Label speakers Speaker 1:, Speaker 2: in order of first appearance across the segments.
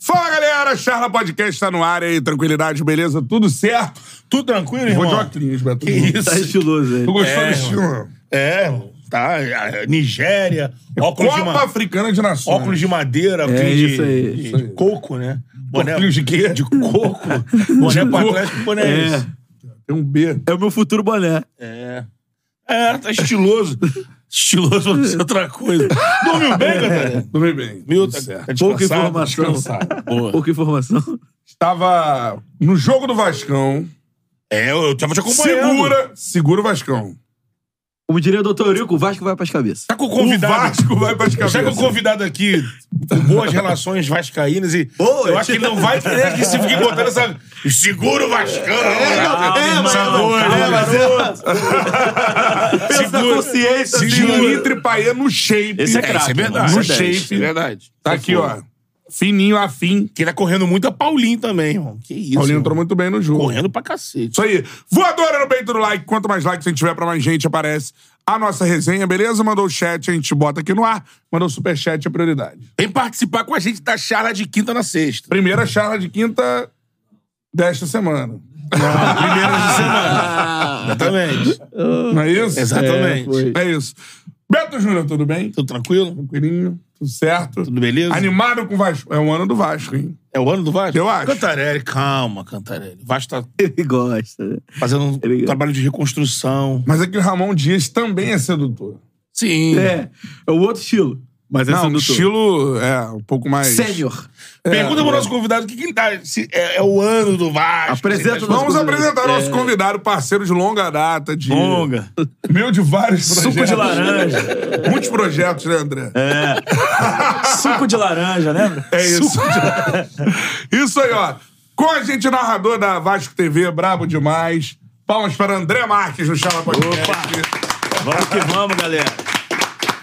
Speaker 1: Fala, galera! Charla Podcast está no ar aí. Tranquilidade, beleza? Tudo certo?
Speaker 2: Tudo tranquilo,
Speaker 1: Vou
Speaker 2: irmão?
Speaker 1: de óculos, Beto.
Speaker 2: Que isso?
Speaker 3: Tá estiloso ele.
Speaker 1: Tu gostou
Speaker 2: É,
Speaker 1: do estilo?
Speaker 2: É, tá. a- Nigéria, óculos de,
Speaker 1: Copa
Speaker 2: ma-
Speaker 1: Africana de Nações.
Speaker 2: óculos de madeira, aquele
Speaker 3: isso aí,
Speaker 2: de,
Speaker 3: isso
Speaker 2: de coco, né? Boné
Speaker 1: Óculos de quê?
Speaker 2: de coco. Boné pra trás, que boné é esse?
Speaker 1: Tem um B.
Speaker 3: É o meu futuro boné.
Speaker 2: É. É, tá estiloso. estiloso vai ser outra coisa. Dormiu bem, galera?
Speaker 1: Tudo bem, bem.
Speaker 2: Meu,
Speaker 1: Tudo
Speaker 2: tá,
Speaker 1: Tá certo.
Speaker 2: tá
Speaker 3: Pouca
Speaker 2: descansado,
Speaker 3: informação.
Speaker 2: descansado. Boa.
Speaker 3: Pouca informação.
Speaker 1: Estava no jogo do Vascão.
Speaker 2: É, eu eu tava te acompanhando.
Speaker 1: Segura, segura o Vascão.
Speaker 3: Como diria o doutor Rico, o Vasco vai pras cabeças.
Speaker 2: Tá com o
Speaker 1: O
Speaker 2: convidado.
Speaker 1: Vasco vai para as
Speaker 2: Já que o
Speaker 1: cabeças.
Speaker 2: convidado aqui, com boas relações vascaínas e...
Speaker 3: Boa.
Speaker 2: Eu acho que ele não vai querer que se fique botando essa... Segura o Vascão! essa né? coisa.
Speaker 3: É, Pensa na
Speaker 2: É, Segura.
Speaker 3: consciência.
Speaker 1: Dimitre Paê no shape. Tá
Speaker 2: É, isso
Speaker 3: Esse é
Speaker 2: é
Speaker 3: craque,
Speaker 2: verdade.
Speaker 1: No
Speaker 2: Isso é dez,
Speaker 1: shape.
Speaker 2: É verdade.
Speaker 1: Tá aqui, ó. Fininho, afim.
Speaker 2: Quem tá correndo muito é Paulinho também, irmão. Que isso.
Speaker 1: Paulinho
Speaker 2: irmão.
Speaker 1: entrou muito bem no jogo.
Speaker 2: correndo pra cacete.
Speaker 1: Isso aí. Voadora no peito do like. Quanto mais likes a gente tiver pra mais gente, aparece a nossa resenha, beleza? Mandou o chat, a gente bota aqui no ar. Mandou o superchat, é prioridade.
Speaker 2: Vem participar com a gente da charla de quinta na sexta.
Speaker 1: Primeira charla de quinta desta semana.
Speaker 2: Primeira de semana. Exatamente.
Speaker 1: Não é isso?
Speaker 2: Exatamente.
Speaker 3: foi.
Speaker 1: É isso. Beto Júnior, tudo bem?
Speaker 2: Tudo tranquilo?
Speaker 1: Tranquilinho, tudo certo?
Speaker 2: Tudo beleza?
Speaker 1: Animado com o Vasco. É o ano do Vasco, hein?
Speaker 2: É o ano do Vasco?
Speaker 1: Eu acho.
Speaker 2: Cantarelli, calma, Cantarelli. O Vasco tá
Speaker 3: Ele gosta. né?
Speaker 2: fazendo um
Speaker 3: Ele-
Speaker 2: trabalho de reconstrução.
Speaker 1: Mas é que o Ramon Dias também é sedutor.
Speaker 2: Sim.
Speaker 3: É, é o outro estilo. Mas esse é
Speaker 1: Não,
Speaker 3: o
Speaker 1: o
Speaker 3: doutor.
Speaker 1: estilo é um pouco mais...
Speaker 3: Sênior.
Speaker 1: é.
Speaker 2: Pergunta pro nosso convidado o que, que ele tá. se é, é o ano do Vasco.
Speaker 3: Apresenta
Speaker 2: se ele tá-
Speaker 3: o nosso
Speaker 1: Vamos apresentar nosso
Speaker 3: É.
Speaker 1: convidado, parceiro de longa data, de...
Speaker 3: Longa.
Speaker 1: Meu de vários projetos.
Speaker 4: Suco de laranja.
Speaker 1: Muitos projetos, né, André? É,
Speaker 4: Suco de laranja, lembra?
Speaker 1: isso. isso aí, ó. Com a gente, narrador da Vasco TV, brabo demais. Palmas para André Marques no Chala Podcast. Opa!
Speaker 4: Vamos que vamos, galera.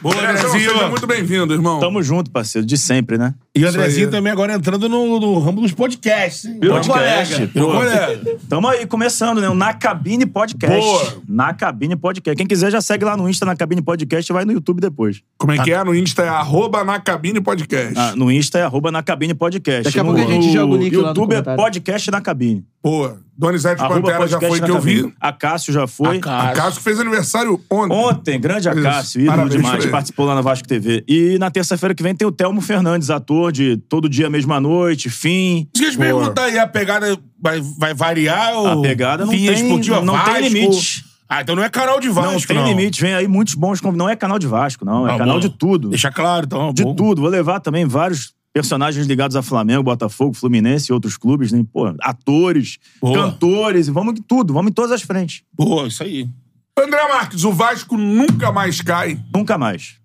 Speaker 2: Boa, Andrezinho.
Speaker 1: seja muito bem-vindo, irmão.
Speaker 4: Tamo junto, parceiro, de sempre, né?
Speaker 2: E o
Speaker 1: Isso
Speaker 2: Andrezinho
Speaker 1: aí.
Speaker 2: também agora entrando no, no ramo dos podcasts. hein?
Speaker 3: Virou
Speaker 4: Podcast.
Speaker 3: colega.
Speaker 4: pô.
Speaker 1: é,
Speaker 2: Olha,
Speaker 4: Tamo aí começando, né? O Na Cabine Podcast.
Speaker 1: Boa.
Speaker 4: Na Cabine Podcast. Quem quiser já segue lá no Insta, na Cabine Podcast, e vai no YouTube depois.
Speaker 1: Como é que é? No Insta é arroba na cabine podcast.
Speaker 4: Ah, no Insta é arroba na Cabine Podcast.
Speaker 3: Daqui a
Speaker 4: No-
Speaker 3: pouco a gente joga o link lá no
Speaker 4: YouTube é
Speaker 3: comentário.
Speaker 4: podcast na cabine.
Speaker 1: Pô, Donizete
Speaker 4: Arroba
Speaker 1: Pantera Tipo, já foi
Speaker 4: podcast na
Speaker 1: que eu vi.
Speaker 4: cabine. Acácio já foi.
Speaker 1: A Cássio fez aniversário ontem.
Speaker 4: Ontem, grande Acácio, ídolo
Speaker 1: Parabéns pra
Speaker 4: demais,
Speaker 1: ele.
Speaker 4: participou lá na Vasco TV. E na terça-feira que vem tem o Telmo Fernandes, ator de Todo Dia, Mesma Noite, Fim.
Speaker 2: Isso que eu te perguntar aí, a pegada vai, vai variar ou...
Speaker 4: A pegada não
Speaker 2: Fim,
Speaker 4: tem-
Speaker 2: esportiva,
Speaker 4: não tem
Speaker 2: Vasco?
Speaker 4: limite.
Speaker 2: Ah, então não é canal de Vasco,
Speaker 4: não tem limite, vem aí muitos bons convidados. Não é canal de Vasco, não. É
Speaker 2: Ah,
Speaker 4: canal
Speaker 2: bom.
Speaker 4: de tudo.
Speaker 2: Deixa claro, então.
Speaker 4: De
Speaker 2: bom.
Speaker 4: tudo. Vou levar também vários personagens ligados a Flamengo, Botafogo, Fluminense e outros clubes, né? Pô, atores,
Speaker 2: Boa.
Speaker 4: cantores, vamos em tudo, vamos em todas as frentes.
Speaker 2: Boa, isso aí.
Speaker 1: André Marques, o Vasco nunca mais cai.
Speaker 4: Nunca mais.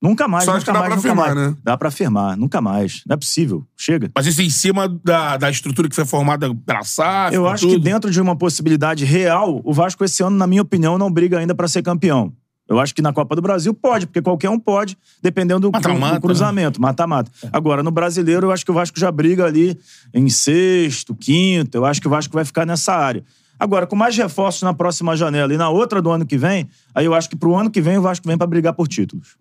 Speaker 4: Nunca mais,
Speaker 1: Só acho que
Speaker 4: nunca
Speaker 1: dá
Speaker 4: mais,
Speaker 1: pra
Speaker 4: nunca
Speaker 1: afirmar,
Speaker 4: mais.
Speaker 1: né?
Speaker 4: Dá pra afirmar, nunca mais. Não é possível. Chega.
Speaker 2: Mas isso em cima da, da estrutura que foi formada pela SAF,
Speaker 4: Eu acho que
Speaker 2: tudo.
Speaker 4: dentro de uma possibilidade real, o Vasco esse ano, na minha opinião, não briga ainda pra ser campeão. Eu acho que na Copa do Brasil pode, porque qualquer um pode, dependendo do,
Speaker 2: Mata-mata, né?
Speaker 4: cru- do cruzamento, mata-mata. Agora, no brasileiro, eu acho que o Vasco já briga ali em sexto, quinto. Eu acho que o Vasco vai ficar nessa área. Agora, com mais reforços na próxima janela e na outra do ano que vem, aí eu acho que pro ano que vem o Vasco vem pra brigar por títulos.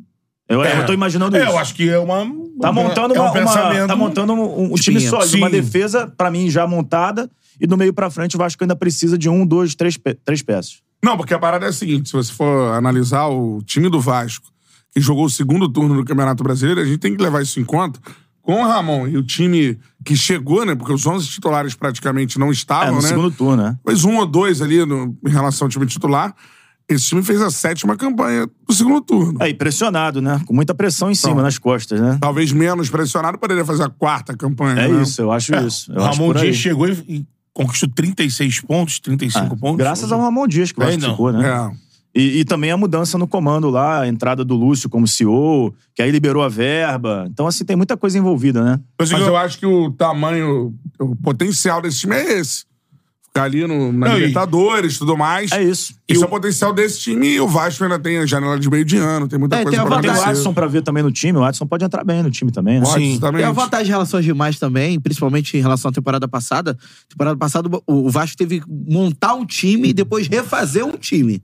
Speaker 4: Eu,
Speaker 2: É.
Speaker 4: eu tô imaginando
Speaker 2: É,
Speaker 4: isso.
Speaker 2: eu acho que é uma...
Speaker 4: Tá montando,
Speaker 2: é um
Speaker 4: uma, uma-
Speaker 2: pensamento...
Speaker 4: tá montando um, um time
Speaker 3: Espinha.
Speaker 4: sólido,
Speaker 2: Sim.
Speaker 4: uma defesa, pra mim, já montada. E do meio pra frente, o Vasco ainda precisa de um, dois, três, pe- três peças.
Speaker 1: Não, porque a parada é a seguinte: se você for analisar o time do Vasco, que jogou o segundo turno do Campeonato Brasileiro, a gente tem que levar isso em conta. Com o Ramon e o time que chegou, né? Porque os 11 titulares praticamente não
Speaker 4: É,
Speaker 2: Ah,
Speaker 1: estavam,
Speaker 4: no
Speaker 1: né?
Speaker 4: segundo turno, né?
Speaker 1: Mas um ou dois ali no- em relação ao time titular. Esse time fez a sétima campanha do segundo turno.
Speaker 4: Aí, pressionado, né? Com muita pressão em cima,
Speaker 2: Então.
Speaker 4: nas costas, né?
Speaker 1: Talvez menos pressionado, poderia fazer a quarta campanha.
Speaker 4: É
Speaker 1: né?
Speaker 4: isso, eu acho isso. Eu
Speaker 2: O Então,
Speaker 4: acho
Speaker 2: Ramon
Speaker 4: por aí. É,
Speaker 2: Dias chegou e, e conquistou 36 pontos, 35 pontos.
Speaker 4: Ah, Graças um ao Ramon Dias que o Vasco
Speaker 2: Bem, não.
Speaker 4: ficou, né?
Speaker 1: É.
Speaker 4: E, e também a mudança no comando lá, a entrada do Lúcio como CEO, que aí liberou a verba. Então, assim, tem muita coisa envolvida, né?
Speaker 1: Mas eu acho que o tamanho, o potencial desse time é esse. Ficar ali no, na
Speaker 2: Não, e-
Speaker 1: Libertadores e tudo mais.
Speaker 4: É isso.
Speaker 1: Isso é o potencial desse time e o Vasco ainda tem a janela de meio de ano, tem muita
Speaker 3: É,
Speaker 1: coisa
Speaker 3: tem a
Speaker 1: pra
Speaker 4: Tem o
Speaker 3: vantagem-
Speaker 1: acontecer.
Speaker 4: Adson pra ver também no time. O Adson pode entrar bem no time também, né?
Speaker 1: Pode,
Speaker 3: Tem
Speaker 1: exatamente.
Speaker 3: a vantagem em relação às demais também, principalmente em relação à temporada passada. Temporada passada, o o Vasco teve que montar um time e depois refazer um time.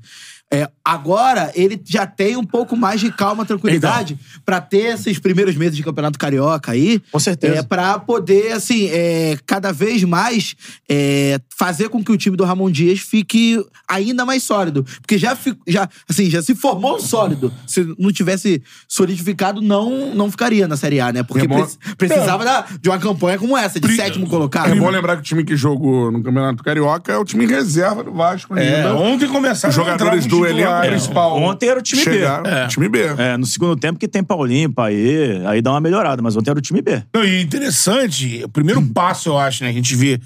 Speaker 3: É, agora, ele já tem um pouco mais de calma, tranquilidade, pra ter esses primeiros meses de Campeonato Carioca aí.
Speaker 4: Então. Com certeza.
Speaker 3: É, pra poder, assim, é, cada vez mais é, fazer com que o time do Ramon Dias fique ainda mais sólido. Porque já, fi- já, assim, já se formou um sólido. Se não tivesse solidificado, não, não ficaria na Série A, né? Porque
Speaker 1: É bom-
Speaker 3: preci- precisava da- de uma campanha como essa, de sétimo colocado.
Speaker 1: É bom lembrar que o time que jogou no Campeonato Carioca é o time reserva do Vasco
Speaker 2: É,
Speaker 1: ainda.
Speaker 2: ontem começaram
Speaker 1: Os jogadores
Speaker 2: a entrar com
Speaker 1: do
Speaker 2: os
Speaker 1: elenco né?
Speaker 2: titulares.
Speaker 1: principal.
Speaker 4: Ontem era o time B.
Speaker 1: chegaram,
Speaker 2: É.
Speaker 1: Time B.
Speaker 4: É, no segundo tempo que tem Paulinho, Paê, aí dá uma melhorada, mas ontem era o time B.
Speaker 2: Não, e é interessante, é o primeiro passo, eu acho, né? A gente vê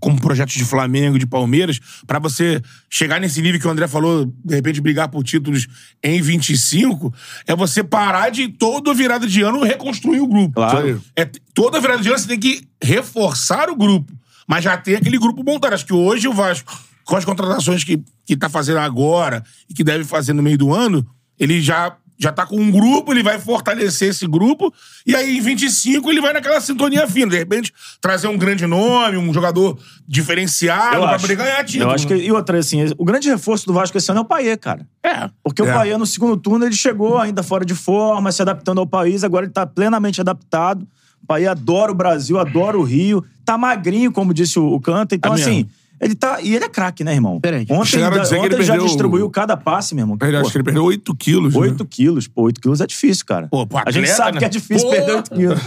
Speaker 2: como projetos de Flamengo, de Palmeiras, pra você chegar nesse nível que o André falou, de repente brigar por títulos em 25, é você parar de toda virada de ano reconstruir o grupo.
Speaker 4: Claro. Isso
Speaker 2: É, toda virada de ano você tem que reforçar o grupo, mas já tem aquele grupo montado. Acho que hoje o Vasco, com as contratações que, que tá fazendo agora e que deve fazer no meio do ano, ele já já tá com um grupo, ele vai fortalecer esse grupo, e aí em 25 ele vai naquela sintonia fina. De repente, trazer um grande nome, um jogador diferenciado
Speaker 4: Eu
Speaker 2: pra
Speaker 4: acho.
Speaker 2: poder
Speaker 1: é
Speaker 2: ganhar título.
Speaker 4: Eu acho
Speaker 1: né?
Speaker 4: que, e outra, assim, o grande reforço do Vasco esse ano é o Paê, cara.
Speaker 2: É.
Speaker 4: Porque
Speaker 1: É.
Speaker 4: o Paê, no segundo turno, ele chegou ainda fora de forma, se adaptando ao país, agora ele tá plenamente adaptado. O Paê adora o Brasil, adora o Rio, tá magrinho, como disse o, o Canta. Então,
Speaker 2: Tá mesmo.
Speaker 4: assim, ele tá. E ele é craque, né, irmão?
Speaker 3: Diferente.
Speaker 4: Ontem,
Speaker 1: Chegaram a dizer que
Speaker 4: ontem
Speaker 1: ele
Speaker 4: já
Speaker 1: perdeu-
Speaker 4: distribuiu cada passe, meu irmão.
Speaker 1: Ele, acho que ele perdeu 8 quilos. né?
Speaker 4: 8 quilos, pô, 8 quilos é difícil, cara.
Speaker 2: Pô, pro
Speaker 4: a gente
Speaker 2: atleta,
Speaker 4: sabe
Speaker 2: né?
Speaker 4: que é difícil
Speaker 2: Pô!
Speaker 4: perder 8 quilos.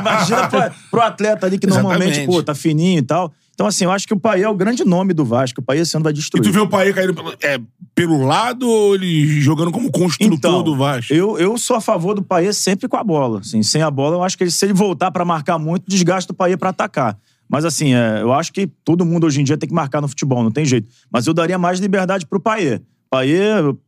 Speaker 4: Imagina pra, pro atleta ali que normalmente,
Speaker 2: Exatamente.
Speaker 4: pô, tá fininho e tal. Então, assim, eu acho que o Paê é o grande nome do Vasco. O Paê esse ano vai
Speaker 2: E
Speaker 4: destruir.
Speaker 2: tu vê o Paê caindo pelo, é, pelo lado ou ele jogando como construtor do Vasco?
Speaker 4: Eu, eu sou a favor do Paê sempre com a bola. Assim, sem a bola, eu acho que ele, se ele voltar pra marcar muito, desgasta o Paê pra atacar. Mas assim, é, eu acho que todo mundo hoje em dia tem que marcar no futebol, não tem jeito. Mas eu daria mais liberdade pro Paê. Paê,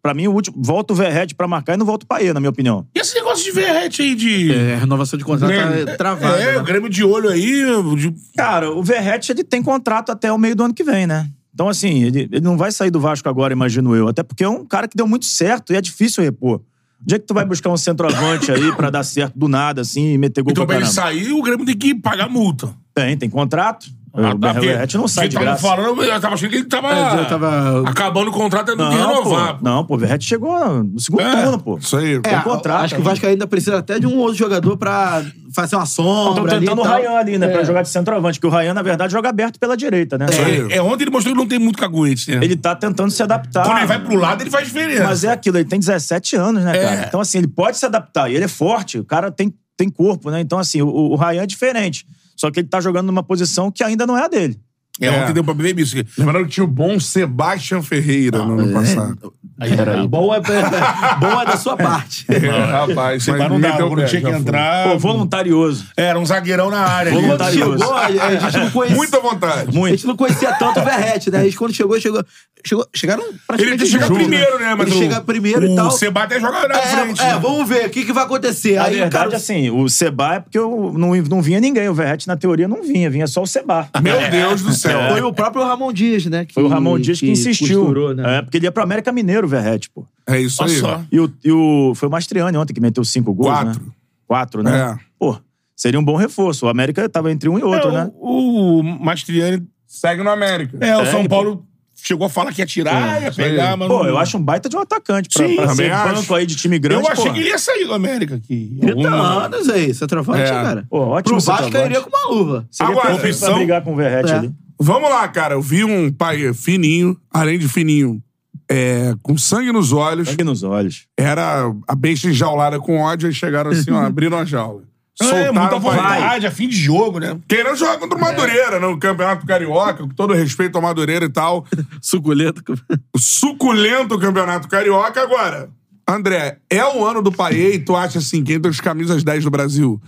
Speaker 4: pra mim, o último, volta o Verrete pra marcar e não volta o Paê, na minha opinião.
Speaker 2: E esse negócio de verrete aí de.
Speaker 3: É, a renovação de contrato tá
Speaker 2: Grêmio.
Speaker 3: travada.
Speaker 2: É,
Speaker 3: né?
Speaker 2: o Grêmio de olho aí. de-
Speaker 4: Cara, o Verrete ele tem contrato até o meio do ano que vem, né? Então, assim, ele, ele não vai sair do Vasco agora, imagino eu. Até porque é um cara que deu muito certo e é difícil repor. Onde é que tu vai buscar um centroavante aí pra dar certo do nada, assim, e meter gol
Speaker 2: Então,
Speaker 4: pra
Speaker 2: pra ele
Speaker 4: caramba?
Speaker 2: sair, o Grêmio tem que pagar multa.
Speaker 4: Tem, tem contrato. o
Speaker 2: tá, porque-
Speaker 4: Verrete não sai
Speaker 2: porque
Speaker 4: de
Speaker 2: tavam
Speaker 4: graça.
Speaker 2: falando, eu tava achando que ele tava,
Speaker 3: Mas eu tava-
Speaker 2: acabando o contrato é e não que
Speaker 4: Não, pô.
Speaker 2: renovar.
Speaker 4: Não, pô, o Verrete chegou no segundo
Speaker 2: É.
Speaker 4: turno, pô.
Speaker 1: Isso aí.
Speaker 3: É,
Speaker 4: Tem contrato,
Speaker 3: acho que o
Speaker 4: né?
Speaker 3: Vasco ainda precisa até de um outro jogador pra fazer uma sombra.
Speaker 4: Estão
Speaker 3: ali e
Speaker 4: Então, tentando o
Speaker 3: tal.
Speaker 4: Ryan ali, né?
Speaker 3: É.
Speaker 4: Pra jogar de centroavante, porque o Ryan, na verdade, joga aberto pela direita, né?
Speaker 1: É.
Speaker 2: É, é, ontem ele mostrou que não tem muito caguete, né?
Speaker 4: Ele tá tentando se adaptar.
Speaker 2: Quando ele vai pro lado, ele faz diferença.
Speaker 4: Mas é aquilo, ele tem 17 anos, né,
Speaker 2: É.
Speaker 4: cara? Então, assim, ele pode se adaptar. E ele é forte, o cara tem, tem corpo, né? Então, assim, o, o Ryan é diferente. Só que ele tá jogando numa posição que ainda não é a dele.
Speaker 2: É,
Speaker 1: É.
Speaker 2: ontem deu pra beber isso. Ah, é.
Speaker 1: Lembrando que tinha o bom Sebastian Ferreira no ano passado.
Speaker 3: Bom é, bom é da sua parte.
Speaker 1: É, rapaz,
Speaker 2: Mas
Speaker 1: mas
Speaker 2: não dá,
Speaker 1: meteu o
Speaker 2: quando
Speaker 1: pé,
Speaker 2: tinha que
Speaker 1: já foi.
Speaker 2: entrar.
Speaker 4: Pô, voluntarioso.
Speaker 2: Era um zagueirão na área. ali.
Speaker 3: Quando
Speaker 4: Voluntário.
Speaker 3: chegou, a é, a gente não conhecia.
Speaker 1: Muita vontade.
Speaker 3: A gente não conhecia tanto o Verrete, né? A gente quando chegou, chegou. chegou chegaram
Speaker 2: Ele
Speaker 3: praticamente
Speaker 2: tem que chegar
Speaker 3: juntos,
Speaker 2: primeiro, né? Mas
Speaker 3: ele
Speaker 2: o-
Speaker 3: chega primeiro
Speaker 2: o
Speaker 3: e tal.
Speaker 2: Seba até joga na frente.
Speaker 3: É, é,
Speaker 2: né?
Speaker 3: vamos ver o que, que vai acontecer.
Speaker 4: Na
Speaker 3: Aí o
Speaker 4: verdade,
Speaker 3: cara.
Speaker 4: assim, o Seba é porque eu não, não vinha ninguém. O Verrete, na teoria, não vinha. Vinha só o Seba.
Speaker 1: Meu Deus do céu.
Speaker 3: Foi o próprio Ramon Dias, né? que-
Speaker 4: Foi o Ramon Dias que, insistiu.
Speaker 3: costurou, né?
Speaker 4: É, porque ele ia pra América Mineiro, o Verrete, pô.
Speaker 1: É isso
Speaker 2: Olha
Speaker 1: aí.
Speaker 2: só.
Speaker 4: E o, e o- foi o Mastriani ontem que meteu cinco gols,
Speaker 1: Quatro.
Speaker 4: né? Quatro, né?
Speaker 1: É.
Speaker 4: Pô, seria um bom reforço. O América tava entre um e outro,
Speaker 2: É,
Speaker 4: né?
Speaker 2: O, o Mastriani.
Speaker 1: Segue no América.
Speaker 2: É, o São
Speaker 4: pô.
Speaker 2: Paulo chegou a falar que ia tirar, ia
Speaker 1: isso aí.
Speaker 2: pegar, mas
Speaker 4: Pô,
Speaker 2: não-
Speaker 4: eu acho um baita de um atacante pra,
Speaker 2: Sim,
Speaker 4: pra
Speaker 1: também
Speaker 4: ser banco
Speaker 1: acho.
Speaker 4: aí de time grande,
Speaker 2: Eu achei
Speaker 4: pô.
Speaker 2: que ele ia sair do América aqui.
Speaker 3: 30 anos aí, centroavante,
Speaker 1: É.
Speaker 3: cara.
Speaker 4: Pô, ótimo
Speaker 3: Pro Vasco
Speaker 4: centroavante.
Speaker 3: cairia com uma luva.
Speaker 4: Seria
Speaker 1: Agora,
Speaker 4: perfeito
Speaker 1: opção-
Speaker 2: então,
Speaker 4: pra brigar com o Verrete
Speaker 3: É.
Speaker 4: ali.
Speaker 1: Vamos lá, cara. Eu vi um pai fininho, além de fininho, é, com sangue nos olhos.
Speaker 4: Sangue nos olhos.
Speaker 1: Era a besta enjaulada com ódio e chegaram assim, ó, abriram a jaula.
Speaker 2: Soltaram, é, muita
Speaker 1: Soltaram, vai.
Speaker 2: vontade, a fim de jogo, né?
Speaker 1: Querendo jogar contra o Madureira, né? O Campeonato Carioca, com todo respeito ao Madureira e tal.
Speaker 3: Suculento.
Speaker 1: O suculento Campeonato Carioca. Agora, André, é o ano do Paê e tu acha assim, que entre as camisas 10 do Brasil,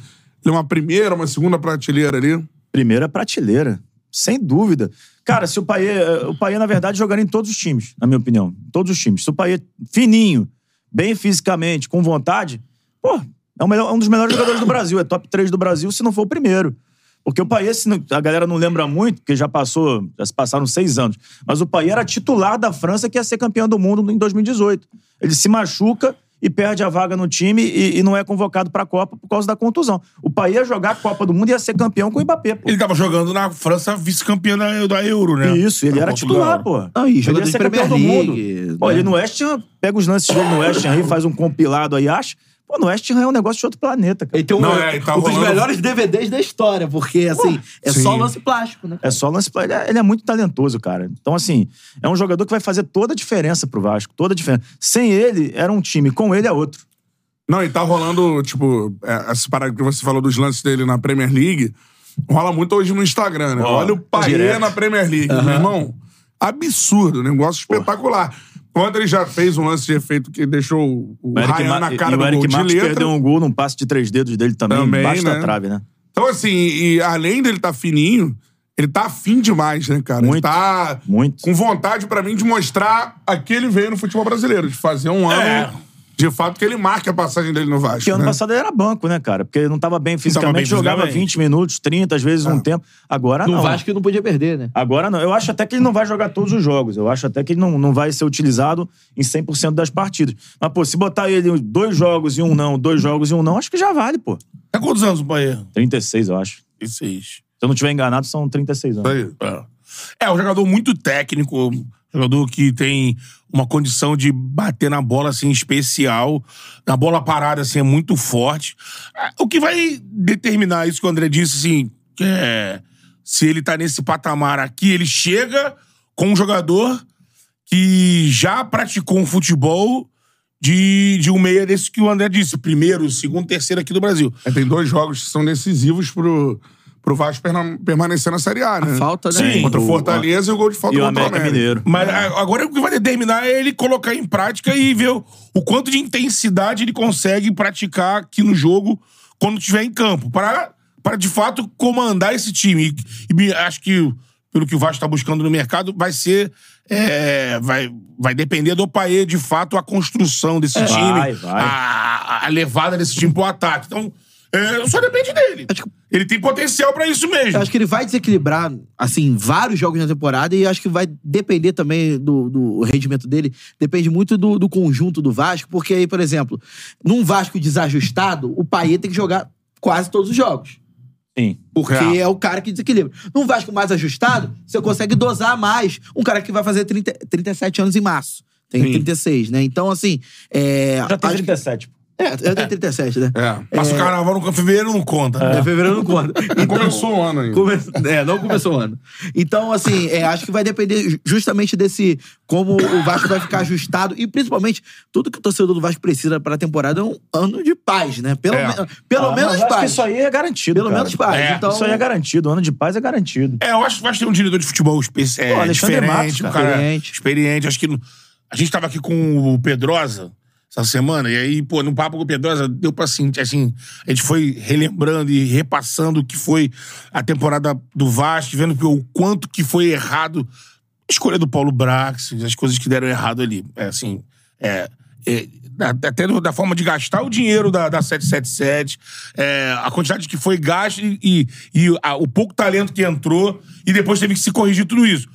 Speaker 1: ele é uma primeira, uma segunda prateleira ali?
Speaker 4: Primeira prateleira. Sem dúvida. Cara, se o Paier, eh, o Paier, na verdade, jogaria em todos os times, na minha opinião. Todos os times. Se o Paier fininho, bem fisicamente, com vontade, pô, é, o melhor- é um dos melhores jogadores do Brasil. É top 3 do Brasil, se não for o primeiro. Porque o Paier, se não- a galera não lembra muito, porque já passou, já se passaram seis anos. Mas o Paier era titular da França que ia ser campeão do mundo em 2018. Ele se machuca e perde a vaga no time e, e não é convocado pra Copa por causa da contusão. O Paier ia jogar a Copa do Mundo e ia ser campeão com o Mbappé, pô.
Speaker 2: Ele tava jogando na França vice-campeã da, da Euro, né?
Speaker 4: Isso, ele
Speaker 1: Tá
Speaker 2: Na
Speaker 4: era
Speaker 2: Portugal.
Speaker 4: titular, pô.
Speaker 3: Ah, e jogador
Speaker 4: ele ia
Speaker 3: de
Speaker 4: ser
Speaker 3: Premier
Speaker 4: campeão do mundo.
Speaker 3: League,
Speaker 4: Pô,
Speaker 3: né?
Speaker 4: ele no West Ham, pega os lances dele no West Ham aí, faz um compilado aí, acha. Pô, no West Ham é um negócio de outro planeta, cara.
Speaker 3: Ele tem um,
Speaker 2: Não, é, ele tá
Speaker 3: um dos
Speaker 2: rolando-
Speaker 3: melhores DVDs da história, porque, assim, é só
Speaker 1: sim.
Speaker 3: lance plástico, né?
Speaker 4: É só lance. Ele é, ele é muito talentoso, cara. Então, assim, é um jogador que vai fazer toda a diferença pro Vasco. Toda a diferença. Sem ele, era um time. Com ele, é outro.
Speaker 1: Não, e tá rolando, tipo, é, essa parada que você falou dos lances dele na Premier League, rola muito hoje no Instagram, né?
Speaker 4: Ó,
Speaker 1: Olha o Paê
Speaker 4: direto.
Speaker 1: na Premier League, meu irmão. Absurdo, negócio espetacular. Quando ele já fez um lance de efeito que deixou o
Speaker 4: O Eric
Speaker 1: Ryan
Speaker 4: Ma-
Speaker 1: na
Speaker 4: e
Speaker 1: cara
Speaker 4: o
Speaker 1: do
Speaker 4: Eric
Speaker 1: gol de
Speaker 4: Marcos
Speaker 1: letra.
Speaker 4: perdeu um gol num passe de três dedos dele também,
Speaker 1: Também,
Speaker 4: embaixo
Speaker 1: né?
Speaker 4: da trave, né?
Speaker 1: Então, assim, e além dele tá fininho, ele tá afim demais, né, cara? ele
Speaker 4: Muito,
Speaker 1: tá
Speaker 4: muito.
Speaker 1: com vontade, pra mim, de mostrar a que ele veio no futebol brasileiro, de fazer um ano,
Speaker 2: É.
Speaker 1: de fato, que ele marque a passagem dele no Vasco.
Speaker 4: Porque ano
Speaker 1: né?
Speaker 4: passado ele era banco, né, cara? Porque ele não tava bem fisicamente,
Speaker 2: bem
Speaker 4: jogava
Speaker 2: fisicamente.
Speaker 4: 20 minutos, 30, às vezes um tempo. Agora
Speaker 3: No
Speaker 4: não.
Speaker 3: Vasco não podia perder, né?
Speaker 4: Agora não. Eu acho até que ele não vai jogar todos os jogos. Eu acho até que ele não, não vai ser utilizado em 100% das partidas. Mas, pô, se botar ele em dois jogos e um não, dois jogos e um não, acho que já vale, pô.
Speaker 2: Tá quantos anos o Bahia?
Speaker 4: 36, eu acho.
Speaker 2: Isso aí.
Speaker 4: Se eu não tiver enganado, são 36 anos.
Speaker 1: Aí.
Speaker 2: É. é um jogador muito técnico, um jogador que tem uma condição de bater na bola assim especial, na bola parada assim é muito forte. Ah, O que vai determinar isso que o André disse assim, que é, se ele tá nesse patamar aqui, ele chega com um jogador que já praticou um futebol de, de um meia desse que o André disse, primeiro, segundo, terceiro aqui do Brasil.
Speaker 1: É, tem dois jogos que são decisivos pro, pro Vasco perna- permanecer na Série A, né?
Speaker 3: falta, né?
Speaker 1: Sim,
Speaker 3: Sim.
Speaker 1: contra o
Speaker 4: O-
Speaker 1: Fortaleza e o gol de falta
Speaker 4: é E o
Speaker 1: contra
Speaker 4: América Mineiro.
Speaker 2: Mas a- agora o que vai determinar é ele colocar em prática e ver o, o quanto de intensidade ele consegue praticar aqui no jogo quando estiver em campo, para para de fato comandar esse time. E, e me- acho que pelo que o Vasco está buscando no mercado vai ser é, vai vai depender do Paê de fato a construção desse time,
Speaker 4: vai, vai.
Speaker 2: A, a levada desse time pro ataque. Então é, só depende dele. Ele tem potencial para isso mesmo.
Speaker 3: Eu acho que ele vai desequilibrar, assim, vários jogos na temporada e acho que vai depender também do, do rendimento dele. Depende muito do, do conjunto do Vasco, porque aí, por exemplo, num Vasco desajustado, o Paê tem que jogar quase todos os jogos.
Speaker 4: Sim.
Speaker 3: Porque é. o cara que desequilibra. Num Vasco mais ajustado, você consegue dosar mais um cara que vai fazer 30, 37 anos em março. Tem 36, né? Então, assim. É,
Speaker 4: Já tem
Speaker 3: acho que-
Speaker 4: 37.
Speaker 3: É, eu tenho 37, né?
Speaker 1: É.
Speaker 2: Passa o carnaval no campo, fevereiro não conta.
Speaker 3: É, fevereiro não conta.
Speaker 1: Não começou o ano ainda.
Speaker 3: Come- É, não começou o ano. Então, assim, é, acho que vai depender ju- justamente desse como o Vasco vai ficar ajustado e principalmente tudo que o torcedor do Vasco precisa para a temporada é um ano de paz, né? Pelo,
Speaker 1: É.
Speaker 3: me- pelo
Speaker 4: Ah, mas
Speaker 3: menos
Speaker 4: acho que
Speaker 3: paz.
Speaker 4: Isso aí é garantido.
Speaker 3: Pelo
Speaker 4: cara.
Speaker 3: menos paz.
Speaker 2: É,
Speaker 3: então,
Speaker 4: Isso aí é garantido. O ano de paz é garantido.
Speaker 2: É, eu acho que vai ter um diretor de futebol espe- é,
Speaker 4: Pô, Alexandre
Speaker 2: diferente,
Speaker 4: Matos,
Speaker 2: um
Speaker 4: cara.
Speaker 2: cara experiente.
Speaker 3: Experiente.
Speaker 2: Acho que não- a gente tava aqui com o Pedrosa essa semana, e aí, pô, num papo com o Pedrosa, deu pra sentir, assim, a gente foi relembrando e repassando o que foi a temporada do Vasco, vendo que o quanto que foi errado a escolha do Paulo Brax, as coisas que deram errado ali. É, assim, é, é, da- até do- da forma de gastar o dinheiro da, da 777, é, a quantidade que foi gasto e, e- e a- o pouco talento que entrou, e depois teve que se corrigir tudo isso.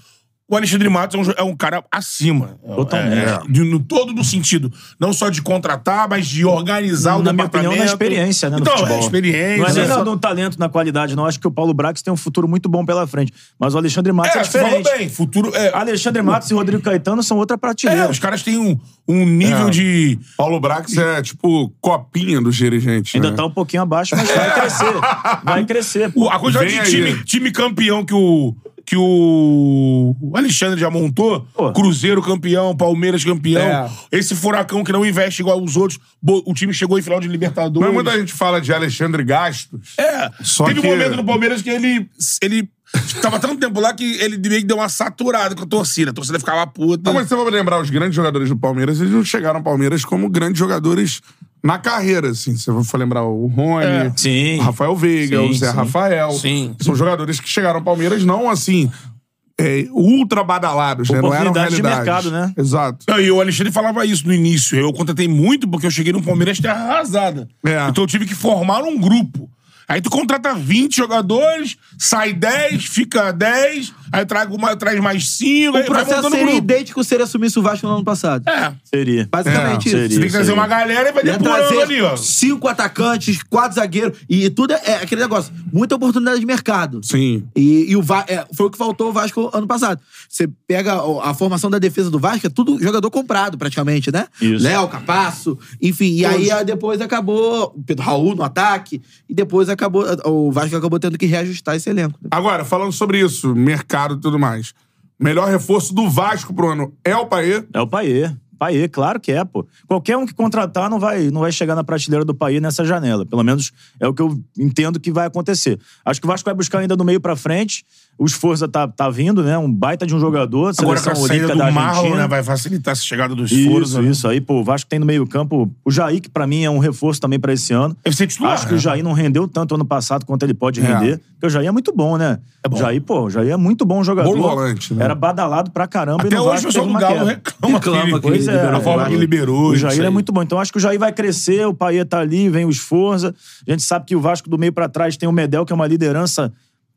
Speaker 2: O Alexandre Matos é um, jo- é um cara acima.
Speaker 4: Totalmente.
Speaker 2: É, é, de- no todo no sentido. Não só de contratar, mas de organizar o
Speaker 4: Na minha
Speaker 2: departamento.
Speaker 4: opinião, na experiência, né? No
Speaker 2: Então,
Speaker 4: futebol.
Speaker 2: é experiência.
Speaker 4: Não é nem
Speaker 2: né?
Speaker 4: no, no talento, na qualidade, não. Acho que o Paulo Brax tem um futuro muito bom pela frente. Mas o Alexandre Matos é,
Speaker 2: É, você falou
Speaker 4: diferente.
Speaker 2: bem. Futuro... é,
Speaker 4: Alexandre Matos e Rodrigo Caetano são outra
Speaker 2: é,
Speaker 4: prateleira.
Speaker 2: os caras têm um, um nível
Speaker 1: É.
Speaker 2: de...
Speaker 1: Paulo Brax é tipo copinha dos dirigentes.
Speaker 4: Ainda
Speaker 1: né?
Speaker 4: tá um pouquinho abaixo, mas vai crescer. Vai crescer.
Speaker 2: O-
Speaker 4: pô.
Speaker 2: a quantidade
Speaker 1: Vem
Speaker 2: de
Speaker 1: aí.
Speaker 2: time, time campeão que o, que o Alexandre já montou,
Speaker 4: Pô.
Speaker 2: Cruzeiro campeão, Palmeiras campeão,
Speaker 1: É.
Speaker 2: esse furacão que não investe igual os outros, bo- o time chegou em final de Libertadores.
Speaker 1: Mas muita gente fala de Alexandre Gastos.
Speaker 2: É,
Speaker 1: Só
Speaker 2: teve
Speaker 1: que-
Speaker 2: um momento no Palmeiras que ele, ele tava tanto tempo lá que ele meio que deu uma saturada com a torcida, a torcida ficava puta.
Speaker 1: Então, Não, mas você vai lembrar, os grandes jogadores do Palmeiras, eles não chegaram ao Palmeiras como grandes jogadores na carreira, assim. Se você for lembrar o Rony,
Speaker 2: É.
Speaker 4: Sim.
Speaker 1: o Rafael Veiga,
Speaker 4: Sim,
Speaker 1: o Zé
Speaker 4: sim.
Speaker 1: Rafael.
Speaker 2: Sim.
Speaker 1: São jogadores que chegaram ao Palmeiras não, assim, é, ultra badalados, né? Não eram
Speaker 4: Oportunidades de
Speaker 1: realidades.
Speaker 4: mercado, né?
Speaker 1: Exato.
Speaker 2: Não, e o Alexandre falava isso no início. Eu contratei muito porque eu cheguei no Palmeiras terra arrasada.
Speaker 1: É.
Speaker 2: Então eu tive que formar um grupo. Aí tu contrata 20 jogadores, sai 10, fica 10, aí trago uma, traz mais 5,
Speaker 3: O
Speaker 2: aí vai
Speaker 3: processo
Speaker 2: montando um
Speaker 3: seria
Speaker 2: grupo.
Speaker 3: idêntico se ele assumisse o Vasco no ano passado.
Speaker 2: É.
Speaker 4: Seria.
Speaker 3: Basicamente
Speaker 1: É,
Speaker 3: isso.
Speaker 4: seria.
Speaker 2: Você tem que trazer
Speaker 4: aí.
Speaker 2: uma galera e vai
Speaker 3: Ia
Speaker 2: depurando é ali, ó.
Speaker 3: trazer cinco atacantes, quatro zagueiros. E tudo é aquele negócio. Muita oportunidade de mercado.
Speaker 1: Sim.
Speaker 3: E, e o Va- é, foi o que faltou o Vasco ano passado. Você pega o- a formação da defesa do Vasco, é tudo jogador comprado, praticamente, né?
Speaker 4: Isso.
Speaker 3: Léo, Capasso, enfim. E aí ah, depois acabou o Pedro Raul no ataque. E depois acabou. O Vasco acabou tendo que reajustar esse elenco.
Speaker 1: Agora, falando sobre isso, mercado e tudo mais. Melhor reforço do Vasco pro ano é o Paê.
Speaker 4: É o Paê. Paê, claro que é, pô. Qualquer um que contratar não vai, não vai chegar na prateleira do Paê nessa janela. Pelo menos é o que eu entendo que vai acontecer. Acho que o Vasco vai buscar ainda do meio pra frente. O Esforza tá, tá vindo, né? Um baita de um jogador.
Speaker 2: Agora com
Speaker 4: Seleção
Speaker 2: a saída
Speaker 4: olímpica da
Speaker 2: do Marlon,
Speaker 4: Argentina.
Speaker 2: né? Vai facilitar essa chegada dos
Speaker 4: Isso,
Speaker 2: foros.
Speaker 4: isso. Aí, pô, o Vasco tem no meio-campo. O Jair, que pra mim é um reforço também pra esse ano.
Speaker 2: Deve ser titular.
Speaker 4: Acho que o
Speaker 2: né?
Speaker 4: Jair não rendeu tanto ano passado quanto ele pode
Speaker 1: É.
Speaker 4: render. Porque o Jair é muito bom, né? O Jair, pô, o Jair é muito bom jogador.
Speaker 1: Bom volante, né?
Speaker 4: Era badalado pra caramba. e
Speaker 2: Até
Speaker 4: no
Speaker 2: hoje
Speaker 4: Vasco
Speaker 2: o pessoal
Speaker 4: teve
Speaker 2: do
Speaker 4: uma
Speaker 2: Galo é
Speaker 4: queda.
Speaker 2: reclama,
Speaker 3: Reclama
Speaker 2: que ele-
Speaker 3: que ele
Speaker 4: Pois é.
Speaker 1: né?
Speaker 3: liberou
Speaker 2: a forma que
Speaker 3: Vasco.
Speaker 2: liberou.
Speaker 4: O
Speaker 2: isso
Speaker 4: Jair
Speaker 2: aí.
Speaker 4: é muito bom. Então acho que o Jair vai crescer, o Paê tá ali, vem o Esforza. A gente sabe que o Vasco do meio pra trás tem o Medel, que é uma liderança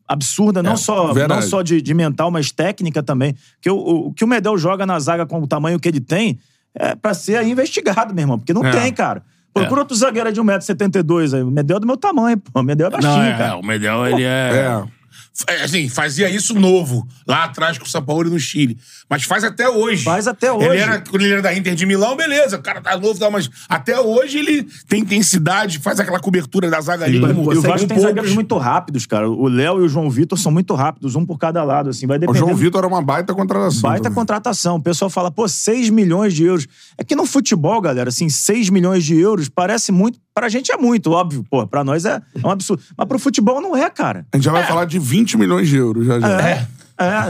Speaker 4: absurda, não só, não
Speaker 1: verdade.
Speaker 4: só de, de mental, mas técnica também. Que o, o- o que o Medel joga na zaga com o tamanho que ele tem é pra ser aí investigado, meu irmão, porque não
Speaker 1: É.
Speaker 4: tem, cara. Procura outro zagueiro é de 1,72m aí. O Medel é do meu tamanho, pô. O Medel é baixinho,
Speaker 2: Não, é,
Speaker 4: cara.
Speaker 2: o Medel, ele
Speaker 1: É.
Speaker 2: É, assim, fazia isso novo, lá atrás com o Sampaoli no Chile. Mas faz até hoje.
Speaker 4: Faz até hoje.
Speaker 2: Ele era, quando ele era da Inter de Milão, beleza. O cara tá novo, tá, mas até hoje ele tem intensidade, faz aquela cobertura da zaga ali. Como, um
Speaker 4: E o
Speaker 2: como
Speaker 4: Vasco tem
Speaker 2: poucos.
Speaker 4: zagueiros muito rápidos, cara. O Léo e o João Vitor são muito rápidos, um por cada lado, assim. Vai
Speaker 1: O
Speaker 4: depender
Speaker 1: João Vitor era uma baita contratação.
Speaker 4: Baita
Speaker 1: também.
Speaker 4: contratação. O pessoal fala, pô, 6 milhões de euros. É que no futebol, galera, assim, 6 milhões de euros parece muito. Pra gente é muito, óbvio, pô. Pra nós é, é um absurdo. Mas pro futebol não é, cara.
Speaker 1: A gente já vai falar de 20 milhões de euros já já.
Speaker 4: É. É,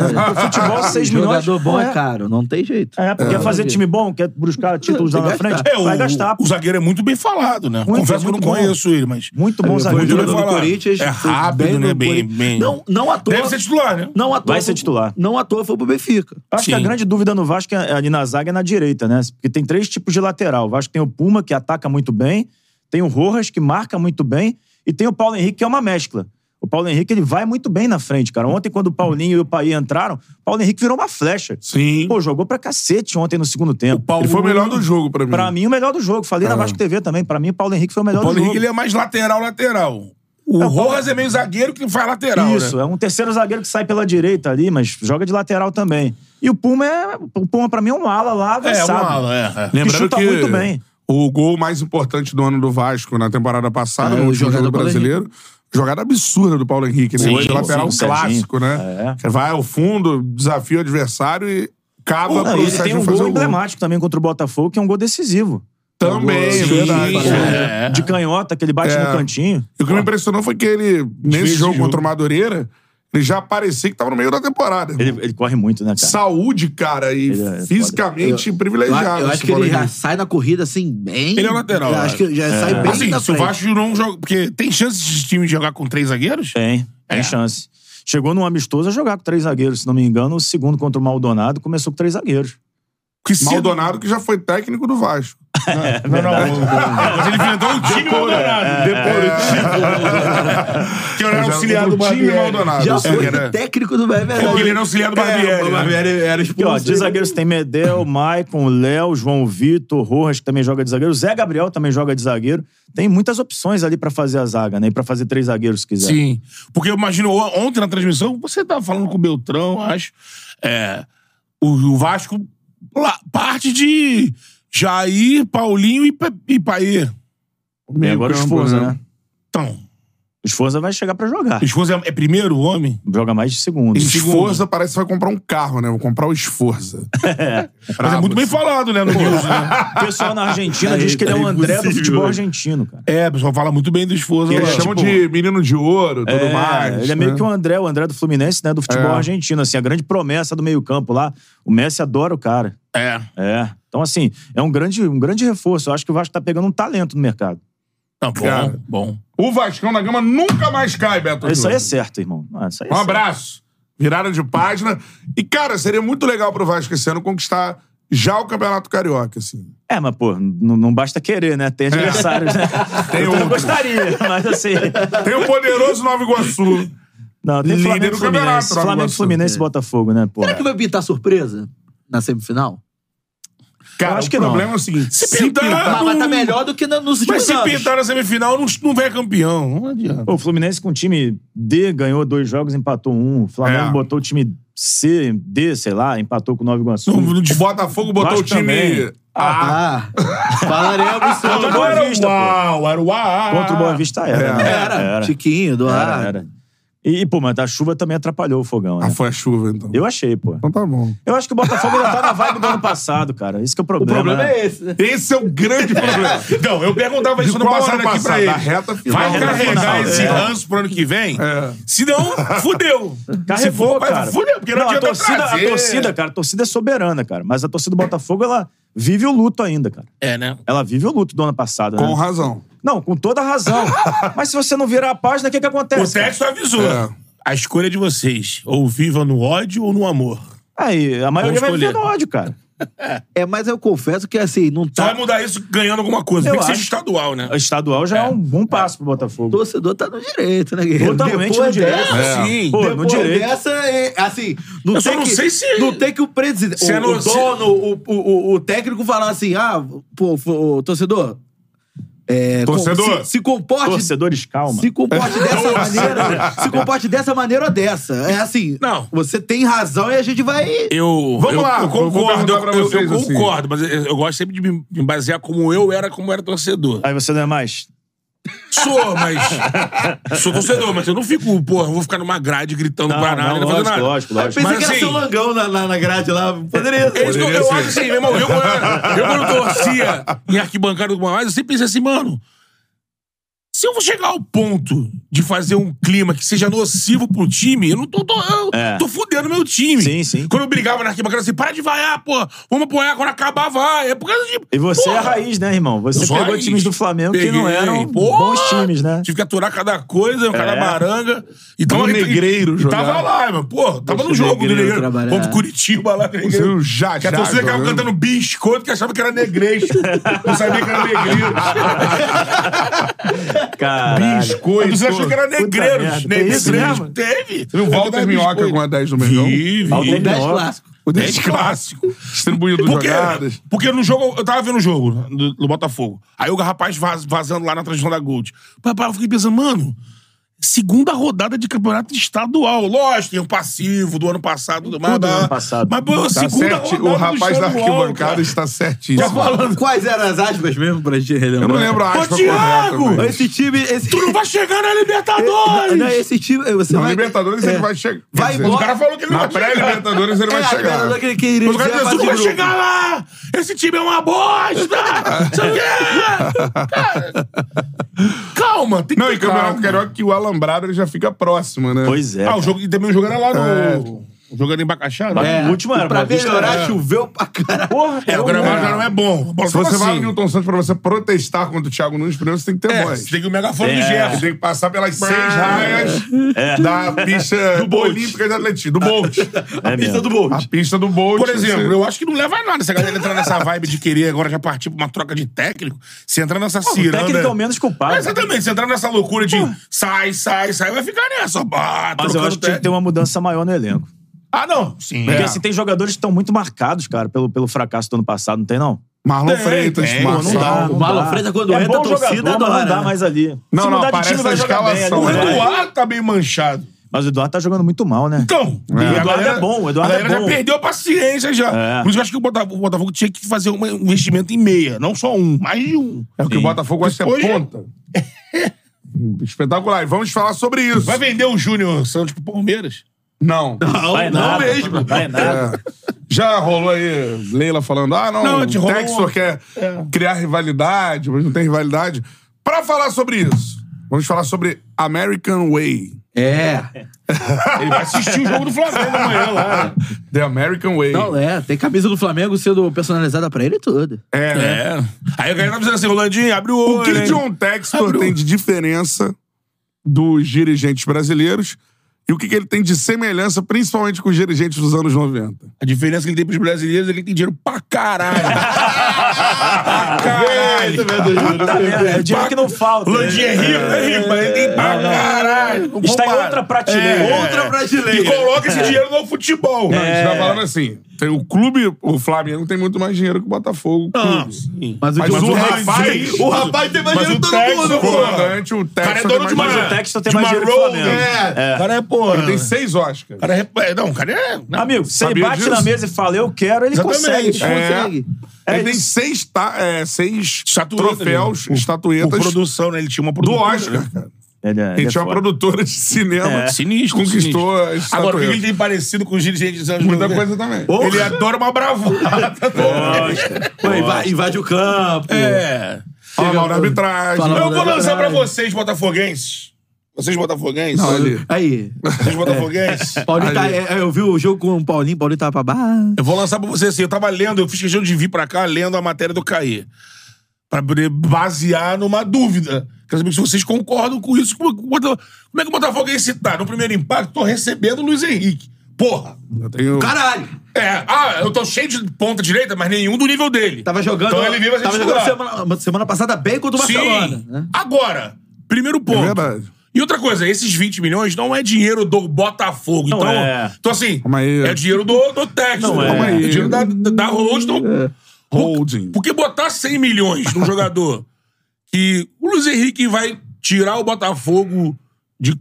Speaker 4: pro futebol, 6 milhões.
Speaker 3: Jogador bom
Speaker 4: não
Speaker 3: é caro, não tem jeito.
Speaker 4: É, porque quer fazer time bom, quer buscar títulos lá
Speaker 3: Tem
Speaker 4: na
Speaker 3: que gastar.
Speaker 4: frente,
Speaker 2: É, o,
Speaker 4: vai gastar. pô.
Speaker 2: o zagueiro é muito bem falado, né?
Speaker 4: Muito,
Speaker 2: Confesso que eu não
Speaker 4: muito bom.
Speaker 2: conheço ele, mas.
Speaker 4: Muito bom
Speaker 3: Foi
Speaker 4: zagueiro.
Speaker 3: jogador do
Speaker 2: falar.
Speaker 3: Corinthians.
Speaker 2: É
Speaker 3: foi
Speaker 2: rápido, né?
Speaker 3: no
Speaker 2: Bem-
Speaker 3: Corinthians.
Speaker 2: bem-
Speaker 3: Não, não à toa.
Speaker 2: Deve ser titular, né?
Speaker 3: Não à toa.
Speaker 4: Vai ser titular.
Speaker 3: Não à toa foi pro Benfica.
Speaker 4: Eu Acho que a
Speaker 2: Sim.
Speaker 4: grande dúvida no Vasco é ali na zaga é na direita, né? Porque tem três tipos de lateral. O Vasco tem o Puma, que ataca muito bem, tem o Rojas, que marca muito bem, e tem o Paulo Henrique, que é uma mescla. O Paulo Henrique, ele vai muito bem na frente, cara. Ontem, quando o Paulinho e o Paí entraram, o Paulo Henrique virou uma flecha.
Speaker 1: Sim.
Speaker 4: Pô, jogou pra cacete ontem no segundo tempo.
Speaker 2: Paulo- Ah.
Speaker 1: Ele foi o melhor do jogo pra mim.
Speaker 4: Pra mim, o melhor do jogo. Falei na Vasco TV também. Pra mim, o Paulo Henrique foi o melhor
Speaker 2: O Paulo
Speaker 4: do jogo.
Speaker 2: Henrique ele é mais lateral, lateral. O
Speaker 4: É, o Paulo-
Speaker 2: Rojas é meio zagueiro que faz lateral. né?
Speaker 4: Isso, é um terceiro zagueiro que sai pela direita ali, mas joga de lateral também. E o Puma é. O Puma, pra mim, é um ala lá
Speaker 2: É,
Speaker 4: avançado.
Speaker 2: um ala, é, é.
Speaker 4: que chuta tá muito bem.
Speaker 1: o gol mais importante do ano do Vasco na temporada passada,
Speaker 3: É,
Speaker 1: no
Speaker 3: o
Speaker 1: último
Speaker 3: jogada
Speaker 1: jogo
Speaker 3: do Paulo
Speaker 1: brasileiro, jogada absurda do Paulo Henrique, né?
Speaker 2: Sim,
Speaker 1: Esse lateral
Speaker 4: sim, É.
Speaker 1: clássico,
Speaker 4: Serginho.
Speaker 1: né? Você vai ao fundo, desafia o adversário e cava
Speaker 4: Não,
Speaker 1: pro
Speaker 4: ele tem
Speaker 1: Serginho
Speaker 4: um
Speaker 1: fazer
Speaker 4: gol
Speaker 1: o gol.
Speaker 4: emblemático também contra o Botafogo, que é um gol decisivo.
Speaker 1: Também,
Speaker 3: Sim,
Speaker 1: é verdade.
Speaker 3: sim.
Speaker 2: É.
Speaker 4: De canhota, que ele bate
Speaker 1: É.
Speaker 4: no cantinho.
Speaker 1: E o que me impressionou foi que ele, nesse
Speaker 2: Desfez
Speaker 1: jogo,
Speaker 2: de jogo.
Speaker 1: contra o Madureira, ele já parecia que tava no meio da temporada.
Speaker 4: Ele, ele corre muito, né, cara?
Speaker 1: Saúde, cara, e
Speaker 4: Ele é foda.
Speaker 1: fisicamente
Speaker 3: Eu,
Speaker 1: privilegiado.
Speaker 3: eu acho
Speaker 1: esse
Speaker 3: que ele
Speaker 1: Paulo
Speaker 3: já
Speaker 1: Henrique.
Speaker 3: sai na corrida assim, bem.
Speaker 2: Ele é o lateral,
Speaker 3: Eu Acho que já sai bem.
Speaker 2: Assim,
Speaker 3: na
Speaker 2: se o
Speaker 3: frente.
Speaker 2: Vasco não joga. Porque tem chance de time jogar com três zagueiros?
Speaker 4: Tem, tem
Speaker 2: É.
Speaker 4: chance. Chegou num amistoso a jogar com três zagueiros, se não me engano. O segundo contra o Maldonado começou com três zagueiros.
Speaker 2: Que cedo-
Speaker 1: Maldonado, que já foi técnico do Vasco. né? É
Speaker 2: Não, não, não. Mas ele enfrentou o time Maldonado. Que eu era
Speaker 1: é, Já
Speaker 2: auxiliar do
Speaker 1: o time
Speaker 2: Barbieri.
Speaker 1: Maldonado.
Speaker 3: Já
Speaker 1: É,
Speaker 3: foi
Speaker 1: que era-
Speaker 3: técnico do Bahia.
Speaker 2: assim, né? Porque ele era auxiliar do Barbieri. né?
Speaker 3: era
Speaker 4: Aqui, ó, de zagueiros tem Medel, Maicon, Léo, João Vitor, Rojas, que também joga de zagueiro. Zé Gabriel também joga de zagueiro. Tem muitas opções ali pra fazer a zaga, né? E pra fazer três zagueiros, se quiser.
Speaker 2: Sim. Porque eu imagino, o- ontem na transmissão, você tava falando com o Beltrão, eu acho. É, o, o Vasco lá- parte de Jair, Paulinho e, Pe- e Paê.
Speaker 4: E
Speaker 1: Meio
Speaker 4: agora o
Speaker 1: campo,
Speaker 4: Esforza, né?
Speaker 2: Então,
Speaker 4: O Esforza vai chegar pra jogar.
Speaker 2: o Esforza é, é primeiro homem?
Speaker 4: Joga mais de segundo.
Speaker 2: Isso.
Speaker 1: Esforza parece que vai comprar um carro, né? Vou comprar o Esforza.
Speaker 2: Mas é muito bem falado, né? No News, né?
Speaker 4: O pessoal na Argentina
Speaker 3: É,
Speaker 4: diz que ele é
Speaker 3: é
Speaker 4: o André do
Speaker 3: impossível,
Speaker 4: futebol
Speaker 3: né?
Speaker 4: argentino, cara.
Speaker 2: É, o pessoal fala muito bem do Esforza.
Speaker 1: Eles
Speaker 2: lá.
Speaker 1: chamam
Speaker 2: Tipo,
Speaker 1: de menino de ouro, tudo
Speaker 4: É,
Speaker 1: mais. né?
Speaker 4: ele é meio que o André, o André do Fluminense, né? Do futebol
Speaker 1: É.
Speaker 4: argentino, assim, a grande promessa do meio-campo lá. O Messi adora o cara.
Speaker 2: É.
Speaker 4: É. Então Então, assim, é um grande, um grande reforço. Eu acho que o Vasco tá pegando um talento no mercado.
Speaker 2: Tá bom,
Speaker 1: Cara.
Speaker 2: bom.
Speaker 1: O Vascão da Gama nunca mais cai, Beto.
Speaker 4: um- Isso aí é
Speaker 1: Júnior.
Speaker 4: certo, irmão. Ah, Isso aí é
Speaker 1: Um
Speaker 4: certo.
Speaker 1: abraço. Virada de página. E, cara, seria muito legal pro Vasco esse ano conquistar já o Campeonato Carioca, assim.
Speaker 4: É, mas, pô, não, não basta querer, né? Tem adversários, né?
Speaker 1: Tem
Speaker 4: eu não
Speaker 1: outros.
Speaker 4: gostaria, mas assim.
Speaker 1: Tem o poderoso Nova Iguaçu.
Speaker 4: Não, tem
Speaker 1: Líder
Speaker 4: Flamengo
Speaker 1: do campeonato,
Speaker 4: e Fluminense.
Speaker 1: Nova
Speaker 4: Flamengo,
Speaker 1: Iguaçu.
Speaker 4: Fluminense e Botafogo, né, pô?
Speaker 3: Será que vai pintar surpresa na semifinal?
Speaker 1: Cara,
Speaker 4: acho que
Speaker 1: o
Speaker 4: não.
Speaker 1: problema é o seguinte. Se,
Speaker 2: pintar-
Speaker 3: Mas vai tá melhor do que na-
Speaker 2: Mas
Speaker 3: nos últimos
Speaker 2: se
Speaker 3: anos.
Speaker 2: pintar na semifinal, não, não vai campeão. Não adianta.
Speaker 4: Pô, o Fluminense com o time D ganhou dois jogos, empatou um. O Flamengo
Speaker 1: É.
Speaker 4: botou o time C, D, sei lá, empatou com o Nova Iguaçu.
Speaker 1: o Botafogo botou
Speaker 4: Vasco
Speaker 1: o time...
Speaker 4: também. Ah,
Speaker 1: Ah,
Speaker 3: Ah, falaremos
Speaker 4: Contra o
Speaker 3: sobre.
Speaker 4: Boa
Speaker 2: Era
Speaker 4: Vista,
Speaker 2: o Uau, era o AA.
Speaker 4: Contra o Boa Vista era. né?
Speaker 3: Era, Tiquinho, do
Speaker 4: Era,
Speaker 3: ar.
Speaker 4: era. E, e, pô, mas a chuva também atrapalhou o fogão, né?
Speaker 1: Ah, foi a chuva, então.
Speaker 4: Eu achei, pô.
Speaker 1: Então tá bom.
Speaker 4: Eu acho que o Botafogo ainda tá na vibe do ano passado, cara. Isso que é o
Speaker 3: O
Speaker 4: problema.
Speaker 3: problema
Speaker 4: né?
Speaker 3: é esse, né?
Speaker 1: Esse é o grande problema.
Speaker 2: Não, eu perguntava isso
Speaker 1: De
Speaker 2: no
Speaker 1: qual
Speaker 2: passado
Speaker 1: ano
Speaker 2: aqui
Speaker 1: passado?
Speaker 2: pra ele.
Speaker 1: Da reta final.
Speaker 2: Vai
Speaker 4: Da reta
Speaker 2: carregar
Speaker 4: final.
Speaker 2: esse
Speaker 4: É.
Speaker 2: ranço pro ano que vem?
Speaker 1: É.
Speaker 2: Se não, fudeu. Se
Speaker 4: Carregou,
Speaker 2: for, vai-
Speaker 4: cara.
Speaker 2: Fudeu, porque não,
Speaker 4: a
Speaker 2: adianta
Speaker 4: torcida, a
Speaker 2: trazer.
Speaker 4: torcida, cara, a torcida é soberana, cara. Mas a torcida do Botafogo, ela vive o luto ainda, cara.
Speaker 2: É, né?
Speaker 4: Ela vive o luto do ano passado,
Speaker 1: Com
Speaker 4: né?
Speaker 1: razão.
Speaker 4: Não, com toda a razão. Mas se você não virar a página, o que que acontece?
Speaker 2: O texto avisou.
Speaker 1: É.
Speaker 2: A escolha é de vocês. Ou viva no ódio ou no amor.
Speaker 4: cara? Aí, a maioria
Speaker 2: Vamos
Speaker 4: vai viver no
Speaker 2: escolher.
Speaker 4: ódio, cara.
Speaker 3: É, mas eu confesso que assim, não
Speaker 2: Só vai
Speaker 3: tá.
Speaker 2: mudar isso ganhando alguma coisa.
Speaker 4: Eu
Speaker 2: Tem que ser
Speaker 4: acho.
Speaker 2: estadual, né?
Speaker 4: O estadual já é, um bom passo pro Botafogo.
Speaker 3: torcedor tá no direito, né, Guerreiro?
Speaker 4: Totalmente
Speaker 3: Depois
Speaker 4: no direito.
Speaker 3: dessa,
Speaker 1: É.
Speaker 2: Sim.
Speaker 4: Pô, no
Speaker 3: Depois
Speaker 4: direito.
Speaker 3: dessa, é, assim, não
Speaker 2: Eu
Speaker 3: tem
Speaker 2: só não
Speaker 3: que,
Speaker 2: sei se-
Speaker 3: Não tem que o presidente,
Speaker 2: Se
Speaker 3: o,
Speaker 2: é no-
Speaker 3: o dono, o, o, o- o técnico falar assim, ah, pô, pô, torcedor... é, com-
Speaker 1: Torcedor.
Speaker 3: Se, se comporte...
Speaker 4: Torcedores, calma.
Speaker 3: Se
Speaker 2: É.
Speaker 3: comporte dessa maneira, se comporte dessa maneira ou dessa. É assim,
Speaker 2: assim, Não.
Speaker 3: você tem razão e a gente vai...
Speaker 2: Eu,
Speaker 1: Vamos
Speaker 2: eu-
Speaker 1: lá,
Speaker 2: eu
Speaker 1: eu vou
Speaker 2: concordo,
Speaker 1: perguntar
Speaker 2: eu,
Speaker 1: pra
Speaker 2: eu-
Speaker 1: vocês,
Speaker 2: eu
Speaker 1: assim.
Speaker 2: concordo, mas eu, eu gosto sempre de me me basear como eu era, como era torcedor.
Speaker 4: Aí você não é mais.
Speaker 2: Sou, mas. sou torcedor, mas eu não fico, porra, eu vou ficar numa grade gritando
Speaker 4: Não,
Speaker 2: pra nada,
Speaker 4: não,
Speaker 2: não, fazendo
Speaker 4: lógico,
Speaker 2: nada.
Speaker 4: lógico, lógico.
Speaker 3: Pensei
Speaker 2: Mas
Speaker 3: que era
Speaker 2: assim-
Speaker 3: seu langão na, na, na grade lá. Poderia ser.
Speaker 2: Eles não- eu acho assim, meu irmão, eu, quando- eu quando torcia em arquibancada alguma mais, eu sempre pensei assim, mano. Se eu vou chegar ao ponto de fazer um clima que seja nocivo pro time, eu não tô. tô eu
Speaker 4: É.
Speaker 2: tô fudendo meu time.
Speaker 4: Sim, sim.
Speaker 2: Quando eu brigava na arquibancada assim, para de vaiar, pô, vamos apoiar, quando acabar, vai. É por causa de.
Speaker 4: E você é a
Speaker 2: Porra.
Speaker 4: raiz, né, irmão? Você
Speaker 2: Eu sou
Speaker 4: pegou
Speaker 2: raiz.
Speaker 4: times do Flamengo que não
Speaker 2: Peguei.
Speaker 4: eram
Speaker 2: Porra!
Speaker 4: bons times, né?
Speaker 2: Tive que aturar cada coisa, cada
Speaker 4: É.
Speaker 2: baranga. E tava
Speaker 1: No Negreiro
Speaker 2: e, Tava
Speaker 1: jogar.
Speaker 2: lá, meu. Pô, tava
Speaker 3: Deixa
Speaker 2: no
Speaker 3: o
Speaker 2: jogo do
Speaker 3: Negreiro
Speaker 2: Negreiro.
Speaker 3: trabalhar.
Speaker 2: Contra o Curitiba lá.
Speaker 1: Você é um
Speaker 2: Negreiro.
Speaker 1: viu já,
Speaker 2: Que
Speaker 1: já.
Speaker 2: a torcida ficava
Speaker 1: jogando?
Speaker 2: cantando biscoito, que achava que era negreixo. Não sabia que era negreiro.
Speaker 4: Caralho.
Speaker 2: A torcida achou que era
Speaker 4: Puta
Speaker 2: negreiro.
Speaker 4: merda, tem isso
Speaker 2: Negreiro.
Speaker 4: mesmo?
Speaker 2: Teve.
Speaker 1: Você viu o Walter Minhoca com a 10 do Mengão?
Speaker 4: Walter
Speaker 2: Vive.
Speaker 4: Minhoca.
Speaker 3: 10 clássico.
Speaker 1: O
Speaker 2: 10 clássico.
Speaker 1: Distribuindo
Speaker 2: Porque,
Speaker 1: É jogadas.
Speaker 2: porque no jogo, eu tava vendo o jogo do, do Botafogo. Aí o rapaz vaz- vazando lá na transmissão da Gold. Papai, eu fiquei pensando, mano, segunda rodada de campeonato estadual. Lógico, tem o passivo do ano passado, tudo mais.
Speaker 4: Tudo do
Speaker 2: blá,
Speaker 4: ano passado.
Speaker 2: Mas, pô,
Speaker 1: Tá
Speaker 2: segunda
Speaker 1: certi-
Speaker 2: rodada.
Speaker 1: O
Speaker 2: do
Speaker 1: rapaz da
Speaker 2: estadual,
Speaker 1: arquibancada
Speaker 2: cara.
Speaker 1: está certíssimo.
Speaker 3: Quais eram as aspas mesmo pra gente relembrar?
Speaker 1: Eu não lembro a
Speaker 2: Ô,
Speaker 1: aspa
Speaker 2: Thiago!
Speaker 1: correta, velho.
Speaker 3: Esse time. Esse...
Speaker 2: Tu não vai chegar na
Speaker 3: Não, não,
Speaker 2: Libertadores!
Speaker 3: esse time. Você
Speaker 1: Na
Speaker 3: vai...
Speaker 1: Libertadores ele vai chegar.
Speaker 3: é Vai
Speaker 1: Quer dizer,
Speaker 2: o
Speaker 3: embora.
Speaker 2: cara falou que ele não
Speaker 1: Na
Speaker 2: vai chegar.
Speaker 1: pré-Libertadores ele
Speaker 3: É,
Speaker 1: vai
Speaker 3: a
Speaker 1: chegar.
Speaker 3: Libertadores que ele queria
Speaker 2: Os
Speaker 3: dizer
Speaker 2: caras
Speaker 3: a
Speaker 2: dizem, tu
Speaker 3: fase
Speaker 2: não vai
Speaker 3: de grupo.
Speaker 2: chegar lá! Esse time é uma bosta! Sabe o quê? Cara, Calma, tem que
Speaker 1: Não,
Speaker 2: ter
Speaker 1: e Campeonato
Speaker 2: calma.
Speaker 1: Carioca que o Alambrado ele já fica próximo, né?
Speaker 4: Pois é.
Speaker 2: Ah, o
Speaker 4: cara.
Speaker 2: jogo, e também o jogo era lá no. O jogo era em Bacaxá, né?
Speaker 4: É. O último era
Speaker 3: pra
Speaker 4: Boa Vista,
Speaker 3: melhorar,
Speaker 4: é.
Speaker 3: choveu pra caralho.
Speaker 4: Porra,
Speaker 2: É, o gramado já não é bom.
Speaker 1: Se você vai
Speaker 2: assim,
Speaker 1: no Newton Santos pra você protestar contra o Thiago Nunes, primeiro você tem que ter
Speaker 2: é,
Speaker 1: voz.
Speaker 2: você tem que o megafone do
Speaker 4: É.
Speaker 1: Você
Speaker 2: Gerson.
Speaker 1: tem que passar pelas seis raias da pista
Speaker 2: Do Bolt.
Speaker 1: olímpica de atletismo, do Bolt.
Speaker 4: É mesmo.
Speaker 3: Bolt.
Speaker 1: A pista do Bolt.
Speaker 2: Por exemplo,
Speaker 1: você-
Speaker 2: eu acho que não leva a nada se a galera entrar nessa vibe de querer agora já partir pra uma troca de técnico. Se entrar nessa
Speaker 4: Pô, o
Speaker 2: ciranda...
Speaker 4: técnico é o menos culpado.
Speaker 2: né, É, exatamente, se entrar nessa loucura de sai, sai, sai, vai ficar nessa. Bah,
Speaker 4: Mas eu
Speaker 2: trocando
Speaker 4: acho que tinha que ter um-
Speaker 2: técnico.
Speaker 4: uma mudança maior no elenco.
Speaker 2: Ah, não. Sim.
Speaker 4: Porque
Speaker 2: É.
Speaker 4: assim, tem jogadores que estão muito marcados, cara, pelo, pelo fracasso do ano passado, não tem, não?
Speaker 1: Marlon
Speaker 2: Tem,
Speaker 1: Freitas,
Speaker 2: tem,
Speaker 4: Pô, É, não dá.
Speaker 1: Marçal.
Speaker 4: Não
Speaker 3: O Marlon
Speaker 4: dá.
Speaker 3: Freitas, quando
Speaker 4: é
Speaker 3: entra,
Speaker 4: bom
Speaker 3: a torcida
Speaker 4: jogador, mas
Speaker 3: adora,
Speaker 4: não dá
Speaker 3: né?
Speaker 4: mais ali.
Speaker 1: Não,
Speaker 4: Se
Speaker 1: não,
Speaker 4: mudar de
Speaker 1: parece
Speaker 4: time, vai
Speaker 1: a
Speaker 4: jogar bem ali,
Speaker 1: escalação,
Speaker 2: O
Speaker 4: né?
Speaker 1: né?
Speaker 2: Eduardo tá bem manchado.
Speaker 4: Mas o Eduardo tá jogando muito mal, né?
Speaker 2: Então,
Speaker 1: É.
Speaker 2: e a
Speaker 4: O Eduardo é bom, o Eduardo
Speaker 2: a galera
Speaker 4: é bom.
Speaker 2: já perdeu a paciência já.
Speaker 4: É.
Speaker 2: Por isso que eu acho que o Botafogo, o Botafogo tinha que fazer um investimento em meia, não só um, mais de um.
Speaker 1: É o que o Botafogo gosta de
Speaker 2: Hoje-
Speaker 1: ser ponta. Espetacular. E vamos falar sobre isso.
Speaker 2: Vai vender o Júnior Santos pro Palmeiras?
Speaker 1: Não.
Speaker 3: Não,
Speaker 4: Vai
Speaker 3: não
Speaker 4: nada,
Speaker 3: mesmo.
Speaker 4: Vai nada.
Speaker 1: É. Já rolou aí Leila falando, ah, não,
Speaker 2: Não,
Speaker 1: o
Speaker 2: te rolou
Speaker 1: Textor
Speaker 2: uma-
Speaker 1: quer
Speaker 2: É.
Speaker 1: criar rivalidade, mas não tem rivalidade. Pra falar sobre isso, vamos falar sobre American Way.
Speaker 3: É.
Speaker 2: Ele vai assistir o jogo do Flamengo amanhã lá. né?
Speaker 1: The American Way.
Speaker 3: Não, é. Tem camisa do Flamengo sendo personalizada pra ele e tudo.
Speaker 1: é, né?
Speaker 2: É. Aí a galera tá dizendo assim, Rolandinho, abre o olho.
Speaker 1: O que
Speaker 2: hein?
Speaker 1: o John Textor
Speaker 2: Abriu.
Speaker 1: tem de diferença dos dirigentes brasileiros e o que, que ele tem de semelhança, principalmente com os dirigentes dos anos 90?
Speaker 2: A diferença que ele tem pros brasileiros é que ele tem dinheiro pra caralho. pra caralho.
Speaker 4: Puta merda, É dinheiro que não falta.
Speaker 2: Landinho é rico, é rico, mas ele tem pra
Speaker 4: Não, não.
Speaker 2: caralho. Não
Speaker 4: Está em
Speaker 2: compara.
Speaker 4: outra prateleira.
Speaker 3: Outra brasileira.
Speaker 2: E coloca esse dinheiro no futebol.
Speaker 1: É. A gente tá falando assim, tem o clube, o Flamengo tem muito mais dinheiro que o Botafogo.
Speaker 2: Ah,
Speaker 1: clubes.
Speaker 2: sim.
Speaker 3: Mas o
Speaker 1: Mas
Speaker 3: John
Speaker 1: o
Speaker 3: Textor-
Speaker 1: rapaz...
Speaker 2: O tá
Speaker 5: rapaz tem mais
Speaker 1: Mas o
Speaker 5: dinheiro que todo
Speaker 1: Textor,
Speaker 5: mundo,
Speaker 1: o
Speaker 5: porra.
Speaker 1: comandante, o Textor
Speaker 2: cara é dono
Speaker 1: tem
Speaker 2: de
Speaker 1: mais
Speaker 2: uma-
Speaker 1: dinheiro.
Speaker 4: Textor tem
Speaker 2: de
Speaker 4: mais
Speaker 2: uma
Speaker 4: dinheiro que o
Speaker 2: road,
Speaker 4: Flamengo.
Speaker 2: né? O cara é porra.
Speaker 1: Ele tem seis Oscars.
Speaker 2: O cara é- é... Não, o cara é...
Speaker 4: Amigo, você
Speaker 1: Sabia
Speaker 4: bate
Speaker 1: disso?
Speaker 4: na mesa e fala, eu quero, ele
Speaker 2: Exatamente.
Speaker 4: consegue.
Speaker 3: É. consegue.
Speaker 4: É
Speaker 1: ele tem
Speaker 4: isso.
Speaker 1: seis, ta- é, seis troféus,
Speaker 2: né? Por
Speaker 1: estatuetas
Speaker 2: produção, né? Ele tinha uma
Speaker 1: do
Speaker 2: produtora.
Speaker 1: Oscar, cara.
Speaker 4: Ele, é-
Speaker 1: Ele,
Speaker 4: ele é
Speaker 1: tinha uma
Speaker 4: foda.
Speaker 1: produtora de cinema.
Speaker 4: É.
Speaker 2: Sinistro,
Speaker 1: Conquistou
Speaker 2: sinistro.
Speaker 1: as
Speaker 2: Agora, o que
Speaker 1: estatuetas.
Speaker 2: ele tem parecido com os dirigentes dos anos
Speaker 1: Muita
Speaker 2: 90?
Speaker 1: coisa também. é,
Speaker 2: Ele adora uma bravata.
Speaker 3: Pô, inva- invade o campo.
Speaker 2: é.
Speaker 1: Fala mal da arbitragem.
Speaker 3: Fala mal
Speaker 2: Eu
Speaker 3: da
Speaker 2: vou lançar pra
Speaker 3: caralho.
Speaker 2: vocês, botafoguenses. Vocês botafoguenses?
Speaker 1: Não, ali.
Speaker 3: Aí.
Speaker 2: Vocês botafoguenses?
Speaker 3: Paulinho tá, é, eu vi o jogo com o Paulinho, Paulinho tava pra baixo.
Speaker 2: Eu vou lançar pra vocês assim. Eu tava lendo, eu fiz questão de vir pra cá lendo a matéria do Caê. Pra poder basear numa dúvida. Quero saber se vocês concordam com isso. Como, como como é que o Botafoguense tá? No primeiro impacto, tô recebendo o Luiz Henrique. Porra!
Speaker 1: Eu tenho...
Speaker 3: Caralho!
Speaker 2: É, ah, eu tô cheio de ponta direita, mas nenhum do nível dele.
Speaker 3: Tava jogando.
Speaker 2: Então ele veio pra gente
Speaker 3: tava jogando
Speaker 2: estudar.
Speaker 3: semana, semana passada bem contra o Barcelona.
Speaker 2: Sim.
Speaker 3: né?
Speaker 2: Agora, primeiro
Speaker 1: É
Speaker 2: um ponto.
Speaker 1: verdade.
Speaker 2: e outra coisa, esses 20 milhões não é dinheiro do Botafogo.
Speaker 4: Não
Speaker 2: então,
Speaker 4: é.
Speaker 2: então, assim,
Speaker 1: Calma aí.
Speaker 2: é dinheiro do, do Texas.
Speaker 4: Não é.
Speaker 1: Calma aí.
Speaker 2: é dinheiro da, da Road. Então,
Speaker 1: Holding.
Speaker 2: Porque botar 100 milhões num jogador que o Luiz Henrique vai tirar o Botafogo de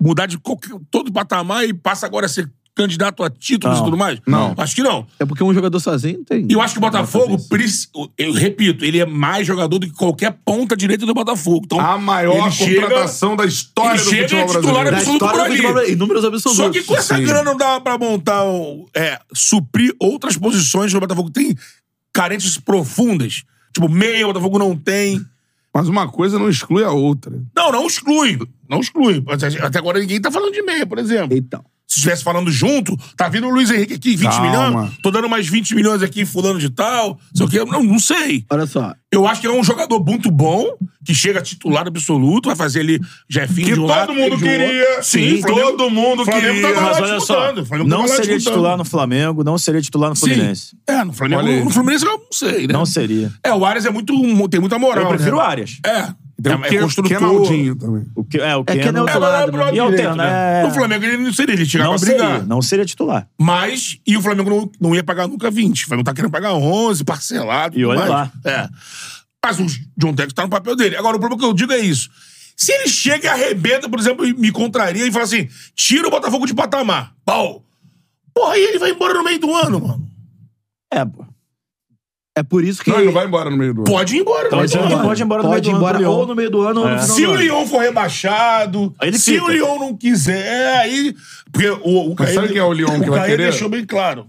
Speaker 2: mudar de qualquer- todo patamar e passa agora a ser candidato a títulos
Speaker 4: Não.
Speaker 2: e tudo mais?
Speaker 1: Não.
Speaker 2: Acho que não.
Speaker 3: É porque um jogador sozinho não tem.
Speaker 2: E eu acho que o Botafogo, preci- eu repito, ele é mais jogador do que qualquer ponta direita do Botafogo. Então,
Speaker 1: A maior
Speaker 2: ele chega-
Speaker 1: contratação da história
Speaker 2: ele
Speaker 1: do
Speaker 2: chega e é
Speaker 1: futebol
Speaker 2: titular
Speaker 1: brasileiro.
Speaker 3: da
Speaker 2: absoluto
Speaker 3: história
Speaker 2: por
Speaker 3: do
Speaker 2: ali.
Speaker 3: futebol brasileiro, em números absolutos.
Speaker 2: Só que com essa
Speaker 1: Sim.
Speaker 2: grana não dava pra montar, um- é, suprir outras posições que o Botafogo tem carências profundas. Tipo, meia, o Botafogo não tem.
Speaker 1: Mas uma coisa não exclui a outra.
Speaker 2: Não, não exclui. Não exclui. Até até agora ninguém tá falando de meia, por exemplo.
Speaker 3: Então.
Speaker 2: Se estivesse falando junto, tá vindo o Luiz Henrique aqui, 20
Speaker 1: Calma.
Speaker 2: milhões, tô dando mais 20 milhões aqui, fulano de tal, não sei o quê. Não, não sei.
Speaker 3: Olha só.
Speaker 2: Eu acho que é um jogador muito bom, que chega titular absoluto, vai fazer ali Jefinho
Speaker 1: Que
Speaker 2: de um
Speaker 1: todo
Speaker 2: lado,
Speaker 1: mundo
Speaker 2: de um outro.
Speaker 1: queria.
Speaker 2: Sim,
Speaker 1: Sim, todo mundo
Speaker 2: Flamengo
Speaker 1: queria.
Speaker 2: tava lá
Speaker 4: tá Mas olha só,
Speaker 2: disputando. Flamengo
Speaker 4: não
Speaker 2: tava lá
Speaker 4: seria
Speaker 2: disputando.
Speaker 4: titular no Flamengo, não seria titular no Fluminense.
Speaker 2: É, no Flamengo,
Speaker 1: Olha aí.
Speaker 2: no Fluminense eu não sei, né?
Speaker 4: Não seria.
Speaker 2: É, o Arias é muito, tem muita moral,
Speaker 4: Eu prefiro o
Speaker 2: né?
Speaker 4: Arias.
Speaker 2: É.
Speaker 1: Tem um
Speaker 2: É, é
Speaker 1: o
Speaker 2: construtor.
Speaker 1: Kenaldinho também.
Speaker 4: O que, é, o
Speaker 3: É que
Speaker 4: Keno-
Speaker 3: não é
Speaker 2: É,
Speaker 3: do
Speaker 2: mas é
Speaker 3: lado,
Speaker 2: pro
Speaker 3: né?
Speaker 2: lado
Speaker 4: E
Speaker 2: direito,
Speaker 4: alterna,
Speaker 2: né?
Speaker 4: é.
Speaker 2: No Flamengo ele não seria, ele chegava
Speaker 4: não
Speaker 2: pra brigar.
Speaker 4: seria, não seria titular.
Speaker 2: Mas, e o Flamengo não, não ia pagar nunca 20. O Flamengo tá querendo pagar 11, parcelado.
Speaker 4: E
Speaker 2: tudo
Speaker 4: olha
Speaker 2: mais.
Speaker 4: lá.
Speaker 2: É. Mas o John Tex tá no papel dele. Agora, o problema que eu digo é isso. Se ele chega e arrebenta, por exemplo, e me contraria e fala assim, tira o Botafogo de patamar. Pau. Porra, e ele vai embora no meio do ano, mano.
Speaker 4: É, pô.
Speaker 3: É por isso que.
Speaker 1: Não, ele não vai embora no meio do ano.
Speaker 2: Pode ir embora. no
Speaker 4: Tá
Speaker 2: meio
Speaker 4: dizendo
Speaker 2: do
Speaker 4: que
Speaker 2: ano.
Speaker 4: pode ir embora no
Speaker 3: Pode
Speaker 4: meio do ano
Speaker 3: embora
Speaker 4: pro Lyon.
Speaker 3: ou no meio do ano ou no
Speaker 4: É.
Speaker 3: final
Speaker 2: Se
Speaker 3: do
Speaker 2: o
Speaker 3: ano.
Speaker 2: Lyon for rebaixado,
Speaker 4: Aí ele
Speaker 2: se
Speaker 4: fica.
Speaker 2: o Lyon não quiser, é, aí. Porque o, o
Speaker 1: Mas
Speaker 2: Caê-
Speaker 1: sabe quem é o Lyon que vai
Speaker 2: Caê
Speaker 1: querer?
Speaker 2: deixou bem claro.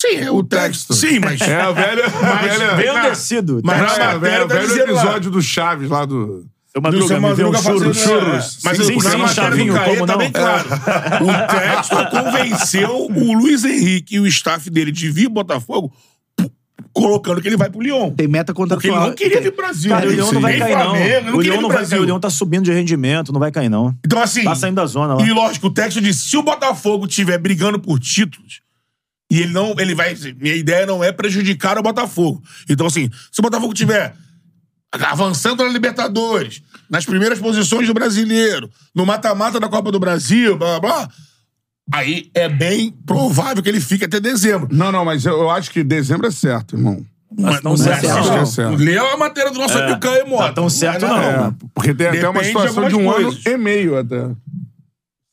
Speaker 2: Sim, é o texto. Sim, mas.
Speaker 1: É a velha... a
Speaker 2: Mas
Speaker 1: velha
Speaker 4: Bem
Speaker 2: Não.
Speaker 4: descido.
Speaker 2: É, tá. Mas-
Speaker 4: Mas,
Speaker 1: Não, é a velha-
Speaker 2: matéria
Speaker 1: o
Speaker 2: tá
Speaker 1: velho
Speaker 2: dizendo lá.
Speaker 1: episódio do Chaves lá do...
Speaker 4: seu
Speaker 2: do seu
Speaker 4: Madruga, me vê um
Speaker 2: Madruga fazendo,
Speaker 4: churros.
Speaker 2: é,
Speaker 1: churros.
Speaker 2: Mas
Speaker 4: Sim,
Speaker 2: o
Speaker 4: sim,
Speaker 2: na
Speaker 4: sim,
Speaker 2: matéria do
Speaker 4: chavinho,
Speaker 2: Caê
Speaker 4: como
Speaker 2: tá
Speaker 4: não?
Speaker 2: bem claro.
Speaker 1: É.
Speaker 2: O Textor convenceu o Luiz Henrique e o staff dele de vir Botafogo, p- colocando que ele vai pro Lyon.
Speaker 3: Tem meta
Speaker 2: Porque ele
Speaker 3: contratual.
Speaker 2: não queria vir pro Brasil.
Speaker 4: Cara, o Leão não vai
Speaker 2: Nem
Speaker 4: cair,
Speaker 2: Flamengo,
Speaker 4: não. O
Speaker 2: queria
Speaker 4: Leão
Speaker 2: vir
Speaker 4: não
Speaker 2: pro
Speaker 4: vai cair. O
Speaker 2: Brasil.
Speaker 4: Leão tá subindo de rendimento, não vai cair, não.
Speaker 2: Então, assim.
Speaker 4: Tá saindo da zona lá.
Speaker 2: E lógico, o texto disse: se o Botafogo estiver brigando por títulos, e ele não. Ele vai. Minha ideia não é prejudicar o Botafogo. Então, assim, se o Botafogo estiver avançando na Libertadores, nas primeiras posições do brasileiro, no mata-mata da Copa do Brasil, blá blá blá. Aí é bem provável que ele fique até dezembro.
Speaker 1: Não, não, mas eu, eu acho que dezembro é certo, irmão.
Speaker 4: Mas
Speaker 3: não
Speaker 4: não
Speaker 3: é
Speaker 4: certo,
Speaker 3: certo,
Speaker 2: assim,
Speaker 1: não.
Speaker 4: não.
Speaker 1: certo.
Speaker 2: Lê a matéria do nosso
Speaker 4: É,
Speaker 2: amigo Caio Mota.
Speaker 4: tá tão certo,
Speaker 2: é
Speaker 4: não.
Speaker 2: nada.
Speaker 1: É, porque tem até uma
Speaker 2: Depende de
Speaker 1: situação de, um
Speaker 2: algumas
Speaker 1: ano
Speaker 2: coisas.
Speaker 1: e meio até.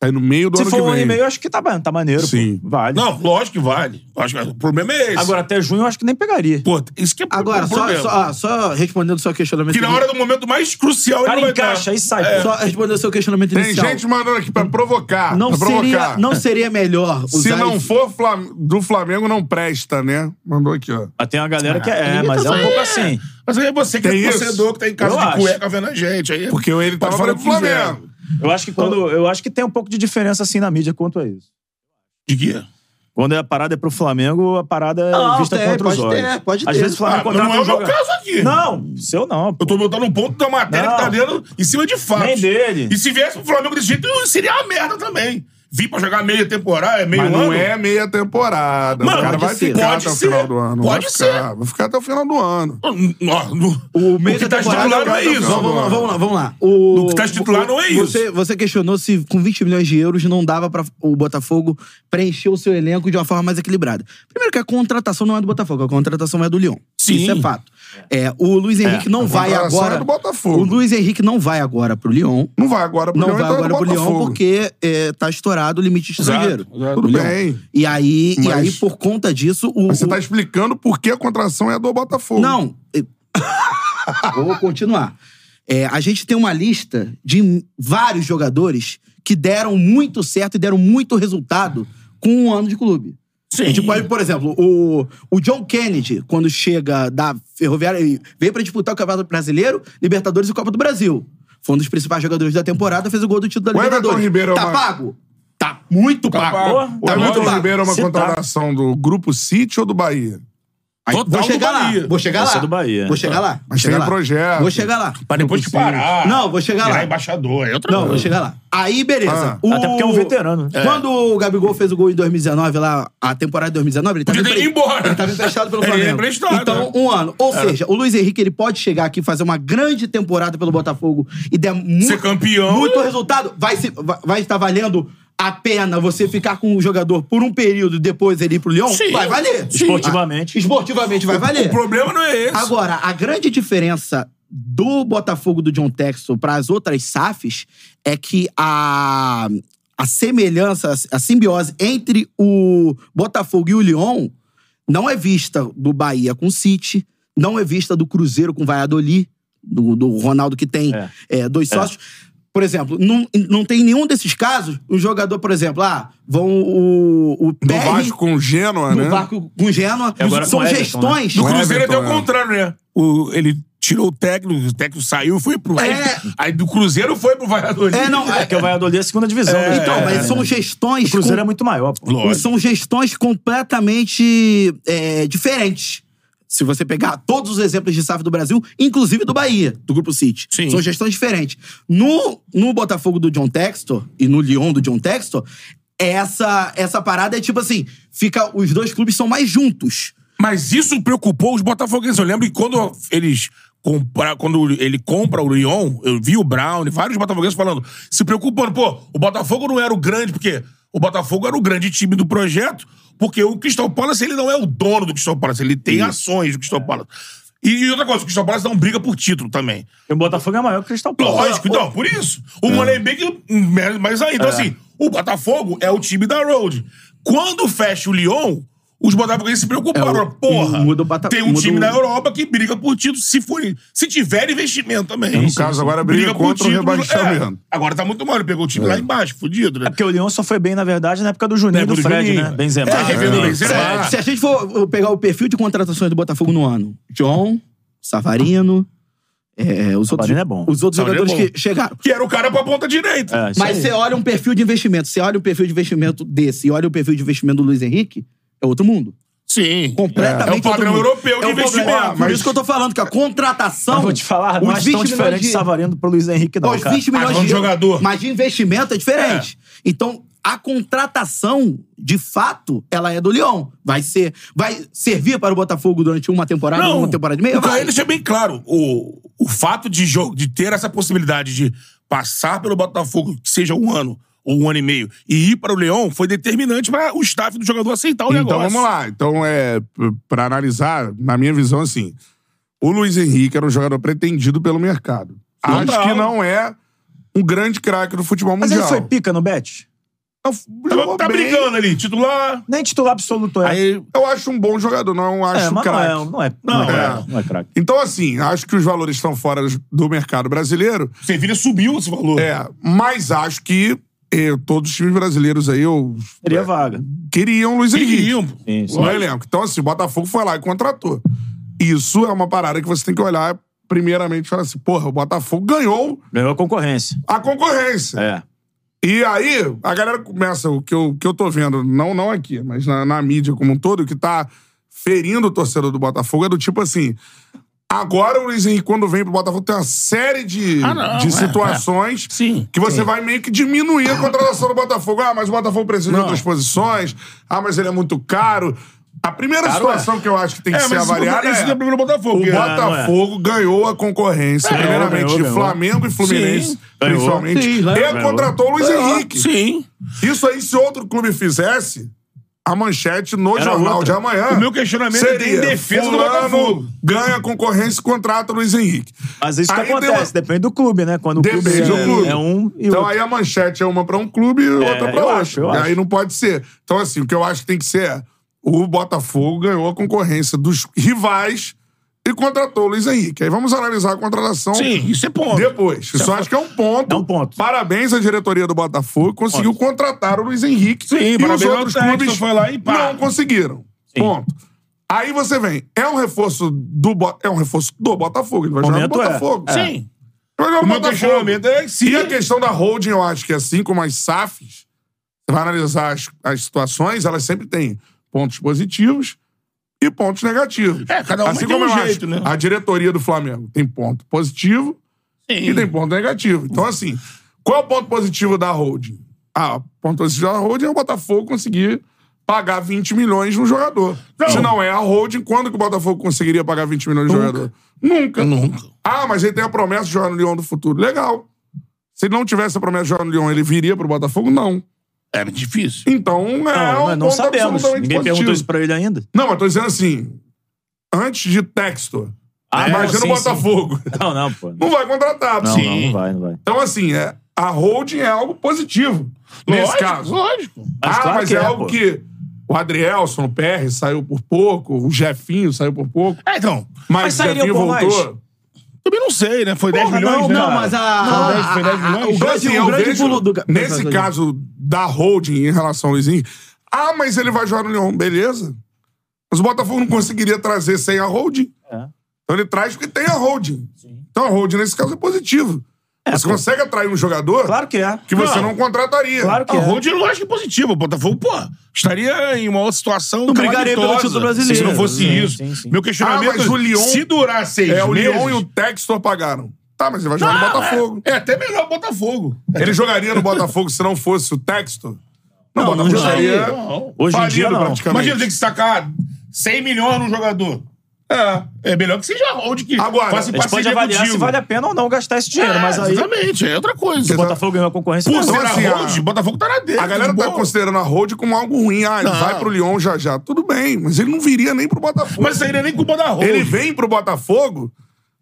Speaker 1: Aí no meio do
Speaker 4: Se
Speaker 1: ano
Speaker 4: for
Speaker 1: que
Speaker 4: um ano
Speaker 1: vem.
Speaker 4: e meio, eu acho que tá, ba- tá maneiro. pô.
Speaker 1: Sim.
Speaker 4: Vale.
Speaker 2: Não, lógico que vale. Acho que o problema é esse.
Speaker 4: Agora, até junho, eu acho que nem pegaria.
Speaker 2: Pô, isso que é
Speaker 3: Agora,
Speaker 2: o
Speaker 3: só,
Speaker 2: problema.
Speaker 3: só, ah, só respondendo o seu questionamento.
Speaker 2: Que na hora É. do momento mais crucial
Speaker 4: O
Speaker 2: ele não
Speaker 4: cara
Speaker 2: vai
Speaker 4: encaixa é
Speaker 2: dar.
Speaker 4: e sai. pô.
Speaker 3: Só respondendo o seu questionamento
Speaker 1: Tem
Speaker 3: inicial.
Speaker 1: gente mandando aqui pra provocar.
Speaker 3: é não,
Speaker 1: pra
Speaker 3: seria,
Speaker 1: provocar.
Speaker 3: não seria melhor usar.
Speaker 1: Se não
Speaker 3: esse-
Speaker 1: for Flam- do Flamengo, não presta, né? Mandou aqui, ó.
Speaker 4: Mas tem uma galera que é,
Speaker 3: ninguém
Speaker 4: mas
Speaker 3: tá
Speaker 4: é um
Speaker 3: falando.
Speaker 4: pouco assim.
Speaker 2: Mas aí é você que
Speaker 1: Tem
Speaker 2: é
Speaker 1: isso?
Speaker 2: torcedor que tá em casa
Speaker 4: Eu
Speaker 2: de
Speaker 4: acho.
Speaker 2: cueca vendo a gente. Aí tá
Speaker 1: Porque ele
Speaker 2: pode
Speaker 1: tava
Speaker 2: falar
Speaker 1: falando
Speaker 2: o
Speaker 1: pro
Speaker 2: que quiser.
Speaker 1: Flamengo.
Speaker 4: Eu acho que quando. Eu acho que tem um pouco de diferença assim na mídia quanto a isso.
Speaker 2: De quê?
Speaker 4: Quando a parada é pro Flamengo, a parada é
Speaker 3: Não,
Speaker 4: vista
Speaker 3: tem,
Speaker 4: contra os
Speaker 3: pode ter,
Speaker 4: olhos.
Speaker 3: pode
Speaker 4: Às
Speaker 3: ter.
Speaker 4: vezes o Flamengo
Speaker 2: Ah, mas
Speaker 4: contrata
Speaker 2: não é
Speaker 4: um
Speaker 2: o meu
Speaker 4: jogador-
Speaker 2: caso aqui.
Speaker 4: Não, seu não. pô.
Speaker 2: Eu tô botando um ponto da matéria
Speaker 4: Não.
Speaker 2: que tá dentro em cima de fatos.
Speaker 4: Nem dele.
Speaker 2: E ah. se viesse pro Flamengo desse jeito, seria uma merda também. Vim pra jogar meia temporada, é meio
Speaker 1: Mas
Speaker 2: ano.
Speaker 1: não é meia temporada.
Speaker 2: Mano,
Speaker 1: o cara
Speaker 2: pode
Speaker 1: vai
Speaker 3: ser.
Speaker 1: ficar
Speaker 2: Pode
Speaker 1: até o
Speaker 2: ser.
Speaker 1: final do ano.
Speaker 2: Pode
Speaker 1: vai ficar. Vai ficar até o final do ano.
Speaker 2: Ó, no-
Speaker 3: O meio
Speaker 2: que
Speaker 3: da
Speaker 2: tá
Speaker 3: temporada-
Speaker 2: estipulado é isso.
Speaker 3: Vamos, vamos lá, vamos lá, vamos lá. O,
Speaker 2: O que tá estipulado não é isso.
Speaker 3: Você, você questionou se com 20 milhões de euros não dava pra o Botafogo preencher o seu elenco de uma forma mais equilibrada. Primeiro que a contratação não é do Botafogo, a contratação é do Lyon.
Speaker 2: Sim.
Speaker 3: Isso é fato. É, o Luiz Henrique não
Speaker 1: a
Speaker 3: vai
Speaker 1: contratação
Speaker 3: agora.
Speaker 1: é do Botafogo.
Speaker 3: O Luiz Henrique não vai agora pro Lyon.
Speaker 1: Não vai agora pro
Speaker 3: Não
Speaker 1: Leão,
Speaker 3: vai
Speaker 1: então é
Speaker 3: agora
Speaker 1: do
Speaker 3: pro Lyon
Speaker 1: Botafogo.
Speaker 3: porque é, tá estourado o limite estrangeiro.
Speaker 1: exato. Tudo
Speaker 3: Do Lyon.
Speaker 1: bem.
Speaker 3: E aí, e
Speaker 1: Mas-
Speaker 3: aí, por conta disso, o.
Speaker 1: Mas você
Speaker 3: o-
Speaker 1: tá explicando por que a contração é do Botafogo.
Speaker 3: Não. eh, Vou continuar. É, a gente tem uma lista de m- vários jogadores que deram muito certo e deram muito resultado com um ano de clube.
Speaker 2: Sim.
Speaker 3: A gente pode, por exemplo, o, o John Kennedy, quando chega da Ferroviária, ele veio pra disputar o Campeonato Brasileiro, Libertadores e Copa do Brasil. Foi um dos principais jogadores da temporada, fez o gol do título da
Speaker 1: O Everton
Speaker 3: Libertadores.
Speaker 1: Ribeiro é
Speaker 3: tá
Speaker 1: uma-
Speaker 3: pago? Tá muito pago.
Speaker 4: pago.
Speaker 1: O
Speaker 3: Tá muito
Speaker 1: Everton
Speaker 3: pago.
Speaker 1: Ribeiro é uma
Speaker 4: Se tá.
Speaker 1: contratação do Grupo City ou do Bahia?
Speaker 2: Aí,
Speaker 3: Vou chegar lá. Vou chegar
Speaker 4: Essa
Speaker 3: lá.
Speaker 4: é do Bahia.
Speaker 3: Vou chegar lá. Vou
Speaker 1: Mas
Speaker 3: chegar
Speaker 1: tem
Speaker 3: lá.
Speaker 1: Tá. projeto. Ah.
Speaker 3: Vou chegar lá.
Speaker 2: Pra depois te parar.
Speaker 3: Não, vou chegar
Speaker 2: Virar
Speaker 3: lá.
Speaker 2: embaixador, é outra
Speaker 3: Não, vou
Speaker 2: coisa.
Speaker 3: chegar lá. Aí, beleza.
Speaker 1: Ah.
Speaker 3: O-
Speaker 4: Até porque é um veterano, né?
Speaker 3: Quando o Gabigol fez o gol em 2019, lá, a temporada de 2019, ele tava,
Speaker 2: Podia ter ido embora. É,
Speaker 3: ele tava emprestado pelo
Speaker 2: Ele
Speaker 3: Flamengo.
Speaker 2: era emprestado,
Speaker 3: então,
Speaker 2: né?
Speaker 3: um ano. Ou seja, o Luiz Henrique, ele pode chegar aqui e fazer uma grande temporada pelo Botafogo e der muito,
Speaker 2: Ser campeão.
Speaker 3: muito resultado. Vai, se- vai- vai estar valendo a pena você ficar com o jogador por um período e depois ele ir pro Lyon?
Speaker 2: Sim.
Speaker 3: Vai valer.
Speaker 2: Sim.
Speaker 4: Esportivamente.
Speaker 3: Ah, esportivamente vai valer.
Speaker 2: O problema não é esse.
Speaker 3: Agora, a grande diferença do Botafogo do John Texel para as outras SAFs é que a, a semelhança, a simbiose entre o Botafogo e o Lyon não é vista do Bahia com o City, não é vista do Cruzeiro com o Valladolid, do, do Ronaldo que tem
Speaker 4: É.
Speaker 3: é, dois sócios. Por exemplo, não, não tem nenhum desses casos, o jogador, por exemplo, ah, vão o, o
Speaker 1: Do
Speaker 3: PR
Speaker 1: Vasco com o Gênua,
Speaker 3: no
Speaker 1: né?
Speaker 3: Vasco com Genoa,
Speaker 4: E É, agora
Speaker 3: são
Speaker 4: com né? o Everton,
Speaker 3: gestões...
Speaker 2: Do
Speaker 1: Não é
Speaker 2: Cruzeiro até o
Speaker 1: Everton, é.
Speaker 2: contrário, né? O, ele tirou o técnico, o técnico saiu e foi pro.
Speaker 3: É.
Speaker 2: Aí, aí do Cruzeiro foi pro Valladolid.
Speaker 3: É, não,
Speaker 4: É que o Valladolid é a segunda divisão. né?
Speaker 3: Então,
Speaker 4: É,
Speaker 3: mas são gestões.
Speaker 4: O Cruzeiro é
Speaker 3: com-
Speaker 4: muito maior, pô.
Speaker 2: um Lógico.
Speaker 3: São gestões completamente é, diferentes. Se você pegar todos os exemplos de SAF do Brasil, inclusive do Bahia, do Grupo City.
Speaker 2: Sim.
Speaker 3: São gestões diferentes. No, no Botafogo do John Textor e no Lyon do John Textor, essa, essa parada é tipo assim: fica, os dois clubes são mais juntos.
Speaker 2: Mas isso preocupou os botafoguenses. Eu lembro que quando eles compra, quando ele compra o Lyon, eu vi o Brown e vários botafoguenses falando, se preocupando, pô, o Botafogo não era o grande, porque o Botafogo era o grande time do projeto, porque o Crystal Palace, ele não é o dono do Crystal Palace, ele tem ações do Crystal Palace. E outra coisa, o Crystal Palace não briga por título também.
Speaker 4: E o Botafogo é maior que o Cristão Palace.
Speaker 2: Lógico, então, por isso. O Money Big, hum, mais- mais ainda. Então, assim, o Botafogo é o time da Road. Quando fecha o Lyon, os botafoguenses se preocuparam.
Speaker 3: É, o-
Speaker 2: Porra,
Speaker 3: muda o Bata-
Speaker 2: tem um
Speaker 3: muda
Speaker 2: time
Speaker 3: o-
Speaker 2: na Europa que briga por título se, for, se tiver investimento também.
Speaker 1: No caso, agora briga
Speaker 2: por
Speaker 1: contra o
Speaker 2: título,
Speaker 1: rebaixamento.
Speaker 2: é. Agora tá muito mal, ele pegou o time lá embaixo, fudido,
Speaker 4: É
Speaker 2: né?
Speaker 4: porque o Lyon só foi bem, na verdade, na época do Juninho e
Speaker 2: época
Speaker 4: do
Speaker 2: do
Speaker 4: Fred,
Speaker 2: Juninho.
Speaker 4: né? Benzema.
Speaker 2: É, revendo o
Speaker 4: Fred.
Speaker 2: Benzema.
Speaker 3: Se a gente for pegar o perfil de contratações do Botafogo no ano, John, Savarino, é, os, outros,
Speaker 4: Savarino é bom.
Speaker 3: os outros
Speaker 2: Savarino é
Speaker 3: jogadores
Speaker 2: bom.
Speaker 3: que chegaram.
Speaker 2: Que era o cara pra ponta direita.
Speaker 4: É, isso
Speaker 3: Mas
Speaker 4: aí.
Speaker 3: você olha um perfil de investimento, você olha um perfil de investimento desse e olha o perfil de investimento do Luiz Henrique, é outro mundo.
Speaker 2: Sim.
Speaker 3: Completamente.
Speaker 2: É o padrão
Speaker 3: outro mundo.
Speaker 2: europeu de
Speaker 3: É o problema.
Speaker 2: investimento.
Speaker 3: Por
Speaker 2: Mas-
Speaker 3: isso que eu tô falando, que a contratação.
Speaker 4: Eu vou te falar,
Speaker 3: um os
Speaker 4: não é
Speaker 3: 20
Speaker 4: tão
Speaker 3: milhões
Speaker 4: diferente de
Speaker 3: de-
Speaker 4: Savarino pro Luiz Henrique, não,
Speaker 3: os
Speaker 4: cara.
Speaker 3: 20 milhões
Speaker 2: Ah,
Speaker 3: de
Speaker 2: de jogador.
Speaker 3: Mas de investimento é diferente. Então, a contratação, de fato, ela é do Lyon. Vai ser. Vai servir para o Botafogo durante uma temporada, uma temporada e meia?
Speaker 2: O
Speaker 3: Vai.
Speaker 2: Caio Então, deixa bem claro. O, o fato de, jogo, de ter essa possibilidade de passar pelo Botafogo, que seja um ano ou um ano e meio, e ir para o Leão, foi determinante para o staff do jogador aceitar o
Speaker 1: Então
Speaker 2: negócio.
Speaker 1: vamos lá. Então é p- pra analisar, na minha visão assim, o Luiz Henrique era um jogador pretendido pelo mercado. Acho
Speaker 2: Total.
Speaker 1: que não é um grande craque do futebol
Speaker 4: Mas
Speaker 1: mundial.
Speaker 4: ele foi pica no Bet?
Speaker 1: Jogou
Speaker 2: Tá
Speaker 1: bem.
Speaker 2: brigando ali, titular.
Speaker 4: Nem titular absoluto é.
Speaker 2: Aí,
Speaker 1: Eu acho um bom jogador, não
Speaker 4: é,
Speaker 1: acho
Speaker 4: mas não
Speaker 1: craque.
Speaker 4: é, não é, não é,
Speaker 2: Não,
Speaker 4: craque, não é craque.
Speaker 1: Então assim, acho que os valores estão fora do mercado brasileiro.
Speaker 2: você vira subiu esse valor.
Speaker 1: É, mas acho que eh, todos os times brasileiros aí eu
Speaker 4: Teria
Speaker 2: É.
Speaker 4: vaga.
Speaker 1: queriam o Luiz Henrique.
Speaker 2: Queriam.
Speaker 4: Sim, sim.
Speaker 1: no elenco. Então, assim, o Botafogo foi lá e contratou. Isso é uma parada que você tem que olhar primeiramente fala assim, porra, o Botafogo ganhou
Speaker 4: Ganhou a concorrência.
Speaker 1: a concorrência.
Speaker 4: É.
Speaker 1: E aí, a galera começa, o que eu, o que eu tô vendo, não, não aqui, mas na, na mídia como um todo, o que tá ferindo o torcedor do Botafogo é do tipo assim. Agora o Luiz Henrique, quando vem pro Botafogo, tem uma série de,
Speaker 2: Ah, não,
Speaker 1: de
Speaker 2: é,
Speaker 1: situações
Speaker 2: é. Sim,
Speaker 1: que você vai meio que diminuir a contratação do Botafogo. Ah, mas o Botafogo precisa de outras posições. Ah, mas ele é muito caro. A primeira
Speaker 4: Caro
Speaker 1: situação que eu acho que tem que ser
Speaker 2: é. isso
Speaker 1: avaliada
Speaker 2: isso
Speaker 1: é...
Speaker 2: não é problema do Botafogo.
Speaker 1: O
Speaker 2: porque-
Speaker 1: Botafogo ganhou a concorrência,
Speaker 4: Ganhou,
Speaker 1: primeiramente
Speaker 4: ganhou,
Speaker 1: de
Speaker 4: ganhou.
Speaker 1: Flamengo e Fluminense,
Speaker 4: Sim, ganhou.
Speaker 1: principalmente.
Speaker 3: Sim,
Speaker 1: e
Speaker 3: ganhou.
Speaker 1: contratou o Luiz
Speaker 4: É.
Speaker 2: Ganhou.
Speaker 1: Henrique.
Speaker 2: Sim.
Speaker 1: Isso aí, se outro clube fizesse, a manchete no
Speaker 4: Era
Speaker 1: jornal
Speaker 4: outra.
Speaker 1: de amanhã.
Speaker 2: O meu questionamento
Speaker 1: seria,
Speaker 2: é em defesa do
Speaker 1: fulano
Speaker 2: Botafogo.
Speaker 1: Ganha a concorrência e contrata o Luiz Henrique.
Speaker 4: Mas isso que
Speaker 1: Aí deu-
Speaker 4: acontece, depende do clube, né? Quando o clube,
Speaker 1: Depende do
Speaker 4: é,
Speaker 1: clube.
Speaker 4: é um e
Speaker 1: Então
Speaker 4: outro.
Speaker 1: aí a manchete é uma pra um clube e outra pra
Speaker 4: eu
Speaker 1: outro.
Speaker 4: acho, eu
Speaker 1: e
Speaker 4: acho.
Speaker 1: aí não pode ser. Então, assim, o que eu acho que tem que ser é, o Botafogo ganhou a concorrência dos rivais e contratou o Luiz Henrique. Aí vamos analisar a contratação
Speaker 2: Sim, isso é ponto.
Speaker 1: depois. Isso eu acho que é um ponto.
Speaker 4: É um ponto.
Speaker 1: Parabéns à diretoria do Botafogo, conseguiu contratar o Luiz Henrique.
Speaker 2: Sim,
Speaker 1: e
Speaker 2: parabéns
Speaker 1: os
Speaker 2: ao
Speaker 1: outros
Speaker 2: Texton,
Speaker 1: clubes
Speaker 2: foi lá e pá.
Speaker 1: não conseguiram. Ponto. Aí você vem, é um reforço do Bo- é um reforço do Botafogo, ele vai jogar no
Speaker 4: Momento é.
Speaker 1: Botafogo.
Speaker 2: Sim.
Speaker 1: Vai jogar no
Speaker 2: O meu
Speaker 1: Botafogo.
Speaker 2: questionamento é se-
Speaker 1: E a questão da holding, eu acho que assim como as SAFs, você vai analisar as, as situações, elas sempre têm pontos positivos e pontos negativos.
Speaker 2: É, cada uma
Speaker 1: assim
Speaker 2: tem
Speaker 1: como
Speaker 2: um
Speaker 1: eu
Speaker 2: jeito,
Speaker 1: acho,
Speaker 2: né?
Speaker 1: A diretoria do Flamengo tem ponto positivo e tem ponto negativo. Então, assim, qual é o ponto positivo da holding? Ah, o ponto positivo da holding é o Botafogo conseguir pagar 20 milhões num jogador. Se não é a holding, quando que o Botafogo conseguiria pagar 20 milhões num jogador? Nunca.
Speaker 2: Nunca.
Speaker 1: Ah, mas ele tem a promessa de jogar no Lyon do futuro. Legal. Se ele não tivesse a promessa de jogar no Lyon, ele viria pro Botafogo? Não.
Speaker 2: Era É difícil.
Speaker 1: Então, é
Speaker 4: Não,
Speaker 1: um
Speaker 4: não
Speaker 1: ponto
Speaker 4: sabemos.
Speaker 1: absolutamente
Speaker 4: Ninguém
Speaker 1: positivo.
Speaker 4: perguntou isso pra ele ainda.
Speaker 1: Não, mas tô dizendo assim, antes de Textor,
Speaker 4: Ah,
Speaker 1: imagina
Speaker 4: não,
Speaker 1: o
Speaker 4: sim, sim.
Speaker 1: Botafogo.
Speaker 4: Não, não, pô.
Speaker 1: Não vai contratar.
Speaker 4: Não,
Speaker 1: sim.
Speaker 4: não, não vai, não vai.
Speaker 1: Então, assim, é, a holding é algo positivo. nesse
Speaker 2: Lógico,
Speaker 1: caso.
Speaker 2: lógico.
Speaker 4: Mas
Speaker 1: ah,
Speaker 4: claro
Speaker 1: mas
Speaker 4: que
Speaker 1: é,
Speaker 4: é,
Speaker 1: algo
Speaker 4: pô.
Speaker 1: que o Adrielson, o PR, saiu por pouco, o Jefinho saiu por pouco.
Speaker 2: É, então.
Speaker 1: Mas, o
Speaker 4: sairia
Speaker 1: Jefinho
Speaker 4: por mais?
Speaker 1: voltou.
Speaker 2: Também não sei, né? Foi 10
Speaker 4: Porra,
Speaker 2: milhões,
Speaker 4: não,
Speaker 2: né?
Speaker 4: não,
Speaker 3: Não, mas a.
Speaker 4: Foram dez-
Speaker 3: a-
Speaker 4: foi dez
Speaker 3: a- a-
Speaker 4: milhões?
Speaker 3: o
Speaker 1: Então,
Speaker 3: grande,
Speaker 1: assim,
Speaker 3: o
Speaker 1: eu
Speaker 3: grande
Speaker 1: vejo,
Speaker 3: pulo do. é. ga-
Speaker 1: Nesse caso da holding em relação ao Luizinho, ah, mas ele vai jogar no Lyon. Beleza. Mas o Botafogo não conseguiria trazer sem a holding.
Speaker 4: É.
Speaker 1: Então ele traz porque tem a holding. Então a holding, nesse caso, é positivo. você consegue atrair um jogador
Speaker 4: Claro que é.
Speaker 1: que você não, contrataria.
Speaker 4: Claro que
Speaker 2: A
Speaker 4: é.
Speaker 2: Hold, lógico, é positivo. O Botafogo, pô, estaria em uma outra situação Não
Speaker 4: brigaria pelo título brasileiro.
Speaker 2: Se não fosse
Speaker 4: Sim,
Speaker 2: isso.
Speaker 4: sim, sim.
Speaker 2: Meu questionamento
Speaker 1: Ah, mas o Lyon-
Speaker 2: se durar seis
Speaker 1: É, o
Speaker 2: meses...
Speaker 1: Lyon e o Textor pagaram. Tá, mas ele vai jogar no Botafogo.
Speaker 2: É, até melhor o Botafogo.
Speaker 1: Ele jogaria no Botafogo se não fosse o Textor? Não, o Botafogo
Speaker 4: não
Speaker 1: estaria
Speaker 4: jogaria. Hoje em dia,
Speaker 1: falido
Speaker 4: não.
Speaker 1: praticamente.
Speaker 2: Imagina ter que sacar 100 milhões num jogador. É, é melhor que seja a Hold que
Speaker 1: Agora,
Speaker 2: faça
Speaker 4: A gente pode
Speaker 2: parceria
Speaker 4: avaliar se
Speaker 2: contigo.
Speaker 4: vale a pena ou não gastar esse dinheiro,
Speaker 2: É,
Speaker 4: mas aí o
Speaker 2: Exatamente, é outra coisa.
Speaker 4: Botafogo ganhou a concorrência.
Speaker 2: Por
Speaker 4: mas-
Speaker 2: ser
Speaker 1: Então, tá assim,
Speaker 2: a Hold,
Speaker 1: a-
Speaker 2: o Botafogo tá na dele.
Speaker 1: A galera
Speaker 2: de
Speaker 1: tá
Speaker 2: boa.
Speaker 1: considerando a Road como algo ruim. Ah, ele
Speaker 2: Não.
Speaker 1: vai pro Lyon já já. Tudo bem, mas ele não viria nem pro Botafogo.
Speaker 2: Mas isso aí não é nem culpa da Hold.
Speaker 1: ele vem pro Botafogo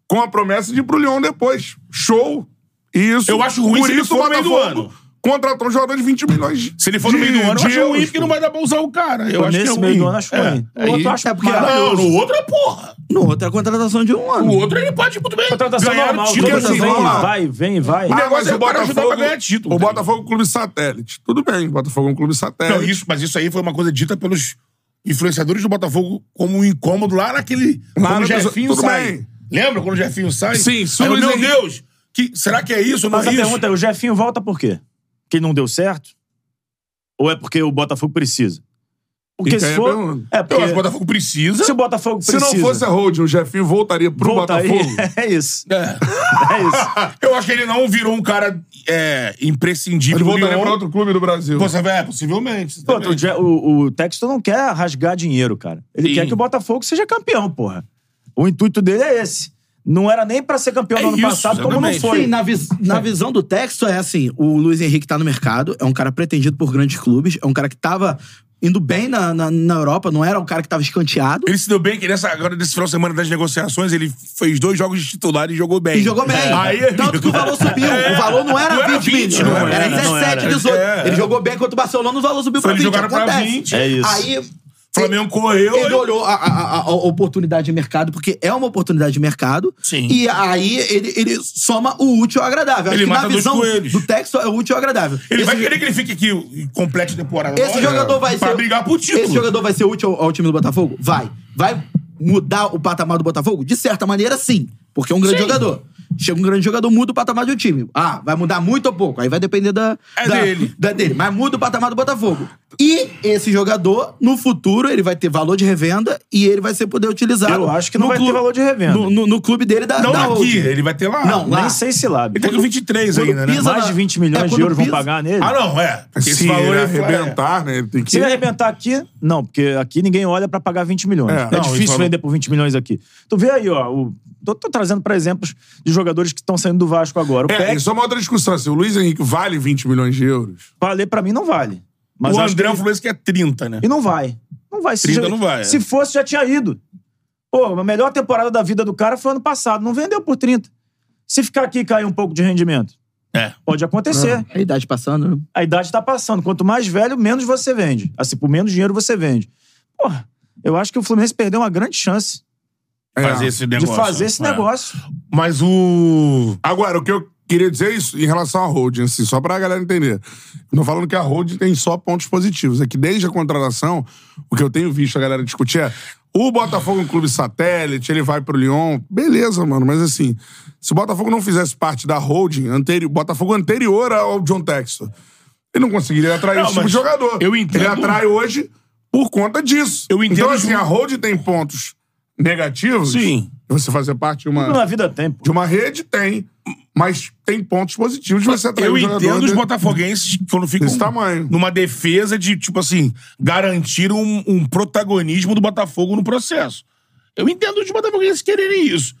Speaker 1: com a promessa de ir pro Lyon depois. Show. E Isso.
Speaker 2: Eu acho ruim
Speaker 1: Por
Speaker 2: se ele
Speaker 1: isso
Speaker 2: for
Speaker 1: o
Speaker 2: no meio do
Speaker 1: Botafogo
Speaker 2: ano.
Speaker 1: Contratou um jogador de 20 milhões.
Speaker 2: Se ele for no meio do ano, eu
Speaker 1: de
Speaker 2: acho ruim,
Speaker 1: euros,
Speaker 2: porque não vai dar pra usar o cara. Eu
Speaker 4: Pô,
Speaker 2: acho que
Speaker 4: nesse
Speaker 2: é
Speaker 4: meio
Speaker 2: ruim.
Speaker 4: do ano, acho
Speaker 2: É.
Speaker 4: ruim. O
Speaker 2: Aí- ah,
Speaker 4: outro eu acho
Speaker 3: é porque-
Speaker 2: Não, no outro é porra.
Speaker 3: No outro é a contratação de um
Speaker 2: O
Speaker 3: ano.
Speaker 2: outro ele pode muito bem.
Speaker 4: Hum. Contratação
Speaker 2: ganhar
Speaker 4: normal,
Speaker 2: título.
Speaker 1: contratação-
Speaker 4: contratação
Speaker 1: assim,
Speaker 4: vem,
Speaker 1: vamos lá.
Speaker 4: vai, vem, vai.
Speaker 2: Ah,
Speaker 1: Ah, mas
Speaker 2: negócio é
Speaker 1: o
Speaker 2: o cara ajudar
Speaker 1: Botafogo
Speaker 2: pra ganhar título,
Speaker 1: O
Speaker 2: tá
Speaker 1: Botafogo é um clube satélite. Tudo bem, o Botafogo é um clube satélite.
Speaker 2: Não, isso, mas isso aí foi uma coisa dita pelos influenciadores do Botafogo como um incômodo lá naquele.
Speaker 1: Lá
Speaker 2: quando
Speaker 1: no
Speaker 2: o Jefinho
Speaker 1: tudo
Speaker 2: sai.
Speaker 1: bem.
Speaker 2: Lembra quando o Jefinho sai?
Speaker 1: Sim, se o
Speaker 2: Aí eu,
Speaker 1: Luiz
Speaker 2: Meu
Speaker 1: Henrique-
Speaker 2: Deus! Que, será que é isso? Não
Speaker 4: Mas
Speaker 2: é
Speaker 4: a
Speaker 2: isso?
Speaker 4: pergunta é, o Jefinho volta por quê? Porque não deu certo? Ou é porque o Botafogo precisa? Porque
Speaker 1: Fica aí
Speaker 4: se
Speaker 1: a
Speaker 4: for...
Speaker 1: pergunta.
Speaker 4: É
Speaker 2: Eu acho que o
Speaker 4: porque
Speaker 2: Botafogo precisa.
Speaker 4: se o Botafogo
Speaker 1: Se
Speaker 4: precisa...
Speaker 1: não fosse a Road, o Jefinho voltaria pro
Speaker 4: volta aí,
Speaker 1: Botafogo.
Speaker 4: é isso.
Speaker 2: É.
Speaker 4: É isso.
Speaker 2: Eu acho que ele não virou um cara é, imprescindível.
Speaker 1: Ele
Speaker 2: no
Speaker 1: voltaria
Speaker 2: Lyon.
Speaker 1: pra outro clube do Brasil.
Speaker 2: Você vai, é, possivelmente.
Speaker 4: né, Pô, o, Je- o, o Texton não quer rasgar dinheiro, cara. Ele
Speaker 2: Sim.
Speaker 4: quer que o Botafogo seja campeão, porra. O intuito dele é esse. Não era nem pra ser campeão
Speaker 2: É
Speaker 4: no ano
Speaker 2: isso,
Speaker 4: passado, como não
Speaker 2: exatamente.
Speaker 4: foi.
Speaker 3: Sim, na, vis- na visão do texto é assim: o Luiz Henrique tá no mercado, é um cara pretendido por grandes clubes, é um cara que tava indo bem na, na, na Europa, não era um cara que tava escanteado.
Speaker 2: Ele se deu bem que nessa, agora nesse final de semana das negociações, ele fez dois jogos de titular e jogou bem.
Speaker 3: E jogou bem.
Speaker 2: É. Aí, É.
Speaker 3: Tanto que o valor subiu. O valor não era
Speaker 2: Não era
Speaker 3: 20 milhões.
Speaker 2: 20, não
Speaker 3: Era
Speaker 4: era, não
Speaker 3: 17,
Speaker 4: era.
Speaker 3: 18.
Speaker 2: É.
Speaker 3: Ele jogou bem contra o Barcelona, o valor subiu pra
Speaker 2: Eles
Speaker 3: 20.
Speaker 2: jogaram pra
Speaker 3: acontece.
Speaker 2: 20.
Speaker 4: É isso.
Speaker 3: Aí
Speaker 2: O Flamengo correu.
Speaker 3: ele
Speaker 2: ele-
Speaker 3: olhou a, a- a- a oportunidade de mercado, porque é uma oportunidade de mercado.
Speaker 2: Sim.
Speaker 3: E aí ele, ele soma o útil ao agradável.
Speaker 2: Ele
Speaker 3: Acho que
Speaker 2: mata
Speaker 3: na
Speaker 2: dois
Speaker 3: visão
Speaker 2: coelhos.
Speaker 3: do texto é o útil ao agradável.
Speaker 2: Ele
Speaker 3: esse
Speaker 2: vai querer que ele fique aqui e
Speaker 4: É
Speaker 2: complete a temporada.
Speaker 3: esse
Speaker 2: agora,
Speaker 4: né?
Speaker 3: jogador vai
Speaker 2: pra
Speaker 3: ser.
Speaker 2: brigar por título.
Speaker 3: Esse jogador vai ser útil ao, ao time do Botafogo? Vai. Vai mudar o patamar do Botafogo? De certa maneira, sim. Porque é um grande jogador. Chega um grande jogador, muda o patamar de um time. Ah, vai mudar muito ou pouco? Aí vai depender da,
Speaker 2: É
Speaker 3: da-
Speaker 2: dele.
Speaker 3: da dele. Mas muda o patamar do Botafogo. E esse jogador, no futuro, ele vai ter valor de revenda e ele vai ser poder utilizado.
Speaker 4: Eu acho que não
Speaker 3: no
Speaker 4: vai ter valor de revenda.
Speaker 3: No, no- no clube dele da.
Speaker 2: Não
Speaker 3: da
Speaker 2: aqui,
Speaker 3: holding.
Speaker 2: ele vai ter lá.
Speaker 3: Não, lá.
Speaker 4: Nem sei se lá.
Speaker 2: Ele tá com 23
Speaker 3: Quando
Speaker 2: ainda, né?
Speaker 3: pisa-
Speaker 4: Mais de 20
Speaker 3: É,
Speaker 4: milhões
Speaker 3: quando
Speaker 4: de euros vão
Speaker 3: pisa-
Speaker 4: pagar nele.
Speaker 2: Ah, não, é. Porque
Speaker 1: Se ele
Speaker 2: ele fala, é.
Speaker 1: arrebentar, né? Ele tem que.
Speaker 4: Se ele arrebentar aqui, não, porque aqui ninguém olha pra pagar 20 milhões.
Speaker 1: É,
Speaker 4: É,
Speaker 1: não,
Speaker 4: difícil
Speaker 2: isso é-
Speaker 4: vender por 20 milhões aqui. Tu vê aí, ó. O, tô, tô trazendo pra exemplos de jogadores que estão saindo do Vasco agora. O
Speaker 1: É,
Speaker 4: Peck,
Speaker 1: isso é uma outra discussão. Se o Luiz Henrique vale 20 milhões de euros,
Speaker 4: valer pra mim não vale. Mas
Speaker 2: o
Speaker 4: acho
Speaker 2: André
Speaker 4: que-
Speaker 2: falou isso que é 30, né?
Speaker 4: E não vai. Não vai. Se,
Speaker 2: 30
Speaker 4: já-
Speaker 2: não vai, é.
Speaker 4: se fosse, já tinha ido. Pô, a melhor temporada da vida do cara foi ano passado. Não vendeu por 30. Se ficar aqui e cair um pouco de rendimento,
Speaker 2: É.
Speaker 4: pode acontecer.
Speaker 3: Ah, A idade passando, né?
Speaker 4: A idade tá passando. Quanto mais velho, menos você vende. Assim, por menos dinheiro você vende. Porra, eu acho que o Fluminense perdeu uma grande chance
Speaker 1: É.
Speaker 2: Fazer esse negócio.
Speaker 4: de fazer esse
Speaker 2: É.
Speaker 4: negócio.
Speaker 2: Mas o.
Speaker 1: Agora, o que eu queria dizer é isso em relação à holding, assim, só pra galera entender. Eu Não falando que a holding tem só pontos positivos. É que desde a contratação, o que eu tenho visto a galera discutir é o Botafogo é um clube satélite, ele vai pro Lyon. Beleza, mano, mas assim, se o Botafogo não fizesse parte da holding anterior, Botafogo anterior ao John Textor, ele não conseguiria atrair
Speaker 2: Não,
Speaker 1: esse tipo
Speaker 2: mas
Speaker 1: de jogador.
Speaker 2: eu entendo-
Speaker 1: Ele atrai hoje por conta disso.
Speaker 2: Eu entendo
Speaker 1: Então,
Speaker 2: que-
Speaker 1: assim, a holding tem pontos negativos.
Speaker 2: Sim.
Speaker 1: Você fazer parte de uma
Speaker 4: Tudo na vida tem, pô.
Speaker 1: de uma rede, tem. Mas tem pontos positivos de você atrair
Speaker 2: Eu
Speaker 1: um jogador
Speaker 2: entendo os
Speaker 1: de-
Speaker 2: botafoguenses quando ficam
Speaker 1: desse tamanho.
Speaker 2: numa defesa de, tipo assim, garantir um, um protagonismo do Botafogo no processo. Eu entendo os botafoguenses quererem isso.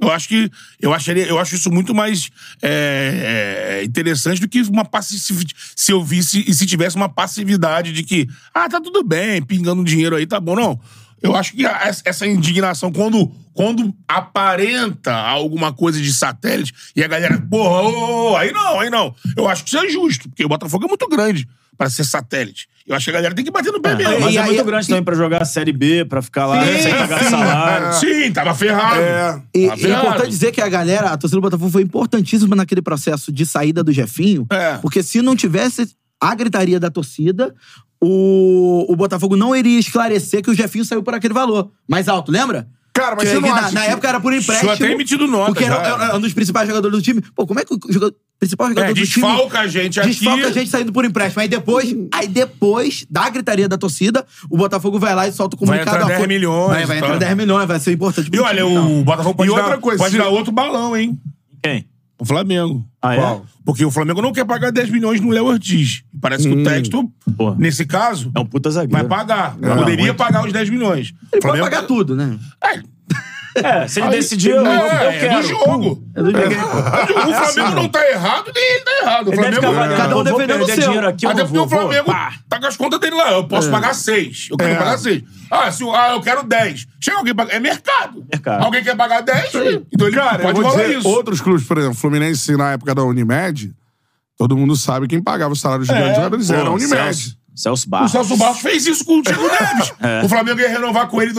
Speaker 2: Eu acho que eu acharia, eu acho isso muito mais é, é, interessante do que uma passividade. Se eu visse e se tivesse uma passividade de que, ah, tá tudo bem, pingando dinheiro aí, tá bom, não. Eu acho que a- essa indignação, quando, quando aparenta alguma coisa de satélite e a galera, porra, ô, ô, ô, aí não, aí não. Eu acho que isso é justo, porque o Botafogo é muito grande pra ser satélite. Eu acho que a galera tem que bater no pé mesmo.
Speaker 4: Mas
Speaker 3: E
Speaker 4: é
Speaker 3: aí-
Speaker 4: muito grande também pra jogar a Série B, pra ficar lá,
Speaker 2: Sim,
Speaker 4: sem pagar
Speaker 2: sim.
Speaker 4: salário.
Speaker 2: Sim, tava ferrado.
Speaker 1: É.
Speaker 3: E,
Speaker 2: Tá
Speaker 3: e é
Speaker 2: ferrado.
Speaker 3: importante dizer que a galera, a torcida do Botafogo foi importantíssima naquele processo de saída do Jefinho,
Speaker 2: É.
Speaker 3: porque se não tivesse a gritaria da torcida, o, o Botafogo não iria esclarecer que o Jefinho saiu por aquele valor mais alto, lembra?
Speaker 1: Cara, mas
Speaker 3: Que-
Speaker 1: você não
Speaker 3: que na,
Speaker 1: acha
Speaker 3: na
Speaker 1: que-
Speaker 3: época era por
Speaker 2: Isso
Speaker 3: empréstimo.
Speaker 2: até emitido nota,
Speaker 3: Porque
Speaker 2: já.
Speaker 3: era, era um dos principais jogadores do time. Pô, como é que o jogador- principal jogador
Speaker 2: É,
Speaker 3: do time...
Speaker 2: desfalca a gente aqui.
Speaker 3: Desfalca a gente saindo por empréstimo. Aí depois,
Speaker 1: Hum.
Speaker 3: aí depois da gritaria da torcida, o Botafogo vai lá e solta o
Speaker 2: Vai
Speaker 3: comunicado.
Speaker 2: entrar
Speaker 3: ó,
Speaker 2: 10
Speaker 3: foi-
Speaker 2: milhões
Speaker 3: Vai, vai
Speaker 2: e
Speaker 3: entrar
Speaker 2: tal.
Speaker 3: 10 milhões, vai ser importante.
Speaker 2: E
Speaker 3: pro
Speaker 2: olha,
Speaker 3: time, tal.
Speaker 2: o Botafogo pode,
Speaker 1: E outra
Speaker 2: dar,
Speaker 1: coisa,
Speaker 2: pode
Speaker 1: se-
Speaker 2: dar outro balão, hein?
Speaker 4: Quem?
Speaker 2: O Flamengo.
Speaker 4: Ah, é?
Speaker 2: Qual? Porque o Flamengo não quer pagar 10 milhões no Léo Ortiz. Parece
Speaker 3: Hum.
Speaker 2: que o texto,
Speaker 4: Porra.
Speaker 2: nesse caso,
Speaker 4: É um puta
Speaker 2: vai
Speaker 4: zagueiro.
Speaker 2: pagar. Poderia pagar os 10 milhões.
Speaker 3: É, Ele pode pagar tudo, né?
Speaker 2: É,
Speaker 4: É, se ele
Speaker 2: Aí-
Speaker 4: decidir, eu,
Speaker 2: é,
Speaker 4: eu
Speaker 2: é
Speaker 4: quero.
Speaker 2: do jogo.
Speaker 4: É do jogo.
Speaker 2: O Flamengo
Speaker 4: assim,
Speaker 2: não tá errado, nem ele tá errado. O
Speaker 4: Ele deve
Speaker 2: Flamengo,
Speaker 4: ficar avaliando,
Speaker 3: Cada um
Speaker 4: né? eu vou
Speaker 3: defendendo o
Speaker 4: perder
Speaker 3: seu.
Speaker 4: dinheiro aqui, eu
Speaker 2: Até
Speaker 4: não
Speaker 2: porque
Speaker 4: vou,
Speaker 2: o Flamengo
Speaker 4: vou. Pá.
Speaker 2: tá com as contas dele lá. Eu posso pagar seis. Eu quero
Speaker 1: É.
Speaker 2: pagar seis. Ah, se, o- ah, eu quero 10. Chega alguém pra, É mercado.
Speaker 4: Mercado.
Speaker 2: Alguém quer pagar 10? Então ele
Speaker 1: Cara,
Speaker 2: pode
Speaker 1: eu vou
Speaker 2: rolar
Speaker 1: dizer,
Speaker 2: isso.
Speaker 1: outros clubes, por exemplo, Fluminense na época da Unimed, todo mundo sabe quem pagava o salário
Speaker 2: É,
Speaker 1: dos grandes jogadores era a
Speaker 4: Pô,
Speaker 1: Unimed.
Speaker 4: Celso, Celso
Speaker 2: O
Speaker 4: Barros.
Speaker 2: Celso Barros fez isso com o Thiago Neves.
Speaker 1: É.
Speaker 2: O Flamengo ia renovar com ele em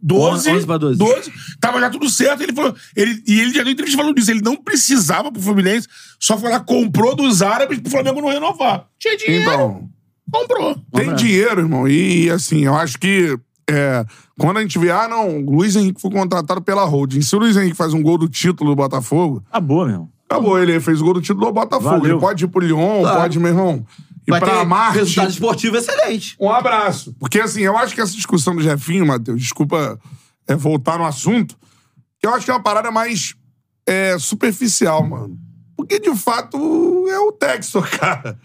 Speaker 2: 2012.
Speaker 3: 11 pra 12.
Speaker 2: 12. Tava já tudo certo. Ele falou, ele, e ele já deu entrevista falando disso. Ele não precisava pro Fluminense, só foi lá, comprou dos árabes pro Flamengo não renovar. Tinha dinheiro,
Speaker 1: Então,
Speaker 2: comprou.
Speaker 1: tem dinheiro, irmão. E, e, assim, eu acho que é, quando a gente vê, ah, não, o Luiz Henrique foi contratado pela holding. Se o Luiz Henrique faz um gol do título do Botafogo,
Speaker 4: Acabou, meu. irmão.
Speaker 1: acabou. Ele fez o gol do título do Botafogo.
Speaker 4: Valeu.
Speaker 1: Ele pode ir pro Lyon,
Speaker 3: Claro.
Speaker 1: pode, meu irmão, ir
Speaker 3: Vai
Speaker 1: pra
Speaker 3: ter
Speaker 1: Marte.
Speaker 3: resultado esportivo excelente.
Speaker 1: Um abraço. Porque, assim, eu acho que essa discussão do Jefinho, Matheus, desculpa é, voltar no assunto, que eu acho que é uma parada mais é, superficial, mano. Porque, de fato, é o Textor, cara.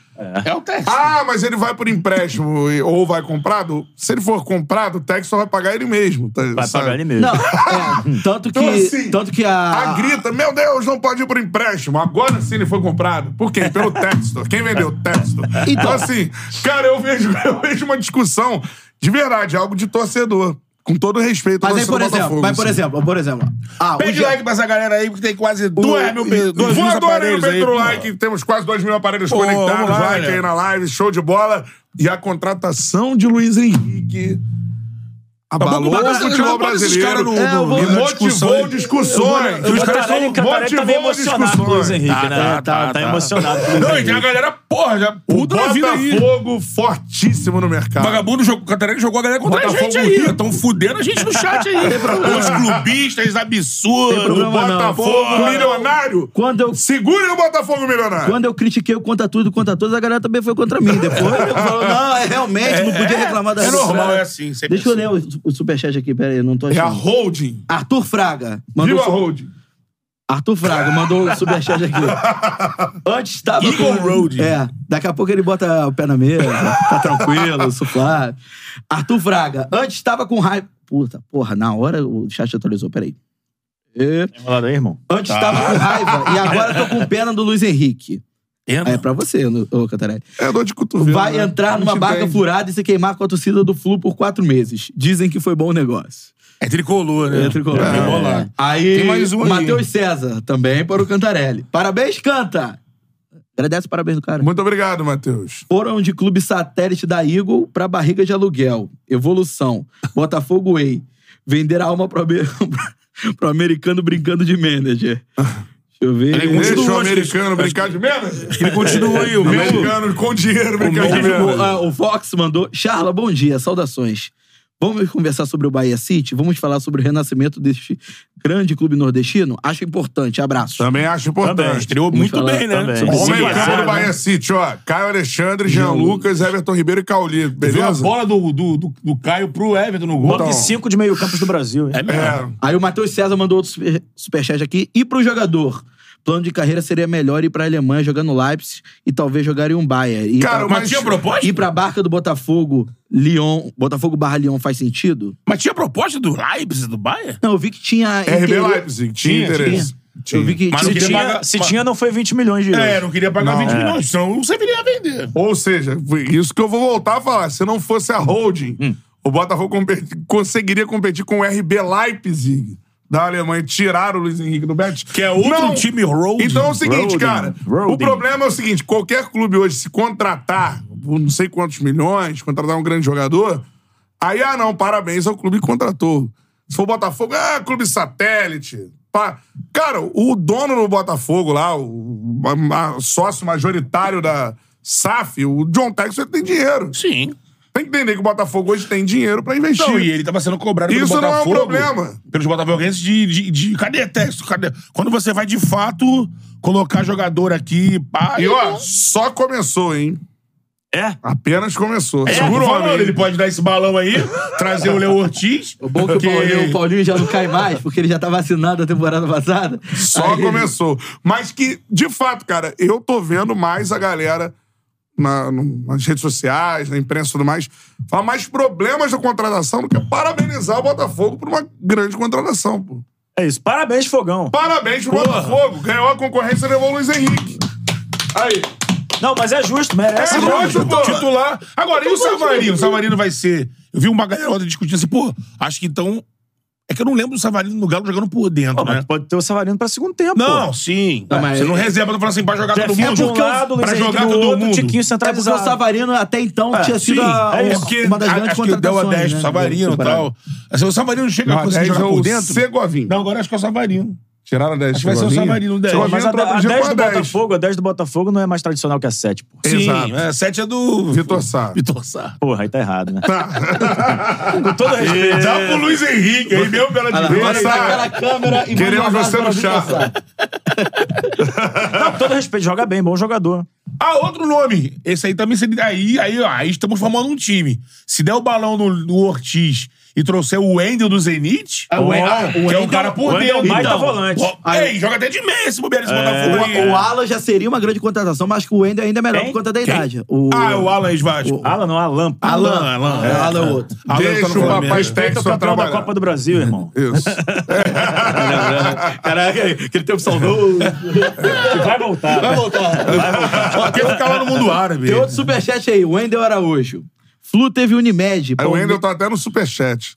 Speaker 2: É o teste.
Speaker 1: Ah, mas ele vai por empréstimo e- ou vai comprado? Se ele for comprado, o Textor vai pagar ele mesmo. Tá,
Speaker 4: Vai
Speaker 1: sabe?
Speaker 4: pagar ele mesmo.
Speaker 3: Não, é, tanto que,
Speaker 1: Então, assim,
Speaker 3: tanto que
Speaker 1: A
Speaker 3: a,
Speaker 1: grita, meu Deus, não pode ir por empréstimo. Agora sim ele foi comprado. Por quem? Pelo Textor. Quem vendeu o Textor? Então, assim, cara, eu vejo, eu vejo uma discussão de verdade, algo de torcedor. Com todo respeito
Speaker 3: Mas
Speaker 1: ao
Speaker 3: aí,
Speaker 1: torcedor
Speaker 3: por
Speaker 1: do
Speaker 3: exemplo,
Speaker 1: Botafogo,
Speaker 3: mas por
Speaker 1: assim.
Speaker 3: exemplo, por exemplo. Ah, o
Speaker 2: Pede
Speaker 3: Jean-
Speaker 2: like pra essa galera aí, porque tem quase 2 mil pe- dois mil
Speaker 1: é, Voador aí no
Speaker 2: aparelhos aí.
Speaker 1: Pedro
Speaker 2: pô.
Speaker 1: Like. Temos quase 2 mil aparelhos
Speaker 2: Pô,
Speaker 1: conectados.
Speaker 2: vamos lá,
Speaker 1: like
Speaker 2: galera.
Speaker 1: aí na live. Show de bola. E a contratação de Luiz Henrique. abalou
Speaker 2: Mas
Speaker 1: o
Speaker 2: Tá, vamos botar-
Speaker 1: futebol
Speaker 2: bota esses
Speaker 1: brasileiro.
Speaker 2: caras no-
Speaker 4: É, eu vou-
Speaker 1: e
Speaker 4: na
Speaker 1: motivou
Speaker 2: discussão.
Speaker 1: discussões.
Speaker 4: Eu
Speaker 2: os caras
Speaker 4: vou Catarina,
Speaker 2: são
Speaker 4: Catarina tá meio
Speaker 1: motivou as
Speaker 4: emocionado com o Luiz
Speaker 1: discussões.
Speaker 4: Henrique, né?
Speaker 2: Tá,
Speaker 4: Tá,
Speaker 2: tá,
Speaker 4: tá,
Speaker 2: tá.
Speaker 4: emocionado com o Luiz
Speaker 2: Não, e tem a
Speaker 4: Henrique.
Speaker 2: galera, porra, já
Speaker 1: O
Speaker 2: puta da vida aí.
Speaker 1: Botafogo fortíssimo no mercado.
Speaker 2: Vagabundo jogou, Catarina jogou a galera contra
Speaker 1: Botafogo
Speaker 2: a gente aí.
Speaker 1: Rio.
Speaker 2: Estão fudendo a gente no chat aí. Os clubistas
Speaker 4: Tem
Speaker 2: absurdos, o
Speaker 4: problema não.
Speaker 2: Botafogo,
Speaker 1: Botafogo
Speaker 2: milionário.
Speaker 1: milionário.
Speaker 3: Quando eu,
Speaker 1: Segura o Botafogo milionário.
Speaker 3: quando eu critiquei o contra tudo, contra todos, a galera também foi contra mim. Depois eu falo, não, é realmente, não podia reclamar da
Speaker 2: É normal,
Speaker 3: arbitragem.
Speaker 2: é assim. sempre
Speaker 3: Deixa eu
Speaker 2: assim.
Speaker 3: ler o, o superchat aqui, peraí, eu não tô
Speaker 1: É a
Speaker 3: achando.
Speaker 1: holding.
Speaker 3: Arthur Fraga. Mandou um
Speaker 1: Viu a
Speaker 3: su-
Speaker 1: holding?
Speaker 3: Arthur Fraga mandou o superchat aqui. Antes estava.
Speaker 2: Eagle Road.
Speaker 3: É. Daqui a pouco ele bota o pé na mesa. Tá tranquilo, suflado. Arthur Fraga. Antes estava com raiva. Puta, porra, na hora o chat atualizou, peraí. É.
Speaker 4: Enrolado aí, irmão?
Speaker 3: Antes
Speaker 2: Ah.
Speaker 3: estava com raiva e agora tô com pena do Luiz Henrique.
Speaker 2: Pena?
Speaker 3: É pra você, no- ô Cantarelli.
Speaker 1: É dor de cotovelo.
Speaker 3: Vai
Speaker 1: né?
Speaker 3: entrar
Speaker 1: A
Speaker 3: numa
Speaker 1: gente
Speaker 3: barca
Speaker 1: entende.
Speaker 3: furada e se queimar com a torcida do Flu por quatro meses. Dizem que foi bom o negócio.
Speaker 2: É tricolor, né?
Speaker 3: É, tricolor.
Speaker 2: É,
Speaker 3: É.
Speaker 2: bolado.
Speaker 3: Aí,
Speaker 2: Tem mais um aí.
Speaker 3: Matheus César, também para o Cantarelli. Parabéns, Canta! Agradece o parabéns do cara.
Speaker 1: Muito obrigado, Matheus.
Speaker 3: Foram de clube satélite da Eagle para barriga de aluguel. Evolução. Botafogo Way. Vender a alma pro, amer- pro americano brincando de manager. Deixa eu ver.
Speaker 2: Ele é
Speaker 1: Deixa
Speaker 2: continua,
Speaker 1: o americano
Speaker 2: acho que-
Speaker 1: brincar de menos.
Speaker 2: Ele continua aí, o meu.
Speaker 1: Americano com dinheiro brincar de
Speaker 3: O,
Speaker 1: menos.
Speaker 3: ah, o Fox mandou. Charla, bom dia, saudações. Vamos conversar sobre o Bahia City? Vamos falar sobre o renascimento deste grande clube nordestino? Acho importante. Abraço.
Speaker 1: Também acho
Speaker 4: Também.
Speaker 1: importante.
Speaker 2: Estreou muito
Speaker 3: falar
Speaker 2: bem, né?
Speaker 4: também.
Speaker 2: Sobre
Speaker 4: Cinco
Speaker 1: Homem
Speaker 4: a zero,
Speaker 1: cara do
Speaker 4: né?
Speaker 1: Bahia City, ó. Caio Alexandre, Jean Lucas, Everton Ribeiro e Cauli,
Speaker 2: Viu a
Speaker 1: beleza?
Speaker 2: bola do, do, do, do Caio pro Everton no gol.
Speaker 4: Top 5 de meio campos do Brasil, hein?
Speaker 1: É.
Speaker 3: Aí o Matheus César mandou outro super, superchat aqui. E pro jogador? Plano de carreira seria melhor ir pra Alemanha jogar no Leipzig e talvez jogar em um Bayern. Ir
Speaker 1: Cara,
Speaker 3: pra,
Speaker 2: Mas tinha proposta?
Speaker 3: ir pra barca do Botafogo, Lyon, Botafogo barra Lyon faz sentido?
Speaker 2: Mas tinha proposta do Leipzig, do Bayern?
Speaker 3: Não, eu vi que tinha...
Speaker 1: RB
Speaker 3: interesse-
Speaker 1: É Leipzig, tinha
Speaker 4: Tinha,
Speaker 1: interesse. Tinha.
Speaker 3: Eu vi que
Speaker 2: Mas
Speaker 4: Se
Speaker 2: não
Speaker 3: tinha...
Speaker 2: queria
Speaker 4: tinha,
Speaker 2: pagar-
Speaker 4: se tinha, não foi 20 milhões de euros.
Speaker 2: É, não queria pagar
Speaker 1: Não.
Speaker 2: 20
Speaker 1: É.
Speaker 2: milhões, senão você viria a vender.
Speaker 1: Ou seja, foi isso que eu vou voltar a falar. Se não fosse a holding,
Speaker 2: Hum.
Speaker 1: o Botafogo compe- conseguiria competir com o RB Leipzig da Alemanha. Tiraram o Luiz Henrique do Betis.
Speaker 2: Que é outro time road.
Speaker 1: Então é o seguinte,
Speaker 4: Roading.
Speaker 1: cara. O
Speaker 4: Roading.
Speaker 1: problema é o seguinte. Qualquer clube hoje, se contratar por não sei quantos milhões, contratar um grande jogador, aí, ah, não, parabéns ao clube que contratou. Se for Botafogo, ah, clube satélite. Pá. Cara, o dono do Botafogo lá, o a- a- sócio majoritário da SAF, o John Tex, ele tem dinheiro.
Speaker 2: Sim.
Speaker 1: Tem que entender que o Botafogo hoje tem dinheiro pra investir.
Speaker 2: Não, e ele tava sendo cobrado pelo
Speaker 1: Isso não é um
Speaker 2: Botafogo.
Speaker 1: problema.
Speaker 2: Pelos botafoguenses de, de, de- Cadê texto? Cadê? Quando você vai, de fato, colocar jogador aqui, pá...
Speaker 1: E ó,
Speaker 2: não-
Speaker 1: só começou, hein?
Speaker 4: É?
Speaker 1: Apenas começou.
Speaker 2: É,
Speaker 1: Segura o
Speaker 2: falando,
Speaker 1: homem. hein?
Speaker 2: ele pode dar esse balão aí, trazer o Léo Ortiz.
Speaker 3: O bom que o
Speaker 4: é
Speaker 3: Paulinho, o Paulinho já não cai mais, porque ele já tá vacinado a temporada passada.
Speaker 1: Só
Speaker 3: Aí-
Speaker 1: começou. Mas que, de fato, cara, eu tô vendo mais a galera na- no- nas redes sociais, na imprensa e tudo mais, falar mais problemas da contratação do que parabenizar o Botafogo por uma grande contratação, pô.
Speaker 4: É isso. Parabéns, Fogão.
Speaker 1: Parabéns pro Botafogo, ganhou a concorrência e levou o Luiz Henrique. Aí,
Speaker 4: Não, mas é justo, merece.
Speaker 1: É
Speaker 4: mesmo.
Speaker 1: justo,
Speaker 2: Lógico, titular. Agora, e o
Speaker 1: um.
Speaker 2: Savarino? O Savarino vai ser. Eu vi uma galera ontem discutindo assim, pô, acho que então. É que eu não lembro do Savarino no Galo jogando por dentro,
Speaker 4: Pô, Ah, mas
Speaker 2: né?
Speaker 4: tu pode ter o Savarino pra segundo tempo.
Speaker 2: Não, sim.
Speaker 3: Não, mas-
Speaker 2: Você não reserva pra falar assim, pra jogar
Speaker 4: pô.
Speaker 2: todo
Speaker 4: Jefinho
Speaker 2: mundo.
Speaker 4: de um lado,
Speaker 2: pra
Speaker 4: Luiz Henrique
Speaker 2: jogar
Speaker 4: do
Speaker 2: todo
Speaker 4: outro,
Speaker 2: mundo.
Speaker 4: Tiquinho
Speaker 3: É porque
Speaker 4: centralizado.
Speaker 3: o Savarino até então
Speaker 4: É,
Speaker 3: tinha sido
Speaker 4: sim,
Speaker 3: a-
Speaker 4: é
Speaker 3: o-
Speaker 4: isso.
Speaker 2: É porque
Speaker 3: uma das
Speaker 2: a-
Speaker 3: grandes
Speaker 2: acho que deu a
Speaker 3: contratações.
Speaker 2: 10 pro
Speaker 3: né,
Speaker 2: Savarino e
Speaker 3: temporada.
Speaker 2: tal. Assim, o Savarino chega a
Speaker 1: não,
Speaker 2: conseguir
Speaker 1: 10 é
Speaker 2: jogar
Speaker 1: o
Speaker 2: por dentro.
Speaker 1: Segovin.
Speaker 2: Não, agora acho que é o Savarino.
Speaker 1: Tiraram a 10.
Speaker 2: Acho que vai ser o
Speaker 1: Segovin.
Speaker 2: Savarino, né? 10.
Speaker 4: Pô,
Speaker 1: Segovin
Speaker 4: mas a,
Speaker 1: entrou outro
Speaker 4: a
Speaker 1: dia
Speaker 4: 10
Speaker 1: com
Speaker 4: do
Speaker 1: a 10.
Speaker 4: Botafogo, a 10 do Botafogo não é mais tradicional que a 7, pô.
Speaker 1: Exato.
Speaker 2: Sim, é, 7 é do.
Speaker 1: Vitor Sá.
Speaker 2: Vitor Sá.
Speaker 4: Porra, aí tá errado, né? Com todo respeito.
Speaker 2: Dá pro Luiz Henrique aí mesmo, pela
Speaker 3: É. Olha lá,
Speaker 1: Vitor
Speaker 3: olha
Speaker 1: Sá.
Speaker 3: lá, aquela câmera e
Speaker 1: Queremos
Speaker 3: manda um abraço
Speaker 1: você no
Speaker 3: pra Vitor
Speaker 1: chat.
Speaker 3: Sá.
Speaker 4: Não, com todo respeito, joga bem, bom jogador.
Speaker 2: Ah, outro nome. Esse aí também seria. Aí, aí, ó, aí estamos formando um time. Se der o balão no, no Ortiz e trouxer o Wendel do Zenit,
Speaker 3: Ah, o Wendel-
Speaker 2: ó,
Speaker 3: o
Speaker 2: que é
Speaker 3: Wendel-
Speaker 2: o cara por
Speaker 4: o Wendel é
Speaker 2: dentro. então.
Speaker 4: um baita volante.
Speaker 2: ó, ei, joga até de meia esse bobeira esse Botafogo aí.
Speaker 3: É. O, o Alan já seria uma grande contratação, mas que o Wendel ainda é melhor
Speaker 4: Quem?
Speaker 3: por conta da
Speaker 2: Quem?
Speaker 3: idade. O,
Speaker 2: Ah, o Alan Esvasco.
Speaker 4: Alan não, Alan.
Speaker 3: Alan.
Speaker 2: Alan,
Speaker 3: É,
Speaker 2: é.
Speaker 3: Alan é o outro.
Speaker 2: Alan
Speaker 1: Deixa
Speaker 2: tá no
Speaker 1: o
Speaker 2: Flamengo.
Speaker 1: papai
Speaker 4: Feito
Speaker 1: Tex
Speaker 4: o
Speaker 1: só
Speaker 4: campeão da
Speaker 1: trabalhar.
Speaker 4: Copa do Brasil, irmão.
Speaker 1: Isso.
Speaker 3: Caraca, aquele tempo salvou.
Speaker 4: Que vai voltar.
Speaker 3: Vai voltar.
Speaker 2: Porque fica lá no mundo árabe.
Speaker 3: Tem outro superchat aí, o Wendel Araújo. Flu teve Unimed. é.
Speaker 1: Aí o
Speaker 3: Palme-
Speaker 1: Wendel tá até no superchat.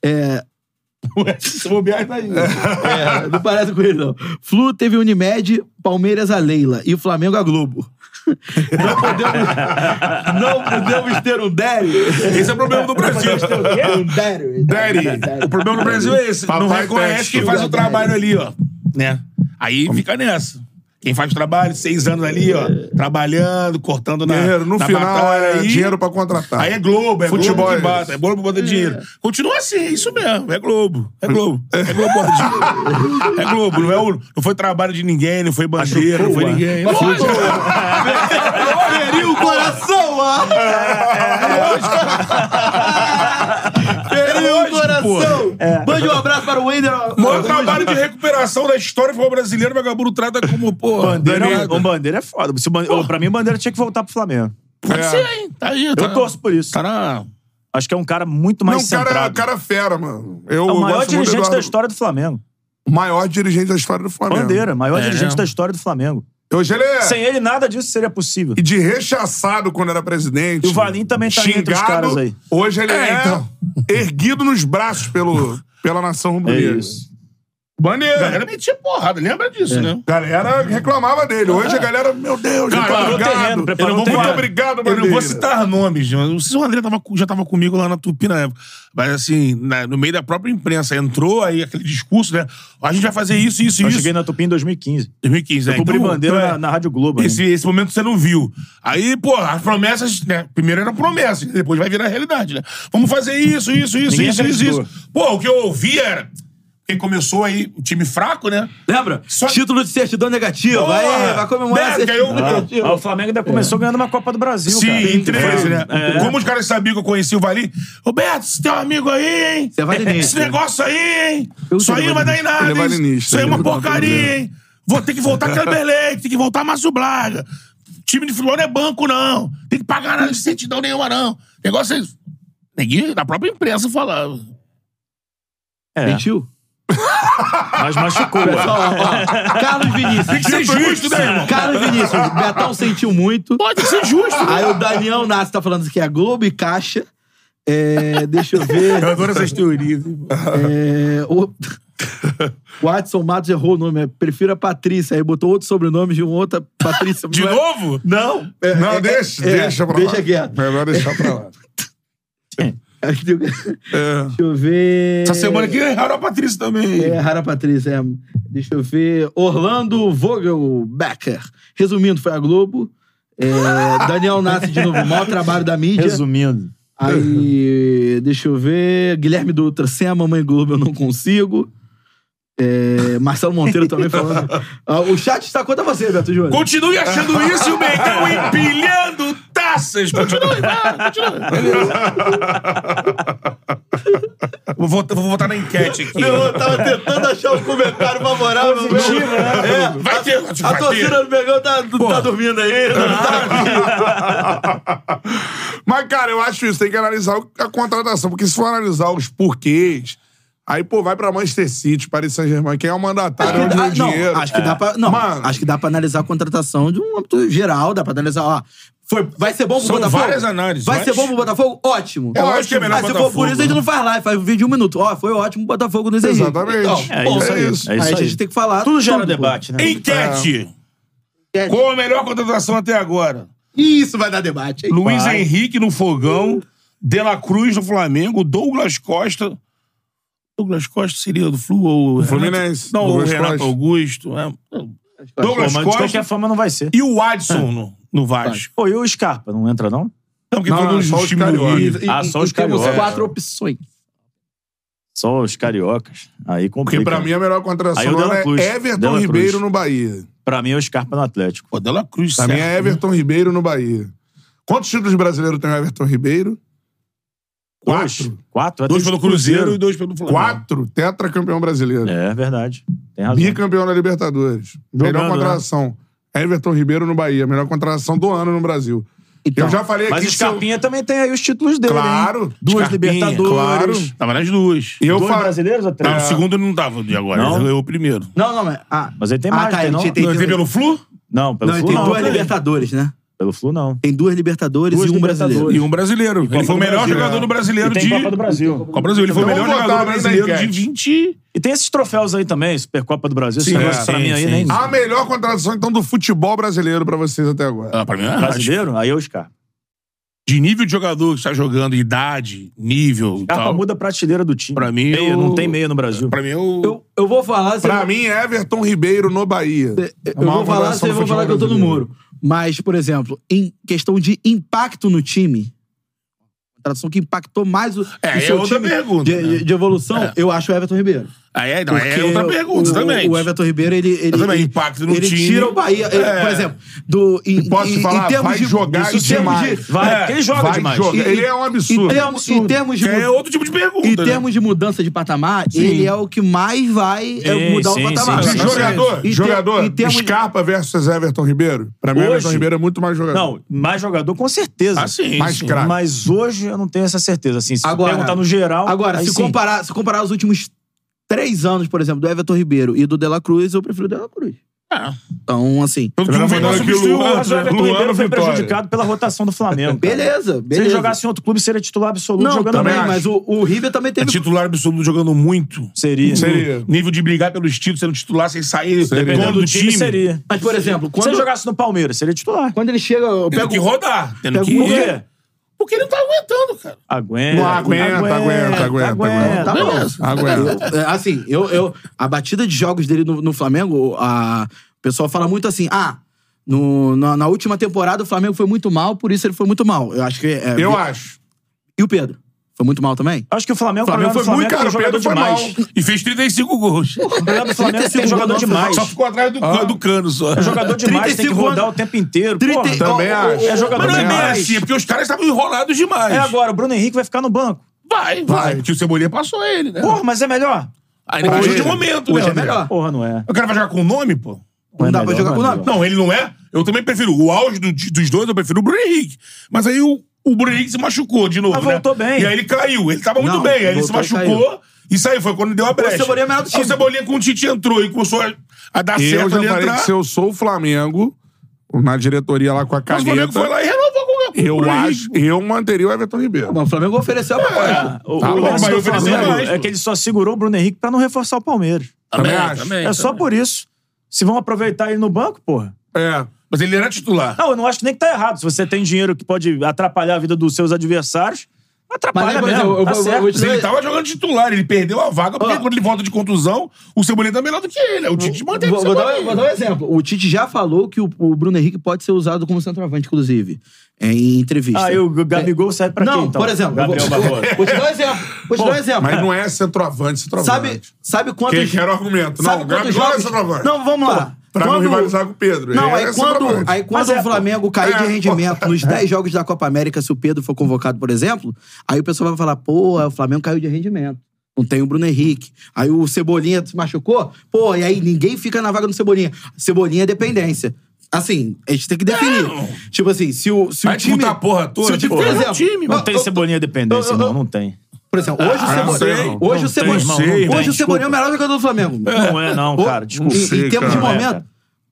Speaker 2: Esse bobeira tá aí.
Speaker 3: É, não parece com ele, não. Flu teve Unimed, Palmeiras a Leila e o Flamengo a Globo. Não podemos, não podemos ter um Derry.
Speaker 2: Esse é o problema do Brasil.
Speaker 3: Um Derry.
Speaker 2: Daddy. O problema do Brasil é esse. não
Speaker 1: Papai
Speaker 2: reconhece
Speaker 1: Texto.
Speaker 2: quem faz o trabalho ali, ó. Né? Aí fica nessa. Quem faz o trabalho, seis anos ali, ó. Trabalhando, cortando na,
Speaker 1: Dinheiro, no
Speaker 2: na
Speaker 1: final
Speaker 2: batalha
Speaker 1: é
Speaker 2: aí.
Speaker 1: dinheiro pra contratar.
Speaker 2: Aí é Globo, é
Speaker 1: Futebol
Speaker 2: Globo
Speaker 1: é
Speaker 2: que bota,
Speaker 1: isso.
Speaker 2: é Globo que bota dinheiro. Continua assim, é isso mesmo, é Globo, é Globo, é Globo que bota dinheiro. É Globo, não, é o, não foi trabalho de ninguém, não foi bandeira, não foi ninguém. Não foi.
Speaker 3: Feriu o coração, ó. é, Feriu o
Speaker 2: lógico,
Speaker 3: coração. Mande um abraço para o Wender. ó.
Speaker 2: Maior trabalho de recuperação da história do futebol brasileiro, o vagabundo trata como, pô...
Speaker 4: Bandeira,
Speaker 2: Danilo.
Speaker 4: o bandeira é foda. Se o Ban- ô, pra mim, o bandeira tinha que voltar pro Flamengo.
Speaker 2: Pode ser, hein? Tá aí, tá,
Speaker 4: Eu torço por isso.
Speaker 2: tá na...
Speaker 4: Acho que é um cara muito mais
Speaker 1: não, cara,
Speaker 4: centrado.
Speaker 1: cara fera, mano. Eu,
Speaker 4: é o
Speaker 1: eu
Speaker 4: maior
Speaker 1: gosto muito do
Speaker 4: dirigente da
Speaker 1: Eduardo-
Speaker 4: história do Flamengo.
Speaker 1: maior dirigente da história do Flamengo.
Speaker 4: Bandeira, maior
Speaker 2: É.
Speaker 4: dirigente da história do Flamengo.
Speaker 1: Hoje ele é
Speaker 4: Sem ele, nada disso seria possível.
Speaker 1: e de rechaçado quando era presidente.
Speaker 4: E o Valim também tá
Speaker 1: xingado,
Speaker 4: entre os caras aí.
Speaker 1: Hoje ele é,
Speaker 2: É, então.
Speaker 1: erguido nos braços pelo, pela nação
Speaker 4: É
Speaker 1: rubro-negra.
Speaker 4: isso.
Speaker 2: A galera metia porrada, lembra
Speaker 4: É.
Speaker 2: disso, né?
Speaker 1: galera reclamava dele. Hoje a galera, meu Deus,
Speaker 2: Cara,
Speaker 1: muito
Speaker 2: preparou
Speaker 1: obrigado.
Speaker 4: terreno, preparou
Speaker 1: Eu não vou-
Speaker 4: terreno.
Speaker 1: Muito obrigado,
Speaker 2: Eu não vou
Speaker 1: Bandeira.
Speaker 2: citar nomes, mas o André tava, com- já tava comigo lá na Tupi na época. Mas assim, na- no meio da própria imprensa, entrou aí aquele discurso, né? A gente vai fazer isso, isso,
Speaker 4: Eu
Speaker 2: isso.
Speaker 4: cheguei na Tupi em 2015.
Speaker 2: 2015, né?
Speaker 4: Eu cobri
Speaker 2: Então,
Speaker 4: bandeira
Speaker 2: então é,
Speaker 4: na, na Rádio Globo. né?
Speaker 2: Esse, esse momento você não viu. Aí, pô, as promessas, né? Primeiro eram promessas, depois vai virar realidade, né? Vamos fazer isso, isso, isso,
Speaker 4: Ninguém
Speaker 2: isso, isso,
Speaker 4: acreditou.
Speaker 2: isso. Pô, o que eu ouvi era. Quem começou aí, o time fraco, né?
Speaker 3: Lembra?
Speaker 2: Só-
Speaker 3: Título de certidão negativa.
Speaker 2: Porra!
Speaker 3: Vai, vai comemorar.
Speaker 2: Né? Que aí eu-
Speaker 3: certidão
Speaker 2: eu-
Speaker 3: É.
Speaker 2: É.
Speaker 3: negativa.
Speaker 4: Ah, o Flamengo ainda começou ganhando uma Copa do Brasil,
Speaker 2: Sim,
Speaker 4: cara.
Speaker 2: em 13,
Speaker 4: Foi-
Speaker 2: né?
Speaker 4: É.
Speaker 2: Como os caras sabiam que eu conheci o Valim? Roberto, você tem um amigo aí, hein?
Speaker 3: Você é valinista.
Speaker 2: Esse negócio aí, hein?
Speaker 3: Eu
Speaker 2: isso
Speaker 3: sei,
Speaker 2: aí não vai dar em nada,
Speaker 1: Ele é
Speaker 2: hein?
Speaker 1: valinista,
Speaker 2: Isso aí é
Speaker 1: ele
Speaker 2: uma
Speaker 1: é valinista.
Speaker 2: porcaria, hein? Vou ter que voltar Kleber Leite, tem que voltar Márcio Braga. Time de futebol não é banco, não. Tem que pagar nada de certidão nenhuma, não. Negócio é... Ninguém, na própria imprensa falava.
Speaker 4: É,
Speaker 3: Mentiu?
Speaker 4: mas machucou.
Speaker 3: Ó,
Speaker 4: né?
Speaker 3: ó, Carlos Vinícius.
Speaker 2: Tem que ser justo, né, irmão?
Speaker 3: Carlos Vinícius, Betão sentiu muito.
Speaker 2: Pode ser justo. né?
Speaker 3: Aí o Daniel Nassi tá falando que é Globo e Caixa. É, deixa eu
Speaker 2: Eu
Speaker 3: ver.
Speaker 2: adoro essas teorias. hein?
Speaker 3: É, o... o Adson Matos errou o nome. é, Prefiro a Patrícia. Aí botou outro sobrenome de uma outra Patrícia.
Speaker 2: De
Speaker 3: Não é-
Speaker 2: novo?
Speaker 3: Não. é-
Speaker 1: Não,
Speaker 3: é-
Speaker 1: deixa,
Speaker 3: é,
Speaker 1: deixa pra lá.
Speaker 3: Deixa quieto.
Speaker 1: Melhor deixar pra lá.
Speaker 3: Deixa
Speaker 1: É.
Speaker 3: eu ver.
Speaker 2: Essa semana aqui erraram a Patrícia também.
Speaker 3: É, Rara Patrícia, é. Deixa eu ver. Orlando Vogelbecker. Resumindo, foi a Globo. É, Daniel Nassi de novo, maior trabalho da mídia.
Speaker 4: Resumindo.
Speaker 3: Aí, deixa eu ver. Guilherme Dutra, sem a Mamãe Globo eu não consigo. É, Marcelo Monteiro também falando. Ah, o chat está contra você, Beto Júnior.
Speaker 2: Continue achando isso e o Mengão empilhando taças. Continue, vai, continue. Vou votar, vou votar na enquete aqui.
Speaker 3: Eu tava tentando achar um comentário favorável.
Speaker 4: Positivo,
Speaker 3: né?
Speaker 2: Vai ter,
Speaker 3: A
Speaker 2: vai ter.
Speaker 3: torcida do Mengão tá, tá dormindo aí. tá.
Speaker 1: Mas, cara, eu acho isso. Tem que analisar o- a contratação. Porque se for analisar os porquês, aí, pô, vai pra Manchester City, Paris Saint-Germain, quem é o mandatário, onde vem o
Speaker 3: Ah, não,
Speaker 1: dinheiro.
Speaker 3: acho que dá pra, não,
Speaker 1: Mano.
Speaker 3: acho que dá pra analisar a contratação de um âmbito geral, dá pra analisar, ó, foi, vai ser bom pro
Speaker 2: São
Speaker 3: Botafogo?
Speaker 2: várias análises,
Speaker 3: Vai
Speaker 2: mas-
Speaker 3: ser bom pro Botafogo? Ótimo.
Speaker 2: Eu acho que é melhor
Speaker 3: Ah, se for
Speaker 2: Botafogo.
Speaker 3: por isso, a gente não faz live, faz um vídeo de um minuto. Ó, foi ótimo o Botafogo no Henrique.
Speaker 1: Exatamente.
Speaker 3: Então,
Speaker 4: É
Speaker 3: bom,
Speaker 4: isso aí.
Speaker 1: é
Speaker 4: É
Speaker 1: isso.
Speaker 4: isso
Speaker 3: aí a gente
Speaker 4: aí.
Speaker 3: tem que falar
Speaker 4: Tudo gera
Speaker 3: pô.
Speaker 4: debate, né?
Speaker 2: Enquete. Qual a melhor contratação até agora?
Speaker 3: Ih, Isso vai dar debate, hein?
Speaker 2: Luiz
Speaker 4: Vai.
Speaker 2: Henrique no Fogão, De La Cruz no Flamengo, Douglas Costa... Douglas Costa seria do Flu ou...
Speaker 1: Fluminense.
Speaker 2: Não, o
Speaker 1: Douglas
Speaker 2: Renato
Speaker 1: Costa.
Speaker 2: Augusto. é.
Speaker 4: Pô,
Speaker 2: Douglas
Speaker 4: mas de
Speaker 2: Costa
Speaker 4: qualquer forma não vai ser.
Speaker 2: e o Adson no, no Vasco.
Speaker 4: Pô, e o Scarpa? Não entra, não?
Speaker 2: Não, porque
Speaker 1: Não,
Speaker 2: foi um
Speaker 1: não,
Speaker 2: dos
Speaker 1: só os
Speaker 2: times do
Speaker 1: cariocas.
Speaker 2: Rio.
Speaker 4: Ah, só
Speaker 3: temos
Speaker 4: os cariocas.
Speaker 3: quatro opções.
Speaker 4: Só os cariocas.
Speaker 1: Porque
Speaker 4: Aí complica.
Speaker 1: pra
Speaker 2: é
Speaker 1: mim a melhor contratação
Speaker 4: Aí o
Speaker 1: do ano
Speaker 4: Dela
Speaker 1: é
Speaker 4: Cruz.
Speaker 1: Everton
Speaker 4: Dela Cruz.
Speaker 1: Ribeiro no Bahia.
Speaker 4: Pra mim é o Scarpa no Atlético.
Speaker 2: Pô, Dela Cruz,
Speaker 1: Pra mim é Everton Ribeiro no Bahia. Quantos títulos brasileiros tem o Everton Ribeiro? Quatro.
Speaker 4: Dois? Quatro? É
Speaker 2: Dois pelo Cruzeiro e
Speaker 4: e
Speaker 2: dois
Speaker 4: dois.
Speaker 2: pelo Flamengo.
Speaker 1: Quatro. Tetracampeão brasileiro.
Speaker 4: É verdade. Tem razão.
Speaker 1: Bicampeão da Libertadores. melhor
Speaker 4: né?
Speaker 1: contratação. Everton Ribeiro no Bahia. Melhor contratação do ano no Brasil. Eu já falei
Speaker 4: Então, Mas
Speaker 1: aqui.
Speaker 4: o
Speaker 1: que se eu-
Speaker 4: Scarpinha é também tem aí os títulos dele,
Speaker 1: Claro.
Speaker 4: hein? Duas
Speaker 2: Scarpinha,
Speaker 4: Libertadores.
Speaker 1: claro.
Speaker 2: Tava nas duas.
Speaker 1: E eu
Speaker 4: Dois
Speaker 1: falo-
Speaker 4: brasileiros
Speaker 2: é
Speaker 4: ou
Speaker 2: Não,
Speaker 4: três?
Speaker 2: o segundo não tava de agora.
Speaker 4: é. Não?
Speaker 2: Ele ganhou o primeiro.
Speaker 3: Não, não, mas... Ah,
Speaker 4: Mas ele tem
Speaker 3: ah,
Speaker 4: mais,
Speaker 3: tá,
Speaker 4: tem
Speaker 3: ele
Speaker 4: não?
Speaker 3: tinha-
Speaker 2: Não, ele
Speaker 3: tem,
Speaker 2: pelo Flu?
Speaker 4: Não, pelo
Speaker 3: não, ele
Speaker 4: Flu
Speaker 3: tem
Speaker 4: não.
Speaker 3: duas
Speaker 4: peraí.
Speaker 3: Libertadores, né?
Speaker 4: Pelo Flu, não.
Speaker 3: Tem duas Libertadores
Speaker 4: Duas
Speaker 3: e um
Speaker 4: Libertadores.
Speaker 3: brasileiro.
Speaker 1: E um brasileiro.
Speaker 2: Ele foi o
Speaker 4: do
Speaker 2: melhor
Speaker 4: Brasil,
Speaker 2: jogador
Speaker 4: é.
Speaker 2: do brasileiro
Speaker 4: E tem
Speaker 2: de.
Speaker 4: Copa do Brasil.
Speaker 2: Copa do Brasil. Ele foi o
Speaker 1: Então
Speaker 2: melhor
Speaker 1: vamos
Speaker 2: jogador
Speaker 1: votar aí na
Speaker 2: brasileiro de
Speaker 1: enquete.
Speaker 2: 20.
Speaker 4: E tem esses troféus aí também, Supercopa do Brasil.
Speaker 1: Sim,
Speaker 4: esse negócio
Speaker 1: é.
Speaker 4: pra
Speaker 1: Sim,
Speaker 4: mim aí
Speaker 2: sim.
Speaker 4: nem.
Speaker 1: A melhor contratação, então, do futebol brasileiro pra vocês até agora.
Speaker 2: Ah, pra mim é rádio.
Speaker 4: brasileiro? Aí é o Scarpa.
Speaker 2: De nível de jogador que está jogando, idade, nível. e
Speaker 4: Scarpa
Speaker 2: tal,
Speaker 4: Ah, muda a prateleira do time.
Speaker 2: Pra mim,
Speaker 4: Meia,
Speaker 2: eu-
Speaker 4: Não tem meia no Brasil.
Speaker 2: Pra mim, é eu.
Speaker 3: Eu, eu vou falar, você
Speaker 1: Pra mim, Everton Ribeiro no Bahia.
Speaker 3: Eu vou falar, vocês vão falar que eu tô no muro. Mas, por exemplo, em questão de impacto no time, a contratação que impactou mais o,
Speaker 2: É,
Speaker 3: o
Speaker 2: é
Speaker 3: seu
Speaker 2: outra
Speaker 3: time
Speaker 2: pergunta,
Speaker 3: de,
Speaker 2: né?
Speaker 3: de evolução, eu acho o Everton Ribeiro.
Speaker 2: Aí é, não, é
Speaker 3: Porque
Speaker 2: outra pergunta,
Speaker 3: o,
Speaker 2: também.
Speaker 3: O Everton Ribeiro, ele... ele
Speaker 2: Exatamente,
Speaker 3: ele-
Speaker 2: impacto no
Speaker 3: ele
Speaker 2: time.
Speaker 3: tira o Bahia, ele,
Speaker 2: É.
Speaker 3: por exemplo, do, em,
Speaker 1: E posso
Speaker 3: em-
Speaker 1: te
Speaker 3: em
Speaker 1: falar,
Speaker 3: termos
Speaker 1: vai
Speaker 3: de,
Speaker 1: jogar
Speaker 3: isso, em termos
Speaker 1: demais.
Speaker 3: de-
Speaker 4: Vai,
Speaker 2: É,
Speaker 4: quem joga
Speaker 1: Vai
Speaker 4: demais?
Speaker 1: jogar. Ele é um
Speaker 3: em
Speaker 1: absurdo.
Speaker 3: termos, em termos de...
Speaker 2: Que é
Speaker 3: mu-
Speaker 2: outro tipo de pergunta.
Speaker 3: em
Speaker 2: né?
Speaker 3: termos de mudança de patamar, ele é o que mais vai é,
Speaker 4: Sim,
Speaker 3: mudar
Speaker 4: sim,
Speaker 3: o patamar.
Speaker 4: sim,
Speaker 1: De
Speaker 4: sim.
Speaker 1: jogador,
Speaker 3: Em ter-
Speaker 1: jogador,
Speaker 3: em termos de-
Speaker 1: Scarpa versus Everton Ribeiro. Pra mim,
Speaker 4: Hoje-
Speaker 1: Everton Ribeiro é muito mais jogador.
Speaker 4: Não, mais jogador com certeza.
Speaker 2: Ah, sim.
Speaker 1: Mais
Speaker 2: sim.
Speaker 1: craque.
Speaker 4: Mas hoje eu não tenho essa certeza. Assim, se
Speaker 3: Agora-
Speaker 4: perguntar no geral.
Speaker 3: Agora,
Speaker 4: aí
Speaker 3: se
Speaker 4: sim.
Speaker 3: comparar, se comparar os últimos três anos, por exemplo, do Everton Ribeiro e do De La Cruz, eu prefiro o De La Cruz.
Speaker 2: É.
Speaker 3: Então, assim.
Speaker 2: Tanto que um veio pra
Speaker 1: Agora que o
Speaker 2: substituir o
Speaker 1: Luan-
Speaker 2: outro.
Speaker 4: Mas o
Speaker 2: né?
Speaker 4: Everton Ribeiro foi
Speaker 1: Vitória.
Speaker 4: prejudicado pela rotação do Flamengo. cara.
Speaker 3: Beleza,
Speaker 4: Se ele
Speaker 3: beleza.
Speaker 4: jogasse em outro clube, seria titular absoluto
Speaker 3: não,
Speaker 4: jogando
Speaker 3: também,
Speaker 4: mais.
Speaker 3: mas o, o River também
Speaker 2: É
Speaker 3: teve.
Speaker 1: tipo,
Speaker 2: titular absoluto jogando muito.
Speaker 4: Seria.
Speaker 1: Seria.
Speaker 2: Nível de brigar pelos títulos, sendo titular sem sair
Speaker 4: Dependendo
Speaker 2: dono
Speaker 4: do time, seria.
Speaker 3: Mas, por exemplo,
Speaker 4: Se ele
Speaker 3: quando,
Speaker 4: jogasse no Palmeiras, seria titular.
Speaker 3: quando ele chega. Eu
Speaker 2: Tendo
Speaker 3: pego,
Speaker 2: que rodar. Tendo
Speaker 3: pego
Speaker 2: que
Speaker 4: Por
Speaker 3: um-
Speaker 4: quê?
Speaker 2: Porque ele não tá aguentando, cara.
Speaker 4: Aguenta.
Speaker 1: Não, aguenta, aguenta, aguenta,
Speaker 3: tá
Speaker 1: aguenta.
Speaker 3: bom.
Speaker 1: Agora.
Speaker 3: É, assim, eu, eu. A batida de jogos dele no, no Flamengo, a, o pessoal fala muito assim, ah. no- na, na última temporada o Flamengo foi muito mal, por isso ele foi muito mal. Eu acho que. é-
Speaker 1: Eu acho.
Speaker 3: E o Pedro? Foi muito mal também?
Speaker 4: Acho que o Flamengo, o
Speaker 1: Flamengo
Speaker 4: problema do
Speaker 1: foi muito
Speaker 4: Flamengo
Speaker 1: caro,
Speaker 4: é
Speaker 1: o
Speaker 4: que tem
Speaker 1: Pedro foi
Speaker 4: jogador
Speaker 1: mal.
Speaker 4: demais.
Speaker 2: E fez 35 gols.
Speaker 4: O problema do Flamengo é que tem
Speaker 3: 35
Speaker 4: jogador
Speaker 3: gols,
Speaker 4: demais.
Speaker 2: Só ficou atrás do, can- do cano só.
Speaker 4: É jogador demais, tem que
Speaker 3: 35
Speaker 4: rodar o tempo inteiro.
Speaker 3: 30
Speaker 4: Porra,
Speaker 1: Também
Speaker 3: Ó, ó, ó,
Speaker 1: acho.
Speaker 4: é jogador
Speaker 2: Mas não é bem
Speaker 4: demais.
Speaker 2: assim, é porque os caras estavam enrolados demais.
Speaker 4: É agora, o Bruno Henrique vai ficar no banco.
Speaker 2: Vai, vai. Porque o Cebolinha passou ele, né?
Speaker 4: Porra, mas é melhor?
Speaker 2: Aí ele passou
Speaker 1: hoje-
Speaker 2: de momento,
Speaker 3: Hoje
Speaker 2: né,
Speaker 3: é melhor.
Speaker 4: Porra, não é.
Speaker 2: O cara vai jogar com o nome, pô?
Speaker 3: Não dá pra
Speaker 4: melhor,
Speaker 3: jogar com
Speaker 4: não é
Speaker 3: nada.
Speaker 4: melhor.
Speaker 2: Não, ele não é. Eu também prefiro. O auge do- dos dois, eu prefiro o Bruno Henrique. Mas aí o, o Bruno Henrique se machucou de novo.
Speaker 3: Ah,
Speaker 4: Mas
Speaker 2: né?
Speaker 4: voltou bem.
Speaker 2: E aí ele caiu. Ele tava muito
Speaker 3: Não,
Speaker 2: bem. Aí ele se
Speaker 3: voltou e
Speaker 2: machucou. E saiu. Foi quando deu a brecha.
Speaker 3: Cebolinha é melhor do
Speaker 2: Aí
Speaker 3: time.
Speaker 2: o Cebolinha com o Tite entrou e começou a, a dar
Speaker 1: Eu
Speaker 2: certo
Speaker 1: já
Speaker 2: ali
Speaker 1: falei
Speaker 2: entrar.
Speaker 1: que se eu sou o Flamengo, na diretoria lá com a
Speaker 2: Mas o Flamengo foi
Speaker 1: caneta,
Speaker 2: lá e renovou com o com o
Speaker 1: eu
Speaker 2: Bruno
Speaker 1: acho,
Speaker 2: Henrique.
Speaker 1: eu manteria o Everton Ribeiro.
Speaker 3: Mas Tá o Flamengo ofereceu a proposta.
Speaker 4: É, O,
Speaker 1: Tá
Speaker 4: o
Speaker 1: bom,
Speaker 4: lance
Speaker 1: mas
Speaker 4: do
Speaker 1: eu ofereci
Speaker 4: Flamengo
Speaker 2: mais,
Speaker 4: é
Speaker 2: pô.
Speaker 4: que ele só segurou o Bruno Henrique pra não reforçar o Palmeiras.
Speaker 1: Também acho.
Speaker 4: é só por isso. Se vão aproveitar ele no banco, porra.
Speaker 1: É.
Speaker 2: Mas ele era titular.
Speaker 4: Não, eu não acho que nem que tá errado. Se você tem dinheiro que pode atrapalhar a vida dos seus adversários, atrapalha
Speaker 3: Mas aí, por
Speaker 4: mesmo.
Speaker 3: exemplo, eu
Speaker 4: tá
Speaker 3: vou- eu
Speaker 4: certo.
Speaker 3: vou te
Speaker 2: Mas
Speaker 3: dizer-
Speaker 2: ele tava jogando titular, ele perdeu a vaga, porque
Speaker 3: Ó.
Speaker 2: quando ele volta de contusão, o Cebolinha tá melhor do que ele. O Tite
Speaker 4: tá
Speaker 2: manteve o
Speaker 3: Vou, vou dar, vou
Speaker 2: Cebolinha.
Speaker 3: dar um exemplo. O Tite já falou que o, o Bruno Henrique pode ser usado como centroavante, inclusive, é, em entrevista.
Speaker 4: Ah, e o Gabigol serve pra
Speaker 3: Não,
Speaker 4: quem, então?
Speaker 3: por exemplo,
Speaker 4: Gabriel
Speaker 3: eu vou,
Speaker 4: Barbosa.
Speaker 3: vou te dar um exemplo. Vou te dar um exemplo.
Speaker 1: Mas não é centroavante,
Speaker 3: sabe,
Speaker 1: centroavante.
Speaker 3: sabe
Speaker 1: Quem
Speaker 3: quantos...
Speaker 1: quer o argumento?
Speaker 3: sabe
Speaker 1: Não, o
Speaker 3: quantos
Speaker 1: Gabigol é
Speaker 3: jogos-
Speaker 1: centroavante.
Speaker 3: Não, vamos lá.
Speaker 1: Pra
Speaker 3: Quando-
Speaker 1: não rivalizar com o Pedro.
Speaker 3: Não,
Speaker 1: Ele é
Speaker 3: aí quando,
Speaker 1: centroavante.
Speaker 3: aí quando
Speaker 4: Mas é,
Speaker 3: o Flamengo cair
Speaker 1: É,
Speaker 3: de
Speaker 1: pô.
Speaker 3: rendimento nos 10 jogos da Copa América, se o Pedro for convocado, por exemplo, aí o pessoal vai falar, pô, o Flamengo caiu de rendimento. Não tem o Bruno Henrique. Aí o Cebolinha se machucou, pô, e aí ninguém fica na vaga do Cebolinha. Cebolinha é dependência. Assim, a gente tem que definir. Tipo assim, se o, se o
Speaker 2: Vai
Speaker 3: time...
Speaker 2: disputar a porra toda,
Speaker 3: se o time,
Speaker 2: porra.
Speaker 3: por exemplo,
Speaker 2: É um time,
Speaker 4: Não
Speaker 3: eu-
Speaker 4: tem
Speaker 3: eu-
Speaker 4: Cebolinha dependência,
Speaker 3: eu- eu-
Speaker 4: não, não tem.
Speaker 3: Por exemplo, hoje o
Speaker 1: Ah, não
Speaker 3: Cebolinha...
Speaker 1: sei,
Speaker 3: Hoje o
Speaker 4: não
Speaker 3: Cebolinha...
Speaker 4: tem, irmão, não tem,
Speaker 3: Hoje o Cebolinha é o
Speaker 4: desculpa.
Speaker 3: melhor jogador do Flamengo.
Speaker 4: Não é, não, cara. Desculpa.
Speaker 3: Em-
Speaker 1: sei,
Speaker 3: Em termos de
Speaker 4: cara.
Speaker 3: momento...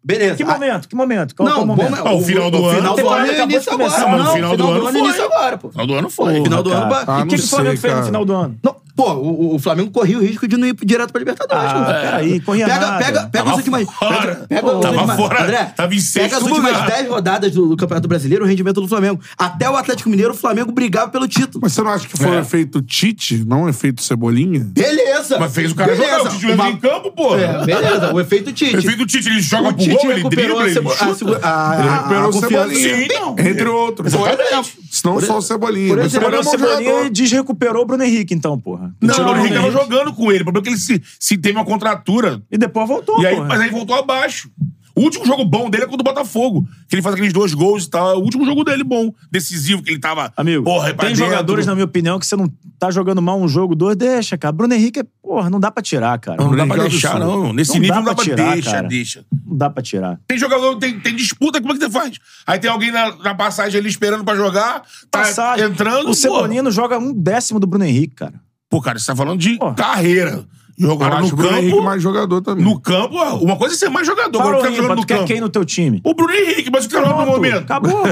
Speaker 3: Beleza.
Speaker 4: Que
Speaker 3: a-
Speaker 4: momento? Que momento? Qual,
Speaker 3: Não,
Speaker 4: qual
Speaker 3: bom,
Speaker 4: momento?
Speaker 3: mas
Speaker 2: Ah, o final do ano.
Speaker 3: Final do
Speaker 4: Temporada
Speaker 3: ano é
Speaker 4: acabou de
Speaker 3: início
Speaker 4: começar,
Speaker 3: agora.
Speaker 4: mas
Speaker 3: Não, final do ano é início agora, pô.
Speaker 2: Final do ano foi.
Speaker 3: Final do ano.
Speaker 2: tá
Speaker 4: Cara.
Speaker 3: ba-
Speaker 1: Ah,
Speaker 4: e o que,
Speaker 1: não
Speaker 4: que o Flamengo
Speaker 1: sei,
Speaker 4: fez no
Speaker 1: cara.
Speaker 4: final do ano?
Speaker 3: Não, pô, o, o Flamengo corria o risco de não ir direto pra Libertadores.
Speaker 4: Ah,
Speaker 3: cara.
Speaker 4: peraí, corria
Speaker 3: pega,
Speaker 4: nada.
Speaker 3: Pega, pega
Speaker 2: Tava
Speaker 3: as últimas...
Speaker 2: fora.
Speaker 3: Pega, pega
Speaker 2: Pô,
Speaker 3: as
Speaker 2: tava
Speaker 3: últimas-
Speaker 2: fora.
Speaker 3: André,
Speaker 2: Tava em
Speaker 3: pega
Speaker 2: sexto
Speaker 3: as últimas
Speaker 2: lugar.
Speaker 3: 10 rodadas do Campeonato Brasileiro, o rendimento do Flamengo. Até o Atlético Mineiro, o Flamengo brigava pelo título.
Speaker 1: Mas você não acha que foi um efeito Tite, não um efeito Cebolinha?
Speaker 3: Beleza!
Speaker 2: Mas fez o cara
Speaker 3: beleza.
Speaker 2: jogar. O Tite entra
Speaker 3: Ma-
Speaker 2: em campo, pô.
Speaker 3: É, beleza, o efeito Tite.
Speaker 2: Ele fez do Tite, ele joga
Speaker 3: o
Speaker 2: pro
Speaker 3: Tite
Speaker 2: gol, ele
Speaker 3: recuperou
Speaker 2: dribla,
Speaker 3: a,
Speaker 2: ele
Speaker 3: segu-
Speaker 4: assim,
Speaker 3: a,
Speaker 2: chuta.
Speaker 3: segu- a,
Speaker 1: Ele
Speaker 3: a-
Speaker 1: recuperou
Speaker 3: a
Speaker 1: o
Speaker 3: confiança.
Speaker 1: Cebolinha.
Speaker 2: Sim, não.
Speaker 1: Entre outros.
Speaker 3: Exatamente.
Speaker 1: Se não só o Cebolinha.
Speaker 3: por
Speaker 1: Mas o
Speaker 3: exemplo,
Speaker 1: Cebolinha é um
Speaker 4: Pegou o
Speaker 1: bom
Speaker 4: Cebolinha
Speaker 1: jogador.
Speaker 4: e desrecuperou o Bruno Henrique, então, porra.
Speaker 2: Não,
Speaker 4: Tirou
Speaker 2: o Henrique tava
Speaker 4: Henrique.
Speaker 2: jogando com ele. O problema é que ele se, se teve uma contratura.
Speaker 4: E depois voltou,
Speaker 2: E aí,
Speaker 4: porra.
Speaker 2: mas aí voltou abaixo. O último jogo bom dele é contra o Botafogo. Que ele faz aqueles dois gols e tal. É o último jogo dele bom. Decisivo, que ele tava.
Speaker 4: Amigo,
Speaker 2: porra, é pra
Speaker 4: tem
Speaker 2: dentro.
Speaker 4: jogadores, na minha opinião, que você não tá jogando mal um jogo, dois, deixa, cara. Bruno Henrique, é, porra, não dá pra tirar, cara.
Speaker 2: Não,
Speaker 4: Não,
Speaker 2: não dá
Speaker 1: Henrique
Speaker 2: pra
Speaker 1: é um
Speaker 2: deixar,
Speaker 1: absurdo.
Speaker 2: não. Nesse
Speaker 4: Não
Speaker 2: nível
Speaker 4: dá
Speaker 2: não dá pra
Speaker 4: pra tirar,
Speaker 2: deixa,
Speaker 4: cara.
Speaker 2: deixa.
Speaker 4: dá pra tirar.
Speaker 2: Tem jogador, tem, tem disputa, como é que você faz? Aí tem alguém na, na passagem ali esperando pra jogar, tá
Speaker 4: Passagem.
Speaker 2: entrando.
Speaker 4: o
Speaker 2: pô.
Speaker 4: Cebolinha não joga um décimo do Bruno Henrique, cara.
Speaker 2: Pô, cara, você tá falando de
Speaker 4: Porra.
Speaker 2: carreira. Jogar
Speaker 1: acho
Speaker 2: no
Speaker 1: o Bruno
Speaker 2: campo.
Speaker 1: Henrique mais jogador também.
Speaker 2: No campo, ó, uma coisa é ser mais jogador.
Speaker 4: Fala,
Speaker 2: Agora, o
Speaker 4: ô,
Speaker 2: cara
Speaker 4: Guimba,
Speaker 2: jogando
Speaker 4: tu
Speaker 2: no
Speaker 4: quer
Speaker 2: campo.
Speaker 4: quem no teu time?
Speaker 2: O Bruno Henrique, mas o que é no
Speaker 4: Pronto,
Speaker 2: momento?
Speaker 4: Acabou.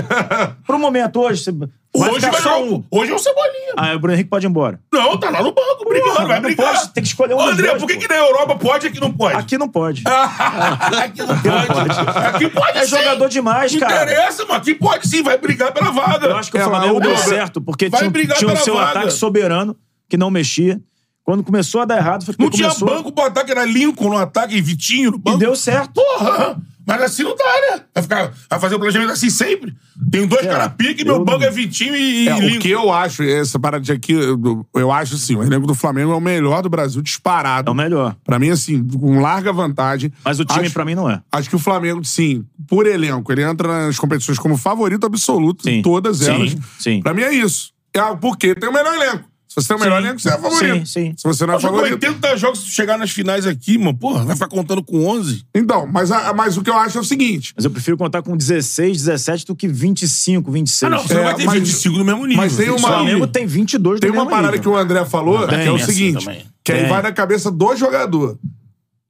Speaker 4: Pro momento, hoje. Você vai
Speaker 2: Hoje,
Speaker 4: ficar
Speaker 2: vai
Speaker 4: só
Speaker 2: jogar um- hoje é o Cebolinha.
Speaker 4: Aí o Bruno Henrique pode ir embora.
Speaker 2: Não, tá lá no banco, brigando,
Speaker 4: Porra,
Speaker 2: vai
Speaker 4: não
Speaker 2: brigar.
Speaker 4: pode, tem que escolher um
Speaker 2: Ô,
Speaker 4: dos
Speaker 2: André,
Speaker 4: dois,
Speaker 2: por que,
Speaker 4: pô.
Speaker 2: que na Europa pode e aqui não pode?
Speaker 4: Aqui não pode.
Speaker 2: aqui não pode. Aqui pode
Speaker 4: É
Speaker 2: sim.
Speaker 4: jogador demais,
Speaker 2: Não
Speaker 4: cara.
Speaker 2: interessa, mano. Aqui pode sim, vai brigar pela vaga.
Speaker 4: Eu acho que o
Speaker 1: É, mas
Speaker 4: Flamengo
Speaker 1: o
Speaker 4: deu
Speaker 1: Bruno-
Speaker 4: certo, porque
Speaker 2: Vai
Speaker 4: tinha, um-
Speaker 2: brigar
Speaker 4: tinha o
Speaker 2: pela
Speaker 4: seu
Speaker 2: vaga.
Speaker 4: ataque soberano, que não mexia. Quando começou a dar errado, foi porque
Speaker 2: Não tinha
Speaker 4: começou...
Speaker 2: banco pro ataque, era Lincoln no ataque e Vitinho no
Speaker 4: E
Speaker 2: banco.
Speaker 4: deu certo.
Speaker 2: Porra! Mas assim não dá, né? Vai, ficar, vai fazer o planejamento assim sempre. Tem dois caras pique, meu
Speaker 4: É, eu
Speaker 2: banco
Speaker 4: não-
Speaker 2: é Vitinho e, e
Speaker 1: É, o
Speaker 2: Lincoln.
Speaker 1: que eu acho, essa parada aqui, eu, eu acho assim, o elenco do Flamengo é o melhor do Brasil disparado.
Speaker 4: É o melhor.
Speaker 1: Pra mim, assim, com larga vantagem.
Speaker 4: Mas o time,
Speaker 1: acho,
Speaker 4: pra mim, não é.
Speaker 1: Acho que o Flamengo, sim, por elenco, ele entra nas competições como favorito absoluto,
Speaker 4: Sim.
Speaker 1: em todas
Speaker 4: Sim,
Speaker 1: elas.
Speaker 4: sim.
Speaker 1: Pra mim é isso. É, ah, porque tem o melhor elenco. Se você tem o melhor
Speaker 4: Sim.
Speaker 1: elenco, você é favorito.
Speaker 4: Sim, sim.
Speaker 1: Se você não é
Speaker 2: Mas jogou
Speaker 1: favorito.
Speaker 2: 80 jogos, se tu chegar nas finais aqui, mano, porra, vai ficar contando com 11?
Speaker 1: Então, mas, a- mas o que eu acho é o seguinte.
Speaker 4: Mas eu prefiro contar com 16, 17 do que 25, 26.
Speaker 2: Ah, não, você
Speaker 1: É,
Speaker 2: não vai ter
Speaker 1: mas-
Speaker 2: 25 no mesmo nível.
Speaker 1: mas tem
Speaker 4: O
Speaker 1: uma-
Speaker 4: Flamengo tem 22 do
Speaker 1: Tem uma
Speaker 4: mesmo
Speaker 1: parada
Speaker 4: nível.
Speaker 1: que o André falou,
Speaker 4: Tem
Speaker 1: que é o
Speaker 2: essa
Speaker 1: seguinte,
Speaker 2: também.
Speaker 1: que aí
Speaker 4: Tem.
Speaker 1: vai na cabeça do jogador.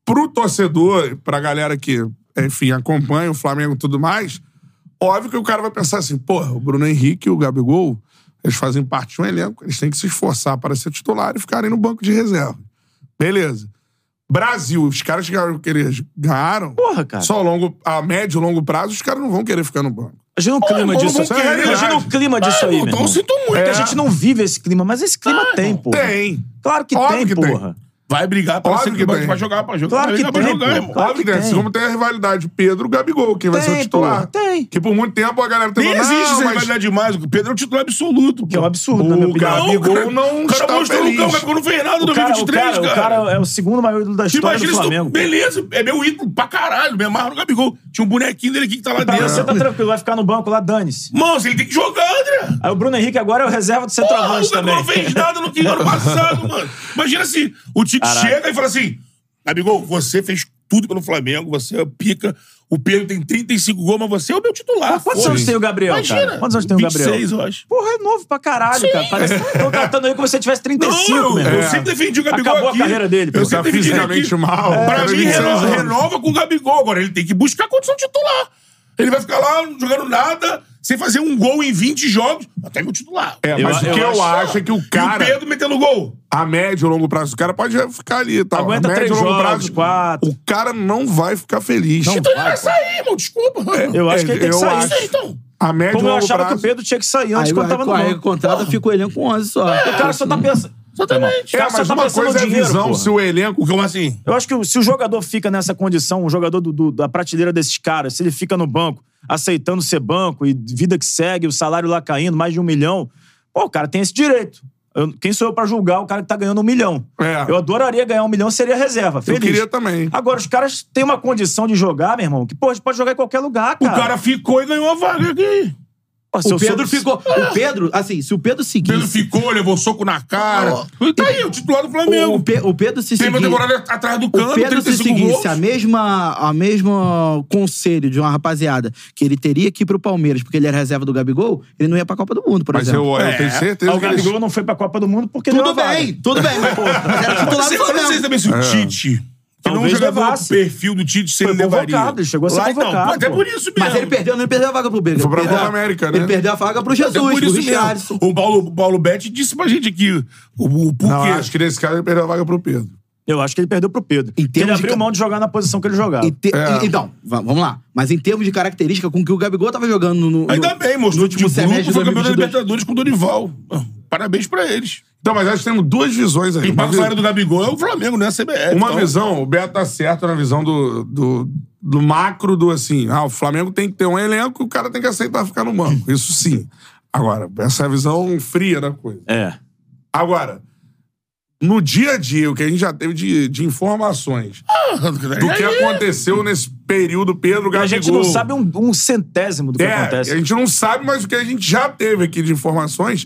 Speaker 1: Pro torcedor, pra galera que, enfim, acompanha o Flamengo e tudo mais, óbvio que o cara vai pensar assim, porra, o Bruno Henrique e o Gabigol, eles fazem parte de um elenco, eles têm que se esforçar para ser titular e ficarem no banco de reserva. Beleza. Brasil, os caras que eles ganharam,
Speaker 4: Porra, cara.
Speaker 1: só ao longo, a médio e longo prazo, os caras não vão querer ficar no banco.
Speaker 4: Imagina o clima
Speaker 1: não
Speaker 4: disso. é
Speaker 1: vão querer,
Speaker 4: Imagina o
Speaker 1: verdade.
Speaker 4: clima disso
Speaker 2: Ah,
Speaker 4: aí,
Speaker 2: irmão,
Speaker 4: meu
Speaker 2: então
Speaker 4: irmão.
Speaker 2: sinto muito.
Speaker 4: É A gente não vive esse clima, mas esse clima tem, porra.
Speaker 1: É. Ah, Tem.
Speaker 4: Claro que
Speaker 1: Óbvio
Speaker 4: tem,
Speaker 1: que tem.
Speaker 4: porra.
Speaker 2: Vai brigar pra
Speaker 1: Óbvio
Speaker 2: ser
Speaker 1: que
Speaker 2: que vai
Speaker 1: tem.
Speaker 2: vai jogar pra jogar.
Speaker 4: Claro
Speaker 2: vai
Speaker 4: que
Speaker 2: jogar pra
Speaker 4: tem,
Speaker 2: jogar,
Speaker 4: pô.
Speaker 2: irmão.
Speaker 4: Claro
Speaker 1: Óbvio
Speaker 4: que
Speaker 1: que tem. Assim
Speaker 4: tem.
Speaker 1: como tem a rivalidade Pedro Gabigol, quem vai ser o
Speaker 4: Tem,
Speaker 1: titular.
Speaker 4: porra, tem.
Speaker 1: Que por muito tempo a galera tem
Speaker 2: Nem
Speaker 1: falado,
Speaker 2: existe essa
Speaker 1: não, mas
Speaker 2: rivalidade demais. O Pedro é o titular absoluto.
Speaker 4: Que é um absurdo, na minha
Speaker 1: o
Speaker 4: opinião.
Speaker 1: Gabigol não
Speaker 2: O cara
Speaker 1: está
Speaker 2: mostrou no
Speaker 1: feliz.
Speaker 2: campo, o Gabigol não fez nada em
Speaker 4: né? O cara, o
Speaker 2: 2023,
Speaker 4: cara-
Speaker 2: cara.
Speaker 4: o cara é o segundo maior ídolo da
Speaker 2: Te
Speaker 4: história do
Speaker 2: Imagina se tu...
Speaker 4: Flamengo.
Speaker 2: Beleza, é meu ídolo pra caralho. Me amarra no Gabigol. Tinha um bonequinho dele aqui que tá lá
Speaker 4: Pra
Speaker 2: dentro.
Speaker 4: você tá tranquilo, vai ficar no banco lá, dane-se.
Speaker 2: Mano, ele tem que jogar, André.
Speaker 4: Aí o Bruno Henrique agora é o reserva do
Speaker 2: Porra, o
Speaker 4: centroavante
Speaker 2: Gabigol não
Speaker 4: também.
Speaker 2: fez nada no que ano passado, mano. Imagina se o Tite chega e fala assim: Gabigol, você fez tudo pelo Flamengo, você é pica. O Pedro tem 35 gols, mas você é o meu titular.
Speaker 4: Quantos
Speaker 2: foda-se.
Speaker 4: anos tem o Gabriel,
Speaker 2: Imagina.
Speaker 4: cara? Quantos anos tem o Gabriel?
Speaker 2: 26, eu acho.
Speaker 4: Porra, é novo pra caralho, cara. Parece que estão tratando aí como se ele tivesse 35,
Speaker 2: Não, eu,
Speaker 4: meu
Speaker 2: eu
Speaker 1: É.
Speaker 4: irmão.
Speaker 2: sempre defendi o Gabigol
Speaker 4: Acabou a
Speaker 2: aqui.
Speaker 4: carreira dele, pô.
Speaker 2: Eu
Speaker 1: Tá
Speaker 2: sempre defendi ele aqui.
Speaker 1: fisicamente mal.
Speaker 2: Pra
Speaker 1: Cara,
Speaker 2: mim,
Speaker 1: 26
Speaker 2: reno-
Speaker 1: anos.
Speaker 2: renova com o Gabigol. Agora, ele tem que buscar a condição titular. Ele vai ficar lá não jogando nada, sem fazer um gol em 20 jogos. Até meu titular.
Speaker 1: É,
Speaker 4: Eu-
Speaker 1: mas
Speaker 4: eu
Speaker 1: o que eu
Speaker 4: acho-
Speaker 1: acho, é que o
Speaker 2: E o
Speaker 1: cara,
Speaker 2: Pedro metendo gol.
Speaker 1: a médio e longo prazo, o cara pode ficar ali e tal.
Speaker 4: Aguenta
Speaker 1: a médio e
Speaker 4: três
Speaker 1: longo
Speaker 4: jogos,
Speaker 1: prazo,
Speaker 4: quatro.
Speaker 1: O cara não vai ficar feliz.
Speaker 2: Então ele vai sair, irmão. Desculpa.
Speaker 4: Eu acho que ele tem que
Speaker 1: É, eu
Speaker 4: sair.
Speaker 1: acho.
Speaker 2: Isso aí, então.
Speaker 1: A médio e
Speaker 4: Como eu
Speaker 1: longo
Speaker 4: achava que
Speaker 1: é prazo...
Speaker 4: o Pedro tinha que sair antes
Speaker 3: Aí, quando
Speaker 4: quando tava no
Speaker 3: aí, aí
Speaker 4: banco.
Speaker 3: contrata, fica o elenco com 11 só.
Speaker 4: O cara só tá pensando.
Speaker 2: Exatamente.
Speaker 4: O
Speaker 1: É,
Speaker 4: cara só
Speaker 1: mas
Speaker 4: tá
Speaker 1: uma
Speaker 4: pensando no
Speaker 1: coisa é a
Speaker 4: dinheiro,
Speaker 1: visão,
Speaker 4: porra.
Speaker 1: se o elenco...
Speaker 2: O que eu assim?
Speaker 4: Eu acho que se o jogador fica nessa condição, o jogador do- do- da prateleira desses caras, se ele fica no banco aceitando ser banco e vida que segue, o salário lá caindo, mais de um milhão, pô, o cara tem esse direito. Eu- quem sou eu pra julgar o cara que tá ganhando um milhão?
Speaker 1: É.
Speaker 4: Eu adoraria ganhar um milhão, seria reserva.
Speaker 1: Eu
Speaker 4: Feliz.
Speaker 1: queria também.
Speaker 4: Agora, os caras têm uma condição de jogar, meu irmão, que, pô, a gente pode jogar em qualquer lugar,
Speaker 2: O
Speaker 4: cara.
Speaker 2: cara ficou e ganhou a vaga aqui.
Speaker 4: Pô, se
Speaker 3: O
Speaker 4: eu sou-
Speaker 3: Pedro ficou. O Pedro, assim, se o Pedro
Speaker 2: O Pedro
Speaker 3: seguisse.
Speaker 2: ficou, levou soco na cara. Tá aí, o titular do
Speaker 3: O,
Speaker 2: Flamengo.
Speaker 3: Pe- o Pedro se
Speaker 2: Tem uma
Speaker 3: seguisse.
Speaker 2: temporada atrás do
Speaker 3: O
Speaker 2: cano,
Speaker 3: Pedro se
Speaker 2: 35 gols.
Speaker 3: seguisse a mesma, a mesma conselho de uma rapaziada que ele teria que ir pro Palmeiras porque ele era reserva do Gabigol, ele não ia pra Copa do Mundo, por
Speaker 1: Mas
Speaker 3: exemplo.
Speaker 1: eu, eu
Speaker 2: É.
Speaker 1: tenho certeza
Speaker 4: Ah, o
Speaker 1: que eles...
Speaker 4: Gabigol não foi pra Copa do Mundo porque é
Speaker 3: Tudo
Speaker 4: deu a
Speaker 3: bem, tudo bem, mas, pô, mas era titular do
Speaker 2: Tá Você não é sei
Speaker 3: Flamengo.
Speaker 2: também se
Speaker 1: É.
Speaker 2: o Tite, que não
Speaker 4: Talvez
Speaker 2: jogava o
Speaker 4: levasse.
Speaker 2: perfil do Tite, se
Speaker 4: Foi
Speaker 2: ele levaria.
Speaker 4: convocado, ele chegou a ser
Speaker 2: Lá, então,
Speaker 4: convocado,
Speaker 2: pô, Até
Speaker 4: pô.
Speaker 2: por isso mesmo.
Speaker 3: Mas ele perdeu, não ele perdeu a vaga pro Bega.
Speaker 1: Foi pra
Speaker 3: Ele perdeu-
Speaker 1: Copa América, né?
Speaker 3: Ele perdeu a vaga pro
Speaker 2: Até
Speaker 3: Jesus,
Speaker 2: por
Speaker 3: pro
Speaker 2: isso
Speaker 3: Richarlison.
Speaker 2: mesmo. O Paulo, o Paulo Betti disse pra gente aqui o, o porquê.
Speaker 1: Não,
Speaker 4: é.
Speaker 1: acho que nesse caso ele perdeu a vaga pro Pedro.
Speaker 4: Eu acho que ele perdeu pro
Speaker 3: Em
Speaker 4: Pedro. Porque Ele
Speaker 3: termos de
Speaker 4: abriu
Speaker 3: ca-
Speaker 4: mão de jogar na posição que ele jogava.
Speaker 3: E te-
Speaker 1: É.
Speaker 3: e- Então, va- vamos lá. Mas em termos de característica, com que o Gabigol tava jogando no. no-
Speaker 2: Ainda bem, mostrou
Speaker 3: no
Speaker 2: que o
Speaker 3: último
Speaker 2: grupo
Speaker 3: semestre de
Speaker 2: foi campeão da
Speaker 3: 2022.
Speaker 2: Libertadores com o Dorival. Parabéns pra eles.
Speaker 1: Então, mas acho que temos duas visões aí.
Speaker 2: Quem
Speaker 1: Uma
Speaker 2: paga o
Speaker 1: vi-
Speaker 2: salário do Gabigol é o Flamengo, não é a CBF.
Speaker 1: Uma
Speaker 2: então.
Speaker 1: visão, o Beto tá certo na visão do, do, do macro do assim, ah, o Flamengo tem que ter um elenco e o cara tem que aceitar ficar no banco. Isso sim. Agora, essa é a visão fria da coisa.
Speaker 4: É.
Speaker 1: Agora, no dia a dia, o que a gente já teve de, de informações
Speaker 2: tá
Speaker 1: do que aconteceu nesse período Pedro
Speaker 4: E
Speaker 1: Gabigol.
Speaker 4: a gente não sabe um, um centésimo do que
Speaker 1: é,
Speaker 4: acontece.
Speaker 1: A gente não sabe, mas o que a gente já teve aqui de informações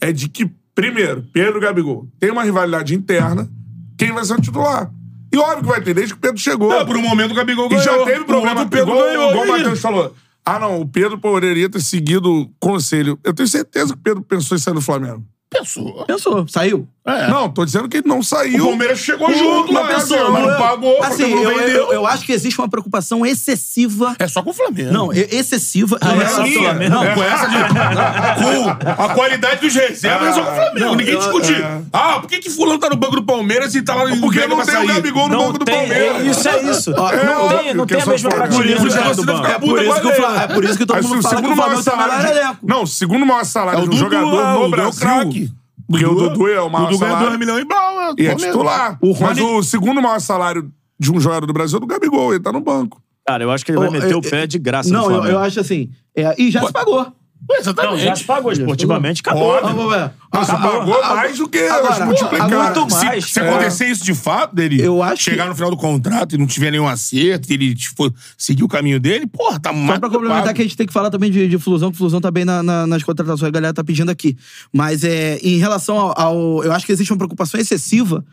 Speaker 1: é de que, primeiro, Pedro e Gabigol tem uma rivalidade interna, quem vai ser o titular? E óbvio que vai ter, desde que o Pedro chegou.
Speaker 2: Não, por um momento o Gabigol
Speaker 1: E
Speaker 2: ganhou.
Speaker 1: já teve problema.
Speaker 2: O Pedro
Speaker 1: igual,
Speaker 2: ganhou.
Speaker 1: Igual o
Speaker 2: e aí?
Speaker 1: Matheus falou.
Speaker 2: é
Speaker 1: Ah, não, o Pedro poderia ter seguido o conselho. Eu tenho certeza que o Pedro pensou em sair do Flamengo.
Speaker 2: Pensou.
Speaker 3: Pensou, saiu.
Speaker 2: É.
Speaker 1: Não, tô dizendo que ele não
Speaker 2: o
Speaker 1: saiu.
Speaker 2: Palmeiras chegou
Speaker 1: o-
Speaker 2: junto,
Speaker 1: mas
Speaker 2: lá,
Speaker 1: pensou,
Speaker 2: agora, mas
Speaker 1: não é-
Speaker 2: não pagou,
Speaker 3: Assim,
Speaker 2: porque não
Speaker 3: eu,
Speaker 2: vendeu.
Speaker 3: eu, eu acho que existe uma preocupação excessiva.
Speaker 2: É só com o Flamengo.
Speaker 3: Não, e- excessiva.
Speaker 4: Ah,
Speaker 3: não,
Speaker 4: é
Speaker 3: é
Speaker 4: só
Speaker 3: só-
Speaker 4: minha.
Speaker 3: não,
Speaker 4: Flamengo.
Speaker 2: Com essa de... com a qualidade dos reservas é só com o Flamengo.
Speaker 3: Não,
Speaker 2: Ninguém
Speaker 3: eu-
Speaker 2: discutir. Ah, por que, que fulano tá no banco do Palmeiras e tá lá no
Speaker 1: é. Porque
Speaker 2: Vega
Speaker 1: não
Speaker 2: pra
Speaker 1: tem o
Speaker 2: sair?
Speaker 1: Gabigol no
Speaker 4: Não
Speaker 1: banco do
Speaker 4: tem-
Speaker 1: Palmeiras.
Speaker 4: é Isso é isso.
Speaker 3: É,
Speaker 4: não tem,
Speaker 1: óbvio
Speaker 4: não
Speaker 1: que
Speaker 4: tem
Speaker 1: é
Speaker 4: a
Speaker 1: só
Speaker 4: mesma
Speaker 1: fora.
Speaker 4: prateleira
Speaker 1: Por isso
Speaker 4: do
Speaker 1: que
Speaker 4: cara
Speaker 1: você fica
Speaker 4: do banco.
Speaker 3: É por,
Speaker 1: Puta,
Speaker 3: isso que o
Speaker 1: valeu.
Speaker 3: Fla- é por isso que todo
Speaker 1: Aí,
Speaker 3: mundo
Speaker 1: o
Speaker 3: fala que o
Speaker 1: segundo maior
Speaker 3: Flamengo tem o melhor
Speaker 1: salário de-
Speaker 3: elenco.
Speaker 1: Não, o segundo maior salário
Speaker 2: tá É o
Speaker 1: de um
Speaker 2: Dudu, é,
Speaker 1: jogador
Speaker 2: o
Speaker 1: no
Speaker 2: Dudu é o
Speaker 1: Brasil.
Speaker 2: craque.
Speaker 1: Porque o Dudu é o maior
Speaker 2: Dudu ganha
Speaker 1: salário.
Speaker 2: 2 milhões e blau. é o
Speaker 1: E é
Speaker 2: Palmeiras.
Speaker 1: titular.
Speaker 4: O
Speaker 1: Mas
Speaker 4: Rony-
Speaker 1: o segundo maior salário de um jogador do Brasil é do Gabigol, ele tá no banco.
Speaker 4: Cara, eu acho que ele vai
Speaker 3: Eu-
Speaker 4: meter
Speaker 3: eu-
Speaker 4: o pé de graça no
Speaker 3: Não, eu,
Speaker 4: Flamengo.
Speaker 3: eu acho assim. é, e já se pagou.
Speaker 4: Não, já se
Speaker 2: Exatamente.
Speaker 4: pagou esportivamente, acabou.
Speaker 3: Ah,
Speaker 4: né?
Speaker 3: ué,
Speaker 1: Ah,
Speaker 3: ah,
Speaker 1: pagou
Speaker 3: ah,
Speaker 1: mais do que
Speaker 3: agora,
Speaker 1: os multiplicados.
Speaker 4: muito mais.
Speaker 2: Se, se
Speaker 4: É.
Speaker 2: acontecer isso de fato dele,
Speaker 3: Eu acho
Speaker 2: chegar
Speaker 3: que-
Speaker 2: no final do contrato e não tiver nenhum acerto, e ele tipo, seguir o caminho dele, porra, tá
Speaker 3: Só
Speaker 2: mais
Speaker 3: pra complementar que a gente tem que falar também de, de Flusão, que Flusão tá bem na- na- nas contratações, a galera tá pedindo aqui. Mas é, em relação ao, ao- Eu acho que existe uma preocupação excessiva.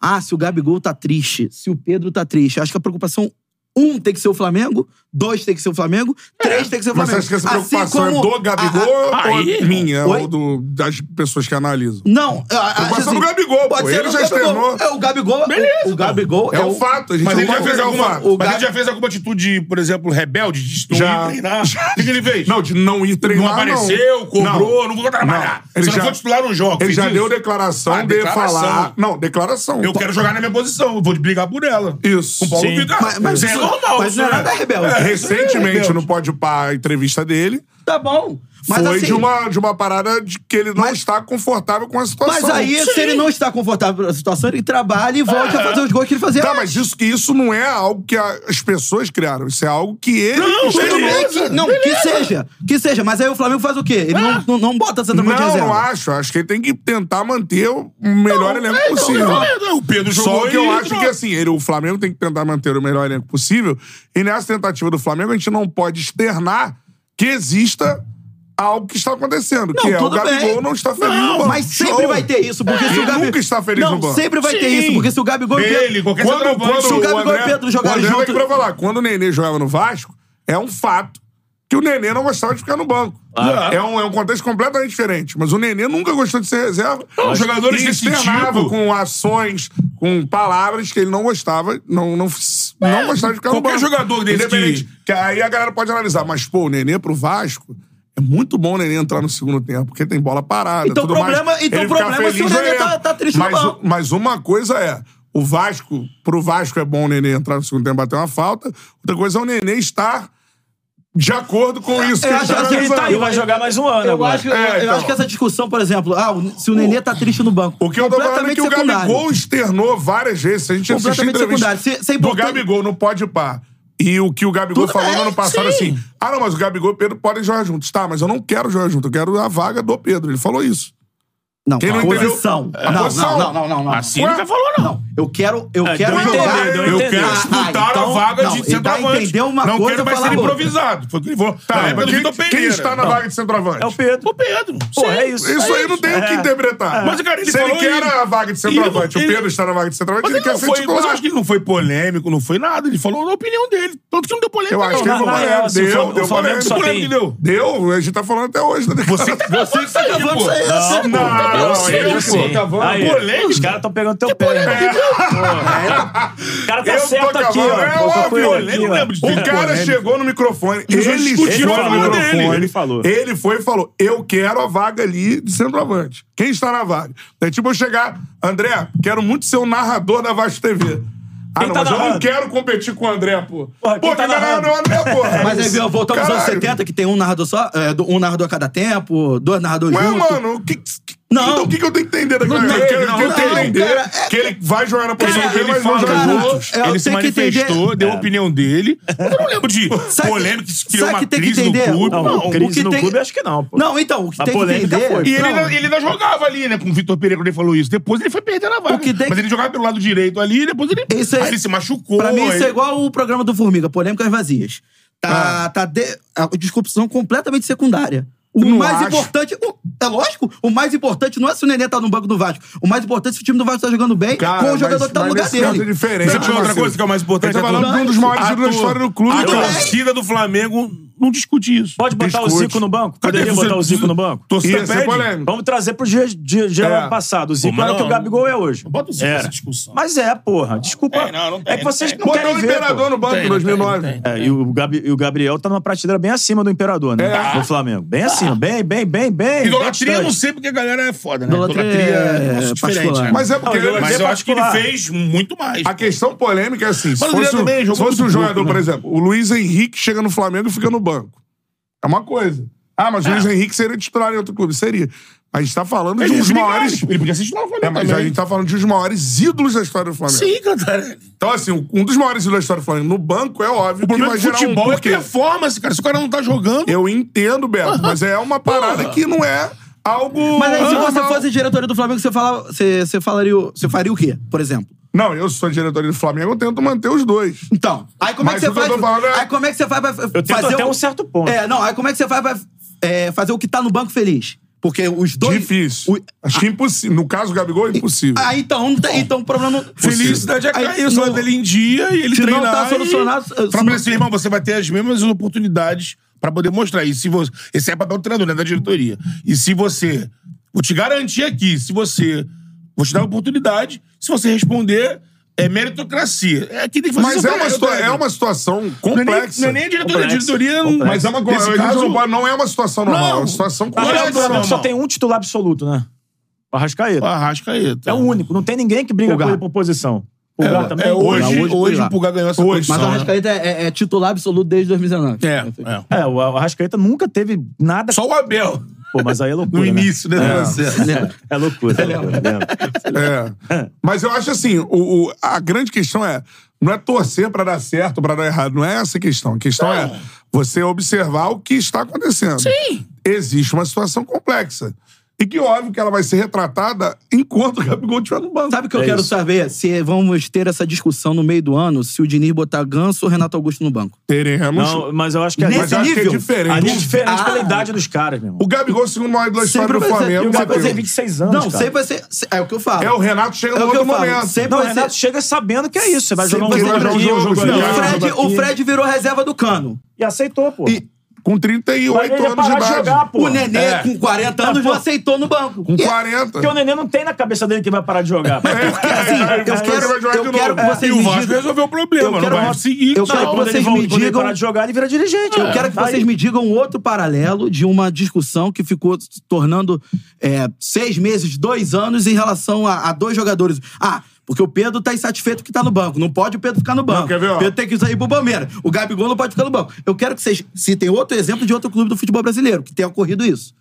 Speaker 3: Ah, se o Gabigol tá triste, se o Pedro tá triste. Eu acho que a preocupação. Um tem que ser o Flamengo, dois tem que ser o Flamengo, três tem que ser o
Speaker 1: Mas
Speaker 3: Flamengo.
Speaker 1: você acha que essa
Speaker 3: Assim
Speaker 1: preocupação
Speaker 3: como-
Speaker 1: é do Gabigol
Speaker 3: a- a-
Speaker 1: ou
Speaker 2: aí-
Speaker 1: minha?
Speaker 3: Oi? Ah,
Speaker 1: Ou do- das pessoas que analisam?
Speaker 3: não, a, a,
Speaker 1: Preocupação do Gabigol, pô, ele
Speaker 3: do
Speaker 1: já externou.
Speaker 3: É o Gabigol. o, o Gabigol
Speaker 1: É
Speaker 3: é
Speaker 1: um
Speaker 3: o-
Speaker 1: fato. A gente
Speaker 2: Mas
Speaker 1: não
Speaker 2: ele já
Speaker 1: pode
Speaker 2: fez
Speaker 1: negar o
Speaker 2: alguma.
Speaker 1: fato.
Speaker 3: o
Speaker 2: mas
Speaker 3: Ga-
Speaker 2: ele já fez alguma atitude, por exemplo, rebelde, de não
Speaker 1: Já.
Speaker 2: ir treinar. O que que ele fez?
Speaker 1: Não, de não ir treinar.
Speaker 2: Não apareceu, cobrou, não, vou trabalhar.
Speaker 1: Não, ele
Speaker 2: Você
Speaker 1: já-
Speaker 2: não foi titular no jogo.
Speaker 1: Ele
Speaker 2: fez
Speaker 1: já
Speaker 2: isso?
Speaker 1: deu declaração
Speaker 2: Ah,
Speaker 1: de
Speaker 2: declaração.
Speaker 1: falar. Não, declaração. Tá.
Speaker 2: Eu quero jogar na minha posição, eu vou brigar por ela.
Speaker 1: Isso.
Speaker 2: Com o Paulo
Speaker 4: Sim.
Speaker 2: Vitor.
Speaker 3: Mas, mas
Speaker 2: isso é
Speaker 3: isso-
Speaker 2: normal. é
Speaker 3: mas não é nada rebelde.
Speaker 1: Recentemente, no Pode Pá, a entrevista dele
Speaker 3: Tá bom. Mas
Speaker 1: foi
Speaker 3: assim,
Speaker 1: de, uma, de uma parada de que ele não
Speaker 3: Mas-
Speaker 1: está confortável com a situação.
Speaker 3: Mas aí, se ele não está confortável na situação, ele trabalha e volta a fazer os gols que ele fazia.
Speaker 1: Tá,
Speaker 3: antes.
Speaker 1: mas isso, que isso não é algo que a- as pessoas criaram. Isso é algo que ele...
Speaker 2: Não,
Speaker 1: está-
Speaker 3: Tudo bem
Speaker 2: beleza,
Speaker 3: que- não, que seja. Que seja. Mas aí o Flamengo faz o quê? Ele não, não, não bota essa
Speaker 1: Ah. não,
Speaker 3: troca de reserva.
Speaker 1: não acho. Acho que ele tem que tentar manter o melhor elenco é
Speaker 2: É, então
Speaker 1: possível.
Speaker 2: O Pedro jogou
Speaker 1: Só que
Speaker 2: e
Speaker 1: eu
Speaker 2: ele
Speaker 1: acho
Speaker 2: entrou.
Speaker 1: que, assim, ele- o Flamengo tem que tentar manter o melhor elenco possível. E nessa tentativa do Flamengo, a gente não pode externar que exista algo que está acontecendo. que é o
Speaker 3: tudo bem.
Speaker 1: Gabigol não está feliz no banco.
Speaker 3: Mas sempre
Speaker 1: Show.
Speaker 3: vai ter isso, porque se
Speaker 1: Ele
Speaker 3: o Gabigol.
Speaker 1: nunca está feliz
Speaker 3: não,
Speaker 1: no banco.
Speaker 3: sempre vai ter
Speaker 2: Sim.
Speaker 3: isso, porque se o Gabigol. e o Pedro-
Speaker 2: Ele, qualquer
Speaker 1: Quando,
Speaker 2: centroavante.
Speaker 1: quando
Speaker 3: Se o Gabigol e
Speaker 1: André-
Speaker 3: o Pedro jogarem
Speaker 1: o André
Speaker 3: junto-
Speaker 1: vai pra falar, quando o Nenê jogava no Vasco, é um fato que o Nenê não gostava de ficar no banco.
Speaker 2: Claro.
Speaker 1: É, um, é um contexto completamente diferente. Mas o Nenê nunca gostou de ser reserva.
Speaker 2: os jogadores
Speaker 1: e
Speaker 2: desse
Speaker 1: externava
Speaker 2: tipo-
Speaker 1: com ações, com palavras que ele não gostava, não, não,
Speaker 3: É,
Speaker 1: não gostava de ficar no banco.
Speaker 2: qualquer jogador desse
Speaker 1: Independente. Que aí a galera pode analisar. Mas, pô, o Nenê pro Vasco... É muito bom o Nenê entrar no segundo tempo, porque tem bola parada.
Speaker 3: Então o
Speaker 1: tudo
Speaker 3: problema-
Speaker 1: mais.
Speaker 3: então
Speaker 1: Ele
Speaker 3: o
Speaker 1: fica
Speaker 3: problema é se
Speaker 1: feliz
Speaker 3: o
Speaker 1: no
Speaker 3: Nenê tá-
Speaker 1: elenco.
Speaker 3: tá triste no
Speaker 1: Mas o-
Speaker 3: banco.
Speaker 1: mas uma coisa é, o Vasco, pro Vasco é bom o Nenê entrar no segundo tempo e bater uma falta. Outra coisa é o Nenê estar de acordo com isso que
Speaker 3: Eu
Speaker 1: ele
Speaker 3: acho
Speaker 1: tá
Speaker 3: que ele tá
Speaker 1: analisando.
Speaker 4: aí, vai jogar mais um ano
Speaker 3: Eu,
Speaker 4: agora.
Speaker 3: acho, que-
Speaker 1: É,
Speaker 3: eu
Speaker 1: então.
Speaker 3: acho que essa discussão, por exemplo, ah, o- se o Nenê tá triste no banco.
Speaker 1: O que eu tô falando é que o
Speaker 3: secundário.
Speaker 1: Gabigol externou várias vezes. Se a gente assistir a
Speaker 3: Completamente
Speaker 1: entrevista
Speaker 3: secundário. Se- se
Speaker 1: do
Speaker 3: é importante-
Speaker 1: Gabigol no Pode Pá e o que o Gabigol
Speaker 3: Tudo
Speaker 1: falou no
Speaker 3: bem,
Speaker 1: ano passado
Speaker 3: sim.
Speaker 1: assim, ah não, mas o Gabigol e o Pedro podem jogar juntos. Tá, mas eu não quero jogar junto, eu quero a vaga do Pedro. Ele falou isso.
Speaker 3: Não,
Speaker 1: Quem não
Speaker 3: a
Speaker 1: entendeu-
Speaker 3: posição.
Speaker 1: É, a
Speaker 3: Não,
Speaker 1: posição.
Speaker 3: não, não, não, não, não.
Speaker 2: Assim
Speaker 1: Ué?
Speaker 2: nunca falou, não.
Speaker 3: Eu quero, eu
Speaker 4: É,
Speaker 3: quero
Speaker 4: deu a
Speaker 3: jogar.
Speaker 4: entender, deu a
Speaker 2: Eu
Speaker 4: entender.
Speaker 2: quero disputar
Speaker 3: então-
Speaker 2: a vaga
Speaker 3: não,
Speaker 2: de
Speaker 3: ele dá a
Speaker 2: centroavante.
Speaker 3: entender uma
Speaker 2: não
Speaker 3: coisa
Speaker 2: quero mais
Speaker 3: falar
Speaker 2: ser
Speaker 3: outra.
Speaker 2: improvisado. Foi o que ele falou.
Speaker 1: Tá,
Speaker 2: Tá, é
Speaker 1: mas
Speaker 2: pelo
Speaker 1: quem,
Speaker 2: Vitor
Speaker 1: quem
Speaker 2: Pereira.
Speaker 1: está na vaga de centroavante?
Speaker 4: É o Pedro.
Speaker 2: O Pedro.
Speaker 4: Pô, é isso.
Speaker 1: Isso aí não tem o que
Speaker 4: É.
Speaker 1: interpretar.
Speaker 2: Mas, cara, ele
Speaker 1: Se ele
Speaker 2: falou
Speaker 1: quer
Speaker 2: ele-
Speaker 1: a vaga de centroavante,
Speaker 2: ele-
Speaker 1: o Pedro está na vaga de centroavante,
Speaker 2: Mas
Speaker 1: ele,
Speaker 2: ele
Speaker 1: quer
Speaker 2: não
Speaker 1: ser
Speaker 2: foi,
Speaker 1: titular.
Speaker 2: mas eu acho que ele não foi polêmico, não foi nada. Ele falou a opinião dele. Tanto que não deu polêmica.
Speaker 1: Eu acho
Speaker 2: não.
Speaker 1: que ele
Speaker 4: na-
Speaker 1: foi
Speaker 4: na real,
Speaker 2: né?
Speaker 1: polêmico.
Speaker 4: assim, o
Speaker 1: Deu,
Speaker 4: Flamengo-
Speaker 1: deu
Speaker 4: o Flamengo
Speaker 1: polêmico.
Speaker 4: só
Speaker 1: Polêmico
Speaker 4: tem-
Speaker 1: que deu. Deu, a gente tá falando até hoje. Né?
Speaker 2: Você que tá falando isso
Speaker 3: Tá
Speaker 2: aqui,
Speaker 3: gravando
Speaker 2: pô.
Speaker 3: isso aí, assim,
Speaker 4: Tipo, Não, pô,
Speaker 1: não,
Speaker 4: eu
Speaker 1: não,
Speaker 4: sei,
Speaker 1: ele
Speaker 4: eu
Speaker 1: que
Speaker 4: sei.
Speaker 3: Tá
Speaker 1: tava-
Speaker 4: Aí,
Speaker 2: Polêmica.
Speaker 4: os caras estão pegando teu pé. Porra. O cara tá
Speaker 1: Eu tô
Speaker 4: certo aqui, ó.
Speaker 1: cavando, é
Speaker 4: Qualquer
Speaker 1: óbvio,
Speaker 4: coisa
Speaker 1: eu
Speaker 4: aqui,
Speaker 2: lembro,
Speaker 4: ó.
Speaker 2: lembro de-
Speaker 1: O
Speaker 2: Ele
Speaker 1: cara
Speaker 2: polêmico.
Speaker 1: chegou no microfone,
Speaker 2: Os
Speaker 1: ele
Speaker 2: outros discutiram
Speaker 1: foi
Speaker 4: a
Speaker 1: no
Speaker 4: vaga
Speaker 1: microfone,
Speaker 4: dele.
Speaker 1: Ele
Speaker 4: Ele
Speaker 1: falou.
Speaker 4: falou.
Speaker 1: Ele foi e falou: Eu quero a vaga ali de centroavante. Quem está na vaga? É tipo eu chegar, André, quero muito ser o narrador da Vasco TV. Ah,
Speaker 4: Quem
Speaker 1: não,
Speaker 4: tá
Speaker 1: mas eu não
Speaker 4: narrando?
Speaker 1: quero competir com o André, pô.
Speaker 4: Porra,
Speaker 1: pô,
Speaker 4: quem tá
Speaker 1: quem
Speaker 4: narrando?
Speaker 1: é o André, porra.
Speaker 3: Mas aí viu, voltamos aos anos
Speaker 1: Caralho.
Speaker 3: 70, que tem um narrador só, é, do- um narrador a cada tempo, dois narradores
Speaker 1: Ué,
Speaker 3: juntos.
Speaker 1: mano, o que, que-
Speaker 3: Não.
Speaker 1: então o que, que eu tenho que entender daquela
Speaker 3: Não,
Speaker 1: Eu quero-
Speaker 3: não,
Speaker 1: eu tenho que
Speaker 3: não,
Speaker 1: entender
Speaker 3: cara, é-
Speaker 1: que ele né? vai jogar na posição
Speaker 3: Cara,
Speaker 1: dele,
Speaker 2: Ele
Speaker 1: mas não
Speaker 2: falou,
Speaker 1: joga
Speaker 3: cara,
Speaker 1: juntos.
Speaker 3: eu
Speaker 2: ele se
Speaker 3: tenho que entender-
Speaker 2: manifestou, deu a opinião dele. Eu não lembro de
Speaker 3: Sabe-
Speaker 2: polêmica que criou
Speaker 3: sabe
Speaker 2: uma
Speaker 3: que tem que
Speaker 2: crise no
Speaker 3: entender?
Speaker 2: clube.
Speaker 4: Não,
Speaker 3: Não, o
Speaker 4: crise
Speaker 3: que
Speaker 4: no
Speaker 3: tem-
Speaker 4: clube acho que não, pô.
Speaker 3: Não, então, o que
Speaker 4: A
Speaker 3: tem que
Speaker 4: polêmica
Speaker 3: entender...
Speaker 4: foi.
Speaker 2: E ele
Speaker 3: Não,
Speaker 2: ainda, ele ainda jogava ali, né? Com o Vitor Pereira, quando ele falou isso. Depois ele foi perdendo a vaga.
Speaker 3: O que tem-
Speaker 2: Mas ele jogava pelo lado direito ali, depois ele.
Speaker 3: Isso aí-
Speaker 2: Aí ele se machucou.
Speaker 3: Pra mim, isso é
Speaker 2: aí-
Speaker 3: igual o programa do Formiga, Polêmicas Vazias.
Speaker 4: Ah.
Speaker 3: Tá, tá de, a discussão completamente secundária. O
Speaker 1: Não
Speaker 3: mais
Speaker 1: acho.
Speaker 3: importante. o- é lógico, o mais importante não é se o Nenê tá no banco do Vasco. O mais importante é se o time do Vasco tá jogando bem
Speaker 1: Cara,
Speaker 3: com o
Speaker 1: mas-
Speaker 3: jogador que tá no
Speaker 1: mas
Speaker 3: lugar
Speaker 1: nesse caso é
Speaker 3: dele.
Speaker 1: diferente.
Speaker 2: Você tinha outra
Speaker 1: Marcelo.
Speaker 2: coisa que é o mais importante.
Speaker 1: Ele tá
Speaker 2: Arthur?
Speaker 1: falando de um dos maiores ídolos da
Speaker 2: Arthur,
Speaker 1: história do clube,
Speaker 2: A
Speaker 1: cara.
Speaker 2: torcida do Flamengo não discute isso.
Speaker 4: Pode botar o
Speaker 1: Biscoito.
Speaker 4: Zico no banco?
Speaker 1: Cadê
Speaker 4: Poderia
Speaker 1: você-
Speaker 4: botar o Zico no banco?
Speaker 1: Torcida
Speaker 2: Ia ser
Speaker 1: pede.
Speaker 2: polêmico.
Speaker 4: Vamos trazer pro dia, dia, dia
Speaker 1: É.
Speaker 4: passado. O Zico
Speaker 2: Pô, mas
Speaker 4: era o que
Speaker 2: não,
Speaker 4: o Gabigol é hoje.
Speaker 2: Bota o Zico
Speaker 4: Era.
Speaker 2: nessa discussão.
Speaker 4: Mas é, porra. Desculpa.
Speaker 2: É, não, não tem,
Speaker 4: que vocês
Speaker 2: não
Speaker 4: não,
Speaker 2: tem.
Speaker 1: Botar
Speaker 4: querem
Speaker 1: o
Speaker 4: ver, pô.
Speaker 1: Imperador no banco
Speaker 2: Tem,
Speaker 1: em
Speaker 2: não tem,
Speaker 1: 2009.
Speaker 2: não tem.
Speaker 4: É, e o, Gabi- e o Gabriel tá numa prateleira bem acima do Imperador, né?
Speaker 1: É.
Speaker 4: Do Flamengo. Bem acima. Bem, bem, bem, bem.
Speaker 2: Idolatria eu
Speaker 4: bem
Speaker 2: não
Speaker 4: distante.
Speaker 2: sei porque a galera é foda, né?
Speaker 3: Idolatria é
Speaker 2: um negócio
Speaker 3: particular.
Speaker 2: diferente. né?
Speaker 1: Mas é porque
Speaker 4: Não, eu-
Speaker 1: ele-
Speaker 2: Mas
Speaker 4: Mas
Speaker 2: eu
Speaker 4: é
Speaker 2: acho que ele
Speaker 4: particular.
Speaker 2: fez muito mais.
Speaker 1: a questão polêmica é assim: se
Speaker 2: Mas o Adriano
Speaker 1: fosse, um-
Speaker 2: também
Speaker 1: se
Speaker 2: jogou
Speaker 1: fosse um
Speaker 2: muito né? pouco,
Speaker 1: jogador, por exemplo, o Luiz Henrique chega no Flamengo e fica no banco. É uma coisa. Ah, mas o Luiz
Speaker 2: É.
Speaker 1: Henrique seria titular em outro clube. Seria. Mas a gente tá falando de
Speaker 2: Ele
Speaker 1: um dos
Speaker 2: podia ser
Speaker 1: maiores.
Speaker 2: ligado, Ele podia assistir no Flamengo
Speaker 1: É, mas
Speaker 2: também.
Speaker 1: a gente tá falando de um dos maiores ídolos da história do Flamengo.
Speaker 2: Sim, Cantarelli.
Speaker 1: Então, assim, um dos maiores ídolos da história do Flamengo no banco é óbvio
Speaker 2: O
Speaker 1: que
Speaker 2: problema
Speaker 1: vai
Speaker 2: do
Speaker 1: gerar
Speaker 2: futebol
Speaker 1: um
Speaker 2: é
Speaker 1: porquê.
Speaker 2: performance, cara. Se o cara não tá jogando...
Speaker 1: Eu entendo, Beto, mas é uma parada que não é algo.
Speaker 3: Mas aí, se
Speaker 1: normal.
Speaker 4: Uhum.
Speaker 3: você fosse diretoria do Flamengo, você, fala, você, você, falaria, o- você faria o quê, por exemplo?
Speaker 1: Não, eu sou diretoria do Flamengo, eu tento manter os dois.
Speaker 3: Então, aí como é
Speaker 1: Mas
Speaker 3: que você
Speaker 1: o que eu
Speaker 3: faz?
Speaker 1: tô falando é-
Speaker 3: Aí como é que você faz pra
Speaker 4: Eu tento
Speaker 3: fazer
Speaker 4: até
Speaker 3: o-
Speaker 4: um certo ponto.
Speaker 3: É, não, aí como é que você faz pra é, fazer o que tá no banco feliz? Porque os dois...
Speaker 1: Difícil.
Speaker 3: o-
Speaker 1: Acho que impossível. No caso, o Gabigol, é impossível.
Speaker 3: Ah, então, não tem, então o problema...
Speaker 2: Felicidade é
Speaker 3: Aí,
Speaker 2: cair, o salário
Speaker 3: não-
Speaker 2: dele em dia e ele
Speaker 3: Se não
Speaker 2: treinar.
Speaker 3: tá solucionado,
Speaker 2: E...
Speaker 3: se-
Speaker 2: Fala pra ele assim, irmão, você vai ter as mesmas oportunidades pra poder mostrar. E se você... Esse é papel do treinador, né? Da diretoria. E se você... Vou te garantir aqui, se você... Vou te dar a oportunidade, se você responder, é meritocracia. É aqui tem que fazer
Speaker 1: mas
Speaker 2: seu
Speaker 1: é uma,
Speaker 2: trabalho,
Speaker 1: situa-
Speaker 2: né?
Speaker 1: é uma situação
Speaker 2: Não é nem-
Speaker 1: complexa.
Speaker 2: Não é nem a diretoria. A
Speaker 4: Complexa.
Speaker 2: diretoria... não-
Speaker 4: Complexa.
Speaker 1: Mas é uma
Speaker 2: Nesse
Speaker 1: coisa.
Speaker 2: caso,
Speaker 1: Não, não é uma situação normal, é uma situação
Speaker 4: Na
Speaker 2: Olha
Speaker 4: real, o
Speaker 1: complexa.
Speaker 2: essa,
Speaker 4: Flamengo só
Speaker 2: irmão.
Speaker 4: tem um titular absoluto, né? O Arrascaeta.
Speaker 2: o Arrascaeta.
Speaker 4: É o único. Não tem ninguém que briga
Speaker 3: Pulgar.
Speaker 4: com ele por posição. Pulgar também.
Speaker 2: É,
Speaker 4: Pulgar.
Speaker 2: hoje,
Speaker 3: hoje,
Speaker 2: hoje,
Speaker 3: Pulgar.
Speaker 2: o Pulgar ganhou essa
Speaker 1: Hoje.
Speaker 2: hoje,
Speaker 3: Mas o Arrascaeta é, é- é titular absoluto desde 2019.
Speaker 2: né? É, é.
Speaker 4: É, o Arrascaeta nunca teve nada.
Speaker 2: Só o Abel,
Speaker 4: Pô, mas aí é
Speaker 2: no
Speaker 4: loucura. né?
Speaker 2: início, né? processo.
Speaker 4: É loucura. É loucura. lembra?
Speaker 1: É. Mas eu acho assim, o, o- a grande questão é, não é torcer pra dar certo ou pra dar errado, não é essa a questão. A questão é você observar o que está acontecendo. Sim. Existe uma situação complexa. E que óbvio que ela vai ser retratada enquanto o Gabigol estiver no banco.
Speaker 3: Sabe o que eu
Speaker 4: É
Speaker 3: quero
Speaker 4: isso.
Speaker 3: saber? Se vamos ter essa discussão no meio do ano, se o Diniz botar Ganso ou Renato Augusto no banco.
Speaker 1: Teremos.
Speaker 4: Não, mas eu acho que
Speaker 1: mas
Speaker 3: nesse
Speaker 1: eu acho que é
Speaker 3: nível,
Speaker 4: a
Speaker 1: diferente.
Speaker 4: gente é diferente
Speaker 3: Ah.
Speaker 4: pela idade dos caras, meu irmão.
Speaker 1: O Gabigol, segundo maior ídolo da história
Speaker 3: Sempre
Speaker 1: do
Speaker 3: vai ser-
Speaker 1: Flamengo,
Speaker 4: E o Gabigol
Speaker 1: bateu.
Speaker 4: tem 26 anos,
Speaker 3: não,
Speaker 4: cara.
Speaker 3: sempre vai ser... se- É o que eu falo.
Speaker 1: é o Renato chega
Speaker 3: É
Speaker 1: no
Speaker 3: o que
Speaker 1: outro
Speaker 3: eu falo.
Speaker 1: momento.
Speaker 3: Sempre
Speaker 4: Não, o
Speaker 3: vai
Speaker 4: Renato
Speaker 3: ser-
Speaker 4: chega sabendo que é isso. Você vai
Speaker 3: Sempre
Speaker 4: jogar um
Speaker 3: vai
Speaker 4: jogo
Speaker 3: jogar
Speaker 4: aqui,
Speaker 1: um
Speaker 4: um
Speaker 1: jogo,
Speaker 4: jogo
Speaker 1: não,
Speaker 3: O
Speaker 4: ali.
Speaker 1: Cara,
Speaker 3: Fred, o Fred virou reserva do Cano.
Speaker 4: E aceitou, pô.
Speaker 1: E com 38
Speaker 4: Mas ele ia
Speaker 1: anos de
Speaker 4: parar de
Speaker 1: idade.
Speaker 4: jogar, pô.
Speaker 3: O Nenê,
Speaker 1: É.
Speaker 3: com 40 anos,
Speaker 4: Ah, pô.
Speaker 3: já aceitou no banco.
Speaker 1: Com
Speaker 3: E-
Speaker 1: 40.
Speaker 4: Porque o Nenê não tem na cabeça dele que vai parar de jogar. pô.
Speaker 3: assim, eu
Speaker 1: Ele vai jogar
Speaker 3: quero, eu
Speaker 1: de
Speaker 3: quero que
Speaker 1: novo.
Speaker 3: vocês
Speaker 2: E o
Speaker 3: me
Speaker 2: Vasco
Speaker 3: digam...
Speaker 2: resolveu o problema,
Speaker 3: eu
Speaker 2: não
Speaker 3: quero-
Speaker 2: vai assim. conseguir.
Speaker 3: eu
Speaker 2: não.
Speaker 3: quero-
Speaker 4: Não, quando
Speaker 3: vocês
Speaker 4: ele, vol-
Speaker 3: me
Speaker 4: quando ele
Speaker 3: digam-
Speaker 4: parar de jogar, ele vira dirigente.
Speaker 3: Eu quero que
Speaker 1: É.
Speaker 3: vocês me digam outro paralelo de uma discussão que ficou se tornando é, seis meses, dois anos em relação a, a dois jogadores. Ah, porque o Pedro tá insatisfeito que tá no banco. Não pode o Pedro ficar no banco.
Speaker 1: quer ver, ó?
Speaker 3: O Pedro tem que sair pro Palmeiras. O Gabigol não pode ficar no banco. Eu quero que vocês citem outro exemplo de outro clube do futebol brasileiro que tenha ocorrido isso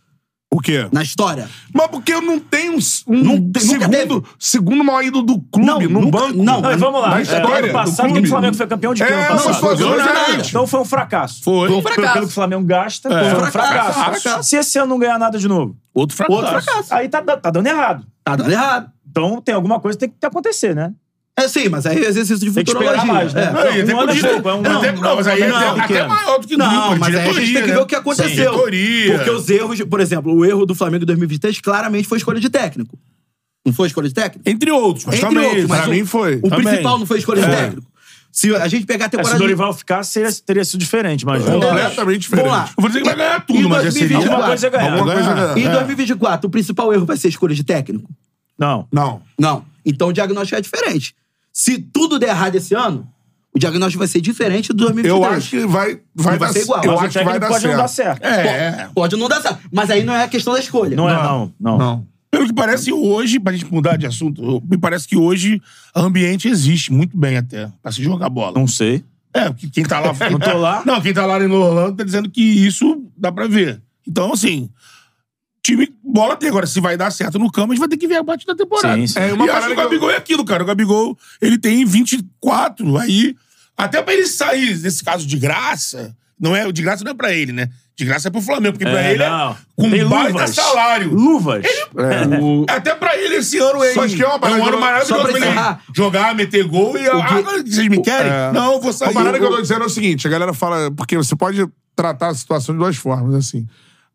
Speaker 1: O quê?
Speaker 3: na história.
Speaker 1: Mas porque eu não tenho um, um
Speaker 3: Não tem- nunca
Speaker 1: segundo, segundo maior ídolo do clube
Speaker 3: Não,
Speaker 1: no
Speaker 3: nunca-
Speaker 1: banco.
Speaker 3: não.
Speaker 4: Não, e vamos lá.
Speaker 1: Na
Speaker 4: É,
Speaker 1: história
Speaker 4: ano
Speaker 1: do
Speaker 4: passado,
Speaker 1: clube.
Speaker 4: o Flamengo foi campeão de quê?
Speaker 1: É,
Speaker 4: ano
Speaker 1: mas
Speaker 4: passado?
Speaker 1: suas
Speaker 2: Não,
Speaker 1: duas
Speaker 2: não, não.
Speaker 1: diferentes.
Speaker 4: Então foi um fracasso.
Speaker 2: Foi.
Speaker 3: Foi um
Speaker 4: Pelo-
Speaker 3: fracasso.
Speaker 4: Pelo que o Flamengo gasta, foi um fracasso.
Speaker 3: Fracasso.
Speaker 4: Se esse ano não ganhar nada de novo,
Speaker 2: Outro fracasso.
Speaker 3: Outro fracasso.
Speaker 4: aí tá, da- tá dando errado.
Speaker 3: Tá dando errado.
Speaker 4: Então tem alguma coisa que tem que acontecer, né?
Speaker 3: É sim, mas aí é exercício de
Speaker 4: Tem que
Speaker 3: futurologia.
Speaker 4: esperar mais, né?
Speaker 3: É.
Speaker 2: Não, e até
Speaker 4: Um
Speaker 2: com
Speaker 4: ano é
Speaker 2: dire-
Speaker 4: pouco, é um-
Speaker 2: até-
Speaker 4: um-
Speaker 2: não, mas
Speaker 4: um
Speaker 2: aí
Speaker 4: ano é
Speaker 2: até,
Speaker 4: pequeno.
Speaker 2: até maior do que
Speaker 3: Não,
Speaker 2: grupo,
Speaker 3: mas aí a
Speaker 1: é
Speaker 3: gente tem que
Speaker 2: diretoria,
Speaker 3: ver o que é
Speaker 2: né?
Speaker 3: aconteceu.
Speaker 2: Diretoria.
Speaker 3: Porque os erros, por exemplo, o erro do Flamengo em 2023 claramente foi escolha de técnico. Não foi escolha de técnico?
Speaker 2: Entre outros, mas
Speaker 3: Entre
Speaker 2: também.
Speaker 3: outros, mas
Speaker 1: pra
Speaker 3: o-
Speaker 1: mim foi.
Speaker 3: O
Speaker 2: Também.
Speaker 3: principal não foi escolha de técnico. Se a gente pegar a
Speaker 4: É, se
Speaker 3: temporada.
Speaker 4: o Dorival ficasse, seria- teria sido diferente, mas.
Speaker 1: Completamente
Speaker 3: Vamos
Speaker 1: diferente.
Speaker 3: lá.
Speaker 2: Eu vou dizer que vai ganhar é tudo,
Speaker 3: Em
Speaker 2: mas esse seria
Speaker 3: 2024.
Speaker 4: Alguma coisa é ganhar.
Speaker 1: Alguma coisa
Speaker 3: Em
Speaker 1: é.
Speaker 3: 2024, o principal erro vai ser escolha de técnico?
Speaker 4: Não.
Speaker 1: Não.
Speaker 3: Não. Então o diagnóstico é diferente. Se tudo der errado esse ano, o diagnóstico vai ser diferente do 2023.
Speaker 1: Eu acho que vai, vai
Speaker 3: Não vai
Speaker 1: dar
Speaker 3: ser igual.
Speaker 1: Eu
Speaker 3: Mas
Speaker 1: acho que vai
Speaker 4: técnico
Speaker 1: dar
Speaker 4: pode não dar
Speaker 1: certo.
Speaker 4: certo.
Speaker 2: É.
Speaker 3: Pode não dar certo. Mas aí não é a questão da escolha.
Speaker 4: Não é, não. Não.
Speaker 1: Não.
Speaker 2: Pelo que parece hoje, pra gente mudar de assunto, eu- me parece que hoje o ambiente existe muito bem até, pra se jogar bola.
Speaker 4: Não sei.
Speaker 2: É, porque quem tá lá.
Speaker 4: Não tô lá.
Speaker 2: Não, quem tá lá no Orlando tá dizendo que isso dá pra ver. Então, assim, time bola tem. Agora, se vai dar certo no campo, a gente vai ter que ver a parte da temporada.
Speaker 4: Sim, sim.
Speaker 1: É,
Speaker 2: E
Speaker 1: uma
Speaker 2: eu acho
Speaker 1: parada
Speaker 2: que o
Speaker 1: que eu-
Speaker 2: Gabigol é aquilo, cara. O Gabigol, ele tem 24, aí. Até pra ele sair, nesse caso, de graça. Não é, de graça não é pra ele, né? De graça é pro Flamengo, porque pra
Speaker 4: É,
Speaker 2: ele
Speaker 4: não.
Speaker 2: é com
Speaker 4: Tem
Speaker 2: baita
Speaker 4: luvas.
Speaker 2: salário.
Speaker 4: Luvas.
Speaker 1: É, o-
Speaker 2: Até pra ele esse ano é,
Speaker 1: Só que é uma
Speaker 2: é
Speaker 1: parada
Speaker 2: um
Speaker 1: que eu-
Speaker 2: ano
Speaker 3: só
Speaker 2: maravilhoso.
Speaker 3: pra
Speaker 2: pra ele
Speaker 3: encerrar.
Speaker 2: Jogar, meter gol e... Ah, vocês me querem?
Speaker 1: é.
Speaker 2: Não, eu vou
Speaker 1: A
Speaker 2: sair.
Speaker 1: parada que eu
Speaker 2: Eu-
Speaker 1: tô dizendo é o seguinte: a galera fala. Porque você pode tratar a situação de duas formas, assim.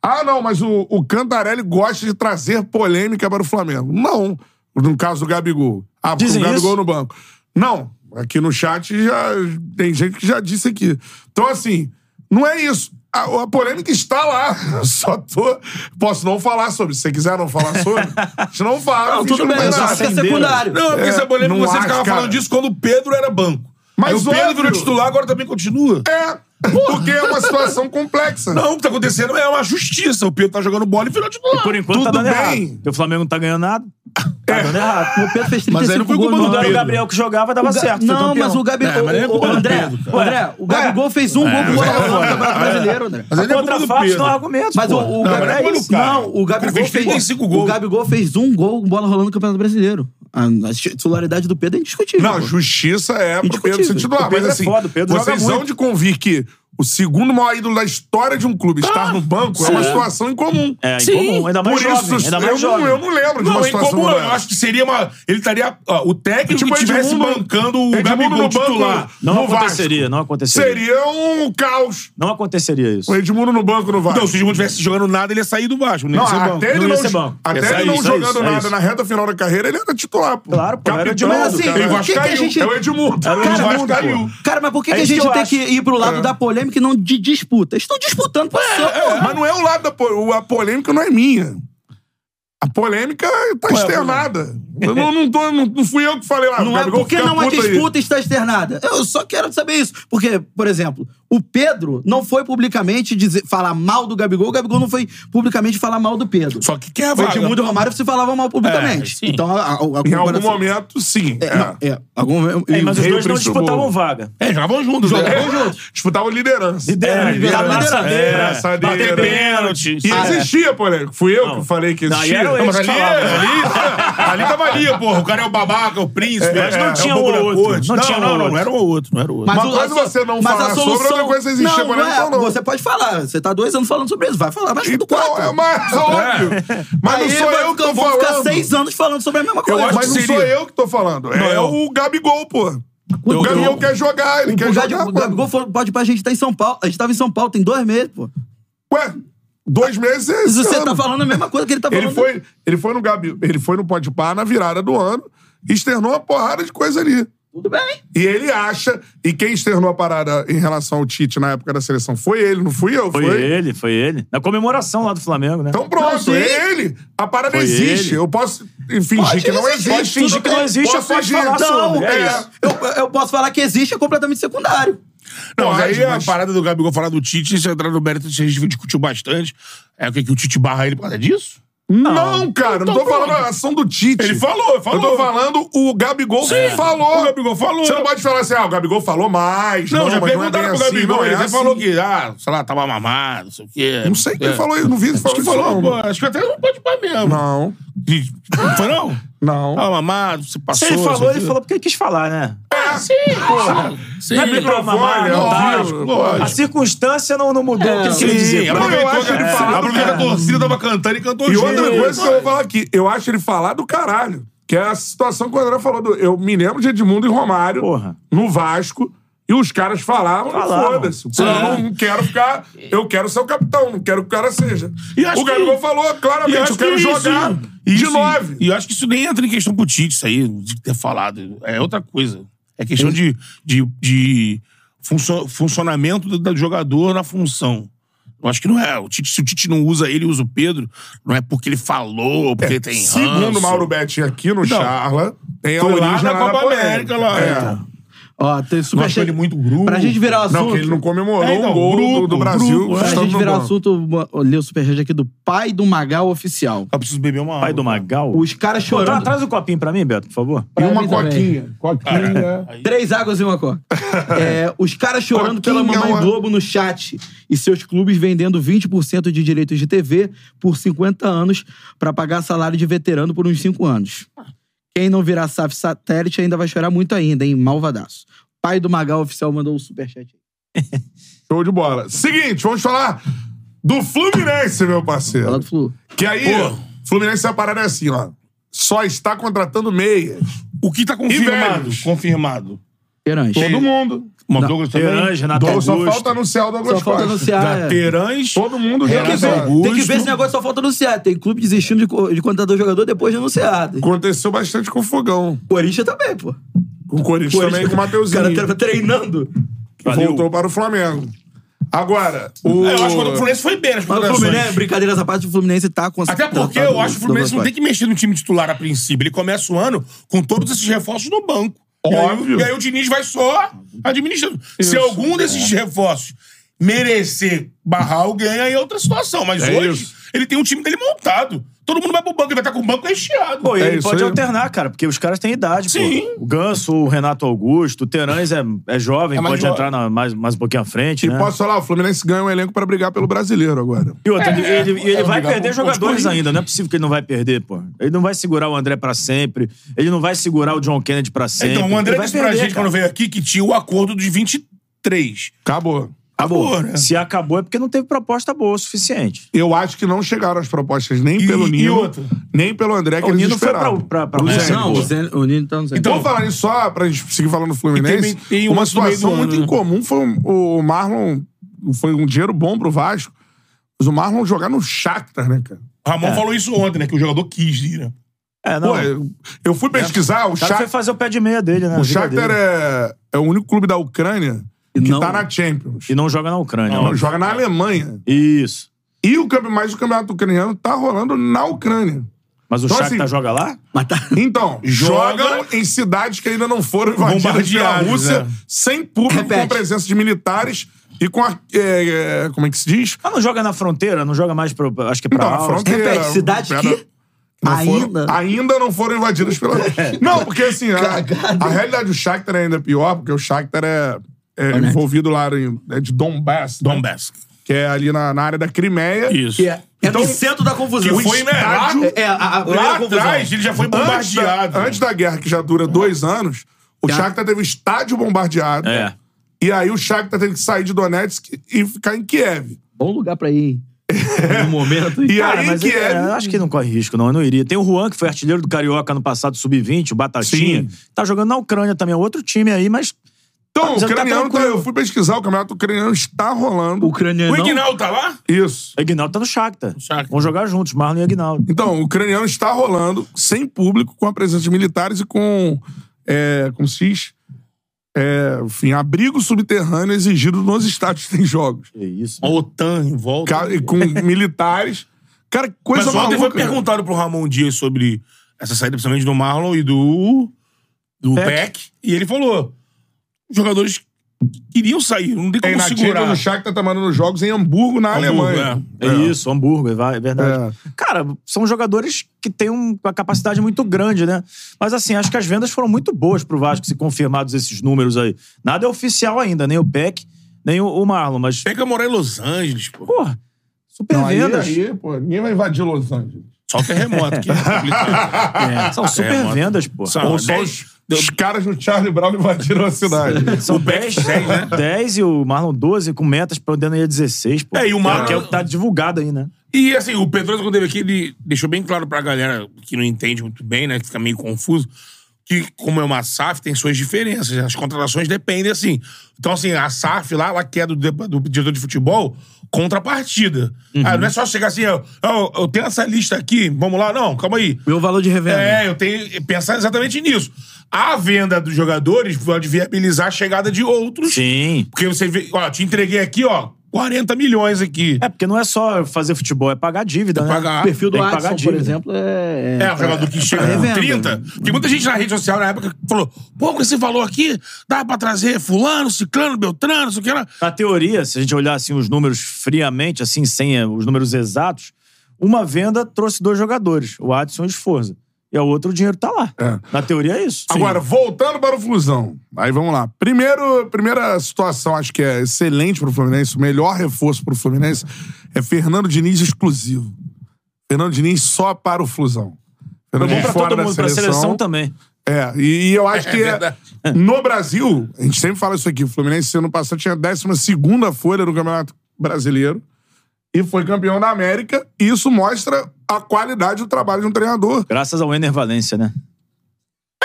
Speaker 1: Ah, não, mas o, o Cantarelli gosta de trazer polêmica para o Flamengo. Não. No caso do Gabigol. Ah, porque
Speaker 4: Dizem
Speaker 1: o Gabigol
Speaker 4: isso?
Speaker 1: no banco. Não. Aqui no chat já tem gente que já disse aqui. Então, assim, não é isso. a, a polêmica está lá. Só tô. Posso não falar sobre. Se você quiser não falar sobre, a gente não fala.
Speaker 2: tudo
Speaker 1: fica no
Speaker 2: bem,
Speaker 1: pedaço.
Speaker 2: mas
Speaker 3: Isso é secundário.
Speaker 2: Não, é porque essa polêmica
Speaker 1: não
Speaker 2: você
Speaker 1: acho,
Speaker 2: ficava
Speaker 1: cara.
Speaker 2: falando disso quando o Pedro era banco.
Speaker 1: Mas
Speaker 2: Mas o Pedro
Speaker 1: óbvio.
Speaker 2: virou titular, agora também continua.
Speaker 1: É, porque é uma situação complexa.
Speaker 2: Não, o que tá acontecendo é uma justiça. O Pedro tá jogando bola e virou titular.
Speaker 4: Por enquanto tá
Speaker 1: tudo
Speaker 4: dando
Speaker 1: bem.
Speaker 4: errado. Porque o Flamengo não tá ganhando nada. Tá dando errado.
Speaker 3: O Pedro fez
Speaker 2: Mas aí não
Speaker 3: 35
Speaker 2: foi
Speaker 3: gols.
Speaker 2: culpa do
Speaker 3: no
Speaker 4: Quando
Speaker 3: ano.
Speaker 4: era o
Speaker 2: Pedro.
Speaker 4: Gabriel que jogava, dava
Speaker 3: O Ga-
Speaker 4: certo. foi
Speaker 3: Não,
Speaker 4: campeão.
Speaker 3: mas o Gabigol.
Speaker 2: É, mas aí é
Speaker 3: o,
Speaker 2: culpa do
Speaker 3: André,
Speaker 2: Pedro, cara. É,
Speaker 3: André, o Gabigol fez um gol pro Botafogo no Campeonato Brasileiro, André.
Speaker 2: Mas ele é culpa
Speaker 4: Contra
Speaker 2: do
Speaker 4: fatos
Speaker 2: Pedro.
Speaker 4: não há argumentos.
Speaker 3: Mas
Speaker 4: pô.
Speaker 3: o, o
Speaker 2: Não, mas
Speaker 3: Gabigol.
Speaker 2: não é isso, cara.
Speaker 3: Não, o Gabigol
Speaker 2: Ele fez 35
Speaker 3: pô,
Speaker 2: gols.
Speaker 3: O Gabigol fez um gol com bola rolando no Campeonato Brasileiro. A, a titularidade do Pedro é indiscutível.
Speaker 1: Não,
Speaker 3: pô.
Speaker 1: justiça é pro
Speaker 3: Indiscutível.
Speaker 1: Pedro ser titular.
Speaker 4: O Pedro
Speaker 1: mas
Speaker 4: é
Speaker 1: assim,
Speaker 4: foda, o Pedro joga
Speaker 1: vocês
Speaker 4: muito.
Speaker 1: vão de convir que o segundo maior ídolo da história de um clube estar no banco é uma situação incomum.
Speaker 4: É,
Speaker 3: Sim.
Speaker 4: incomum. Ainda mais
Speaker 1: Por
Speaker 4: jovem.
Speaker 1: isso,
Speaker 4: ainda
Speaker 1: eu,
Speaker 4: mais
Speaker 1: não,
Speaker 4: jovem.
Speaker 1: eu não lembro de uma
Speaker 2: Não, em
Speaker 1: situação
Speaker 2: comum,
Speaker 1: como
Speaker 2: eu acho que seria uma. Ele estaria. ó, o técnico
Speaker 1: Tipo,
Speaker 2: que estivesse
Speaker 1: Edmundo-
Speaker 2: bancando o
Speaker 1: Edmundo
Speaker 2: Gabigol
Speaker 1: no banco.
Speaker 2: titular.
Speaker 4: Não
Speaker 1: no
Speaker 4: aconteceria, não aconteceria.
Speaker 1: Seria um caos.
Speaker 4: Não aconteceria isso.
Speaker 1: O Edmundo no banco no Vasco.
Speaker 2: Não, se o Edmundo tivesse jogando nada, ele ia sair do Vasco. Não,
Speaker 1: Não,
Speaker 2: ia ser banco.
Speaker 1: até
Speaker 4: Não
Speaker 1: ele
Speaker 4: ia
Speaker 1: não,
Speaker 4: ser banco.
Speaker 1: até
Speaker 4: É
Speaker 1: ele
Speaker 4: isso,
Speaker 1: não
Speaker 4: é isso,
Speaker 1: jogando
Speaker 4: é
Speaker 1: nada
Speaker 4: isso.
Speaker 1: na reta final da carreira, ele era titular, pô.
Speaker 4: Claro, pô, era o
Speaker 1: Capitão,
Speaker 4: Edmundo,
Speaker 1: mas assim,
Speaker 3: cara.
Speaker 1: ele
Speaker 3: o que que a
Speaker 1: vascaiu.
Speaker 3: gente-
Speaker 1: É o Edmundo.
Speaker 4: Era o
Speaker 1: Ele
Speaker 4: Edmundo,
Speaker 1: vascaiu.
Speaker 3: Tá Cara, mas por que,
Speaker 4: É
Speaker 3: que a
Speaker 4: isso que
Speaker 3: gente
Speaker 4: eu
Speaker 3: tem
Speaker 4: acho.
Speaker 3: que ir pro lado da polêmica e não de disputa? Estão disputando posição, pô.
Speaker 1: Mas não é o lado da po- A polêmica não é minha. A polêmica tá externada. Eu não, não, tô- não- não fui eu que falei lá.
Speaker 3: Não é
Speaker 1: Gabigol,
Speaker 3: porque
Speaker 1: fica
Speaker 3: não a
Speaker 1: puto aí.
Speaker 3: disputa está externada. Eu só quero saber isso. Porque, por exemplo, o Pedro não foi publicamente dizer, falar mal do Gabigol, o Gabigol não foi publicamente falar mal do Pedro.
Speaker 2: Só que quem é a
Speaker 3: o
Speaker 2: vaga?
Speaker 3: Edmundo e o Romário se falavam mal publicamente.
Speaker 2: É, sim.
Speaker 3: então, a, a, a
Speaker 1: Em algum
Speaker 3: comparação-
Speaker 1: momento, sim.
Speaker 3: É, não, é, algum-
Speaker 4: É, mas os
Speaker 1: Rei
Speaker 4: dois não
Speaker 1: principal.
Speaker 4: disputavam vaga.
Speaker 2: É, jogavam juntos.
Speaker 1: É, Disputavam liderança.
Speaker 2: É,
Speaker 4: Liderança,
Speaker 3: liderança.
Speaker 4: braçadeira,
Speaker 1: Braçadeira.
Speaker 4: bater pênalti.
Speaker 1: E existia polêmica. Fui eu
Speaker 4: Não.
Speaker 1: que falei que
Speaker 4: É. Não, aí
Speaker 2: É,
Speaker 1: existia.
Speaker 4: era eu
Speaker 1: Não, mas
Speaker 4: que
Speaker 1: ali,
Speaker 4: falava.
Speaker 1: ali,
Speaker 2: Ali tava ali, porra. O cara é o babaca, é o príncipe.
Speaker 4: Mas não
Speaker 2: é,
Speaker 4: tinha
Speaker 2: é bobo
Speaker 4: um
Speaker 2: da
Speaker 4: outro,
Speaker 2: corte.
Speaker 4: não tinha um
Speaker 2: não, não,
Speaker 4: outro.
Speaker 2: não era o outro, não era o outro.
Speaker 1: Mas- Uma coisa
Speaker 3: a-
Speaker 1: você não
Speaker 3: mas a
Speaker 1: falar sobre, outra coisa é existir
Speaker 3: não,
Speaker 1: polêmica
Speaker 3: é,
Speaker 1: ou não.
Speaker 3: Você pode falar. Você tá dois anos falando sobre isso. Vai falar mais do
Speaker 1: Então,
Speaker 3: quatro.
Speaker 1: é mais óbvio. Mas
Speaker 3: Aí
Speaker 1: não sou
Speaker 3: vai
Speaker 1: eu que
Speaker 3: ficar-
Speaker 1: tô
Speaker 3: vão ficar
Speaker 1: falando.
Speaker 3: seis anos falando sobre a mesma coisa.
Speaker 1: Mas
Speaker 2: acho que
Speaker 1: não sou
Speaker 2: seria.
Speaker 1: eu que tô falando.
Speaker 2: Não,
Speaker 1: é
Speaker 2: eu-
Speaker 1: o Gabigol, pô.
Speaker 3: Eu-
Speaker 1: O Gabigol
Speaker 3: eu-
Speaker 1: quer jogar, ele quer
Speaker 3: o Gabigol-
Speaker 1: jogar.
Speaker 3: o
Speaker 1: pô.
Speaker 3: Gabigol foi- pode ir pra gente tá em São Paulo. A gente tava em São Paulo tem dois meses, pô.
Speaker 1: Ué, dois meses é
Speaker 3: Mas
Speaker 1: esse
Speaker 3: Você
Speaker 1: ano.
Speaker 3: tá falando a mesma coisa que ele tá falando.
Speaker 1: Ele foi, ele foi no Gabi, ele foi no Pode Par na virada do ano e externou uma porrada de coisa ali.
Speaker 3: Tudo bem.
Speaker 1: E ele acha, e quem externou a parada em relação ao Tite na época da seleção foi ele, não fui eu,
Speaker 4: Foi
Speaker 1: foi.
Speaker 4: ele, foi ele. Na comemoração lá do Flamengo, né?
Speaker 1: Então pronto,
Speaker 3: Não, sim.
Speaker 1: é ele. A parada
Speaker 4: Foi
Speaker 1: existe.
Speaker 4: ele.
Speaker 1: Eu posso fingir
Speaker 3: Pode
Speaker 1: que não
Speaker 3: existir,
Speaker 1: existe.
Speaker 3: pode fingir
Speaker 1: tudo
Speaker 4: que não
Speaker 1: bem.
Speaker 4: existe,
Speaker 1: Posso
Speaker 4: pode
Speaker 1: fingir.
Speaker 4: falar
Speaker 1: Não,
Speaker 4: sobre, é
Speaker 1: é.
Speaker 4: isso.
Speaker 3: Eu, eu posso falar que existe, é completamente secundário.
Speaker 2: Não, mas aí
Speaker 1: Pode, mas-
Speaker 2: a parada do Gabigol falar do Tite, isso é entrar no mérito, a gente discutiu bastante. É o que, que o Tite barra ele por causa disso?
Speaker 1: Não, cara, não tô
Speaker 2: Então
Speaker 1: falando
Speaker 2: pronto.
Speaker 1: a ação do Tite.
Speaker 2: Ele falou,
Speaker 1: Eu
Speaker 2: falou.
Speaker 1: tô falando o Gabigol falou.
Speaker 2: O Gabigol falou.
Speaker 1: Você não pode falar assim, ah, o Gabigol falou mais.
Speaker 2: Não,
Speaker 1: mas
Speaker 2: já
Speaker 1: não é
Speaker 2: perguntaram
Speaker 1: bem
Speaker 2: pro
Speaker 1: assim,
Speaker 2: Gabigol,
Speaker 1: não é
Speaker 2: ele até
Speaker 1: assim.
Speaker 2: falou que, ah, sei lá, tava mamado, não sei o quê.
Speaker 1: Não sei quem
Speaker 2: É.
Speaker 1: falou isso, não vi se
Speaker 2: Acho
Speaker 1: falou
Speaker 2: que
Speaker 1: isso,
Speaker 2: falou, pô,
Speaker 1: não.
Speaker 2: acho que até não pode pôr mesmo.
Speaker 1: Não,
Speaker 2: De- Não foi não?
Speaker 1: não.
Speaker 2: Tava mamado, se
Speaker 4: Se
Speaker 2: passou.
Speaker 4: ele falou,
Speaker 2: não sei o
Speaker 4: ele
Speaker 2: quê.
Speaker 4: falou porque quis falar, né?
Speaker 2: Ah, sim, pô. Sim,
Speaker 4: Não é microfone,
Speaker 1: microfone,
Speaker 2: um
Speaker 4: não
Speaker 1: é
Speaker 4: tá.
Speaker 1: óbvio,
Speaker 2: lógico.
Speaker 4: A circunstância não, não mudou o que ele
Speaker 3: sim.
Speaker 4: queria dizer.
Speaker 2: É, Sim,
Speaker 1: Não, eu
Speaker 2: aproveitou,
Speaker 1: acho ele
Speaker 2: é,
Speaker 1: falado,
Speaker 2: aproveitou que
Speaker 1: cara.
Speaker 2: a torcida tava cantando e cantou
Speaker 1: E
Speaker 2: junto.
Speaker 1: outra coisa que eu vou falar aqui, eu acho ele falar do caralho. Que é a situação que o André falou. Do, eu me lembro de Edmundo e Romário
Speaker 4: Porra.
Speaker 1: no Vasco. E os caras falavam,
Speaker 4: Falavam.
Speaker 1: foda-se. pô, Eu não quero ficar. Eu quero ser o capitão, não quero que o cara seja.
Speaker 2: E acho
Speaker 1: o Gabigol
Speaker 2: que-
Speaker 1: falou
Speaker 2: E
Speaker 1: claramente,
Speaker 2: acho
Speaker 1: eu quero
Speaker 2: que é isso-
Speaker 1: jogar de
Speaker 2: isso-
Speaker 1: nove.
Speaker 2: E eu acho que isso nem entra em questão pro Tite, isso aí, de ter falado. É outra coisa. É questão de, de, de funcio- funcionamento do, do jogador na função. Eu acho que não é. O Tite, se o Tite não usa ele, usa o Pedro, não é porque ele falou, porque tem ranço.
Speaker 1: Segundo Mauro Betti aqui no
Speaker 2: Então,
Speaker 1: Charla, tem a
Speaker 2: foi
Speaker 1: origem
Speaker 2: lá na
Speaker 1: da
Speaker 2: Copa
Speaker 1: polêmica.
Speaker 2: América, lá.
Speaker 1: É.
Speaker 2: Então.
Speaker 3: Ó, tem super
Speaker 2: Nós ele muito grupo.
Speaker 3: Pra gente virar o assunto.
Speaker 1: Não, que ele não comemorou
Speaker 2: É, então,
Speaker 1: o gol
Speaker 2: grupo,
Speaker 1: do, do
Speaker 2: grupo,
Speaker 1: Brasil.
Speaker 2: é.
Speaker 3: Pra
Speaker 1: estando
Speaker 3: gente
Speaker 1: no
Speaker 3: virar o
Speaker 1: banco.
Speaker 3: assunto, ler o superchat aqui do pai do Magal oficial.
Speaker 2: Eu preciso beber uma
Speaker 4: Pai do
Speaker 2: água.
Speaker 4: Magal.
Speaker 3: Os caras
Speaker 4: Pô, tra-
Speaker 3: chorando.
Speaker 4: traz o copinho pra mim, Beto, por favor.
Speaker 1: E
Speaker 3: Pra
Speaker 1: uma
Speaker 3: mim também.
Speaker 1: coquinha. Coquinha.
Speaker 3: Três águas e uma coca. É, os caras chorando pela
Speaker 1: Coquinha,
Speaker 3: Mamãe
Speaker 1: ó.
Speaker 3: Globo no chat e seus clubes vendendo 20% de direitos de TV por 50 anos pra pagar salário de veterano por uns 5 anos. Quem não virar SAF satélite ainda vai chorar muito ainda, hein? Malvadaço. Pai do Magal oficial mandou o superchat.
Speaker 1: Show de bola. Seguinte, vamos falar do Fluminense, meu
Speaker 3: Fala
Speaker 1: parceiro.
Speaker 3: do Flu.
Speaker 1: Que aí, Fluminense, a parada é assim, ó. Só está contratando meias.
Speaker 2: O que tá confirmado?
Speaker 1: velhos.
Speaker 2: Confirmado.
Speaker 3: Terãs.
Speaker 1: Todo mundo.
Speaker 2: Uma Douglas também.
Speaker 4: Terãs, Renato
Speaker 2: Douglas-
Speaker 1: Só
Speaker 4: Tá Augusto.
Speaker 1: falta anunciar o
Speaker 3: Só
Speaker 1: Douglas
Speaker 3: falta
Speaker 1: Costa.
Speaker 3: anunciar. é.
Speaker 2: Terãs.
Speaker 1: Todo mundo já
Speaker 2: Renato
Speaker 3: Tem que ver-
Speaker 1: anunciou.
Speaker 2: Augusto.
Speaker 3: Tem que ver esse negócio, só falta anunciar. Tem clube desistindo de, co- de contratar o jogador depois de anunciado.
Speaker 1: Aconteceu bastante com o Fogão.
Speaker 3: O Corinthians também, pô.
Speaker 1: Com o Corinthians também, com o
Speaker 3: O cara
Speaker 1: Mateuzinho.
Speaker 3: tava treinando.
Speaker 1: que voltou para o Flamengo. Agora, o...
Speaker 2: É, Eu acho que quando o Fluminense foi bem nas
Speaker 3: Mas o
Speaker 2: contratações.
Speaker 3: Fluminense, brincadeiras à parte, o Fluminense tá com
Speaker 2: Até porque eu acho que o Fluminense não tem que mexer no time titular a princípio. Ele começa o ano com todos esses reforços no banco.
Speaker 1: Óbvio.
Speaker 2: E aí, e aí o Diniz vai só administrando. Se algum desses reforços merecer barrar alguém, aí é outra situação. Mas
Speaker 1: É
Speaker 2: hoje,
Speaker 1: isso.
Speaker 2: ele tem um time dele montado. Todo mundo vai pro banco, ele vai estar com o banco recheado.
Speaker 4: Pô, e
Speaker 1: É
Speaker 4: ele
Speaker 1: isso
Speaker 4: pode
Speaker 1: aí.
Speaker 4: alternar, cara, porque os caras têm idade,
Speaker 2: Sim.
Speaker 4: pô. O Ganso, o Renato Augusto, o Terãs é, é jovem,
Speaker 2: É mais
Speaker 4: pode
Speaker 2: jovem.
Speaker 4: entrar na- mais, mais um pouquinho à frente,
Speaker 1: E
Speaker 4: né?
Speaker 1: posso falar, o Fluminense ganha um elenco pra brigar pelo brasileiro agora.
Speaker 4: E outra, ele,
Speaker 2: É,
Speaker 4: ele-
Speaker 2: é,
Speaker 4: ele
Speaker 2: é
Speaker 4: vai
Speaker 2: obrigado
Speaker 4: perder
Speaker 2: por- por
Speaker 4: jogadores
Speaker 2: escolher.
Speaker 4: ainda, não é possível que ele não vai perder, pô. Ele não vai segurar o André pra sempre, ele não vai segurar o John Kennedy pra sempre.
Speaker 2: Então, o André
Speaker 4: Ele vai
Speaker 2: disse pra
Speaker 4: perder,
Speaker 2: gente
Speaker 4: cara.
Speaker 2: quando veio aqui que tinha o acordo dos 23.
Speaker 1: Acabou.
Speaker 4: Acabou.
Speaker 2: Acabou, né?
Speaker 4: Se acabou é porque não teve proposta boa o suficiente.
Speaker 1: Eu acho que não chegaram as propostas nem
Speaker 2: E-
Speaker 1: pelo
Speaker 2: e
Speaker 1: Nino,
Speaker 2: outra?
Speaker 1: nem pelo André, É que
Speaker 4: O
Speaker 1: eles
Speaker 4: Nino foi
Speaker 1: esperavam.
Speaker 4: pra- pra- pra-
Speaker 1: O
Speaker 4: pro
Speaker 1: Zé.
Speaker 4: Zenit.
Speaker 3: Não, o Zen- o Nino tá no Zenit.
Speaker 1: Então, vou falar nisso só pra gente seguir falando do Fluminense.
Speaker 2: E também tem
Speaker 1: uma
Speaker 2: outro do meio do
Speaker 1: situação muito
Speaker 2: ano, né?
Speaker 1: incomum foi um- o Marlon. Foi um dinheiro bom pro Vasco, mas o Marlon jogar no Shakhtar, né, cara?
Speaker 2: O Ramon falou isso ontem, né? Que o jogador quis ir, né?
Speaker 4: É, não.
Speaker 1: Pô, eu, eu fui pesquisar, o,
Speaker 4: O cara foi
Speaker 1: Shakhtar,
Speaker 4: fazer o pé de meia dele, né? A
Speaker 1: o
Speaker 4: vida
Speaker 1: Shakhtar
Speaker 4: dele.
Speaker 1: é, é o único clube da Ucrânia
Speaker 3: E
Speaker 1: que
Speaker 3: não-
Speaker 1: tá na Champions.
Speaker 4: E não joga na Ucrânia. ó.
Speaker 1: Joga na Alemanha.
Speaker 4: Isso.
Speaker 1: E o campe- mas o campeonato ucraniano tá rolando na Ucrânia.
Speaker 4: Mas o
Speaker 1: Então,
Speaker 4: Shakhtar
Speaker 1: assim,
Speaker 4: joga lá?
Speaker 3: Mas tá...
Speaker 1: Então,
Speaker 2: Joga-
Speaker 1: jogam em cidades que ainda não foram invadidas pela
Speaker 2: Bombardeadas,
Speaker 1: Rússia,
Speaker 2: né?
Speaker 1: sem público, com
Speaker 3: Repete.
Speaker 1: presença de militares e com. ar- é, é, como é que se diz?
Speaker 4: Mas não joga na fronteira? Não joga mais pro, acho que pra
Speaker 1: Então, a
Speaker 4: Áustria.
Speaker 1: fronteira-
Speaker 3: Repete, cidade
Speaker 1: Pera-
Speaker 3: que
Speaker 1: Não foram-
Speaker 3: ainda... É.
Speaker 1: ainda não foram invadidas pela Rússia. Não, porque assim, a,
Speaker 3: Cagada.
Speaker 1: a realidade do Shakhtar é ainda pior, porque o Shakhtar é, é envolvido lá em, é de Donbass, né?
Speaker 2: Dombesk.
Speaker 1: que é ali na, na área da Crimeia.
Speaker 2: Isso.
Speaker 3: Que é, é
Speaker 1: Então,
Speaker 3: no centro da confusão.
Speaker 2: que foi, né, lá-
Speaker 3: É, a, a primeira
Speaker 2: Lá
Speaker 3: confusão.
Speaker 2: atrás, ele já foi
Speaker 1: Antes da,
Speaker 2: bombardeado.
Speaker 1: antes da guerra, que já dura dois anos, o
Speaker 3: Já.
Speaker 1: Shakhtar teve o estádio bombardeado.
Speaker 4: É.
Speaker 1: E aí o Shakhtar teve que sair de Donetsk e ficar em Kiev.
Speaker 3: Bom lugar pra ir, hein? No momento.
Speaker 1: E
Speaker 4: Cara,
Speaker 1: aí
Speaker 4: mas
Speaker 1: que
Speaker 4: ele-
Speaker 1: é-
Speaker 4: é, eu acho que não corre risco, não. Eu não iria. Tem o Juan, que foi artilheiro do Carioca no passado, sub-20, o Batatinha.
Speaker 1: Sim.
Speaker 4: Tá jogando na Ucrânia também, é outro time aí, mas.
Speaker 1: Então, o
Speaker 4: Você tá
Speaker 1: ucraniano, tá,
Speaker 4: tranquilo.
Speaker 1: eu fui pesquisar, o campeonato ucraniano está rolando.
Speaker 3: O ucraniano.
Speaker 2: O Ignal tá lá?
Speaker 1: Isso.
Speaker 4: O Aguinaldo tá no Shakhtar.
Speaker 2: Shakhtar.
Speaker 4: Vão jogar juntos, Marlon e Aguinaldo.
Speaker 1: Então, o ucraniano está rolando, sem público, com a presença de militares e com. É, com CIS. É, enfim, abrigo subterrâneo exigido nos estádios que tem jogos.
Speaker 4: Que isso.
Speaker 2: A OTAN em volta.
Speaker 1: Ca- e Com militares. Cara, que coisa
Speaker 2: Mas ontem foi
Speaker 1: maluca.
Speaker 2: perguntado pro Ramon Dias sobre essa saída, principalmente do Marlon e do. do
Speaker 4: Peck.
Speaker 2: Peck. E ele falou: os jogadores queriam sair, não tem
Speaker 1: É,
Speaker 2: como
Speaker 1: na
Speaker 2: segurar. né?
Speaker 1: Champions, o Shakhtar tá mandando jogos em Hamburgo, na
Speaker 2: Hamburgo,
Speaker 1: Alemanha.
Speaker 4: É, isso, Hamburgo, vai, é verdade. Cara, são jogadores que têm um- uma capacidade muito grande, né? Mas assim, acho que as vendas foram muito boas pro Vasco, se confirmados esses números aí. Nada é oficial ainda, nem o Peck, nem o, o Marlon, mas.
Speaker 2: Peck ia morar em Los Angeles, pô.
Speaker 4: Porra, super
Speaker 1: Não, aí,
Speaker 4: vendas.
Speaker 1: aí, pô, ninguém vai invadir Los Angeles.
Speaker 2: Só o terremoto que é complicado.
Speaker 4: É, são super
Speaker 2: É, mano.
Speaker 4: vendas, pô.
Speaker 2: São
Speaker 1: Ou só
Speaker 2: dez-
Speaker 1: os, os caras do Charlie Brown invadiram a cidade.
Speaker 4: São
Speaker 2: O Beck
Speaker 4: 10,
Speaker 2: 10, né?
Speaker 4: 10 e o Marlon 12 com metas podendo ir a 16, pô.
Speaker 2: É, e o Marlon-
Speaker 4: Que é o que tá divulgado aí, né?
Speaker 2: E assim, o Pedroso, quando teve aqui, ele deixou bem claro pra galera que não entende muito bem, né? Que fica meio confuso, que como é uma SAF, tem suas diferenças. As contratações dependem, assim. Então, assim, a SAF lá, ela quer do, de- do diretor de futebol contrapartida.
Speaker 4: Uhum.
Speaker 2: Ah, não é só chegar assim, ó, ó, eu tenho essa lista aqui, vamos lá, não, calma aí.
Speaker 3: Meu valor de revenda.
Speaker 4: né?
Speaker 2: É, eu tenho que pensar exatamente nisso. A venda dos jogadores pode viabilizar a chegada de outros.
Speaker 4: Sim.
Speaker 2: Porque você vê, ó, te entreguei aqui, ó, 40 milhões aqui.
Speaker 4: É, porque não é só fazer futebol, é pagar dívida, né?
Speaker 2: pagar.
Speaker 3: O perfil do
Speaker 4: Tem que pagar
Speaker 3: Adson, por
Speaker 4: dívida.
Speaker 3: exemplo, é...
Speaker 2: É, o jogador que chega
Speaker 3: pra
Speaker 2: com
Speaker 3: revenda.
Speaker 2: 30. Tem muita gente na rede social na época que falou: pô, com esse valor aqui, dá pra trazer Fulano, Ciclano, Beltrano, isso que era.
Speaker 4: Na teoria, se a gente olhar assim os números friamente, assim, sem eh, os números exatos, uma venda trouxe dois jogadores, o Adson e o Esforza. E a outra, o dinheiro tá lá.
Speaker 1: É.
Speaker 4: Na teoria é isso.
Speaker 1: Agora, voltando para o Flusão. Aí vamos lá. Primeiro, primeira situação, acho que é excelente para o Fluminense, o melhor reforço para o Fluminense é Fernando Diniz exclusivo. Fernando Diniz só para o Flusão. Fernando
Speaker 4: Bom
Speaker 1: Diniz
Speaker 4: pra
Speaker 1: fora
Speaker 4: todo
Speaker 1: da
Speaker 4: mundo, pra É. seleção também.
Speaker 1: É, e, e eu acho que
Speaker 2: É
Speaker 1: é-
Speaker 2: verdade.
Speaker 1: no Brasil, a gente sempre fala isso aqui, o Fluminense ano passado tinha a 12 folha no Campeonato Brasileiro e foi campeão da América, e isso mostra a qualidade do trabalho de um treinador.
Speaker 4: Graças ao Ener Valência, né?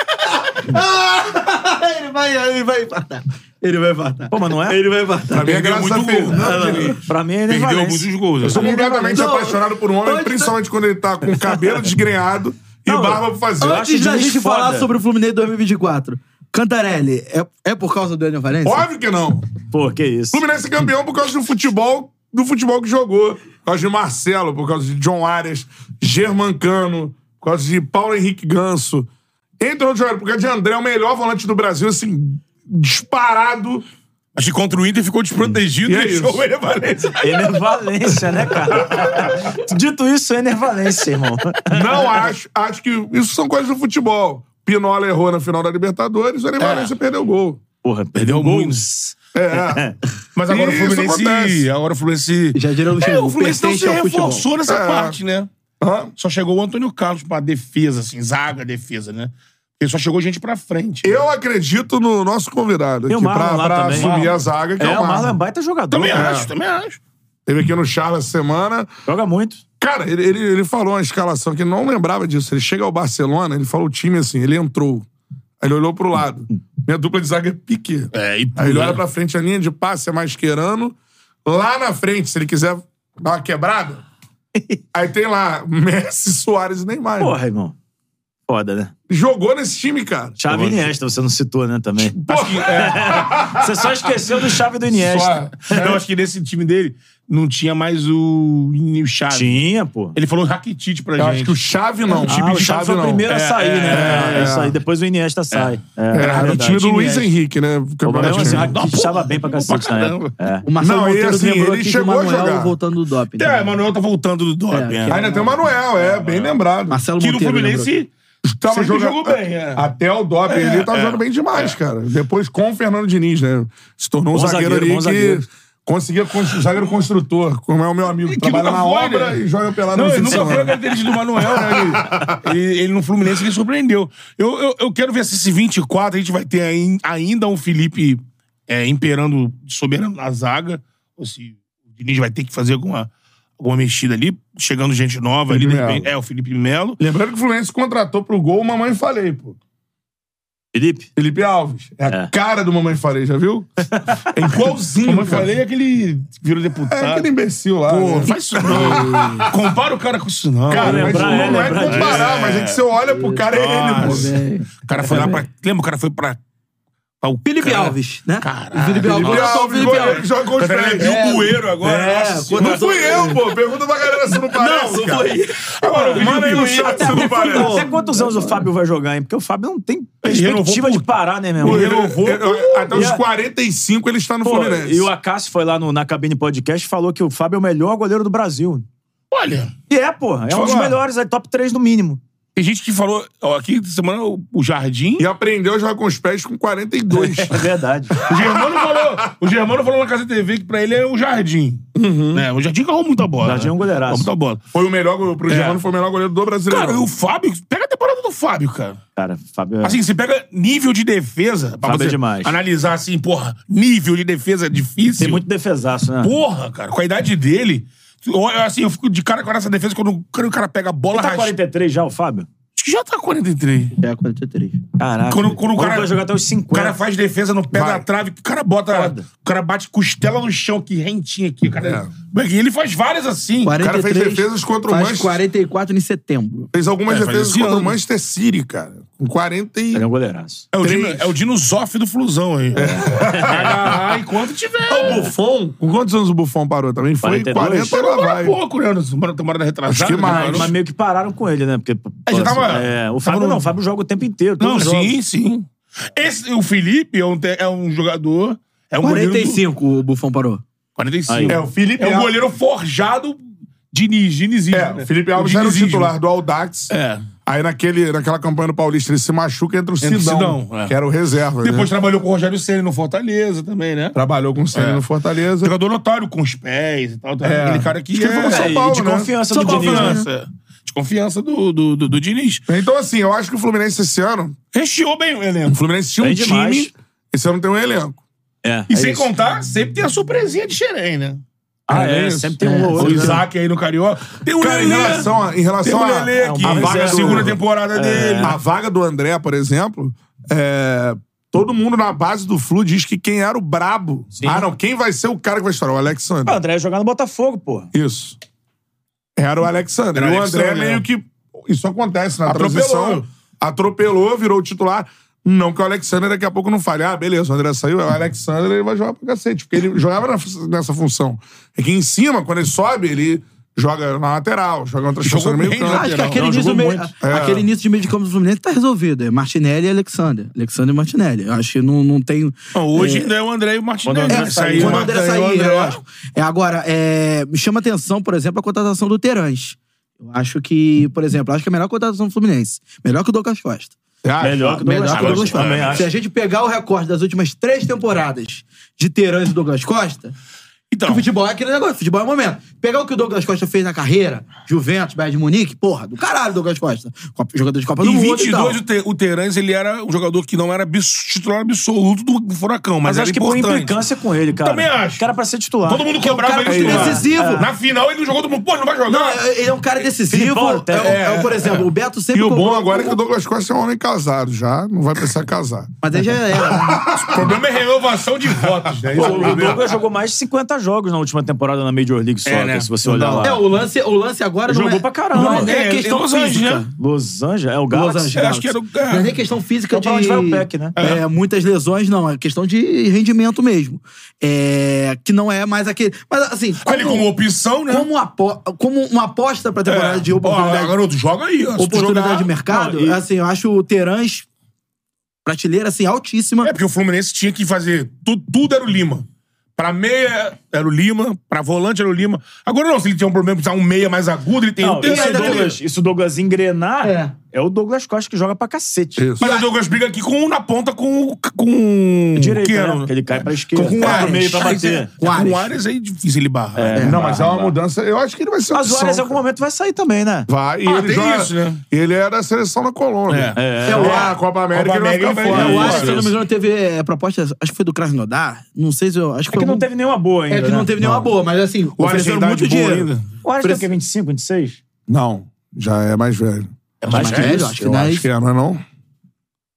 Speaker 3: é. ele vai, ele vai empatar. Ele vai empatar.
Speaker 4: Pô, mas não é?
Speaker 3: Ele vai
Speaker 1: Pra
Speaker 3: empatar.
Speaker 1: mim é
Speaker 2: Perdeu
Speaker 1: graças a
Speaker 2: muito gol.
Speaker 1: Fernando Diniz.
Speaker 4: Pra mim é Ener
Speaker 2: Perdeu
Speaker 4: Valência.
Speaker 2: muitos gols.
Speaker 1: Sou completamente
Speaker 3: Não,
Speaker 1: apaixonado por um homem,
Speaker 3: antes-
Speaker 1: principalmente quando ele tá com o cabelo desgrenhado e
Speaker 4: Não,
Speaker 1: barba pra fazer.
Speaker 4: eu acho
Speaker 3: Antes da
Speaker 4: Diniz
Speaker 3: gente
Speaker 4: foda.
Speaker 3: falar sobre o Fluminense 2024, Cantarelli, é, é por causa do Enio Valencia?
Speaker 1: Óbvio que não.
Speaker 4: Pô, que isso.
Speaker 1: Fluminense é campeão por causa do futebol, do futebol que jogou. Por causa de Marcelo, por causa de John Arias, Germancano, por causa de Paulo Henrique Ganso. Entre outros jogadores, por causa de André, o melhor volante do Brasil, assim, disparado.
Speaker 2: Acho que contra o Inter ficou desprotegido
Speaker 1: E
Speaker 2: e
Speaker 1: é
Speaker 2: deixou
Speaker 1: isso.
Speaker 2: o Ener Valencia.
Speaker 4: Ener Valência, né, cara? Dito isso, Ener Valência, irmão.
Speaker 1: Não acho. Acho que isso são coisas do futebol. Pinola errou na final da Libertadores, o Enem
Speaker 2: É.
Speaker 1: Valencia perdeu o gol.
Speaker 4: Porra,
Speaker 2: Perdeu muito.
Speaker 1: É.
Speaker 2: Mas agora
Speaker 1: Isso
Speaker 2: o Fluminense.
Speaker 1: acontece.
Speaker 2: Agora o Fluminense.
Speaker 3: Já diria o
Speaker 2: É,
Speaker 3: Luxemburgo,
Speaker 2: o Fluminense não se
Speaker 3: pertence ao futebol.
Speaker 2: reforçou nessa
Speaker 1: É.
Speaker 2: parte, né?
Speaker 1: Hã?
Speaker 2: Só chegou o Antônio Carlos pra defesa, assim, zaga, defesa, né? Porque só chegou gente pra frente.
Speaker 1: Eu acredito no nosso convidado
Speaker 4: E
Speaker 1: aqui
Speaker 4: o
Speaker 1: pra,
Speaker 4: Marlon lá
Speaker 1: pra
Speaker 4: também.
Speaker 1: assumir
Speaker 4: Marlon.
Speaker 1: a zaga, que é,
Speaker 4: É, o Marlon é
Speaker 1: Marlon.
Speaker 4: um baita jogador.
Speaker 2: Também
Speaker 4: cara.
Speaker 2: acho, também acho.
Speaker 1: Teve aqui no Charla essa semana.
Speaker 4: Joga muito.
Speaker 1: Cara, ele, ele, ele falou uma escalação que ele não lembrava disso. Ele chega ao Barcelona, ele falou o time assim, ele entrou. Aí ele olhou pro lado. Minha dupla de zaga é Piquet.
Speaker 2: É, e
Speaker 1: Aí ele olha pra frente, a linha de passe é Mascherano. Lá na frente, se ele quiser dar uma quebrada, aí tem lá Messi, Soares e Neymar.
Speaker 4: Porra, irmão. Foda, né?
Speaker 1: Jogou nesse time, cara. é,
Speaker 4: Chave e Iniesta, você não citou, né, também.
Speaker 1: Porra,
Speaker 4: Você só esqueceu do Chave e do Iniesta.
Speaker 2: Eu acho que nesse time dele não tinha mais o, o Chave.
Speaker 4: Tinha, pô.
Speaker 2: Ele falou Rakitic pra
Speaker 1: eu
Speaker 2: gente.
Speaker 1: acho que o Chave não.
Speaker 4: Ah, o Chave foi o primeiro a sair, né? cara?
Speaker 1: é.
Speaker 4: Isso aí, depois o Iniesta sai. É,
Speaker 1: É,
Speaker 4: é
Speaker 1: era o
Speaker 4: verdade.
Speaker 1: time do Luiz
Speaker 2: Iniesta.
Speaker 1: Henrique, né? O
Speaker 4: Mas,
Speaker 1: Campeonato
Speaker 4: assim,
Speaker 1: Espanhol.
Speaker 4: o Rakitic estava bem pra cacete na época. É.
Speaker 3: O Marcelo
Speaker 1: Não, e
Speaker 3: Monteiro
Speaker 1: assim,
Speaker 3: lembrou
Speaker 1: ele
Speaker 3: aqui
Speaker 1: chegou
Speaker 3: que
Speaker 1: a
Speaker 3: o Manuel
Speaker 1: jogar.
Speaker 3: voltando do doping.
Speaker 2: É, o Manuel tá voltando do doping.
Speaker 3: É,
Speaker 2: é.
Speaker 3: que-
Speaker 1: Ainda tem o Manuel, é, bem lembrado.
Speaker 3: Marcelo
Speaker 2: Que no
Speaker 3: Monteiro
Speaker 1: né,
Speaker 3: lembrou aqui.
Speaker 2: Fluminense
Speaker 1: Tava
Speaker 2: sempre jogou bem, é.
Speaker 1: Até o Dobre ele tava jogando bem demais, cara. Depois com o Fernando Diniz, né? Se tornou um
Speaker 4: Bom
Speaker 1: zagueiro,
Speaker 4: zagueiro,
Speaker 1: ali
Speaker 4: bom
Speaker 1: que
Speaker 4: zagueiro.
Speaker 1: conseguia construir zagueiro construtor, como é o meu amigo. Que trabalha
Speaker 2: nunca
Speaker 1: na
Speaker 2: foi,
Speaker 1: obra
Speaker 2: né?
Speaker 1: e joga pelado
Speaker 2: Não,
Speaker 1: no
Speaker 2: ele
Speaker 1: fim de
Speaker 2: nunca foi a
Speaker 1: semana.
Speaker 2: característica do Manuel, né? Ele, ele- ele no Fluminense ele surpreendeu. Eu, eu, eu quero ver se esse 24 a gente vai ter ain- ainda um Felipe é, imperando, soberano na zaga, ou se o Diniz vai ter que fazer alguma, alguma mexida ali, chegando gente nova ali.
Speaker 1: Felipe
Speaker 2: de
Speaker 1: Melo.
Speaker 2: repente- É, o Felipe Melo.
Speaker 1: Lembrando que o Fluminense contratou pro gol o Mamãe Falei, pô.
Speaker 4: Felipe?
Speaker 1: Felipe Alves. É a
Speaker 4: É.
Speaker 1: cara do Mamãe Falei, já viu? É igualzinho.
Speaker 2: Como eu
Speaker 1: cara.
Speaker 2: falei, é aquele que virou
Speaker 1: É
Speaker 2: deputado.
Speaker 1: aquele imbecil lá.
Speaker 2: Pô,
Speaker 1: né?
Speaker 2: não faz isso não. Compara o cara com isso não.
Speaker 1: Cara, mas
Speaker 4: lembrar, é,
Speaker 1: não é
Speaker 4: lembrar
Speaker 1: comparar,
Speaker 2: disso.
Speaker 1: mas é que você olha pro cara, é ele, pô.
Speaker 2: Nossa. O cara foi lá pra... Lembra? O cara foi pra... pra o
Speaker 3: Felipe
Speaker 2: cara-
Speaker 3: Alves, né?
Speaker 2: Caralho.
Speaker 3: Felipe Alves.
Speaker 1: Felipe
Speaker 3: contratou o
Speaker 1: Alves,
Speaker 3: Felipe
Speaker 1: goleiro,
Speaker 3: Alves.
Speaker 1: que joga com os
Speaker 2: Cara, ele
Speaker 1: pés.
Speaker 2: viu
Speaker 3: É.
Speaker 2: o bueiro agora.
Speaker 3: É,
Speaker 2: nossa senhora.
Speaker 1: Não fui eu, pô. Pergunta pra galera se não parece.
Speaker 3: não
Speaker 1: cara.
Speaker 3: foi.
Speaker 1: Agora, manda aí no chat se não parece.
Speaker 4: Até quantos anos o Fábio vai jogar, hein? Porque o Fábio não tem
Speaker 2: renovou
Speaker 4: perspectiva
Speaker 2: por-
Speaker 4: de parar, né, meu
Speaker 1: Pô,
Speaker 2: é
Speaker 4: irmão?
Speaker 1: ele- eu- Até
Speaker 4: E
Speaker 1: os
Speaker 4: a-
Speaker 1: 45 ele está no
Speaker 4: Pô,
Speaker 1: Fluminense.
Speaker 4: e o Acácio foi lá no, na cabine podcast e falou que o Fábio é o melhor goleiro do Brasil.
Speaker 2: Olha,
Speaker 4: E é, porra. É um dos
Speaker 1: falar.
Speaker 4: melhores, é top 3 no mínimo.
Speaker 2: tem gente que falou... Ó, aqui, essa semana, o o Jardim...
Speaker 1: E aprendeu a jogar com os pés com 42.
Speaker 4: É verdade.
Speaker 2: O Germano falou, o Germano falou na Casa TV que pra ele é o Jardim. Né? O Jardim que arrumou muita bola. né?
Speaker 4: O Uhum. Jardim é um goleiraço.
Speaker 2: Arrumou muita bola.
Speaker 1: Foi o melhor goleiro. Pro Giovanni foi o melhor goleiro do brasileiro.
Speaker 2: Cara, e o Fábio... Pega a temporada do Fábio, cara.
Speaker 4: Cara, Fábio é...
Speaker 2: Assim, você pega nível de defesa, pra
Speaker 4: Fábio é
Speaker 2: você
Speaker 4: demais.
Speaker 2: analisar assim, porra, nível de defesa é difícil.
Speaker 4: tem muito defesaço, né?
Speaker 2: Porra, cara, com a idade dele. eu- Assim, eu fico de cara com essa defesa quando, quando o cara pega a bola
Speaker 4: Ele tá
Speaker 2: ras-
Speaker 4: 43 já, o Fábio?
Speaker 2: Acho que já tá 43.
Speaker 3: É, 43.
Speaker 4: Caraca.
Speaker 2: Quando- quando o cara-
Speaker 4: vai jogar até os
Speaker 2: O
Speaker 4: 50.
Speaker 2: cara faz defesa no pé
Speaker 1: Vai.
Speaker 2: da trave, o cara bota.
Speaker 4: Foda.
Speaker 2: O cara bate costela no chão aqui, rentinha aqui. O cara,
Speaker 1: É.
Speaker 2: E ele faz várias assim.
Speaker 1: O cara fez
Speaker 3: 43,
Speaker 1: defesas contra o
Speaker 3: faz
Speaker 1: Manchester.
Speaker 3: 44 em setembro.
Speaker 1: Fez algumas
Speaker 2: É, faz
Speaker 1: defesas
Speaker 2: esse
Speaker 1: contra o
Speaker 2: ano.
Speaker 1: Manchester City, cara. Com 40 e...
Speaker 4: Ele é um goleiraço.
Speaker 2: É o,
Speaker 1: Três.
Speaker 2: Dino, é o Dino Zoff do Flusão aí.
Speaker 4: É.
Speaker 2: Vai agarrar enquanto tiver.
Speaker 1: É O Buffon... Com quantos anos o Buffon parou também? Foi
Speaker 4: 42.
Speaker 1: 40 lá
Speaker 2: Agora
Speaker 1: vai.
Speaker 2: é pouco, né? Mano, temporada retrasada.
Speaker 1: Acho que mais.
Speaker 2: né?
Speaker 4: Mas meio que pararam com ele, né? Porque,
Speaker 2: É, já tava-
Speaker 4: é, o
Speaker 2: tava
Speaker 4: Fábio
Speaker 2: no-
Speaker 4: não, o Fábio joga o tempo inteiro.
Speaker 2: Não,
Speaker 4: todos os jogos.
Speaker 2: sim, sim. Esse, o Felipe é um, te- é um jogador. É um goleiro do-
Speaker 3: 45 o Buffon parou.
Speaker 2: 45.
Speaker 1: É, o Felipe
Speaker 2: É um
Speaker 1: Alves-
Speaker 2: goleiro forjado Diniz, Dinizismo.
Speaker 1: É, o Felipe Alves era o
Speaker 2: Dinizismo.
Speaker 1: titular do Audax.
Speaker 2: É.
Speaker 1: Aí naquele, naquela campanha do Paulista ele se machuca entre o
Speaker 2: Entra o
Speaker 1: Sidão,
Speaker 2: Sidão, é.
Speaker 1: que era o reserva.
Speaker 2: Depois
Speaker 1: né?
Speaker 2: trabalhou com o Rogério Ceni no Fortaleza também, né?
Speaker 1: trabalhou com o Ceni
Speaker 2: É.
Speaker 1: no Fortaleza.
Speaker 2: Jogador notório com os pés e tal. tá?
Speaker 1: É.
Speaker 2: Aquele cara que.
Speaker 1: Acho que ele foi pro São
Speaker 4: É, e
Speaker 1: Paulo,
Speaker 4: de
Speaker 1: né?
Speaker 4: confiança
Speaker 2: de
Speaker 4: do Diniz, né?
Speaker 2: confiança. De confiança do, do, do, do Diniz.
Speaker 1: Então, assim, eu acho que o Fluminense esse ano.
Speaker 2: Recheou bem o
Speaker 1: O
Speaker 2: elenco.
Speaker 1: Fluminense tinha um
Speaker 4: Bem
Speaker 1: time,
Speaker 4: demais.
Speaker 1: esse ano tem um elenco.
Speaker 4: É,
Speaker 2: E
Speaker 4: é
Speaker 2: sem
Speaker 4: isso.
Speaker 2: contar, sempre tem a surpresinha de Xerém, né?
Speaker 4: Ah,
Speaker 1: É
Speaker 4: é,
Speaker 1: isso.
Speaker 4: sempre tem um ou
Speaker 2: O
Speaker 4: outro. né?
Speaker 2: Isaac aí no Carioca. Tem o
Speaker 1: Cara, em
Speaker 2: Lelê.
Speaker 1: relação a, em
Speaker 2: Tem
Speaker 1: relação
Speaker 2: o
Speaker 1: a,
Speaker 2: Lelê aqui.
Speaker 4: é um
Speaker 1: a
Speaker 4: Marcelo.
Speaker 1: vaga do, É.
Speaker 2: segunda temporada dele.
Speaker 1: a vaga do André, por exemplo, é, todo mundo na base do Flu diz que quem era o brabo. Ah, não, quem vai ser o cara que vai estourar? O
Speaker 4: Ah, O
Speaker 1: Alexandre.
Speaker 4: André ia jogar no Botafogo, porra.
Speaker 1: Isso. Era o Alexandre.
Speaker 2: Era o
Speaker 1: E o André
Speaker 2: Alexandre,
Speaker 1: meio
Speaker 2: é.
Speaker 1: que. Isso acontece na
Speaker 2: Atropelou.
Speaker 1: transição. Atropelou, virou o titular. Não que o Alexander daqui a pouco não fale. Ah, beleza, o André saiu, o Alexander ele vai jogar pra cacete. Porque ele jogava na- nessa função. É que em cima, quando ele sobe, ele joga na lateral, joga em outras
Speaker 2: Jogou
Speaker 1: funções no meio
Speaker 2: bem
Speaker 1: campo.
Speaker 2: na
Speaker 3: Ah, Acho que
Speaker 2: lateral.
Speaker 3: aquele,
Speaker 4: Não,
Speaker 3: início
Speaker 4: jogou
Speaker 3: do meio,
Speaker 4: muito.
Speaker 1: É.
Speaker 3: aquele início de meio de campo do Fluminense tá resolvido. É Martinelli e Alexander. Alexander e Martinelli. Eu acho que não, não tem.
Speaker 2: Não, hoje ainda é o André e o Martinelli.
Speaker 4: Quando o
Speaker 3: É,
Speaker 4: André
Speaker 2: Isso aí,
Speaker 4: saiu,
Speaker 3: quando o
Speaker 2: né?
Speaker 3: André
Speaker 2: Saiu
Speaker 3: sair,
Speaker 2: o André.
Speaker 3: eu acho. É, agora, é, me chama atenção, por exemplo, a contratação do Terãs. Eu acho que, por exemplo, acho que é a melhor contratação do Fluminense. Melhor que o Douglas Costa.
Speaker 1: Ah,
Speaker 4: Melhor que o Douglas
Speaker 3: Melhor que o Douglas Costa.
Speaker 4: Costa.
Speaker 3: é
Speaker 4: Também
Speaker 3: Se a
Speaker 4: acho.
Speaker 3: gente pegar o recorde das últimas três temporadas de Terãs e Douglas Costa,
Speaker 2: Então,
Speaker 3: o futebol é aquele negócio, o futebol é o momento. Pegar o que o Douglas Costa fez na carreira, Juventus, Bayern de Munique, porra, do caralho, Douglas Costa. Copa- jogador de Copa do
Speaker 2: em
Speaker 3: Mundo. e tal.
Speaker 2: 22, o, Te, o Terãs, ele era um jogador que não era abs- titular absoluto do Furacão, mas,
Speaker 4: Mas
Speaker 2: era
Speaker 4: acho que por
Speaker 2: importante.
Speaker 4: implicância com ele, cara.
Speaker 2: Também acho.
Speaker 4: O cara pra ser titular.
Speaker 2: Todo mundo
Speaker 3: Porque o
Speaker 2: quebrava
Speaker 3: é um cara
Speaker 2: ele
Speaker 3: foi
Speaker 2: titular.
Speaker 3: decisivo.
Speaker 2: É. Na final, ele não jogou todo mundo. Pô, ele não vai jogar.
Speaker 3: Não, é- ele é um cara decisivo.
Speaker 4: Filipão,
Speaker 3: é, o-
Speaker 4: é,
Speaker 3: é o- por exemplo, o Beto sempre.
Speaker 1: E o bom
Speaker 3: cobrou-
Speaker 1: agora é que o Douglas Costa é um homem casado já, não vai precisar casar.
Speaker 3: Mas aí já era. né?
Speaker 2: O problema é renovação de votos. Né?
Speaker 4: Pô,
Speaker 2: Isso é o
Speaker 4: o
Speaker 2: problema.
Speaker 4: Douglas jogou mais de 50 jogos na última temporada na Major League Soccer,
Speaker 2: né?
Speaker 4: se você olhar
Speaker 2: Não dá.
Speaker 4: lá.
Speaker 3: é, o lance, o lance agora não
Speaker 4: Jogou
Speaker 3: é.
Speaker 4: pra caramba.
Speaker 3: Não é,
Speaker 2: É,
Speaker 3: é questão
Speaker 2: em Los Angeles,
Speaker 3: física.
Speaker 2: né?
Speaker 4: Los Angeles? É o
Speaker 3: Los
Speaker 4: Galaxy?
Speaker 3: Angeles
Speaker 2: Eu acho que era o-
Speaker 3: Galaxy.
Speaker 2: é.
Speaker 3: Não é nem questão física
Speaker 4: Então, pra
Speaker 3: de.
Speaker 4: onde vai o PEC, né?
Speaker 3: É, muitas lesões, não. É questão de rendimento mesmo. É, que não é mais aquele. Mas assim.
Speaker 2: Ele como opção, né? É.
Speaker 3: como apo- como uma aposta pra temporada de
Speaker 2: Ó, ah,
Speaker 3: oportunidade,
Speaker 2: garoto, joga aí. ó. Se tu
Speaker 3: oportunidade
Speaker 2: jogar-
Speaker 3: de mercado,
Speaker 4: Não, e-
Speaker 3: assim, eu acho o Terãs prateleira assim, altíssima.
Speaker 2: É porque o Fluminense tinha que fazer. tu- tudo era o Lima. Pra meia era o Lima, pra volante era o Lima. Agora não, se ele tem um problema de precisar um meia mais agudo, ele tem
Speaker 4: Não,
Speaker 2: um
Speaker 4: isso,
Speaker 2: terceiro.
Speaker 4: o Douglas, isso o Douglas engrenar
Speaker 3: É.
Speaker 4: é. o Douglas Costa que joga pra cacete.
Speaker 1: Isso.
Speaker 2: Mas o Douglas briga aqui com um na ponta com o- com o
Speaker 4: Direito,
Speaker 2: Queno,
Speaker 4: né?
Speaker 2: né?
Speaker 4: Que ele cai pra esquerda.
Speaker 2: Com o
Speaker 4: cai pro
Speaker 2: Ares.
Speaker 4: meio pra bater.
Speaker 2: Com o Ares. é difícil ele barrar.
Speaker 4: É.
Speaker 1: não, mas é uma
Speaker 4: Vai.
Speaker 1: mudança. Eu acho que ele vai ser
Speaker 4: Mas o
Speaker 1: opção,
Speaker 4: Ares em algum
Speaker 1: cara.
Speaker 4: momento vai sair também, né?
Speaker 1: Vai, e
Speaker 2: Ah,
Speaker 1: ele
Speaker 2: tem
Speaker 1: joga.
Speaker 2: isso, né?
Speaker 1: Ele é da seleção da Colômbia.
Speaker 2: É.
Speaker 4: É.
Speaker 1: É o
Speaker 2: É.
Speaker 1: A, Copa América,
Speaker 2: Copa
Speaker 1: ele vai ficar
Speaker 2: América, ele
Speaker 1: fora.
Speaker 2: vai-
Speaker 3: É, o
Speaker 2: Isso,
Speaker 3: Ares, se eu não
Speaker 2: isso.
Speaker 3: me engano, teve é, proposta, acho que foi do Krasnodar. Não sei se eu. Acho que
Speaker 4: É que
Speaker 3: foi
Speaker 4: não
Speaker 3: algum-
Speaker 4: teve nenhuma boa ainda. né?
Speaker 3: É que não teve nenhuma boa, mas assim,
Speaker 1: O Ares tem
Speaker 3: ofereceram
Speaker 1: idade boa
Speaker 3: muito dinheiro.
Speaker 1: ainda?
Speaker 4: O Ares tem o quê? 25, 26?
Speaker 1: Não, já é mais velho.
Speaker 4: É
Speaker 3: mais
Speaker 4: que
Speaker 3: velho,
Speaker 4: isso.
Speaker 3: acho que
Speaker 1: Eu
Speaker 3: dá
Speaker 1: acho
Speaker 3: isso.
Speaker 1: que é, não é não?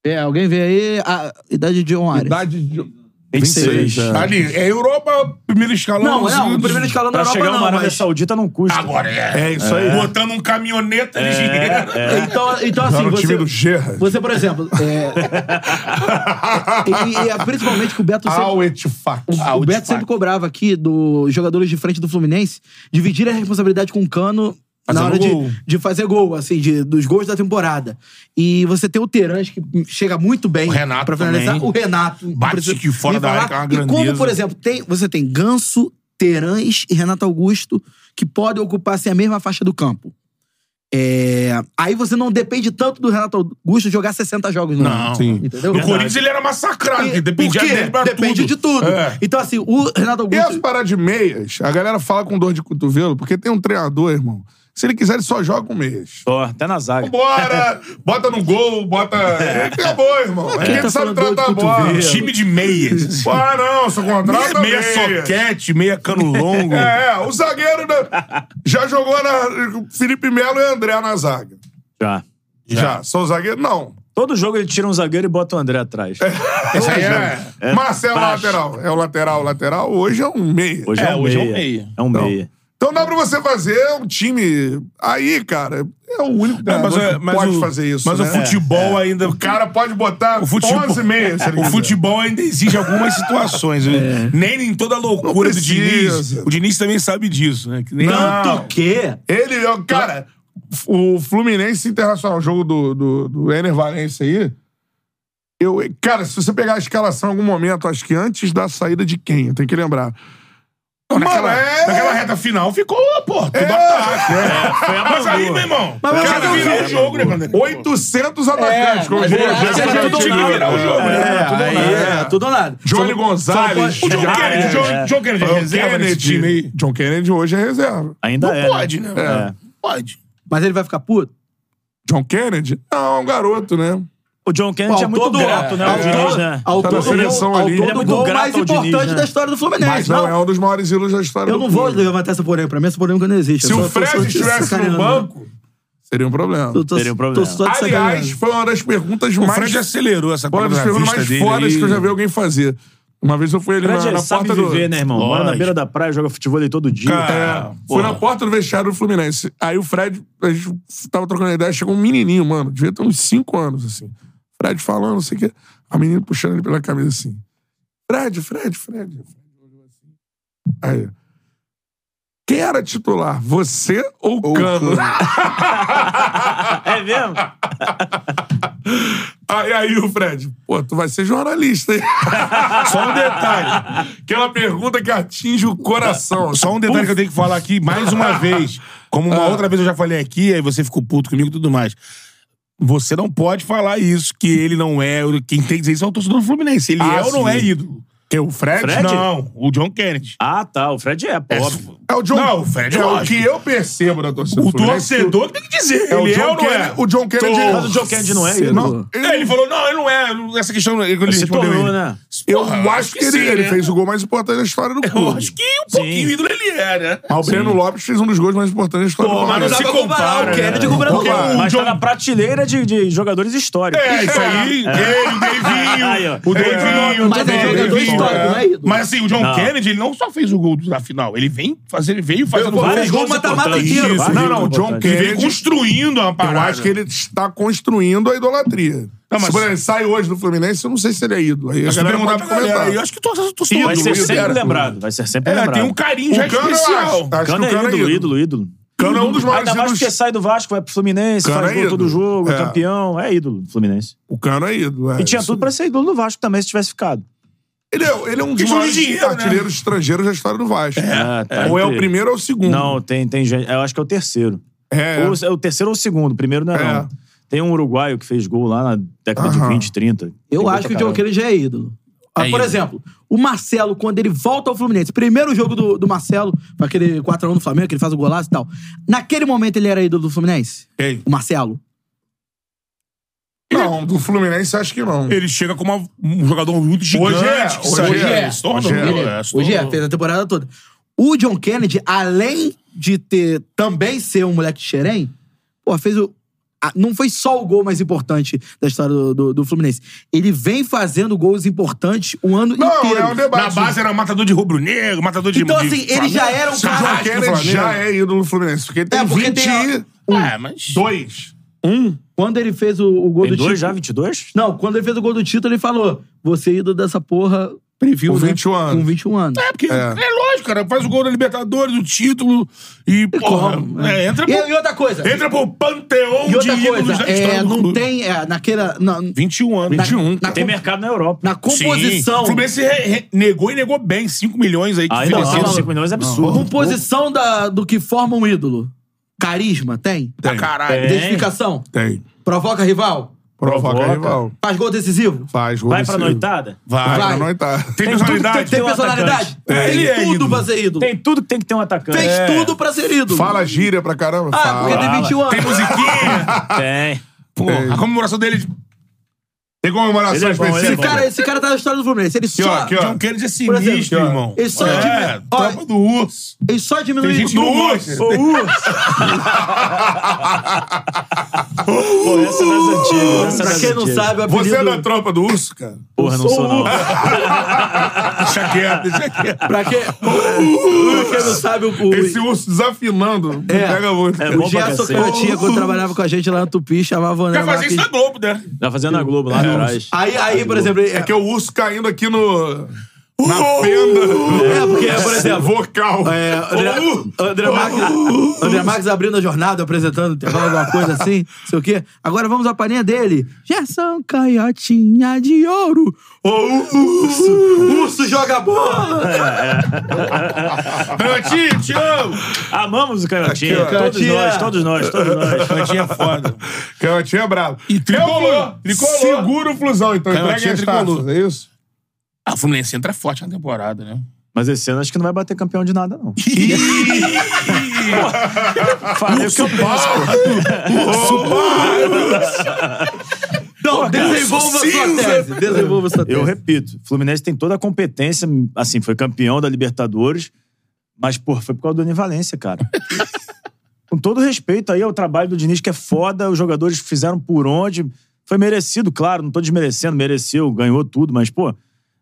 Speaker 3: É, alguém vê aí a idade de John Ares.
Speaker 1: Idade de...
Speaker 4: 26.
Speaker 1: 26, é.
Speaker 2: Ali, é Europa, primeiro
Speaker 1: um
Speaker 2: escalão.
Speaker 3: Não, não,
Speaker 2: segundo-
Speaker 3: o primeiro escalão da
Speaker 4: Pra
Speaker 3: Europa
Speaker 4: chegar
Speaker 3: não,
Speaker 4: uma Arábia
Speaker 3: mas...
Speaker 4: Saudita não custa.
Speaker 2: Agora é.
Speaker 1: É isso aí.
Speaker 2: Botando um caminhoneta de dinheiro.
Speaker 3: Então, então
Speaker 1: Tá
Speaker 3: assim,
Speaker 1: no time
Speaker 3: você,
Speaker 1: do Gerra.
Speaker 3: você, por exemplo... É... e, e é principalmente que o
Speaker 2: Ah,
Speaker 3: Beto sempre...
Speaker 1: Al Etifak.
Speaker 3: O, o Beto sempre cobrava aqui dos jogadores de frente do Fluminense dividir a responsabilidade com o Cano na
Speaker 2: Fazendo
Speaker 3: hora
Speaker 2: gol.
Speaker 3: de, de fazer gol, assim, de, dos gols da temporada. E você tem o Terans, que chega muito bem
Speaker 2: O Renato
Speaker 3: pra finalizar.
Speaker 2: também.
Speaker 3: O Renato. não
Speaker 2: Bate
Speaker 3: precisa
Speaker 2: que fora
Speaker 3: nem
Speaker 2: da
Speaker 3: falar.
Speaker 2: área, que é uma
Speaker 3: E como,
Speaker 2: grandeza.
Speaker 3: por exemplo, tem, você tem Ganso, Terans e Renato Augusto, que podem ocupar assim, a mesma faixa do campo. É, Aí você não depende tanto do Renato Augusto jogar 60 jogos no
Speaker 2: Não.
Speaker 3: ano,
Speaker 1: Sim.
Speaker 3: Entendeu?
Speaker 2: No Corinthians ele era massacrado.
Speaker 3: E-
Speaker 2: porque Dependia
Speaker 3: por quê?
Speaker 2: dele pra
Speaker 3: Depende
Speaker 2: tudo.
Speaker 3: de tudo.
Speaker 2: É.
Speaker 3: Então, assim, o Renato
Speaker 1: E as
Speaker 3: Augusto.
Speaker 1: paradas de meias? A galera fala com dor de cotovelo, porque tem um treinador, irmão. Se ele quiser, ele só joga com meias.
Speaker 4: Ó, até na
Speaker 2: Tá
Speaker 4: zaga.
Speaker 1: Bora! bota no gol, bota. É, Acabou, irmão. É
Speaker 3: Quem
Speaker 1: quem
Speaker 3: tá
Speaker 1: sabe
Speaker 3: falando dor de
Speaker 1: tratar a bola.
Speaker 3: cotovelo?
Speaker 2: Time de meias.
Speaker 1: Ah, não, só contrata
Speaker 2: meia, meia
Speaker 1: meias.
Speaker 2: soquete, meia cano longo.
Speaker 1: É, é, o zagueiro da- já jogou na Felipe Melo e André na zaga.
Speaker 4: Já.
Speaker 1: Já. São zagueiro? Não.
Speaker 4: Todo jogo ele tira um zagueiro e bota o André atrás.
Speaker 1: Hoje é. Marcelo
Speaker 4: baixo.
Speaker 1: lateral. É o lateral, lateral. Hoje é um meia.
Speaker 4: Hoje é, um
Speaker 2: hoje é um
Speaker 4: meia.
Speaker 2: meia.
Speaker 4: É um
Speaker 1: Então,
Speaker 4: meia.
Speaker 1: Então dá pra você fazer um time. Aí, cara, é o único
Speaker 2: Não,
Speaker 1: treinador
Speaker 2: é-
Speaker 1: que pode
Speaker 2: o-
Speaker 1: fazer isso.
Speaker 2: Mas
Speaker 1: né?
Speaker 2: o futebol
Speaker 3: É.
Speaker 2: ainda.
Speaker 1: O cara pode botar tá
Speaker 2: O futebol,
Speaker 1: 11 e meia. se ele
Speaker 2: o
Speaker 1: quiser.
Speaker 2: futebol ainda exige algumas situações.
Speaker 1: É.
Speaker 2: né? Nem em toda a loucura do
Speaker 1: Não
Speaker 2: Diniz.
Speaker 1: precisa.
Speaker 2: O Diniz também sabe disso, né? Que nem-
Speaker 1: Não.
Speaker 3: que.
Speaker 1: Ele, ó, cara, o Fluminense Internacional, o jogo do, do, do Ener Valência aí. Eu, cara, se você pegar a escalação em algum momento, acho que antes da saída de quem? Eu tenho que lembrar.
Speaker 2: Não, naquela,
Speaker 1: Mano, é-
Speaker 2: naquela reta final ficou, pô, tudo
Speaker 1: É.
Speaker 2: ataque.
Speaker 4: foi a
Speaker 2: Mas aí,
Speaker 4: boa.
Speaker 2: meu irmão,
Speaker 3: Mas
Speaker 2: o cara
Speaker 3: você
Speaker 2: virou
Speaker 1: viu?
Speaker 2: o jogo, né, Vanderlei?
Speaker 1: 800 atacantes, como
Speaker 3: mas
Speaker 1: diria
Speaker 3: era-
Speaker 1: Jéssica
Speaker 3: era tudo ou
Speaker 1: Antigua.
Speaker 3: nada.
Speaker 1: Virar o jogo, né?
Speaker 3: É, tudo aí, é, tudo ou nada.
Speaker 1: Johnny
Speaker 3: Só-
Speaker 1: Gonzalez,
Speaker 3: só
Speaker 2: O
Speaker 3: pode-
Speaker 2: John
Speaker 1: Já né?
Speaker 2: Kennedy,
Speaker 4: é,
Speaker 2: John,
Speaker 4: é.
Speaker 2: John Kennedy, é
Speaker 1: John
Speaker 2: reserva nesse
Speaker 1: Kennedy.
Speaker 2: time aí.
Speaker 1: John Kennedy hoje é reserva.
Speaker 4: Ainda
Speaker 2: Não
Speaker 4: é. né?
Speaker 2: pode, né?
Speaker 4: É.
Speaker 2: Não Pode.
Speaker 3: Mas ele vai ficar puto?
Speaker 1: John Kennedy? Não, é um garoto, né?
Speaker 4: O John Kennedy é muito
Speaker 3: todo-
Speaker 4: grato, né?
Speaker 3: Ao
Speaker 4: O Diniz,
Speaker 3: todo-
Speaker 4: né?
Speaker 3: ao
Speaker 1: Tá na
Speaker 3: todo
Speaker 1: seleção
Speaker 3: gol- ao
Speaker 1: ali.
Speaker 3: todo
Speaker 1: Ele é
Speaker 4: muito
Speaker 3: gol
Speaker 4: grato
Speaker 3: mais
Speaker 4: ao Diniz,
Speaker 3: importante
Speaker 4: né?
Speaker 3: da história do Fluminense.
Speaker 1: Mas não, é um dos maiores ídolos da história
Speaker 3: eu
Speaker 1: do
Speaker 3: não vou
Speaker 1: clube.
Speaker 3: levantar essa polêmica. Pra mim, essa polêmica não existe.
Speaker 1: Se
Speaker 3: Eu
Speaker 1: o
Speaker 3: só- tô- tô-
Speaker 1: Fred
Speaker 3: tô
Speaker 1: estivesse no
Speaker 3: sacaneando.
Speaker 1: banco, seria um problema.
Speaker 3: Eu tô-
Speaker 4: Seria um
Speaker 3: tô-
Speaker 4: problema.
Speaker 3: tô só de
Speaker 1: Aliás,
Speaker 3: sacaneando.
Speaker 1: foi uma das perguntas
Speaker 2: O
Speaker 1: mais
Speaker 2: Fred é acelerou essa
Speaker 1: Uma das perguntas mais
Speaker 2: dele
Speaker 1: fodas
Speaker 2: aí.
Speaker 1: que eu já vi alguém fazer. Uma vez eu fui ali
Speaker 4: Fred é
Speaker 1: na, na
Speaker 4: sabe
Speaker 1: porta
Speaker 4: viver,
Speaker 1: do.
Speaker 4: né, irmão? Mora na
Speaker 2: Lógico.
Speaker 4: beira da praia, joga futebol ali todo dia.
Speaker 2: Cara,
Speaker 1: Foi
Speaker 4: porra.
Speaker 1: É, na porta do vestiário do Fluminense. Aí o Fred, a gente tava trocando ideia, chegou um menininho, mano, devia ter uns 5 anos, assim. Fred falando, não sei o quê. A menina puxando ele pela camisa assim. Fred, Fred, Fred. Aí. Quem era titular? Você ou o Cano?
Speaker 4: É mesmo?
Speaker 1: Aí, aí o Fred, pô, tu vai ser jornalista, hein?
Speaker 2: Só um detalhe.
Speaker 1: Aquela pergunta que atinge o coração.
Speaker 2: Só um detalhe que eu tenho que falar aqui mais uma vez. Como uma outra vez eu já falei aqui, aí você ficou puto comigo e tudo mais. Você não pode falar isso, que ele não é. Quem tem que dizer isso é o torcedor do Fluminense. Ele
Speaker 1: Ah,
Speaker 2: é ou não
Speaker 1: sim.
Speaker 2: é ídolo?
Speaker 1: Que o Fred?
Speaker 4: Fred?
Speaker 2: Não, o John Kennedy.
Speaker 4: Ah, tá. O Fred é, pô.
Speaker 2: É,
Speaker 4: óbvio.
Speaker 1: É o John.
Speaker 2: Não, o Fred,
Speaker 1: é o
Speaker 2: lógico.
Speaker 1: que eu percebo da torcida. do
Speaker 2: O
Speaker 1: Fluminense, que
Speaker 2: torcedor que tem que dizer.
Speaker 1: É o
Speaker 2: ele é
Speaker 1: John
Speaker 2: ou não é?
Speaker 1: Kennedy- o John Kennedy-
Speaker 2: Tô-
Speaker 4: Mas o John Kennedy não é
Speaker 3: Você
Speaker 4: ele.
Speaker 3: não-
Speaker 1: eu-
Speaker 2: É, Ele falou, não, ele não é. Essa questão que ele
Speaker 4: Ele se
Speaker 2: respondeu
Speaker 4: tornou,
Speaker 2: ele.
Speaker 4: né?
Speaker 1: Eu
Speaker 2: Porra,
Speaker 1: acho que ele,
Speaker 2: sim,
Speaker 1: ele
Speaker 2: né?
Speaker 1: fez o gol mais importante da história do
Speaker 2: Eu
Speaker 1: clube.
Speaker 2: acho que um pouquinho ídolo ele é, né?
Speaker 1: Mas o Breno Lopes fez um dos gols mais importantes da história
Speaker 2: Pô,
Speaker 1: do
Speaker 2: mas
Speaker 1: clube.
Speaker 2: não dá
Speaker 1: Se
Speaker 2: pra
Speaker 1: com-
Speaker 2: comparar
Speaker 3: o Kennedy com o
Speaker 2: Breno
Speaker 4: Porque
Speaker 2: Lopes.
Speaker 4: É. Mas
Speaker 2: O
Speaker 4: tá
Speaker 2: John-
Speaker 4: na prateleira de, de jogadores históricos.
Speaker 2: É, isso aí. Ele, o
Speaker 4: Aí, ó.
Speaker 2: Davinho. O Davinho.
Speaker 3: Mas é
Speaker 2: o
Speaker 3: jogador
Speaker 2: Davinho,
Speaker 3: histórico,
Speaker 2: né?
Speaker 3: não é ídolo.
Speaker 2: Mas assim, o John
Speaker 4: Não.
Speaker 2: Kennedy, ele não só fez o gol da final. Ele vem fazendo, veio fazendo
Speaker 4: vários
Speaker 2: vários gols.
Speaker 4: gols
Speaker 2: importantes.
Speaker 4: mata-mata inteiro,
Speaker 2: Isso,
Speaker 4: vários
Speaker 2: tá Não, não, o
Speaker 4: gols
Speaker 2: John
Speaker 4: importantes.
Speaker 2: Kennedy. Ele vem construindo uma
Speaker 1: Eu
Speaker 2: parada.
Speaker 1: acho que ele está construindo a idolatria.
Speaker 2: Não, mas-
Speaker 1: Se o Breno sai hoje do Fluminense, eu não sei se ele é ídolo. Aí a
Speaker 2: Mas se
Speaker 1: galera não
Speaker 2: perguntar
Speaker 1: dá
Speaker 2: pra
Speaker 1: pra
Speaker 2: galera,
Speaker 1: comentar.
Speaker 2: aí, eu acho que o torcedor torcedor
Speaker 4: Vai ser
Speaker 2: ídolo
Speaker 4: sempre
Speaker 2: era.
Speaker 4: lembrado. Vai ser sempre
Speaker 2: É,
Speaker 4: lembrado.
Speaker 2: tem um carinho
Speaker 1: O
Speaker 2: já
Speaker 1: Cano, eu
Speaker 2: especial.
Speaker 1: acho. Acho
Speaker 4: Cano
Speaker 1: que o
Speaker 4: é
Speaker 1: Cano
Speaker 4: ídolo, ídolo, ídolo.
Speaker 1: Cano é um dos maiores
Speaker 4: Ainda mais
Speaker 1: ídolos.
Speaker 4: porque sai do Vasco, vai pro Fluminense,
Speaker 1: Cano
Speaker 4: faz
Speaker 1: é
Speaker 4: gol todo
Speaker 1: ídolo.
Speaker 4: jogo, é
Speaker 1: É.
Speaker 4: campeão. É ídolo do Fluminense.
Speaker 1: O Cano é ídolo. é,
Speaker 4: E tinha
Speaker 1: isso
Speaker 4: tudo pra ser ídolo do Vasco também, se tivesse ficado.
Speaker 1: Ele é, ele é um dos
Speaker 2: Questão de
Speaker 1: maiores
Speaker 2: dinheiro, né?
Speaker 1: artilheiros estrangeiros da história do Vasco.
Speaker 4: É, tá
Speaker 1: Ou é o
Speaker 4: entre-
Speaker 1: primeiro ou é o segundo.
Speaker 4: Não, tem, tem gente. Eu acho que é o terceiro.
Speaker 1: É.
Speaker 4: Ou, é o terceiro ou o segundo, o primeiro não é,
Speaker 1: É.
Speaker 4: não. Tem um uruguaio que fez gol lá na década de
Speaker 1: Aham.
Speaker 4: 20, 30.
Speaker 3: Eu
Speaker 4: Tem
Speaker 3: acho que o
Speaker 4: gol pra
Speaker 3: John
Speaker 4: caralho.
Speaker 3: Kennedy já é ídolo. Ah,
Speaker 2: É
Speaker 3: Por
Speaker 2: ídolo.
Speaker 3: exemplo, o Marcelo, quando ele volta ao Fluminense, primeiro jogo do, do Marcelo, pra aquele 4x1 do Flamengo, que ele faz o golaço e tal. Naquele momento ele era ídolo do Fluminense?
Speaker 2: Quem?
Speaker 3: O Marcelo.
Speaker 1: Não, do Fluminense acho que não.
Speaker 2: Ele chega como uma- um jogador muito gigante.
Speaker 1: Hoje é,
Speaker 2: que
Speaker 1: hoje
Speaker 2: saiu,
Speaker 1: é,
Speaker 2: ele se tornou,
Speaker 1: hoje é.
Speaker 3: Ele-
Speaker 2: né? Se
Speaker 3: hoje é,
Speaker 2: tornou.
Speaker 3: fez a temporada toda. O John Kennedy, além de ter também ser um moleque de xerém, pô, fez o. a- Não foi só o gol mais importante da história do, do- do Fluminense. Ele vem fazendo gols importantes o ano
Speaker 1: Não,
Speaker 3: inteiro.
Speaker 1: é um
Speaker 2: Na
Speaker 1: debate.
Speaker 2: base era matador de rubro-negro, matador de
Speaker 3: Então,
Speaker 2: de
Speaker 3: assim, ele já
Speaker 2: Flamengo.
Speaker 3: era um
Speaker 1: Se o
Speaker 3: cara-
Speaker 1: John Kennedy já é ídolo do Fluminense. Porque tem
Speaker 3: É, porque tem a-
Speaker 1: 22.
Speaker 2: É, mas...
Speaker 3: Quando ele fez o, o gol
Speaker 4: Tem
Speaker 3: do
Speaker 4: dois
Speaker 3: título.
Speaker 4: já, 22?
Speaker 3: Não, quando ele fez o gol do título, ele falou: você é ídolo dessa porra, previu.
Speaker 1: Com
Speaker 3: né?
Speaker 1: 21 anos.
Speaker 3: Com 21 anos.
Speaker 2: É, porque é. lógico, cara. Faz o gol da Libertadores, do título e, porra,
Speaker 3: Como?
Speaker 2: é, entra,
Speaker 3: e,
Speaker 2: pro,
Speaker 3: e outra coisa.
Speaker 2: entra pro panteão
Speaker 3: e
Speaker 2: de
Speaker 3: outra
Speaker 2: ídolos
Speaker 3: coisa,
Speaker 2: da história
Speaker 3: é,
Speaker 2: do
Speaker 3: não
Speaker 2: clube.
Speaker 3: tem. é, naquela. Na,
Speaker 2: 21 anos.
Speaker 3: na,
Speaker 1: um.
Speaker 3: na,
Speaker 4: Tem
Speaker 3: com-
Speaker 4: mercado na Europa.
Speaker 3: na composição.
Speaker 2: O Fluminense re- re- negou e negou bem. 5 milhões aí que
Speaker 4: Ainda
Speaker 2: ofereceram.
Speaker 4: não, 5 milhões é absurdo.
Speaker 3: Composição da, do que forma um ídolo. Carisma, tem?
Speaker 2: Ah, caralho.
Speaker 4: Tem.
Speaker 3: Identificação.
Speaker 1: Tem.
Speaker 3: Provoca rival.
Speaker 1: Provoca,
Speaker 4: Provoca.
Speaker 1: rival.
Speaker 3: Faz gol decisivo.
Speaker 1: Faz, gol
Speaker 4: Vai pra
Speaker 1: decisivo.
Speaker 4: noitada?
Speaker 1: Vai,
Speaker 3: Vai.
Speaker 1: pra noitada.
Speaker 2: Tem
Speaker 4: Tem tudo que
Speaker 2: personalidade.
Speaker 4: Tem
Speaker 3: Tem
Speaker 4: um
Speaker 3: personalidade.
Speaker 4: atacante.
Speaker 3: Tem
Speaker 2: Ele é ídolo.
Speaker 3: tudo pra ser ídolo.
Speaker 4: Tem tudo que tem que ter um atacante.
Speaker 3: Fez
Speaker 4: É.
Speaker 3: tudo pra ser ídolo.
Speaker 1: Fala gíria pra caramba.
Speaker 3: Ah,
Speaker 1: Fala.
Speaker 3: porque tem
Speaker 4: Fala.
Speaker 3: 21 anos.
Speaker 2: Tem musiquinha.
Speaker 4: Tem.
Speaker 2: Pô, a comemoração dele...
Speaker 1: Tem comemoração
Speaker 4: Ele é bom,
Speaker 1: específica.
Speaker 4: ele é
Speaker 3: Esse cara, esse cara tá na história do Fluminense. Ele
Speaker 1: ó,
Speaker 3: só,
Speaker 1: aqui, ó.
Speaker 2: John Kennedy é
Speaker 3: Por exemplo,
Speaker 2: sinistro,
Speaker 3: ó,
Speaker 2: irmão.
Speaker 3: ele só
Speaker 2: é,
Speaker 3: diminui- ó,
Speaker 2: tropa do urso.
Speaker 4: Tá
Speaker 3: ele só diminui
Speaker 2: Tem
Speaker 3: o
Speaker 2: gente que não gosta.
Speaker 4: Ô, urso! Pô, essa é das antigas. Essa
Speaker 3: Pra
Speaker 4: é das
Speaker 3: quem não
Speaker 4: antigas.
Speaker 3: sabe, o apelido...
Speaker 1: Você é da tropa do urso, cara?
Speaker 4: Porra, não Tá sou não.
Speaker 2: Deixa quieto, deixa quieto.
Speaker 3: Pra quem, pra quem não sabe, o, o,
Speaker 1: Esse urso desafinando me
Speaker 3: É.
Speaker 1: pega muito.
Speaker 4: É
Speaker 1: cara.
Speaker 4: bom
Speaker 3: o
Speaker 4: pra
Speaker 3: Gerson
Speaker 4: cacete.
Speaker 3: Cantinha, quando trabalhava com a gente lá no Tupi, chamava o André
Speaker 2: Quer fazer
Speaker 3: Marques.
Speaker 2: isso na Globo, né?
Speaker 4: Tá fazendo a Globo lá atrás.
Speaker 3: Aí, aí, por exemplo...
Speaker 1: É que é o urso caindo aqui no... Na
Speaker 2: Uh!
Speaker 1: fenda.
Speaker 3: É, porque, por exemplo,
Speaker 1: Vocal.
Speaker 3: É, André,
Speaker 1: Uh!
Speaker 3: André, Marques, André Marques abrindo a jornada, apresentando, tem alguma coisa assim, não sei o quê. Agora vamos à parinha dele. Gerson Canhotinha de ouro. Ô, urso, urso joga bola.
Speaker 2: Cantinho, te amo.
Speaker 4: Amamos o
Speaker 1: Aqui,
Speaker 4: Canhotinha.
Speaker 1: ó.
Speaker 4: todos
Speaker 3: Canhotinha.
Speaker 4: nós, todos nós, todos nós.
Speaker 2: Cantinho é foda.
Speaker 1: Canhotinha é brabo. E
Speaker 2: tricolor, tricolor.
Speaker 1: Segura o flusão, então.
Speaker 2: Canhotinha
Speaker 1: Entrega as
Speaker 2: tricolor.
Speaker 1: taças, é isso?
Speaker 2: A Ah, Fluminense entra forte na temporada, né?
Speaker 4: Mas esse ano acho que não vai bater campeão de nada, não. Falei o que eu penso.
Speaker 3: Não, desenvolva sua tese. Desenvolva sua tese.
Speaker 4: Eu repito, Fluminense tem toda a competência, assim, foi campeão da Libertadores, mas, pô, foi por causa do Onivalência, cara. Com todo respeito aí ao trabalho do Diniz, que é foda, os jogadores fizeram por onde. Foi merecido, claro, não tô desmerecendo, mereceu, ganhou tudo, mas, pô,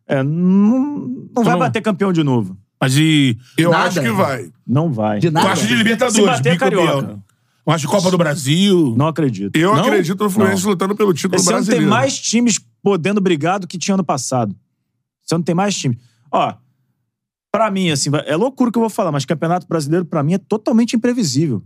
Speaker 4: é, não, não vai
Speaker 2: não-
Speaker 4: bater campeão de novo.
Speaker 2: Mas e.
Speaker 1: Eu
Speaker 3: Nada.
Speaker 1: acho que vai.
Speaker 4: Não vai.
Speaker 3: De nada.
Speaker 2: Quarto de Libertadores,
Speaker 4: Se bater, é
Speaker 2: bicampeão.
Speaker 4: carioca.
Speaker 2: Eu acho que Copa do Brasil.
Speaker 4: Não acredito.
Speaker 1: Eu
Speaker 4: Não?
Speaker 1: acredito no Fluminense lutando pelo título
Speaker 4: Esse ano tem
Speaker 1: brasileiro.
Speaker 4: mais times podendo brigar do que tinha ano passado. Esse ano tem mais times. Ó, pra mim, assim, vai- é loucura o que eu vou falar, mas Campeonato Brasileiro, pra mim, é totalmente imprevisível.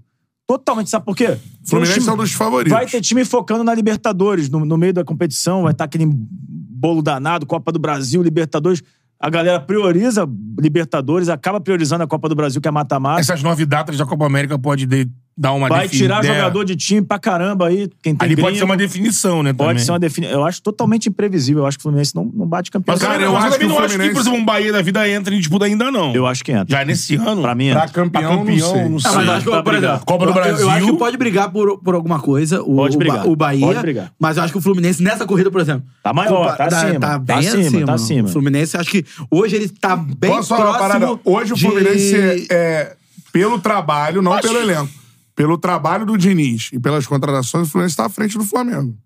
Speaker 4: Totalmente. Sabe por quê? Tem uns
Speaker 1: Fluminense
Speaker 4: times-
Speaker 1: é um dos favoritos.
Speaker 4: Vai ter time focando na Libertadores, no, no meio da competição, vai estar aquele bolo danado, Copa do Brasil, Libertadores. A galera prioriza Libertadores, acaba priorizando a Copa do Brasil, que é mata-mata.
Speaker 2: Essas nove datas da Copa América pode de- dar uma
Speaker 4: Vai
Speaker 2: defini-
Speaker 4: tirar
Speaker 2: é.
Speaker 4: jogador de time pra caramba aí. Quem tem
Speaker 2: Ali pode
Speaker 4: gringo.
Speaker 2: ser uma definição, né?
Speaker 4: Pode
Speaker 2: também.
Speaker 4: ser uma definição. Eu acho totalmente imprevisível. Eu acho que o Fluminense não, não bate campeão.
Speaker 2: Mas, cara,
Speaker 1: Cara,
Speaker 2: eu,
Speaker 1: eu acho
Speaker 2: também
Speaker 1: que o
Speaker 2: não acho que, por
Speaker 1: Fluminense-
Speaker 2: exemplo, um Bahia da vida entra em disputa ainda, não.
Speaker 4: Eu acho que entra.
Speaker 2: Já nesse ano.
Speaker 4: Pra mim,
Speaker 1: Pra
Speaker 4: entra.
Speaker 1: campeão,
Speaker 2: campeão, não
Speaker 1: não
Speaker 2: sei.
Speaker 3: Ah,
Speaker 2: Ah,
Speaker 1: sei.
Speaker 4: Não, mas eu acho que, por exemplo,
Speaker 2: Copa do
Speaker 3: Eu-
Speaker 2: Brasil.
Speaker 3: Eu, acho que pode brigar por, por alguma coisa. O,
Speaker 4: Pode
Speaker 3: o Ba-
Speaker 4: brigar.
Speaker 3: O, Bahia.
Speaker 4: Pode brigar.
Speaker 3: Mas eu acho que o Fluminense, nessa corrida, por exemplo.
Speaker 4: Tá maior, tá
Speaker 3: da-
Speaker 4: acima, tá
Speaker 3: Tá bem
Speaker 4: acima, tá acima.
Speaker 3: O Fluminense, acho que hoje ele tá bem
Speaker 1: Posso falar uma
Speaker 3: próximo.
Speaker 1: parada? Hoje o
Speaker 3: de-
Speaker 1: Fluminense é, pelo trabalho, não pelo elenco. Pelo trabalho do Diniz e pelas contratações, o Fluminense está à frente do Flamengo.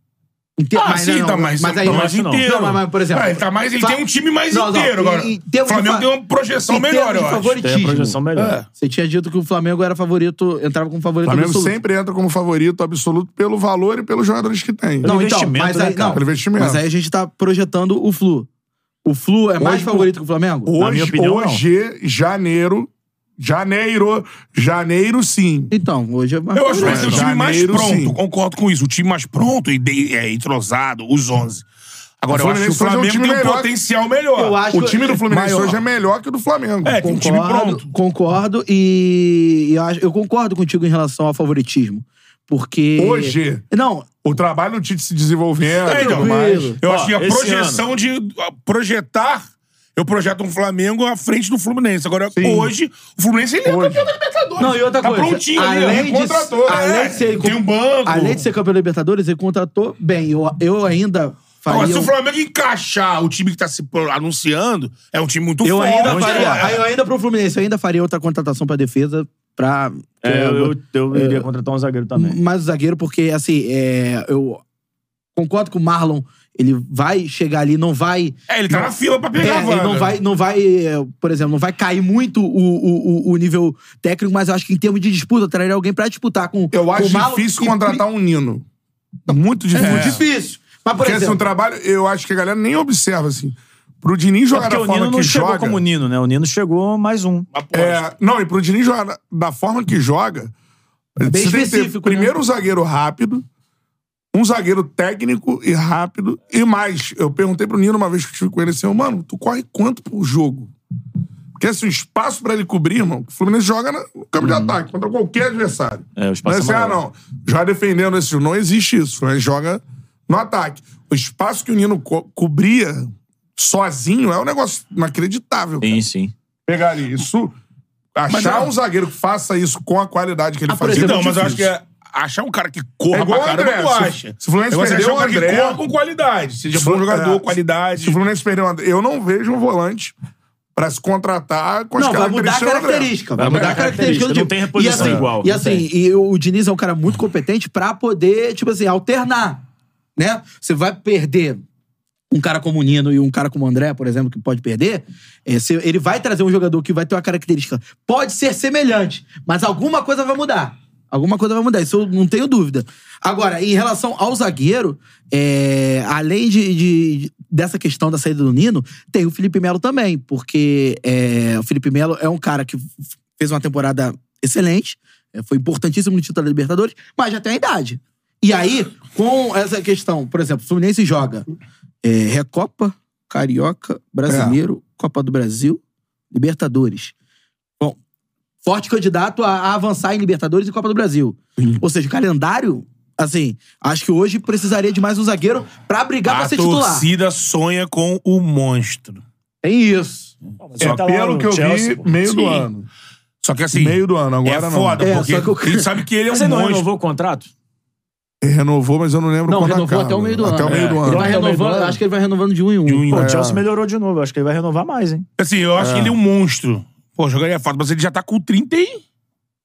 Speaker 3: Inte-
Speaker 2: Ah,
Speaker 3: mas,
Speaker 2: sim,
Speaker 3: não,
Speaker 2: tá
Speaker 3: não,
Speaker 2: mais,
Speaker 3: mas aí
Speaker 2: tá
Speaker 3: eu
Speaker 2: mais
Speaker 3: acho-
Speaker 2: inteiro.
Speaker 3: Não, mas, mas, por exemplo.
Speaker 2: Ah, ele tá mais, ele
Speaker 3: Fla-
Speaker 2: tem um time mais
Speaker 3: Não, não,
Speaker 2: inteiro
Speaker 3: em-
Speaker 2: agora.
Speaker 3: em termos
Speaker 2: O
Speaker 3: de
Speaker 2: Flamengo
Speaker 3: fa-
Speaker 2: tem uma projeção
Speaker 3: em termos
Speaker 2: melhor,
Speaker 3: de
Speaker 2: eu acho.
Speaker 3: favoritismo.
Speaker 4: Tem a projeção melhor.
Speaker 3: É. Você tinha dito que o Flamengo era favorito, entrava como
Speaker 1: O
Speaker 3: favorito
Speaker 1: Flamengo
Speaker 3: absoluto.
Speaker 1: sempre entra como favorito absoluto pelo valor e pelos jogadores que tem.
Speaker 4: Não,
Speaker 3: Não,
Speaker 4: Pelo
Speaker 3: então,
Speaker 4: investimento,
Speaker 3: mas
Speaker 4: né,
Speaker 3: aí,
Speaker 4: cara?
Speaker 3: não,
Speaker 1: Pelo investimento.
Speaker 3: mas aí a gente tá projetando o Flu. O Flu é mais
Speaker 1: Hoje,
Speaker 3: favorito que o Flamengo?
Speaker 4: Na
Speaker 1: Hoje,
Speaker 4: minha opinião, não.
Speaker 1: hoje janeiro, janeiro, janeiro sim.
Speaker 3: Então, hoje é mais
Speaker 2: Eu acho que vai ser o
Speaker 1: Mas
Speaker 2: time mais
Speaker 1: janeiro,
Speaker 2: pronto,
Speaker 1: sim.
Speaker 2: concordo com isso. O time mais pronto e de- é, entrosado, os 11. Agora,
Speaker 1: O
Speaker 2: eu acho que
Speaker 1: Fluminense hoje é
Speaker 2: o
Speaker 1: um
Speaker 2: Flamengo
Speaker 1: time
Speaker 2: tem um
Speaker 1: melhor.
Speaker 2: potencial melhor.
Speaker 3: Eu acho
Speaker 1: O time do Fluminense
Speaker 2: Maior.
Speaker 1: hoje é melhor que o do Flamengo.
Speaker 2: É, tem um time
Speaker 3: Concordo,
Speaker 2: pronto.
Speaker 3: concordo e, e eu, acho- eu concordo contigo em relação ao favoritismo. Porque.
Speaker 1: Hoje.
Speaker 3: Não,
Speaker 1: O trabalho do Tite se desenvolvendo
Speaker 2: É,
Speaker 1: e
Speaker 2: então,
Speaker 1: tudo mais.
Speaker 3: tranquilo.
Speaker 2: Eu
Speaker 4: Ó,
Speaker 2: acho que a
Speaker 4: esse
Speaker 2: projeção de a projetar, eu projeto um Flamengo à frente do Fluminense. Agora, hoje, o Fluminense ele é
Speaker 1: Hoje.
Speaker 2: campeão da Libertadores.
Speaker 3: Não, e outra
Speaker 2: tá
Speaker 3: coisa,
Speaker 2: prontinho
Speaker 3: além
Speaker 2: ali,
Speaker 3: de-
Speaker 2: contratou.
Speaker 3: além de ser-
Speaker 2: tem um banco.
Speaker 3: além de ser campeão da Libertadores, ele contratou bem. Eu, eu ainda faria.
Speaker 2: Agora, se o
Speaker 3: um-
Speaker 2: Flamengo encaixar o time que tá se pro- anunciando, é um time muito
Speaker 3: eu
Speaker 2: forte.
Speaker 3: ainda
Speaker 2: né?
Speaker 3: faria. aí Eu ainda pro Fluminense, eu ainda faria outra contratação pra defesa. Pra,
Speaker 4: É, eu, eu- eu iria contratar um zagueiro também.
Speaker 3: mais o zagueiro, porque assim, é, eu concordo com o Marlon. Ele vai chegar ali, não vai.
Speaker 2: É, ele tá na fila pra pegar
Speaker 3: É,
Speaker 2: a
Speaker 3: ele
Speaker 2: vaga.
Speaker 3: não vai, não vai, é, por exemplo, não vai cair muito o, o, o- o nível técnico, mas eu acho que em termos de disputa, eu traria alguém pra disputar com
Speaker 1: Eu
Speaker 3: com
Speaker 1: acho
Speaker 3: o Malo
Speaker 1: difícil
Speaker 3: e-
Speaker 1: contratar um Nino. Tá Muito
Speaker 3: É
Speaker 1: difícil.
Speaker 3: muito difícil. Mas, por
Speaker 1: Porque assim, um
Speaker 3: exemplo,
Speaker 1: trabalho, eu acho que a galera nem observa, assim. Pro Diniz
Speaker 4: É
Speaker 1: jogar
Speaker 4: porque
Speaker 1: da
Speaker 4: o
Speaker 1: forma
Speaker 4: Nino
Speaker 1: que
Speaker 4: não chegou
Speaker 1: joga.
Speaker 4: como Nino, né? O Nino chegou mais um.
Speaker 2: Aposto.
Speaker 1: É, não, e pro Diniz jogar da- da forma que joga.
Speaker 4: É
Speaker 1: você
Speaker 3: bem
Speaker 1: tem que ter
Speaker 3: específico, né?
Speaker 1: Primeiro um zagueiro rápido, um zagueiro técnico e rápido, e mais. Eu perguntei pro Nino uma vez que eu estive com ele assim, "Ô, mano, tu corre quanto por jogo? Porque assim, o espaço pra ele cobrir, irmão, o Fluminense joga na- no campo de ataque, contra qualquer adversário.
Speaker 4: Uhum. É, o espaço
Speaker 1: não
Speaker 4: é
Speaker 1: assim, ah,
Speaker 4: maior.
Speaker 1: não. Já defendendo esse não existe isso. O Fluminense joga no ataque. O espaço que o Nino co- cobria sozinho é um negócio inacreditável. cara
Speaker 4: Sim, sim.
Speaker 1: pegar ali. Isso. Achar
Speaker 2: Mas,
Speaker 1: um zagueiro que faça isso com a qualidade que ele
Speaker 3: Ah, por
Speaker 1: faz.
Speaker 3: exemplo,
Speaker 2: Não, mas eu acho que é achar um cara que corra
Speaker 1: É igual
Speaker 2: pra
Speaker 1: o
Speaker 2: caramba,
Speaker 1: André.
Speaker 2: tu
Speaker 1: Se-
Speaker 2: acha.
Speaker 1: se o Fluminense
Speaker 2: Eu acho que
Speaker 1: perdeu
Speaker 2: achar um cara
Speaker 1: o André-
Speaker 2: que corra com qualidade. Seja bom
Speaker 1: É.
Speaker 2: jogador,
Speaker 1: Se o
Speaker 2: qualidade.
Speaker 1: Fluminense perder uma... Eu não vejo um volante pra se contratar com as
Speaker 3: não, vai mudar a
Speaker 1: características do André.
Speaker 3: característica. Vai mudar a característica
Speaker 4: característica,
Speaker 3: do
Speaker 4: não
Speaker 3: time.
Speaker 4: tem reposição
Speaker 3: e assim,
Speaker 4: igual,
Speaker 3: E
Speaker 4: não
Speaker 3: assim, e o o Diniz é um cara muito competente pra poder, tipo assim, alternar. Né? Você vai perder um cara como o Nino e um cara como o André, por exemplo, que pode perder. é, você- ele vai trazer um jogador que vai ter uma característica. Pode ser semelhante, mas alguma coisa vai mudar. Alguma coisa vai mudar, isso eu não tenho dúvida. Agora, em relação ao zagueiro, é, além de, de- dessa questão da saída do Nino, tem o Felipe Melo também, porque é, o Felipe Melo é um cara que f- fez uma temporada excelente, é, foi importantíssimo no título da Libertadores, mas já tem a idade. E aí, com essa questão, por exemplo, o Fluminense joga é, Recopa, Carioca, Brasileiro, Copa do Brasil, Libertadores. Bom, forte candidato a, a avançar em Libertadores e Copa do Brasil. Ou seja, o calendário, assim, acho que hoje precisaria de mais um zagueiro pra brigar pra
Speaker 2: A
Speaker 3: ser titular.
Speaker 2: torcida sonha com o monstro.
Speaker 3: Tem isso.
Speaker 1: É, pelo que eu vi, meio do ano.
Speaker 2: Só que assim,
Speaker 1: meio do ano, agora
Speaker 2: é foda,
Speaker 3: É,
Speaker 2: porque
Speaker 3: só que o-
Speaker 2: a gente sabe que ele é um
Speaker 4: Você não
Speaker 2: monstro.
Speaker 4: renovou o contrato?
Speaker 1: não. Renovou, mas eu não lembro
Speaker 3: Não,
Speaker 1: quando
Speaker 3: renovou
Speaker 1: acaba.
Speaker 3: até o meio do
Speaker 1: Até
Speaker 3: ano.
Speaker 1: o meio
Speaker 3: É.
Speaker 1: do
Speaker 3: Ele
Speaker 1: ano.
Speaker 3: vai
Speaker 4: Até o meio do
Speaker 3: renovando,
Speaker 4: ano.
Speaker 3: acho que ele vai renovando de um em um.
Speaker 4: Pô, o
Speaker 1: É.
Speaker 4: Chelsea melhorou de novo. Eu acho que ele vai renovar mais, hein?
Speaker 2: Assim, eu acho que ele é um monstro. Pô, jogaria foda, mas ele já tá com 30 e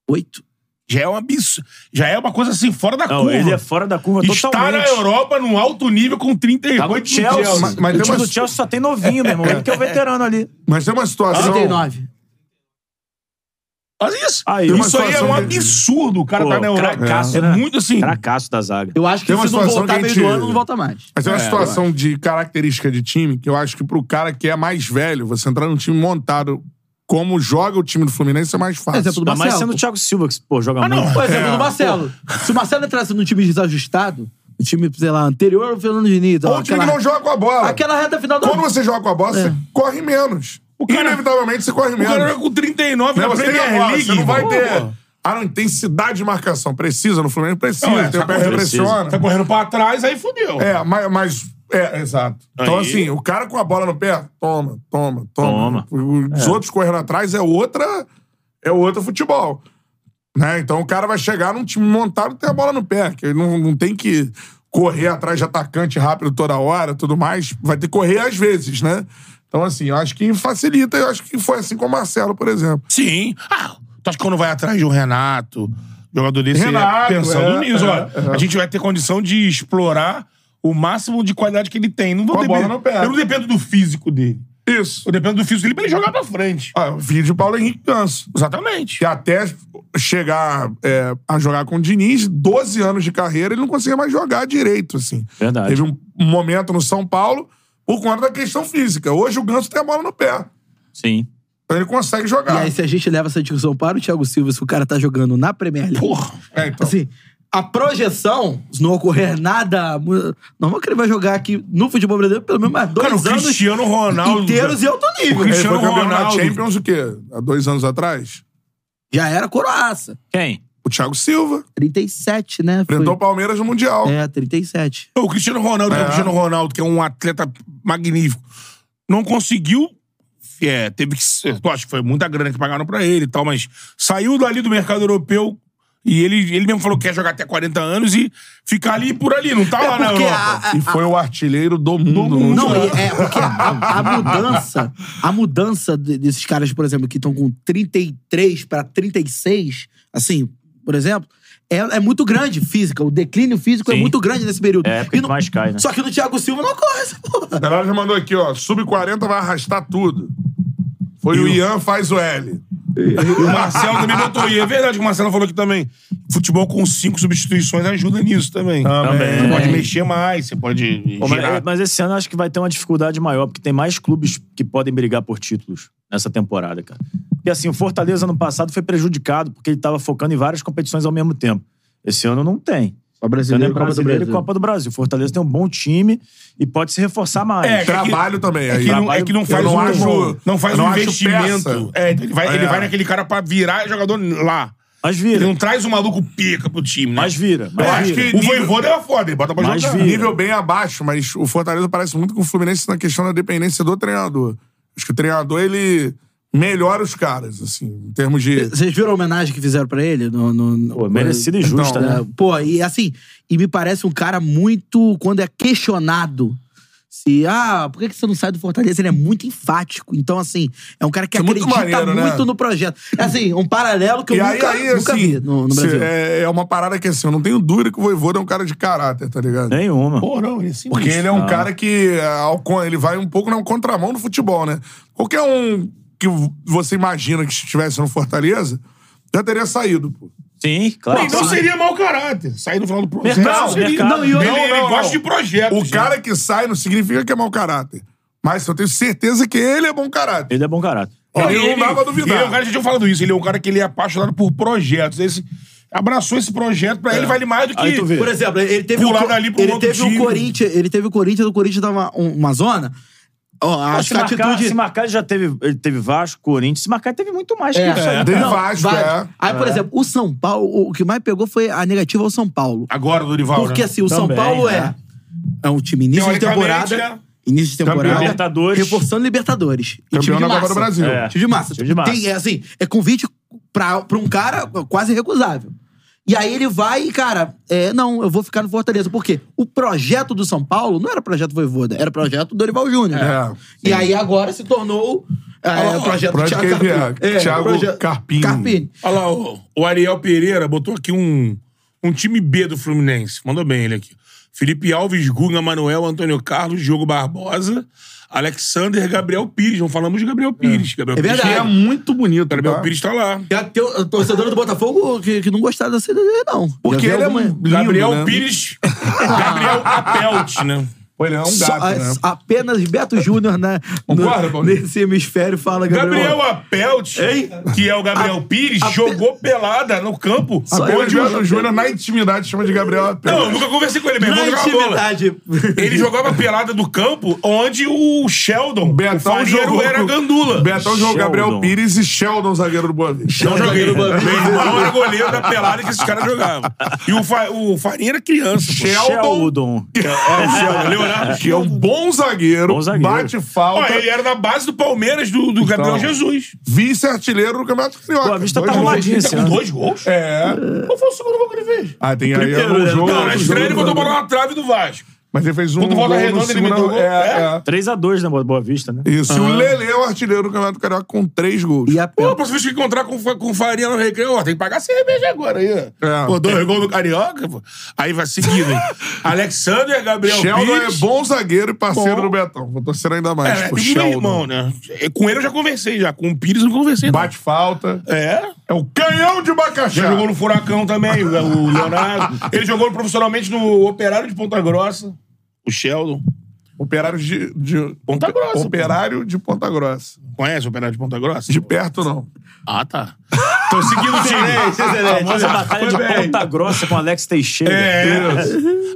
Speaker 3: Oito.
Speaker 2: já é um absurdo. Já é uma coisa assim, fora da
Speaker 4: Não,
Speaker 2: curva.
Speaker 4: ele é fora da curva
Speaker 2: Está
Speaker 4: totalmente.
Speaker 2: na Europa num alto nível com 38
Speaker 4: Tá no
Speaker 2: do
Speaker 4: Chelsea.
Speaker 1: Mas- mas
Speaker 4: o
Speaker 1: tem
Speaker 4: time
Speaker 1: uma-
Speaker 4: do Chelsea só tem novinho, meu irmão. Ele que é o veterano ali.
Speaker 1: Mas tem uma situação...
Speaker 3: 39.
Speaker 2: Faz isso.
Speaker 4: Aí, uma
Speaker 2: isso aí é
Speaker 1: situação
Speaker 2: um
Speaker 1: que-
Speaker 2: absurdo. O cara
Speaker 4: Pô,
Speaker 2: tá na Europa.
Speaker 4: cracaço,
Speaker 2: é
Speaker 4: né?
Speaker 2: muito assim.
Speaker 4: Cracaço da zaga.
Speaker 3: Eu acho que
Speaker 1: Tem uma
Speaker 3: se não
Speaker 1: situação
Speaker 3: voltar
Speaker 1: que a
Speaker 3: meio
Speaker 1: gente-
Speaker 3: do ano, não volta mais.
Speaker 1: Mas é uma situação de característica de time que eu acho que pro cara que é mais velho, você entrar num time montado como joga o time do Fluminense é mais fácil.
Speaker 3: Exemplo do
Speaker 4: Ainda mais
Speaker 3: Marcelo. Ah,
Speaker 4: sendo o Thiago Silva, que, pô, joga muito.
Speaker 3: Por exemplo, do Marcelo. Se o Marcelo entrasse num time desajustado, um time, sei lá, anterior ao Fernando Diniz, ó,
Speaker 1: Ou o time que não joga com a bola.
Speaker 3: aquela reta final do
Speaker 1: Quando você joga com a bola, você corre menos.
Speaker 2: cara-
Speaker 1: Inevitavelmente você corre
Speaker 2: O
Speaker 1: menos.
Speaker 2: cara joga com 39
Speaker 1: Não,
Speaker 2: na
Speaker 1: você tem a
Speaker 2: Premier
Speaker 1: bola,
Speaker 2: League.
Speaker 1: você não vai
Speaker 2: irmão.
Speaker 1: ter.
Speaker 2: Pô,
Speaker 1: Ah, não, intensidade de marcação. Precisa, no Flamengo precisa.
Speaker 2: Não, é,
Speaker 1: tem o
Speaker 2: tá
Speaker 1: pé
Speaker 2: correndo,
Speaker 1: pressiona.
Speaker 2: Tá correndo pra trás, aí fudeu.
Speaker 1: É, mas. mas- é, exato. Então,
Speaker 2: Aí-
Speaker 1: assim, o cara com a bola no pé, toma, toma, toma.
Speaker 4: Toma.
Speaker 1: Os outros correndo atrás é outra. É outro futebol. Né? Então o cara vai chegar num time montado e tem a bola no pé. Que ele não, não tem que correr atrás de atacante rápido toda hora tudo mais. Vai ter que correr às vezes, né? Então, assim, eu acho que facilita. Eu acho que foi assim com o Marcelo, por exemplo.
Speaker 2: Sim. Ah, tu acha que quando vai atrás de um Renato, jogador desse
Speaker 1: Renato,
Speaker 2: pensando
Speaker 1: é,
Speaker 2: nisso,
Speaker 1: é,
Speaker 2: olha,
Speaker 1: é.
Speaker 2: a gente vai ter condição de explorar o máximo de qualidade que ele tem. Não vou
Speaker 1: Com a bola no pé.
Speaker 2: Eu não dependo do físico dele.
Speaker 1: Isso.
Speaker 2: Eu dependo do físico dele pra ele jogar pra frente.
Speaker 1: Ah, o vídeo Paulo Henrique Ganso.
Speaker 2: Exatamente.
Speaker 1: que até chegar é, a jogar com o Diniz, 12 anos de carreira, ele não conseguia mais jogar direito, assim.
Speaker 4: Verdade.
Speaker 1: Teve um momento no São Paulo por conta da questão física. Hoje o Ganso tem a bola no pé.
Speaker 4: Sim.
Speaker 1: Então ele consegue
Speaker 3: E
Speaker 1: jogar.
Speaker 3: aí, se a gente leva essa discussão para o Thiago Silva, se o cara tá jogando na Premier League.
Speaker 2: Porra.
Speaker 1: É, então.
Speaker 3: Assim, a projeção, se não ocorrer nada. mu- Normal que ele vai jogar aqui no futebol brasileiro pelo menos mais dois
Speaker 2: Cara, o
Speaker 3: anos
Speaker 2: Cristiano Ronaldo.
Speaker 3: inteiros e alto nível.
Speaker 2: O
Speaker 1: ele foi
Speaker 2: Cristiano
Speaker 1: campeão
Speaker 2: Ronaldo.
Speaker 1: na Champions o quê? Há dois anos atrás?
Speaker 3: Já era coroaça.
Speaker 4: Quem?
Speaker 1: O Thiago Silva
Speaker 3: 37, né? Foi.
Speaker 1: enfrentou o Palmeiras no Mundial.
Speaker 3: É, 37.
Speaker 2: O Cristiano Ronaldo, que é. o Cristiano Ronaldo, que é um atleta magnífico, não conseguiu. É, teve que. ser- Eu acho que foi muita grana que pagaram pra ele e tal, mas saiu dali do mercado europeu e ele, ele mesmo falou que quer jogar até 40 anos e ficar ali por ali, não tá lá na
Speaker 3: porque
Speaker 2: Europa.
Speaker 3: a-
Speaker 1: E foi o artilheiro do mundo. né? no
Speaker 3: Não,
Speaker 1: Mundial.
Speaker 3: e- é, porque a, a mudança, a mudança de- desses caras, por exemplo, que estão com 33 pra 36, assim, por exemplo, é, é muito grande física. O declínio físico é
Speaker 4: Sim.
Speaker 3: muito grande nesse período.
Speaker 4: É, porque
Speaker 3: E
Speaker 4: tu
Speaker 3: no-
Speaker 4: mais cai, né?
Speaker 3: Só que no Thiago Silva não ocorre essa
Speaker 1: A
Speaker 3: porra.
Speaker 1: galera já mandou aqui, ó. Sub-40 vai arrastar tudo. Foi o Ian faz o L.
Speaker 2: E o Marcelo também botou. E é verdade que o Marcelo falou aqui também. Futebol com cinco substituições ajuda nisso também.
Speaker 4: Também.
Speaker 2: Você pode mexer mais, você pode.
Speaker 4: Pô,
Speaker 2: girar.
Speaker 1: é,
Speaker 4: mas, é, mas esse ano acho que vai ter uma dificuldade maior, porque tem mais clubes que podem brigar por títulos nessa temporada, cara. Porque assim, o Fortaleza no passado foi prejudicado porque ele tava focando em várias competições ao mesmo tempo. Esse ano não tem.
Speaker 3: Só
Speaker 4: Esse ano é Copa Brasileiro e Copa do Brasil. O Fortaleza tem um bom time e pode se reforçar mais.
Speaker 2: É, cara,
Speaker 1: Trabalho também.
Speaker 2: É
Speaker 1: aí.
Speaker 2: que, não, é
Speaker 4: Trabalho-
Speaker 2: que não
Speaker 1: eu
Speaker 2: faz
Speaker 1: não
Speaker 2: um,
Speaker 1: acho-
Speaker 2: não faz
Speaker 1: eu não
Speaker 2: um
Speaker 1: acho peça.
Speaker 2: investimento. É, então ele vai, ele
Speaker 1: É.
Speaker 2: vai naquele cara pra virar jogador lá.
Speaker 4: Mas
Speaker 2: Ele
Speaker 4: vira.
Speaker 2: não traz o maluco pica pro time, né?
Speaker 4: Mas vira.
Speaker 2: Eu
Speaker 4: Mas
Speaker 2: acho
Speaker 4: vira.
Speaker 2: que o Voivoda é foda, ele bota pra
Speaker 4: Mas
Speaker 2: jogar.
Speaker 4: vira.
Speaker 1: nível bem abaixo, mas o Fortaleza parece muito com o Fluminense na questão da dependência do treinador. Acho que o treinador, ele melhora os caras, assim, em termos de...
Speaker 3: Vocês viram a homenagem que fizeram pra ele? No, no- no-
Speaker 4: Pô, merecida e justa,
Speaker 3: Então,
Speaker 4: né?
Speaker 3: é, Pô, e assim, e me parece um cara muito. Quando é questionado. Se, ah, por que que você não sai do Fortaleza? Ele é muito enfático. Então, assim, é um cara que
Speaker 1: Isso é muito
Speaker 3: acredita
Speaker 1: maneiro, né?
Speaker 3: muito no projeto. É assim, um paralelo que eu
Speaker 1: e aí,
Speaker 3: nunca,
Speaker 1: aí,
Speaker 3: nunca
Speaker 1: assim,
Speaker 3: vi no, no
Speaker 1: cê-
Speaker 3: Brasil.
Speaker 1: é, é uma parada que, assim, eu não tenho dúvida que o Voivoda é um cara de caráter, tá ligado?
Speaker 4: Nenhuma.
Speaker 2: Pô, não, ele é sinistro.
Speaker 1: Porque ele é um
Speaker 4: Ah.
Speaker 1: cara que ah, ao con- ele vai um pouco na contramão do futebol, né? Qualquer um que v- você imagina que estivesse no Fortaleza, já teria saído, pô.
Speaker 4: Sim,
Speaker 2: Pô,
Speaker 4: claro.
Speaker 2: Então seria mau caráter. Sair no final do projeto.
Speaker 4: Mercado,
Speaker 2: seria-
Speaker 4: mercado.
Speaker 3: não, e eu-
Speaker 2: ele,
Speaker 1: não,
Speaker 2: ele
Speaker 1: não,
Speaker 2: gosta
Speaker 1: não.
Speaker 2: de projeto.
Speaker 1: O
Speaker 2: gente.
Speaker 1: cara que sai não significa que é mau caráter. Mas eu tenho certeza que ele é bom caráter.
Speaker 4: Ele é bom caráter.
Speaker 2: Não,
Speaker 1: ele não dá pra duvidar.
Speaker 2: Ele é um cara, já tinha falado isso, ele é um cara que ele é apaixonado por projetos. Esse, abraçou esse projeto, pra
Speaker 1: É.
Speaker 2: ele vale mais do que...
Speaker 4: Aí tu vê.
Speaker 3: Por exemplo, ele teve
Speaker 2: Pular
Speaker 3: o, Co-
Speaker 2: dali pro
Speaker 3: ele
Speaker 2: outro
Speaker 3: teve
Speaker 2: time.
Speaker 3: o Corinthians, ele teve o Corinthians, o Corinthians tava um- uma zona. Ó,
Speaker 4: Pô,
Speaker 3: acho
Speaker 4: se,
Speaker 3: que a
Speaker 4: marcar,
Speaker 3: atitude
Speaker 4: se marcar, ele já teve, ele teve Vasco, Corinthians. Se marcar, ele teve muito mais que isso aí.
Speaker 1: Teve
Speaker 3: Não,
Speaker 1: Vasco,
Speaker 3: vai-
Speaker 1: é.
Speaker 3: Aí, por exemplo, o São Paulo, o que mais pegou foi a negativa ao São Paulo.
Speaker 2: Agora, Dorival,
Speaker 3: Porque
Speaker 2: né?
Speaker 3: assim, o São
Speaker 4: Também,
Speaker 3: Paulo é.
Speaker 4: né?
Speaker 3: É um time início de
Speaker 2: Teoricamente,
Speaker 3: temporada.
Speaker 2: né?
Speaker 3: Início de temporada.
Speaker 4: Libertadores.
Speaker 3: Reforçando Libertadores. E time
Speaker 1: Campeão
Speaker 3: de
Speaker 1: da Copa
Speaker 3: massa.
Speaker 1: do Brasil.
Speaker 4: É.
Speaker 3: Time de massa.
Speaker 4: Time de massa.
Speaker 3: Tem, é assim, é convite pra, pra um cara quase recusável. E aí ele vai e, cara, é, não, eu vou ficar no Fortaleza. Por quê? O projeto do São Paulo não era projeto Voivoda, era projeto Dorival Júnior.
Speaker 1: É. Ah,
Speaker 3: E aí agora se tornou é, o projeto do
Speaker 1: projeto
Speaker 3: Thiago
Speaker 1: que ele é,
Speaker 3: Carpini. É,
Speaker 1: Thiago
Speaker 3: projeto-
Speaker 1: Carpini.
Speaker 3: Carpini.
Speaker 2: Olha lá, o, o Ariel Pereira botou aqui um, um time B do Fluminense. Mandou bem ele aqui. Felipe Alves, Guga, Manuel, Antônio Carlos, Diogo Barbosa, Alexander, Gabriel Pires. Não falamos de Gabriel Pires. Gabriel
Speaker 3: É
Speaker 2: Pires
Speaker 3: verdade.
Speaker 1: É muito bonito,
Speaker 2: Gabriel
Speaker 1: tá?
Speaker 2: Pires tá lá.
Speaker 3: Tem, tem o torcedor do Botafogo que, que não gostava da cena dele, não.
Speaker 1: Porque
Speaker 3: Já vi
Speaker 1: ele é
Speaker 3: alguma-
Speaker 1: um-
Speaker 2: Gabriel
Speaker 1: Lindo, né?
Speaker 2: Pires. Gabriel Apelt, né?
Speaker 1: Pô, ele é um
Speaker 3: Só-
Speaker 1: gato, né?
Speaker 3: a- Apenas Beto Júnior na, no-
Speaker 1: Concorda, Paulinho?
Speaker 3: nesse hemisfério fala Gabriel.
Speaker 2: Gabriel Apelt, que é o Gabriel Pires, jogou pelada no campo.
Speaker 3: Só
Speaker 1: Apenas
Speaker 3: eu-
Speaker 1: o Júnior, na intimidade, chama de Gabriel Apelt.
Speaker 2: Não, eu nunca conversei com ele, meu irmão
Speaker 3: Na
Speaker 2: jogava bola.
Speaker 3: intimidade.
Speaker 2: Ele jogava pelada do campo onde o Sheldon, o
Speaker 1: Betão
Speaker 2: Farinheiro,
Speaker 1: jogou.
Speaker 2: era gandula.
Speaker 1: Betão jogou
Speaker 4: Sheldon.
Speaker 1: Gabriel Pires e Sheldon, zagueiro do Boa Vista.
Speaker 2: Não joguei. Meu irmão era goleiro da pelada que esses caras jogavam. E o, Fa- o Farinha era criança. pô.
Speaker 4: Sheldon.
Speaker 2: É, o Sheldon, Leonardo
Speaker 1: Que é um
Speaker 2: Sheldon.
Speaker 1: bom zagueiro,
Speaker 4: Bom zagueiro.
Speaker 1: bate
Speaker 2: Ó,
Speaker 1: falta,
Speaker 2: ele era da base do Palmeiras, do, do Gabriel
Speaker 1: Então.
Speaker 2: Jesus.
Speaker 1: vice-artilheiro do Campeonato Carioca.
Speaker 4: Boa Vista
Speaker 1: Dois
Speaker 4: tá
Speaker 1: gols.
Speaker 4: arrumadinho.
Speaker 2: Ele tá
Speaker 4: esse
Speaker 2: com
Speaker 4: ano.
Speaker 2: dois gols.
Speaker 1: né? É.
Speaker 2: Qual foi o segundo gol que ele fez?
Speaker 1: Ah, tem aí
Speaker 3: Primeiro,
Speaker 1: um
Speaker 3: né?
Speaker 1: jogo.
Speaker 2: Não,
Speaker 3: Não,
Speaker 2: é na
Speaker 1: outro
Speaker 2: estreia
Speaker 1: jogo,
Speaker 2: ele botou a
Speaker 1: outro
Speaker 2: bola
Speaker 1: jogo.
Speaker 2: na trave do Vasco.
Speaker 1: Mas ele fez um
Speaker 2: Contra o
Speaker 1: gol
Speaker 2: Volta
Speaker 1: no
Speaker 2: Redonda, ele
Speaker 1: segundo-
Speaker 2: meteu gol.
Speaker 1: É, é.
Speaker 4: 3x2 na Boa Vista, né?
Speaker 1: Isso. E o Lele é o artilheiro do Campeonato Carioca com três gols.
Speaker 3: E a
Speaker 2: Pô, a próxima vez que encontrar com, fa- com farinha no recreio, ó, tem que pagar cerveja agora aí.
Speaker 1: É.
Speaker 2: Pô, dois gols no Carioca, pô. Aí vai seguindo. hein? Alexander, Gabriel
Speaker 1: Sheldon
Speaker 2: Pires.
Speaker 1: é bom zagueiro e parceiro
Speaker 2: Bom.
Speaker 1: do Betão. Vou torcer ainda mais.
Speaker 2: É,
Speaker 1: pro
Speaker 2: e meu
Speaker 1: Sheldon.
Speaker 2: irmão, né? Com ele eu já conversei, já. Com o Pires eu não conversei. não.
Speaker 1: Bate falta.
Speaker 2: É.
Speaker 1: É o canhão de
Speaker 2: Já
Speaker 1: Bacaxá.
Speaker 2: jogou no Furacão também, o o Leonardo. Ele jogou profissionalmente no Operário de Ponta Grossa, o Sheldon.
Speaker 1: Operário de, de-
Speaker 2: Ponta Grossa, pô.
Speaker 1: Operário de Ponta Grossa.
Speaker 2: Conhece o Operário de Ponta Grossa?
Speaker 1: De perto, não.
Speaker 2: Ah, tá. Tô seguindo o time.
Speaker 4: A famosa batalha de
Speaker 2: Foi bem.
Speaker 4: ponta grossa com Alex Teixeira.
Speaker 2: É.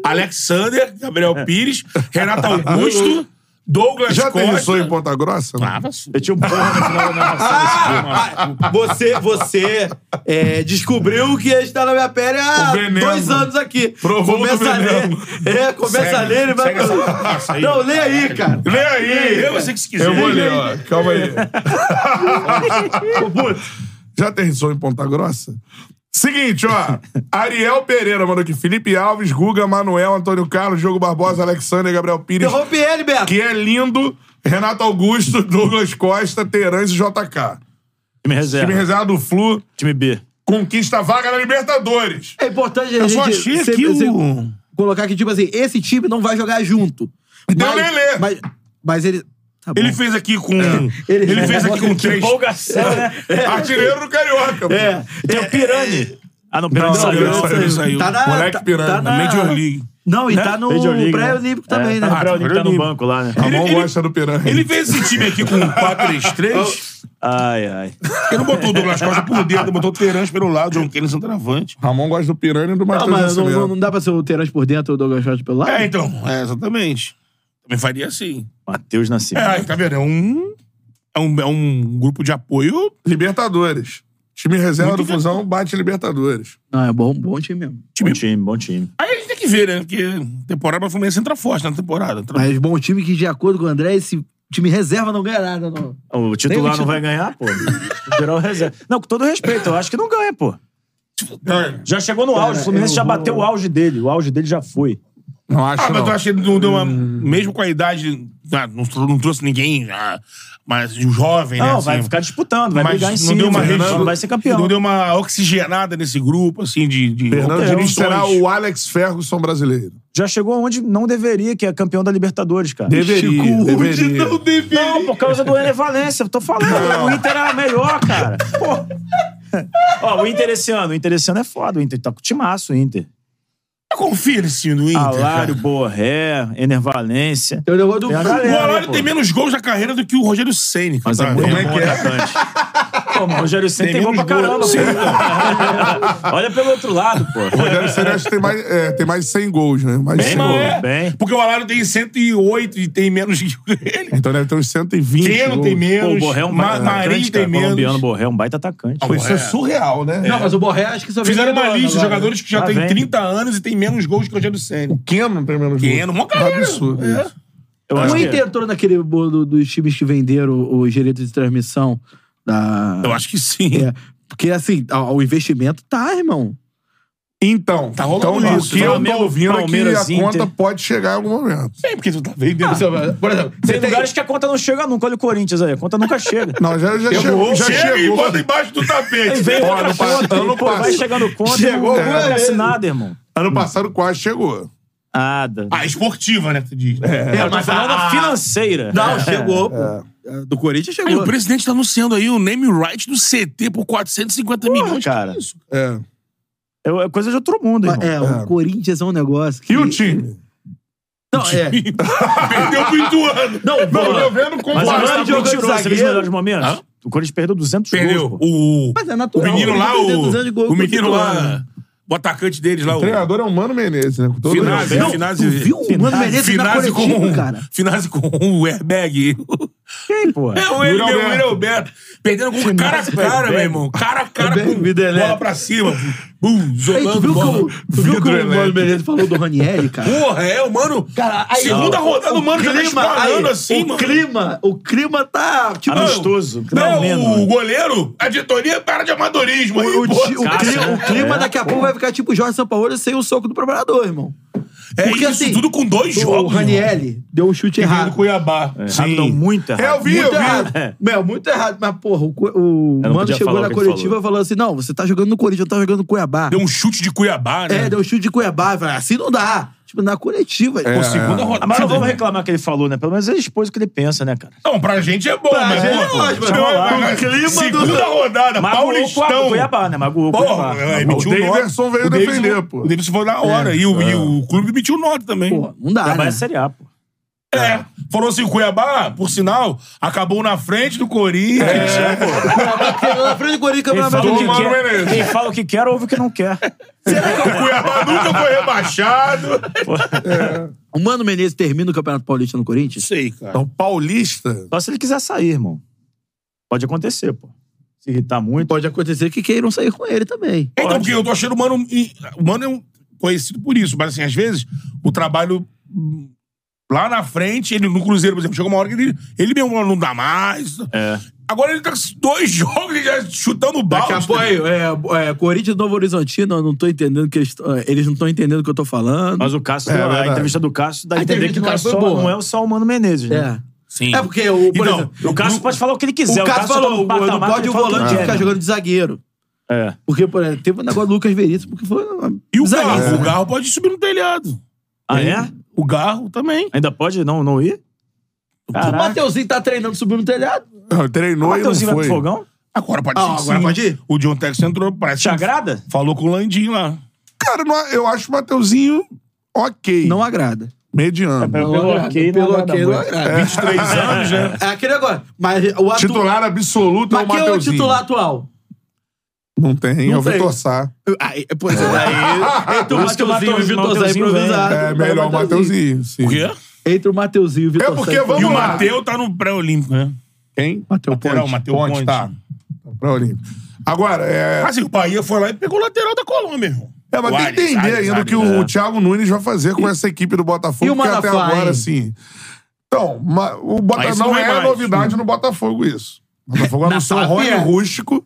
Speaker 2: Alexander, Gabriel Pires, Renato Augusto, Douglas
Speaker 1: É. Já
Speaker 2: Costa.
Speaker 1: tem isso em Ponta Grossa?
Speaker 2: Ah, vacilo.
Speaker 4: Eu tinha um porra no final da minha
Speaker 3: Ah, ah, você você é, descobriu que está na minha pele há
Speaker 1: O veneno.
Speaker 3: dois anos aqui.
Speaker 1: Provou do
Speaker 3: começa a ler.
Speaker 1: veneno.
Speaker 3: É, começa
Speaker 2: Segue,
Speaker 3: a ler e vai.
Speaker 2: segue essa fumaça aí.
Speaker 3: Não, lê aí, cara.
Speaker 2: Lê aí. Lê você que se quiser.
Speaker 1: Eu vou ler, ó. Calma aí.
Speaker 3: Ô, puto.
Speaker 1: Já tem som em Ponta Grossa? Seguinte, ó. Ariel Pereira mandou aqui. Felipe Alves, Guga, Manuel, Antônio Carlos, Diogo Barbosa, Alexander, Gabriel Pires.
Speaker 3: Interrompe ele, Beto.
Speaker 1: Que é lindo. Renato Augusto, Douglas Costa, Terãs e JK.
Speaker 4: Time
Speaker 1: Time
Speaker 4: reserva.
Speaker 1: reserva do Flu
Speaker 4: Time B.
Speaker 1: conquista a vaga na Libertadores.
Speaker 3: É importante a
Speaker 2: Eu
Speaker 3: gente
Speaker 2: só achei
Speaker 3: sempre-
Speaker 2: aqui
Speaker 3: sempre
Speaker 2: o...
Speaker 3: colocar que, tipo assim, esse time não vai jogar junto.
Speaker 1: Deu Lelê.
Speaker 3: Mas, mas ele. Tá bom.
Speaker 2: Ele fez aqui com... Ele,
Speaker 1: É.
Speaker 3: Ele-
Speaker 2: fez aqui com três.
Speaker 4: Empolgação, né?
Speaker 1: Artilheiro do Carioca. pô.
Speaker 3: É.
Speaker 4: Tem o Pirani. Ah, não, Pirani
Speaker 1: Não,
Speaker 4: saiu.
Speaker 1: Pirani saiu.
Speaker 3: Tá na,
Speaker 1: Moleque
Speaker 3: tá-
Speaker 1: piranha,
Speaker 3: tá na-
Speaker 2: Major League.
Speaker 3: Não, e tá no
Speaker 4: Major League, né?
Speaker 3: pré-olímpico também,
Speaker 4: É,
Speaker 3: né?
Speaker 4: Tá no pré-olímpico, tá no
Speaker 1: Pré-olímpico.
Speaker 4: banco lá, né?
Speaker 1: A mão
Speaker 2: ele-
Speaker 1: gosta do Piranha.
Speaker 2: Ele fez esse time aqui com 4-3-3.
Speaker 4: Ai, ai.
Speaker 2: Ele não botou o Douglas Costa por dentro, botou o Terãs pelo lado, John Kennedy centroavante.
Speaker 1: Ramon gosta do Piranha e do
Speaker 3: Não,
Speaker 1: Matheus
Speaker 3: mas não,
Speaker 1: Nascimento.
Speaker 3: não- não dá pra ser o Terence por dentro ou o Douglas Costa pelo lado?
Speaker 2: É, então. É, exatamente. Também faria assim.
Speaker 4: Matheus
Speaker 2: É,
Speaker 4: Nascimento.
Speaker 2: aí, tá vendo? É um... É um, é um grupo de apoio.
Speaker 1: Libertadores. Time reserva
Speaker 2: Muito
Speaker 1: do Fusão bate Libertadores.
Speaker 3: Não, é bom, bom time mesmo.
Speaker 4: Bom time, bom time.
Speaker 2: Aí a gente tem que ver, né? Porque temporada o Fluminense entra forte na temporada. Entra-
Speaker 3: Mas bom time que, de acordo com o André, esse time reserva não ganha nada, não.
Speaker 4: O
Speaker 3: Nem o
Speaker 4: titular
Speaker 3: titular.
Speaker 4: não vai ganhar, pô. Geral reserva. Não, com todo respeito, eu acho que não ganha, pô.
Speaker 2: Então,
Speaker 4: Já chegou no auge, o Fluminense
Speaker 3: eu
Speaker 4: já
Speaker 3: vou-
Speaker 4: bateu o auge dele. O auge dele já foi.
Speaker 1: Não acho
Speaker 2: Ah, mas
Speaker 1: não.
Speaker 2: eu achei que não deu uma.
Speaker 4: Hum.
Speaker 2: Mesmo com a idade. ah, Não, não trouxe ninguém, ah, mas um jovem, né?
Speaker 4: Não,
Speaker 2: assim.
Speaker 4: vai ficar disputando, vai
Speaker 2: Mas
Speaker 4: brigar em
Speaker 2: não
Speaker 4: cima.
Speaker 2: deu uma
Speaker 4: Fernando
Speaker 2: região-
Speaker 4: vai ser campeão.
Speaker 2: Não deu uma oxigenada nesse grupo, assim, de. de
Speaker 1: Fernando Diniz
Speaker 2: opções.
Speaker 1: será o Alex Ferguson brasileiro.
Speaker 4: Já chegou onde não deveria, que é campeão da Libertadores, cara.
Speaker 1: Deveria, deveria.
Speaker 4: Não, por causa do Ener Valência. Tô falando, o Inter era melhor, cara. Pô. Ó, o Inter esse ano. O Inter esse ano é foda. O Inter tá com timaço, o Inter.
Speaker 2: Eu confio nesse time do Inter. cara.
Speaker 4: Alário, Borré, Ener Valência.
Speaker 3: Eu levou do
Speaker 4: Tem a
Speaker 2: O
Speaker 4: galera.
Speaker 3: né,
Speaker 2: Alário
Speaker 4: pô.
Speaker 2: tem menos gols na carreira do que o Rogério Ceni.
Speaker 4: Mas é
Speaker 2: tá
Speaker 4: muito
Speaker 2: vendo?
Speaker 4: bom, atacante. Pô, mas o Rogério Senna
Speaker 2: Tem
Speaker 4: tem, gol pra
Speaker 2: menos
Speaker 4: caramba,
Speaker 2: gol.
Speaker 4: pô. Olha pelo outro lado, pô.
Speaker 1: O Rogério Ceni acho que tem mais, é, tem mais de 100 gols, né? Mais de
Speaker 2: Bem,
Speaker 1: 100
Speaker 2: mas
Speaker 1: gols.
Speaker 2: é.
Speaker 4: Bem.
Speaker 2: Porque o Alário tem 108 e tem menos que ele.
Speaker 1: Então deve ter uns 120
Speaker 2: Keno
Speaker 1: gols.
Speaker 2: tem
Speaker 4: Pô,
Speaker 2: menos.
Speaker 4: o Borré é um
Speaker 2: Ma-
Speaker 4: baita
Speaker 2: Marinho tem
Speaker 4: atacante, cara. Colombiano
Speaker 2: menos.
Speaker 4: Borré é um baita atacante.
Speaker 1: Pô, isso é surreal, né?
Speaker 3: Não, mas o Borré acho que só vem
Speaker 2: Fizeram uma
Speaker 3: agora,
Speaker 2: lista de
Speaker 3: agora.
Speaker 2: jogadores que já
Speaker 4: Lá
Speaker 2: têm
Speaker 4: vem.
Speaker 2: 30 anos e tem menos gols que o Rogério Ceni.
Speaker 1: O Keno não tem menos gols.
Speaker 2: Keno, mó carreira.
Speaker 1: Absurdo.
Speaker 2: É.
Speaker 1: isso.
Speaker 4: Eu acho
Speaker 3: O
Speaker 4: que-
Speaker 3: Inter entrou naquele bolo dos times que venderam os direitos de transmissão da.
Speaker 2: Eu acho que sim.
Speaker 3: É, porque assim, a- o investimento tá, irmão.
Speaker 1: Então,
Speaker 2: Tá rolando
Speaker 1: então
Speaker 2: isso.
Speaker 1: o que eu tô
Speaker 4: Flamengo,
Speaker 1: ouvindo é que a
Speaker 4: Palmeiras, Inter.
Speaker 1: conta pode chegar em algum momento.
Speaker 2: Sim, porque tu tá vendendo.
Speaker 3: Você- Por exemplo, você
Speaker 4: Tem lugares que a conta não chega nunca. Olha o Corinthians aí. A conta nunca chega.
Speaker 1: Não, já, já chegou. Já
Speaker 2: chega e
Speaker 1: chegou.
Speaker 2: bota embaixo do tapete.
Speaker 4: Vem
Speaker 1: Olha,
Speaker 4: outra
Speaker 1: ano pa-
Speaker 4: conta.
Speaker 1: ano
Speaker 4: Pô, vai
Speaker 1: passado-
Speaker 4: chegando conta.
Speaker 1: Chegou
Speaker 4: não
Speaker 1: uma
Speaker 4: acontece
Speaker 1: vez.
Speaker 4: nada, irmão.
Speaker 1: Ano passado quase chegou.
Speaker 4: Nada.
Speaker 2: Ah, esportiva, né? que Tu diz.
Speaker 4: É, eu tô falando
Speaker 2: a- a-
Speaker 4: financeira.
Speaker 5: Não,
Speaker 4: É.
Speaker 5: chegou, pô. Do Corinthians
Speaker 2: Aí,
Speaker 5: chegou.
Speaker 2: o presidente tá anunciando aí o name right do CT por 450 milhões.
Speaker 4: cara.
Speaker 2: Que isso?
Speaker 1: É.
Speaker 4: É é coisa de outro mundo, irmão.
Speaker 3: É, o Corinthians é um negócio que...
Speaker 1: E o time?
Speaker 5: Não, é.
Speaker 2: Perdeu pro Ituano.
Speaker 5: Não, bola.
Speaker 1: eu vendo como
Speaker 4: Mas
Speaker 5: Pô,
Speaker 4: agora
Speaker 5: mas
Speaker 4: tá
Speaker 5: tá jogando
Speaker 4: mentiroso. Você viu os
Speaker 5: zagueiro?
Speaker 4: melhores momentos?
Speaker 2: Hã?
Speaker 4: O Corinthians perdeu 200
Speaker 2: Perdeu.
Speaker 4: gols, pô.
Speaker 2: O,
Speaker 3: Mas é
Speaker 2: o
Speaker 3: natural.
Speaker 2: menino lá,
Speaker 3: Perder 200 de gol
Speaker 2: o, o menino
Speaker 3: contra Ituano.
Speaker 2: lá, o atacante deles lá,
Speaker 1: O
Speaker 2: o
Speaker 1: treinador é o Mano Menezes, né? Com todo
Speaker 2: Finazzi,
Speaker 1: respeito.
Speaker 2: é, Finazzi-
Speaker 3: Tu viu o Mano Menezes na
Speaker 2: Finazzi
Speaker 3: coletiva,
Speaker 2: com, um,
Speaker 3: cara?
Speaker 2: Finazzi com um, o airbag.
Speaker 4: Quem, pô?
Speaker 2: É o ele
Speaker 1: Yuri
Speaker 2: mesmo,
Speaker 1: Alberto.
Speaker 2: o Yuri Alberto. Perdendo com cara a cara, meu irmão. Cara a cara, com
Speaker 5: Vida
Speaker 2: bola
Speaker 5: elétrica.
Speaker 2: pra cima. Bum,
Speaker 3: Ei, tu
Speaker 2: jogando
Speaker 3: viu
Speaker 2: bola.
Speaker 3: como, tu viu como o Mano Menezes falou do Ranieri, cara?
Speaker 2: Porra, é, o mano.
Speaker 3: Cara, aí,
Speaker 2: segunda
Speaker 3: ó,
Speaker 2: rodada, o mano já tá espalhando
Speaker 3: aí,
Speaker 2: assim,
Speaker 3: o
Speaker 2: mano.
Speaker 3: clima, o clima tá, tipo,
Speaker 4: Amistoso. um
Speaker 2: Não,
Speaker 4: menos.
Speaker 2: o goleiro, a diretoria, cara de amadorismo. aí,
Speaker 3: o,
Speaker 2: pô.
Speaker 3: ti- o
Speaker 4: Cara,
Speaker 3: clima,
Speaker 4: né?
Speaker 3: o clima
Speaker 4: É.
Speaker 3: daqui a pouco vai ficar tipo o Jorge Sampaoli sem o soco do preparador, irmão.
Speaker 2: é
Speaker 3: porque,
Speaker 2: isso
Speaker 3: assim,
Speaker 2: tudo com dois
Speaker 3: o
Speaker 2: jogos.
Speaker 3: Ranielli deu um chute
Speaker 2: irmão. do
Speaker 3: errado.
Speaker 2: Cuiabá.
Speaker 4: É, Rapidão, muito errado.
Speaker 1: Eu vi, eu
Speaker 3: Muito
Speaker 1: vi.
Speaker 3: errado. Meu, muito errado. Mas, porra, o, Co- o
Speaker 4: Eu não
Speaker 3: Mano
Speaker 4: podia
Speaker 3: chegou
Speaker 4: falar o
Speaker 3: na
Speaker 4: que ele
Speaker 3: coletiva
Speaker 4: falou.
Speaker 3: e falou assim: não, você tá jogando no Corinthians, eu tá jogando no Cuiabá.
Speaker 2: Deu um chute de Cuiabá, né?
Speaker 3: É, deu um chute de Cuiabá. Eu falei, assim não dá. Tipo, na coletiva.
Speaker 1: É,
Speaker 2: Segunda rodada.
Speaker 4: Ah, Mas não vamos
Speaker 2: né?
Speaker 4: reclamar que ele falou, né? Pelo menos ele expôs o que ele pensa, né, cara?
Speaker 2: Não, pra gente é bom, mas
Speaker 3: gente é
Speaker 2: pô,
Speaker 3: ótimo,
Speaker 2: pô,
Speaker 4: vamos lá.
Speaker 2: mas-
Speaker 4: O
Speaker 2: Segunda rodada,
Speaker 4: Magoou o Cua-
Speaker 2: Paulistão.
Speaker 4: o Cuiabá, né? Magoou o
Speaker 2: Porra,
Speaker 4: Cuiabá.
Speaker 2: é,
Speaker 4: Magoou.
Speaker 2: emitiu
Speaker 1: o
Speaker 2: nota.
Speaker 1: Davidson veio
Speaker 2: O Davidson-
Speaker 1: defender, pô. É,
Speaker 2: O Davidson foi na hora. E, o, e o clube emitiu nota também.
Speaker 3: Pô, não dá.
Speaker 4: Cuiabá
Speaker 3: Né?
Speaker 4: é Série A, pô.
Speaker 2: É. Falou assim, o Cuiabá, por sinal, acabou na frente do Corinthians.
Speaker 1: É.
Speaker 3: Chegou na frente do Corinthians,
Speaker 4: Quem
Speaker 3: campeonato
Speaker 4: fala, o que
Speaker 3: brasileiro.
Speaker 1: Mano
Speaker 4: quer,
Speaker 1: Menezes.
Speaker 4: quem fala o que quer, ouve o que não quer.
Speaker 2: O Cuiabá nunca foi rebaixado.
Speaker 3: O Mano Menezes termina o Campeonato Paulista no Corinthians?
Speaker 2: Sei, cara.
Speaker 1: Então, Paulista.
Speaker 4: Só se ele quiser sair, irmão. Pode acontecer, pô. Se irritar muito.
Speaker 3: Pode acontecer que queiram sair com ele também.
Speaker 2: Então, porque eu tô achando o Mano... e- O Mano é um conhecido por isso. Mas, assim, às vezes, o trabalho... hum, Lá na frente, ele no Cruzeiro, por exemplo, chega uma hora que ele, ele mesmo não dá mais.
Speaker 4: É.
Speaker 2: Agora ele tá com dois jogos ele já chutando balde.
Speaker 3: Daqui a pouco, aí, é, é, Corinthians e Novo Horizontino, eu não tô entendendo que eles, é, eles não estão entendendo o que eu tô falando.
Speaker 4: Mas o Cássio,
Speaker 1: É,
Speaker 4: a
Speaker 1: verdade.
Speaker 4: entrevista do Cássio dá
Speaker 3: A
Speaker 4: a entender
Speaker 3: entrevista
Speaker 4: que
Speaker 3: do
Speaker 4: não é,
Speaker 3: Cássio
Speaker 4: só,
Speaker 3: foi boa.
Speaker 4: não é só o Mano Menezes, né?
Speaker 3: É.
Speaker 2: Sim.
Speaker 3: É porque, o, por
Speaker 2: Então,
Speaker 3: exemplo,
Speaker 4: O Cássio pode falar o que ele quiser.
Speaker 3: o Cássio
Speaker 4: tá
Speaker 3: falou,
Speaker 4: num patamar
Speaker 3: não
Speaker 4: que
Speaker 3: pode
Speaker 4: ele
Speaker 3: o
Speaker 4: fala que
Speaker 3: volante
Speaker 4: quer,
Speaker 3: ficar
Speaker 4: né?
Speaker 3: jogando de zagueiro.
Speaker 4: É.
Speaker 3: Porque, por exemplo, teve um negócio do Lucas Veríssimo que foi uma
Speaker 2: E o
Speaker 3: bizarrice.
Speaker 2: Garro? O Garro pode subir no telhado.
Speaker 4: Ah, é?
Speaker 2: O Garro também.
Speaker 4: Ainda pode não, não ir?
Speaker 3: O
Speaker 4: Caraca.
Speaker 3: Mateuzinho tá treinando subir no telhado.
Speaker 1: Não, ele treinou e não
Speaker 4: Mateuzinho vai um pro
Speaker 1: foi.
Speaker 4: fogão?
Speaker 2: Agora pode
Speaker 3: Ah,
Speaker 2: ser que
Speaker 3: agora
Speaker 2: sim.
Speaker 3: pode ir?
Speaker 2: O John Tex entrou, parece.
Speaker 4: Te
Speaker 2: que
Speaker 4: agrada?
Speaker 2: Falou com o Landim lá.
Speaker 1: Cara, não- eu acho o Mateuzinho ok.
Speaker 3: Não agrada.
Speaker 1: Mediano.
Speaker 4: Pelo ok, não
Speaker 3: Pelo é
Speaker 4: agrada
Speaker 3: ok, não
Speaker 4: muito.
Speaker 3: agrada. 23 anos, né? É aquele negócio. Mas o atu...
Speaker 1: Titular absoluto é
Speaker 3: Mas
Speaker 1: o
Speaker 3: quem é o
Speaker 1: Mateuzinho.
Speaker 3: titular atual?
Speaker 1: Não tem,
Speaker 3: Não
Speaker 1: é o
Speaker 3: tem.
Speaker 1: Vitor Sá.
Speaker 3: Aí, pois é, aí... Entre o
Speaker 4: Por isso que o
Speaker 3: Mateuzinho e o Vitor Zé
Speaker 4: Mateuzinho- Mateuzinho vem.
Speaker 3: improvisado.
Speaker 1: É melhor o Mateuzinho. sim.
Speaker 4: É,
Speaker 2: O quê?
Speaker 3: Entre o Mateuzinho e o Vitor
Speaker 1: É porque
Speaker 3: Zé
Speaker 1: vamos
Speaker 2: E o
Speaker 1: lá.
Speaker 2: Mateu tá no pré-olímpico, né?
Speaker 1: Quem?
Speaker 3: Mateu
Speaker 2: Lateral,
Speaker 3: Ponte.
Speaker 2: Mateu
Speaker 1: Ponte,
Speaker 2: Ponte.
Speaker 1: tá. Pra Olímpia. Agora, é...
Speaker 2: Assim, o Bahia foi lá e pegou o lateral da Colômbia, irmão.
Speaker 1: É, mas tem
Speaker 2: O
Speaker 1: que
Speaker 2: Ares,
Speaker 1: entender
Speaker 2: Ares,
Speaker 1: ainda o
Speaker 2: Ares,
Speaker 1: que
Speaker 2: é.
Speaker 1: o Thiago Nunes vai fazer com essa equipe do Botafogo,
Speaker 3: E o
Speaker 1: que até
Speaker 3: Manafá,
Speaker 1: agora,
Speaker 3: hein?
Speaker 1: assim. Então, ma- o Bota-
Speaker 2: Mas isso
Speaker 1: não
Speaker 2: não é
Speaker 1: é
Speaker 2: mais.
Speaker 1: novidade no Botafogo isso. O Botafogo
Speaker 3: Na
Speaker 1: anunciou o
Speaker 3: SAF
Speaker 1: Rony
Speaker 3: é.
Speaker 1: Rústico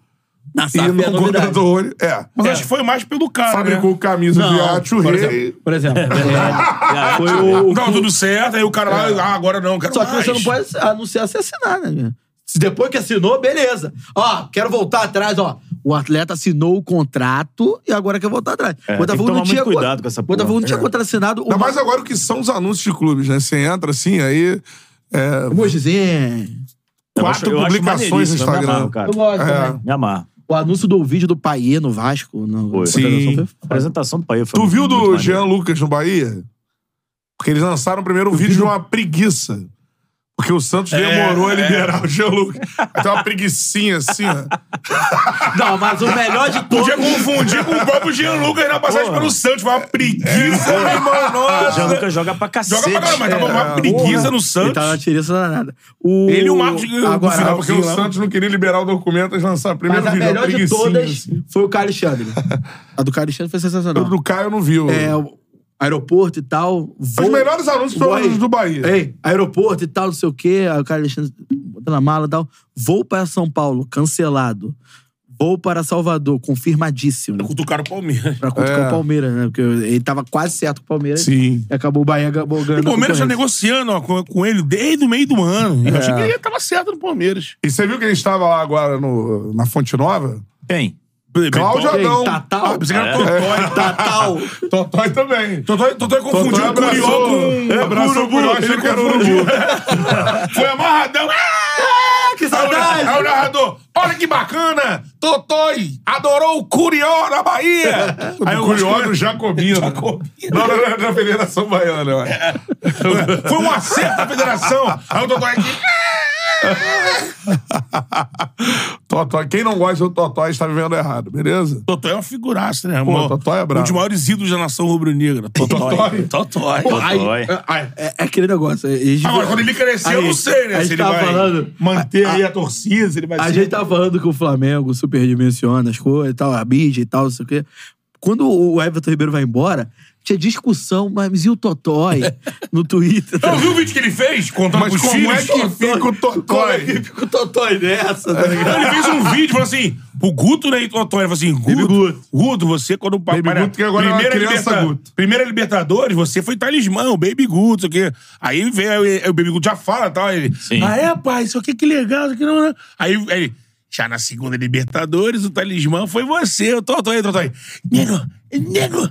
Speaker 3: Na
Speaker 1: e
Speaker 3: SAF é
Speaker 1: não
Speaker 3: novidade.
Speaker 1: contratou o Rony. É.
Speaker 2: Mas acho que foi mais pelo cara.
Speaker 1: Fabricou
Speaker 2: Né?
Speaker 1: camisa de Atio
Speaker 3: por
Speaker 1: Rei.
Speaker 3: exemplo, por exemplo é, foi o,
Speaker 2: Não, tudo certo, aí o cara lá, ah, agora não, quero
Speaker 3: Só que
Speaker 2: mais.
Speaker 3: você não pode anunciar se assinar, né? Se Depois que assinou, beleza. Ó, quero voltar atrás, ó. O atleta assinou o contrato e agora quer voltar atrás.
Speaker 4: É,
Speaker 3: O Botafogo
Speaker 4: tem que tomar
Speaker 3: não tinha
Speaker 4: muito cuidado com essa
Speaker 3: O Botafogo
Speaker 4: porra.
Speaker 1: É.
Speaker 3: não tinha contrassinado
Speaker 1: Ainda
Speaker 3: o
Speaker 1: mais agora o que são os anúncios de clubes, né? Você entra assim, aí. é,
Speaker 3: Mojizinho.
Speaker 4: Eu
Speaker 1: quatro
Speaker 4: acho- eu acho
Speaker 1: publicações no
Speaker 4: maneiríssimo, eu me
Speaker 1: Instagram.
Speaker 4: amarro, cara.
Speaker 3: Eu gosto
Speaker 1: É.
Speaker 3: também.
Speaker 4: Me amarro.
Speaker 3: O anúncio do vídeo do Paê no Vasco. No,
Speaker 4: Foi.
Speaker 1: Sim.
Speaker 4: A apresentação do Paia foi
Speaker 1: Tu
Speaker 4: muito-
Speaker 1: viu
Speaker 4: muito
Speaker 1: do
Speaker 4: maneiro.
Speaker 1: Jean Lucas no Bahia? Porque eles lançaram o primeiro vídeo de uma preguiça. Porque o Santos demorou a liberar o Jean Lucas. Até uma preguicinha assim, ó.
Speaker 3: Não, mas o melhor de todos...
Speaker 2: Podia confundir com o próprio Jean Lucas na passagem
Speaker 4: Porra.
Speaker 2: pelo Santos. Foi uma preguiça, meu irmão.
Speaker 4: O Jean
Speaker 2: Nossa.
Speaker 4: Lucas É. joga pra cacete.
Speaker 2: Joga pra caramba, mas tava
Speaker 4: É.
Speaker 2: uma preguiça no
Speaker 3: Ele tava na
Speaker 2: Santos.
Speaker 3: tiriça danada. é O...
Speaker 2: Ele e o Marcos ganhou no
Speaker 3: Agora,
Speaker 2: final,
Speaker 1: Porque é o Santos não queria liberar o documento, eles lançaram o primeiro
Speaker 3: mas a
Speaker 1: vídeo. uma
Speaker 3: melhor de
Speaker 1: preguicinha,
Speaker 3: todas
Speaker 1: assim.
Speaker 3: foi o Caio Alexandre. A do Caio Alexandre foi sensacional.
Speaker 1: O do Caio não viu.
Speaker 3: é, o aeroporto e tal.
Speaker 1: Os
Speaker 3: voo-
Speaker 1: melhores anúncios
Speaker 3: voo
Speaker 1: foram
Speaker 3: aí.
Speaker 1: os do Bahia.
Speaker 3: Ei, aeroporto e tal, não sei o quê. Aí o cara Alexandre botando a mala e tal. Voo para São Paulo, cancelado. Vou para Salvador, confirmadíssimo.
Speaker 2: Cutucaram o Palmeiras.
Speaker 3: Pra cutucar o Palmeiras, né? Porque ele tava quase certo com o Palmeiras.
Speaker 1: Sim.
Speaker 3: E acabou o Bahia ga- ganhando.
Speaker 2: O Palmeiras já
Speaker 3: a concorrência.
Speaker 2: negociando ó, com, com ele desde o meio do ano. Eu achei que ele tava certo no Palmeiras.
Speaker 1: E você viu que é ele estava lá agora no- na Fonte Nova?
Speaker 4: Quem?
Speaker 1: Cláudio
Speaker 2: Bem,
Speaker 1: Adão.
Speaker 6: Tatal?
Speaker 2: Ah, pensei que era
Speaker 4: É.
Speaker 2: Totói.
Speaker 6: Tatal.
Speaker 1: Totói também.
Speaker 2: Totói, Totói confundiu o Curió
Speaker 1: abraçou-
Speaker 2: com
Speaker 1: É, abraçou o
Speaker 2: urubu.
Speaker 1: Curió, achou
Speaker 2: Ele
Speaker 1: que era
Speaker 2: confundiu. É Foi amarradão. Ah,
Speaker 6: que
Speaker 2: Aí
Speaker 6: saudade!
Speaker 1: né?
Speaker 2: o- aí o narrador, olha que bacana! Totói adorou o Curió na Bahia! Aí o
Speaker 1: Curió
Speaker 2: Curió
Speaker 1: do é Jacobino. Não, não, não, da Federação Baiana, eu acho.
Speaker 2: foi um acerto da federação! Aí o Totói aqui.
Speaker 1: Totói. Quem não gosta do Totói está vivendo errado, beleza?
Speaker 2: Totói é uma figuraça, né?
Speaker 1: Pô,
Speaker 2: Mó-
Speaker 1: Totói é brabo.
Speaker 2: Um dos maiores ídolos da nação rubro-negra. Totói. Totói.
Speaker 4: Ai, Dói.
Speaker 3: É, é aquele negócio. é, eles-
Speaker 2: Agora, quando ele crescer, eu
Speaker 3: Aí,
Speaker 2: não sei, né?
Speaker 3: a
Speaker 2: Se
Speaker 3: gente
Speaker 2: ele
Speaker 3: tava
Speaker 2: vai
Speaker 3: falando-
Speaker 2: manter
Speaker 3: a-
Speaker 2: aí a torcida, se ele vai
Speaker 3: A
Speaker 2: ser-
Speaker 3: gente tá tava falando que o Flamengo superdimensiona as coisas e tal, a mídia e tal, não sei o quê. Quando o Everton Ribeiro vai embora, tinha discussão, mas e o Totói no Twitter?
Speaker 2: Eu vi o vídeo que ele fez contando
Speaker 1: Mas
Speaker 2: pros
Speaker 1: como
Speaker 2: filhos.
Speaker 1: é que fica o Totói?
Speaker 3: Fica o Totói nessa, tá ligado?
Speaker 2: Ele fez um vídeo, falou assim, o Guto, né, e o Antônio, falou assim, Guto, Guto. você, quando o papai...
Speaker 1: Baby Guto, que agora é uma criança Guto.
Speaker 2: primeira Libertadores, você foi talismã, o Baby Guto, não sei o quê. Aí vem, aí o Baby Guto já fala, tal, aí ele...
Speaker 4: Sim.
Speaker 2: Ah, é, pai, isso aqui que legal, isso aqui não... não." Aí, aí ele... Já na segunda Libertadores, o talismã foi você, o Totói, o Totói. Nego, nego.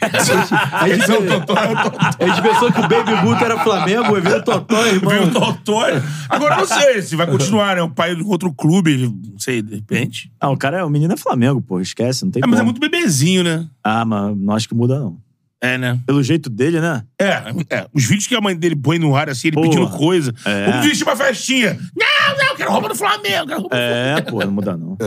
Speaker 3: A gente, a gente pensou que o Baby Guto era Flamengo, o Everton Totói,
Speaker 2: Veio o
Speaker 3: irmão.
Speaker 2: Totói. Agora, não sei se vai continuar, né? O pai do outro clube, não sei, de repente.
Speaker 4: Ah, o cara é. O menino é Flamengo, pô. Esquece, não tem
Speaker 2: É, mas é
Speaker 4: como.
Speaker 2: muito bebezinho, né?
Speaker 4: Ah, mas não acho que muda, não.
Speaker 2: É, né?
Speaker 4: Pelo jeito dele, né?
Speaker 2: É, é, os vídeos que a mãe dele põe no ar, assim, ele
Speaker 4: Porra.
Speaker 2: pedindo coisa.
Speaker 4: É.
Speaker 2: Vamos vestir pra festinha. Não, não, quero roupa do Flamengo, quero roupa do Flamengo.
Speaker 4: É, pô, não muda, não.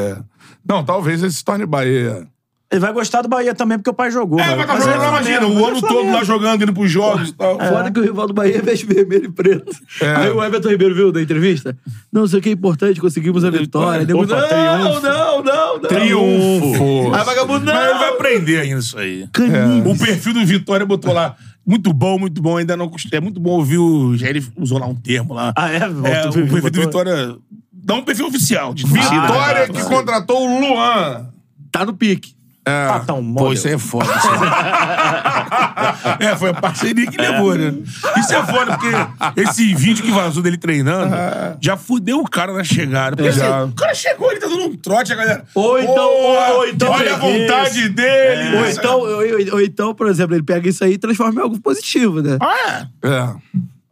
Speaker 1: Não, talvez ele se torne Bahia.
Speaker 4: Ele vai gostar do Bahia também, porque o pai jogou.
Speaker 2: É,
Speaker 4: velho.
Speaker 2: vai estar
Speaker 4: Mas
Speaker 2: jogando,
Speaker 4: é
Speaker 2: imagina,
Speaker 4: Flamengo,
Speaker 2: o
Speaker 4: mas
Speaker 2: ano
Speaker 4: é
Speaker 2: todo
Speaker 4: Flamengo.
Speaker 2: lá jogando, indo pros jogos e tal.
Speaker 3: Fora que o rival do Bahia veste vermelho e preto.
Speaker 2: É.
Speaker 3: Aí o Everton Ribeiro viu da entrevista? Não, isso aqui é importante, conseguimos a vitória. Nego,
Speaker 4: Opa,
Speaker 2: tá
Speaker 3: não,
Speaker 2: um,
Speaker 4: triunfo.
Speaker 3: não, não, não.
Speaker 1: Triunfo.
Speaker 3: Aí vagabundo, não.
Speaker 2: Mas ele vai aprender ainda isso aí. O perfil do Vitória botou lá. Muito bom, muito bom, ainda não custei. É muito bom ouvir o. Já ele usou lá um termo lá.
Speaker 4: Ah, é?
Speaker 2: o
Speaker 4: Tu
Speaker 2: perfil do
Speaker 4: botou-
Speaker 2: Vitória. Dá um perfil oficial. De torcida.
Speaker 1: Vitória
Speaker 4: Ah,
Speaker 1: que contratou o Luan.
Speaker 3: Tá no pique.
Speaker 4: Ah, tão
Speaker 2: Pô,
Speaker 4: mole.
Speaker 2: isso aí é foda. isso aí. é, foi a parceria que levou, né? Isso é foda, porque esse vídeo que vazou dele treinando já fudeu o cara na chegada. Porque, assim,
Speaker 1: É. Já.
Speaker 2: o cara chegou, ele tá dando um trote, a galera.
Speaker 3: Ou então-
Speaker 2: "Porra,
Speaker 3: ou então
Speaker 2: Olha a
Speaker 3: é isso."
Speaker 2: vontade dele.
Speaker 3: Ou, então, ou, ou- ou então, por exemplo, ele pega isso aí e transforma em algo positivo, né?
Speaker 2: Ah,
Speaker 1: É.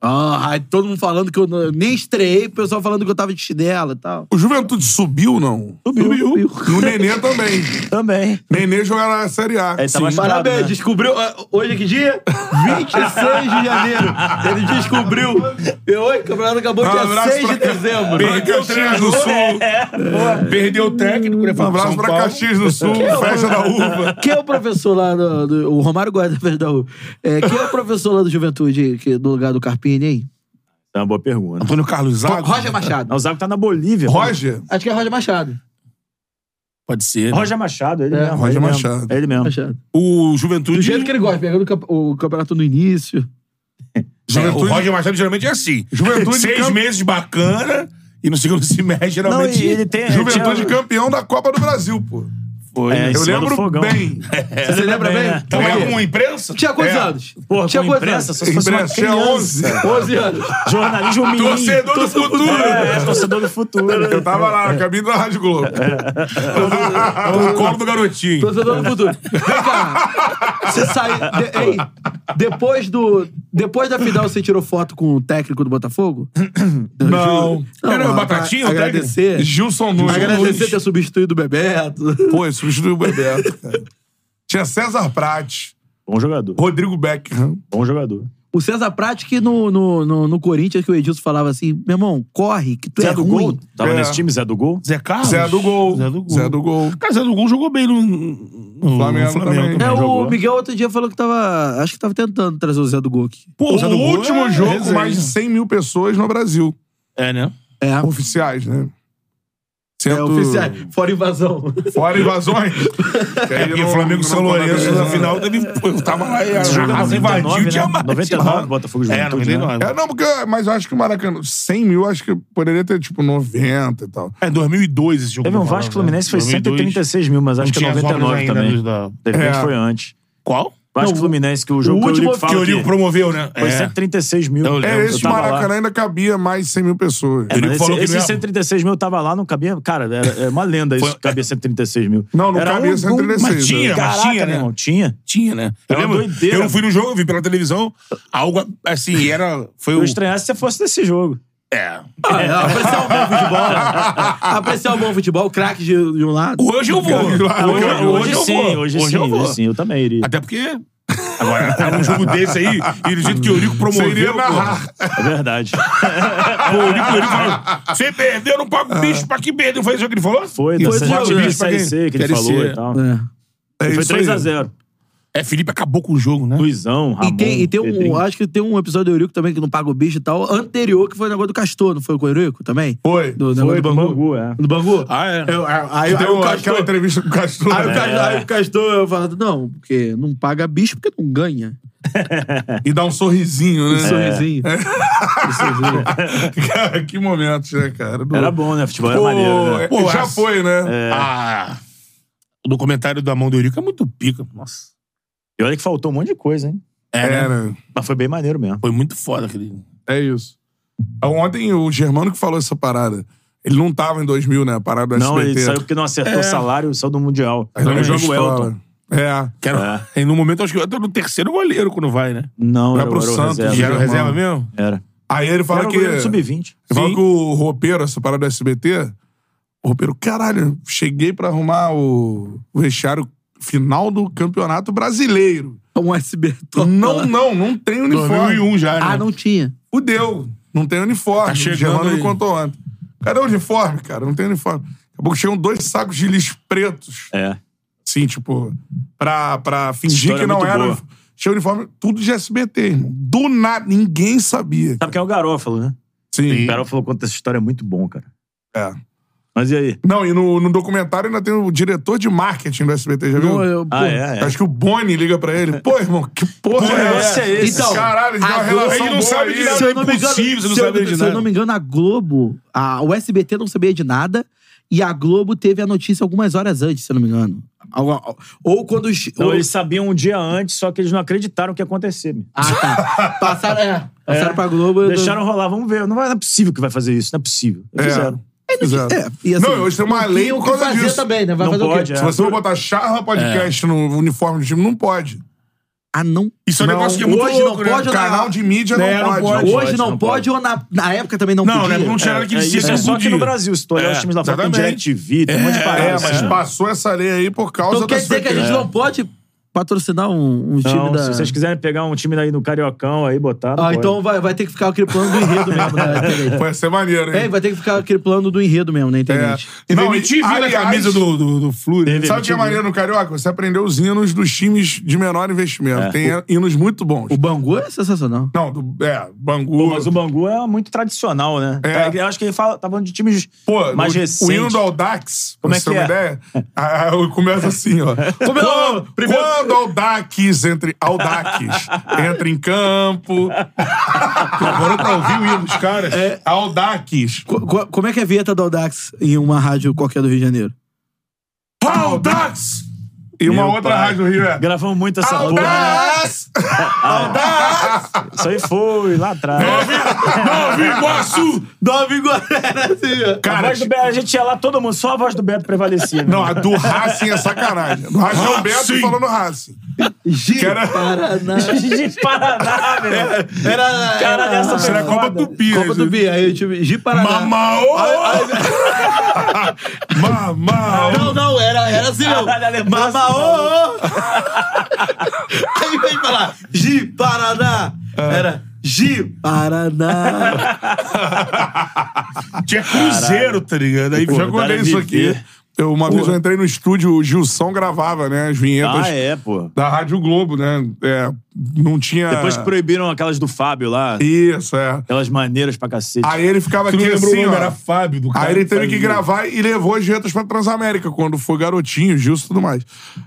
Speaker 3: Ah, aí todo mundo falando que eu não- nem estreiei, o pessoal falando que eu tava de chinela e tal.
Speaker 1: O Juventude subiu, não?
Speaker 4: Subiu.
Speaker 1: E o Nenê também.
Speaker 4: Também.
Speaker 1: Nenê joga na Série A.
Speaker 3: É,
Speaker 4: Ele tá machucado,
Speaker 3: Parabéns,
Speaker 4: né?
Speaker 3: descobriu. ah, Hoje que dia? 26 de janeiro. Ele descobriu. E, Oi, o campeonato acabou
Speaker 1: Um
Speaker 3: dia
Speaker 1: abraço
Speaker 3: 6 de
Speaker 1: pra-
Speaker 3: dezembro.
Speaker 1: Perdeu o Caxias do Sul.
Speaker 2: perdeu o técnico, né?
Speaker 1: Um
Speaker 2: Foi pro
Speaker 1: abraço
Speaker 2: São
Speaker 1: pra
Speaker 2: Paulo.
Speaker 1: Caxias do Sul. Festa da Uva.
Speaker 3: Quem é o professor lá do, do- O Romário Guarda da U. É, quem é o professor lá do Juventude, que, do lugar do Carpini, hein?
Speaker 4: É uma boa pergunta.
Speaker 2: Antônio Carlos Zago?
Speaker 3: Roger Machado.
Speaker 4: Não, O Zago tá na Bolívia.
Speaker 1: Roger?
Speaker 3: Acho que é Roger Machado.
Speaker 2: Pode ser. né?
Speaker 4: Roger Machado, ele
Speaker 3: É,
Speaker 4: mesmo.
Speaker 1: Roger
Speaker 4: ele mesmo.
Speaker 1: Machado.
Speaker 4: Ele mesmo.
Speaker 3: Machado.
Speaker 2: O
Speaker 3: Do
Speaker 2: Juventude.
Speaker 3: jeito que ele gosta, pegando o campe- o campeonato no início.
Speaker 2: É, o
Speaker 1: Juventude-
Speaker 2: Roger Machado geralmente é assim.
Speaker 1: Juventude
Speaker 2: Seis
Speaker 1: campe-
Speaker 2: meses bacana. E no segundo semestre,
Speaker 4: Não,
Speaker 2: geralmente.
Speaker 4: e ele tem...
Speaker 1: Juventude
Speaker 4: tinha-
Speaker 1: campeão da Copa do Brasil, pô.
Speaker 2: Foi. né?
Speaker 4: É, em
Speaker 1: Eu
Speaker 4: cima do
Speaker 1: lembro
Speaker 4: fogão.
Speaker 1: bem.
Speaker 3: Você, lembra bem?
Speaker 4: né?
Speaker 2: Então é com imprensa?
Speaker 3: Tinha quantos
Speaker 2: É.
Speaker 3: anos?
Speaker 4: Porra,
Speaker 3: Tinha
Speaker 4: com
Speaker 3: quantos
Speaker 4: imprensa,
Speaker 3: anos?
Speaker 4: só se fosse uma
Speaker 1: Imprensa, tinha
Speaker 4: criança.
Speaker 1: 11.
Speaker 3: 11 anos.
Speaker 4: Jornalismo menino.
Speaker 2: Torcedor do futuro.
Speaker 4: É, é, torcedor do futuro.
Speaker 1: Eu tava lá na cabine da Rádio Globo.
Speaker 2: Tava no colo do garotinho.
Speaker 3: Torcedor do tá futuro. Vem cá. Você saiu. de- ei, depois do. Depois da final, você tirou foto com o técnico do Botafogo?
Speaker 1: Não.
Speaker 2: Era o
Speaker 3: pra
Speaker 2: Batatinha, o
Speaker 3: Agradecer.
Speaker 1: Gilson Nunes.
Speaker 3: Agradecer ter substituído o Bebeto.
Speaker 1: Pô, ele substituiu o é Bebeto, cara. Tinha César Prat,
Speaker 4: Bom jogador.
Speaker 1: Rodrigo Beckham.
Speaker 4: Bom jogador.
Speaker 3: O César Prati, que no, no, no, no Corinthians, que o Edilson falava assim: meu irmão, corre, que tu
Speaker 4: Zé
Speaker 3: é
Speaker 4: do
Speaker 3: ruim.
Speaker 4: Gol. Tava
Speaker 1: É.
Speaker 4: nesse time, Zé do Gol.
Speaker 2: Zé Carlos?
Speaker 1: Zé do Gol.
Speaker 2: Zé do Gol.
Speaker 1: Zé do Gol.
Speaker 2: Cara, Zé do Gol jogou bem no, no
Speaker 1: Flamengo
Speaker 2: Flamengo.
Speaker 1: também.
Speaker 3: É,
Speaker 4: Jogou.
Speaker 3: o Miguel outro dia falou que tava. Acho que tava tentando trazer o Zé do Gol aqui.
Speaker 2: Pô,
Speaker 1: O
Speaker 2: o Zé do Gol
Speaker 1: último
Speaker 2: é
Speaker 1: jogo,
Speaker 2: resenha.
Speaker 1: mais de 100 mil pessoas no Brasil.
Speaker 2: É, né?
Speaker 3: É,
Speaker 1: Oficiais, né?
Speaker 3: é
Speaker 1: Cento-
Speaker 3: oficial. Fora invasão.
Speaker 1: Fora invasões. Que aí
Speaker 2: É, E
Speaker 1: não-
Speaker 2: o Flamengo e São
Speaker 1: não- né?
Speaker 2: Lourenço na final teve. pô, Eu tava lá e a
Speaker 4: Esse jogo é
Speaker 2: raça
Speaker 4: 99,
Speaker 2: invadiu
Speaker 4: né?
Speaker 2: e tinha mais.
Speaker 4: 99, Botafogo e
Speaker 2: É,
Speaker 4: Juventude,
Speaker 2: 99.
Speaker 1: É, não, porque. Mas eu acho que o Maracanã. 100 mil, acho que poderia ter, tipo, 90 e tal.
Speaker 2: É, 2002 esse jogo.
Speaker 4: Teve um
Speaker 2: que eu
Speaker 4: Vasco
Speaker 2: falava, né?
Speaker 4: Fluminense, foi
Speaker 2: 2002.
Speaker 4: 136 mil, mas
Speaker 2: Não
Speaker 4: acho que é
Speaker 2: tinha as obras
Speaker 4: 99
Speaker 2: ainda
Speaker 4: também.
Speaker 2: dos da-
Speaker 4: De repente
Speaker 1: É.
Speaker 4: foi antes.
Speaker 2: Qual?
Speaker 4: Vasco e Fluminense, que o jogo
Speaker 3: o
Speaker 4: que o
Speaker 3: último
Speaker 4: Eurico fala
Speaker 2: que o
Speaker 4: que
Speaker 2: Eurico promoveu, né?
Speaker 4: foi 136 mil.
Speaker 2: Eu lembro,
Speaker 1: É,
Speaker 4: Eu
Speaker 1: esse
Speaker 4: tava lá.
Speaker 1: Maracanã ainda cabia mais 100 mil pessoas.
Speaker 4: É, mas
Speaker 2: Eurico
Speaker 4: esse,
Speaker 2: falou que
Speaker 4: esses
Speaker 2: não ia-
Speaker 4: 136 mil eu tava lá, não cabia. Cara, era, é uma lenda isso
Speaker 2: Foi-
Speaker 4: que cabia 136 mil.
Speaker 1: Não, não
Speaker 4: Era
Speaker 1: cabia
Speaker 4: um-
Speaker 1: 136,
Speaker 4: Mas
Speaker 2: né?
Speaker 4: tinha, mas
Speaker 2: Caraca,
Speaker 4: tinha,
Speaker 2: né?
Speaker 4: né? irmão? Tinha.
Speaker 2: tinha, né?
Speaker 4: É
Speaker 2: Eu,
Speaker 4: uma
Speaker 2: lembro,
Speaker 4: doideira.
Speaker 2: eu não fui no jogo, eu vi pela televisão, algo assim, era... Foi
Speaker 4: Eu
Speaker 2: o...
Speaker 4: estranhasse se você fosse desse jogo.
Speaker 2: É.
Speaker 3: Ah, é, apreciar o bom futebol. apreciar o bom futebol, craque de, de um lado.
Speaker 2: Hoje eu vou. Hoje,
Speaker 4: Hoje,
Speaker 2: eu- hoje eu
Speaker 4: sim,
Speaker 2: vou.
Speaker 4: hoje, sim,
Speaker 2: eu vou.
Speaker 4: hoje sim, eu também iria.
Speaker 2: Até porque... Agora, é um jogo desse aí, e do jeito que o Eurico promoveu...
Speaker 1: Seria
Speaker 2: pô.
Speaker 1: narrar.
Speaker 4: É verdade.
Speaker 2: Pô, o Nico Eurico falou: você perdeu, eu não pago bicho pra que perdeu. Foi isso que ele falou?
Speaker 4: Ah. Foi,
Speaker 3: Foi
Speaker 4: da
Speaker 3: esse jogo, né?
Speaker 4: Série Série C que
Speaker 2: Série
Speaker 4: ele falou
Speaker 2: C.
Speaker 4: e tal.
Speaker 3: É.
Speaker 1: É
Speaker 4: Foi
Speaker 1: isso aí.
Speaker 4: 3x0.
Speaker 2: É, Felipe acabou com o jogo, né?
Speaker 4: Luizão, Ramon,
Speaker 3: E tem, e tem um,
Speaker 4: Tá Pedrinho.
Speaker 3: acho que tem um episódio do Eurico também que não paga o bicho e tal, anterior que foi o negócio do Castor, não foi com o Eurico também?
Speaker 1: Foi.
Speaker 3: Do,
Speaker 4: Foi
Speaker 3: negócio
Speaker 4: do Bangu, é.
Speaker 3: Do Bangu?
Speaker 2: Ah, é.
Speaker 3: Eu- aí,
Speaker 1: Aí
Speaker 3: aí
Speaker 1: deu
Speaker 3: o
Speaker 1: aquela
Speaker 3: Castor,
Speaker 1: entrevista com o Castor.
Speaker 4: é.
Speaker 3: aí o Castor, né? aí o Castor eu falando, não, porque não paga bicho porque não ganha.
Speaker 1: E dá um sorrisinho, né?
Speaker 4: É.
Speaker 1: É.
Speaker 3: Um sorrisinho. Um sorrisinho.
Speaker 1: Cara, que momentos, né, cara? Do-
Speaker 4: Era bom, né? Futebol era
Speaker 1: Pô,
Speaker 4: maneiro, né?
Speaker 1: Pô, já
Speaker 2: as-
Speaker 1: foi,
Speaker 4: É.
Speaker 1: né?
Speaker 2: Ah, o documentário da mão do Eurico é muito pica. Nossa.
Speaker 4: E olha que faltou um monte de coisa, hein?
Speaker 2: É, né?
Speaker 1: Era.
Speaker 4: Mas foi bem maneiro mesmo.
Speaker 2: Foi muito foda aquele.
Speaker 1: É isso. Ah, Ontem o Germano que falou essa parada. Ele não tava em 2000, né? A parada do
Speaker 4: Não,
Speaker 1: SBT.
Speaker 4: ele saiu porque não acertou o salário, saiu do Mundial.
Speaker 1: Aí
Speaker 2: Não,
Speaker 1: eu
Speaker 2: joga o
Speaker 1: escola.
Speaker 2: Elton.
Speaker 1: É.
Speaker 2: Quero... E no momento, acho que eu tô no terceiro goleiro quando vai, né?
Speaker 4: Não,
Speaker 1: Vai
Speaker 4: era,
Speaker 1: pro
Speaker 4: era o
Speaker 1: Santos,
Speaker 4: reserva.
Speaker 2: Já era
Speaker 1: Germano.
Speaker 2: reserva mesmo?
Speaker 4: Era.
Speaker 1: Aí ele fala
Speaker 4: Era o
Speaker 1: que.
Speaker 4: goleiro do Sub-20.
Speaker 1: Ele Fala
Speaker 2: Sim.
Speaker 1: que o roupeiro, essa parada do SBT, o roupeiro, caralho, cheguei pra arrumar o, o vestiário final do Campeonato Brasileiro.
Speaker 3: um SB top.
Speaker 1: Não, não, não tem uniforme.
Speaker 2: 2001 já, né?
Speaker 3: Ah, não tinha.
Speaker 1: Fudeu, não tem uniforme.
Speaker 2: Tá chegando
Speaker 1: o Germano
Speaker 2: aí.
Speaker 1: me contou ontem. Cadê o uniforme, cara? Não tem uniforme. Daqui a pouco chegam dois sacos de lixo pretos,
Speaker 4: É.
Speaker 1: assim, tipo, pra, pra fingir
Speaker 4: História
Speaker 1: que não
Speaker 4: muito
Speaker 1: era.
Speaker 4: boa.
Speaker 1: uniforme. Chega o uniforme, tudo de SBT, irmão. Do nada, ninguém sabia.
Speaker 4: Sabe quem é o Garófalo, né? O
Speaker 1: Sim.
Speaker 4: Garófalo conta essa história muito bom, cara.
Speaker 1: É.
Speaker 4: Mas e aí?
Speaker 1: Não, e no, no documentário ainda tem o diretor de marketing do SBT, já viu?
Speaker 3: Não, eu- pô,
Speaker 4: Ah, é, é.
Speaker 1: Acho que o Boni liga pra ele. Pô, irmão, que porra
Speaker 4: Que
Speaker 1: é
Speaker 4: negócio
Speaker 1: essa?
Speaker 4: é esse?
Speaker 3: Então,
Speaker 1: Caralho, ele tem uma
Speaker 3: a
Speaker 1: relação
Speaker 3: Globo-
Speaker 1: boa é
Speaker 2: Ele não sabe
Speaker 1: aí.
Speaker 2: de nada.
Speaker 3: Se eu não me engano-
Speaker 2: Impossível você não
Speaker 3: se eu-
Speaker 2: saber de
Speaker 3: se
Speaker 2: nada.
Speaker 3: eu não me engano, a Globo, a, o SBT não sabia de nada e a Globo teve a notícia algumas horas antes, se eu não me engano. Ou, ou quando os.
Speaker 4: Não,
Speaker 3: ou-
Speaker 4: eles sabiam um dia antes, só que eles não acreditaram que ia acontecer. meu.
Speaker 3: Ah, tá. Passaram, é, passaram
Speaker 4: É.
Speaker 3: pra Globo. eu-
Speaker 4: Deixaram rolar, vamos ver. Não, vai- não é possível que vai fazer isso, não é possível. Eles fizeram.
Speaker 1: Exato.
Speaker 3: É, e assim,
Speaker 1: Não, hoje tem uma
Speaker 3: não
Speaker 1: lei
Speaker 3: tinha o
Speaker 1: por
Speaker 3: que
Speaker 1: causa
Speaker 3: fazer
Speaker 1: disso.
Speaker 3: também, É. né? Vai
Speaker 4: Não
Speaker 3: fazer
Speaker 4: pode,
Speaker 3: o
Speaker 4: é.
Speaker 1: Se você for botar charla podcast no uniforme do time, não pode.
Speaker 3: Ah, não.
Speaker 2: Isso é um
Speaker 1: Não,
Speaker 2: negócio que é muito
Speaker 3: hoje
Speaker 2: louco,
Speaker 3: não
Speaker 2: né?
Speaker 3: pode,
Speaker 1: O
Speaker 3: não.
Speaker 1: canal de mídia
Speaker 2: É,
Speaker 1: não
Speaker 2: não
Speaker 1: pode.
Speaker 2: pode.
Speaker 3: Hoje não,
Speaker 4: não
Speaker 3: pode, ou na, na época também não,
Speaker 2: Não,
Speaker 3: podia.
Speaker 2: né? Não tinha nada que
Speaker 4: É,
Speaker 2: dizia
Speaker 4: isso
Speaker 2: que
Speaker 4: é
Speaker 2: não
Speaker 4: só aqui
Speaker 2: podia.
Speaker 4: no Brasil, se tu olhar
Speaker 2: É,
Speaker 4: os times lá fora, tem
Speaker 2: exatamente.
Speaker 4: DirecTV, tem um monte de
Speaker 2: É,
Speaker 4: parada.
Speaker 1: É,
Speaker 4: assim.
Speaker 1: mas passou essa lei aí por causa
Speaker 3: Então
Speaker 1: da
Speaker 3: quer dizer que a
Speaker 1: SBT.
Speaker 3: gente não pode patrocinar um, um time
Speaker 4: É. Não,
Speaker 3: da.
Speaker 4: Se vocês quiserem pegar um time daí no Cariocão aí, botar. não
Speaker 3: Ah,
Speaker 4: pode.
Speaker 3: então vai, vai ter que ficar aquele plano do enredo mesmo na internet.
Speaker 1: Vai ser maneiro,
Speaker 3: É,
Speaker 1: hein?
Speaker 3: vai ter que ficar aquele plano do enredo mesmo na internet.
Speaker 1: É. Não,
Speaker 2: Não, e
Speaker 1: e,
Speaker 2: tive a
Speaker 1: aliás,
Speaker 2: camisa do, do, né? do Flúrio.
Speaker 4: Teve,
Speaker 1: Sabe o que é
Speaker 4: MTV.
Speaker 1: maneiro no Carioca? Você aprendeu os hinos dos times de menor investimento.
Speaker 4: É.
Speaker 1: Tem hinos muito bons.
Speaker 3: O Bangu é sensacional.
Speaker 1: Não, do, é, Bangu.
Speaker 4: Pô, mas o Bangu é muito tradicional, né?
Speaker 1: É.
Speaker 4: Tá- Eu acho que ele fala, tá falando de times
Speaker 1: Pô,
Speaker 4: mais
Speaker 1: o,
Speaker 4: recentes.
Speaker 1: o hino do Aldax, pra
Speaker 4: Como é
Speaker 1: você
Speaker 4: que
Speaker 1: ter uma
Speaker 4: é?
Speaker 1: ideia, ah, ah, começa assim, ó. quando,
Speaker 3: primeiro-
Speaker 1: quando Aldax entre Aldax entra em campo. Agora pra ouvir o hino dos caras.
Speaker 4: É.
Speaker 1: Aldax.
Speaker 3: Co- co- como é que é a vinheta do Audax em uma rádio qualquer do Rio de Janeiro?
Speaker 1: Aldax! E uma
Speaker 4: Meu
Speaker 1: outra
Speaker 4: pai.
Speaker 1: rádio do Rio é.
Speaker 4: Gravamos muito essa porra.
Speaker 1: Aldax!
Speaker 4: né? Isso aí foi lá atrás.
Speaker 1: Nova Iguaçu!
Speaker 3: Nova Iguarera, assim, ó.
Speaker 4: A
Speaker 1: Cara,
Speaker 4: voz do Beto, a gente ia lá, todo mundo, só a voz do Beto prevalecia. né?
Speaker 1: não, a do Racing é sacanagem. Do Racing é o Beto
Speaker 2: Racing.
Speaker 1: falando Racing.
Speaker 3: Giro
Speaker 1: era-
Speaker 3: Paraná.
Speaker 4: de Paraná, velho.
Speaker 3: Era,
Speaker 4: Cara, essa
Speaker 1: Isso
Speaker 4: foi
Speaker 1: era é Copa
Speaker 4: foda.
Speaker 1: Tupi.
Speaker 3: Copa
Speaker 1: né,
Speaker 3: do
Speaker 1: gente?
Speaker 3: Bia, aí eu tive Gi Paraná.
Speaker 1: Mamaô! Mamaô!
Speaker 3: Não, não, era, era assim, não.
Speaker 4: Caralho, a lembrança
Speaker 3: Mama,
Speaker 4: do
Speaker 3: ô, ô. Aí veio falar, Gi Paraná.
Speaker 4: É.
Speaker 3: Era Gi Paraná.
Speaker 2: Tinha Cruzeiro, tá ligado? Aí
Speaker 1: Eu já
Speaker 2: jogou
Speaker 1: contei
Speaker 4: cara,
Speaker 1: isso
Speaker 4: viver.
Speaker 1: aqui. Eu, uma vez eu entrei no estúdio, o Gilson gravava, né? As vinhetas
Speaker 4: Ah, é, pô.
Speaker 1: da Rádio Globo, né? É, não tinha.
Speaker 4: Depois que proibiram aquelas do Fábio lá,
Speaker 1: Isso, é.
Speaker 4: aquelas maneiras pra cacete.
Speaker 1: Aí ele ficava
Speaker 2: Tu não
Speaker 1: aqui
Speaker 2: lembrou o
Speaker 1: assim,
Speaker 2: nome,
Speaker 1: ó.
Speaker 2: era Fábio do cara.
Speaker 1: Aí ele teve
Speaker 2: Fábio.
Speaker 1: que gravar e levou as vinhetas pra Transamérica, quando foi garotinho, Gilson e tudo mais.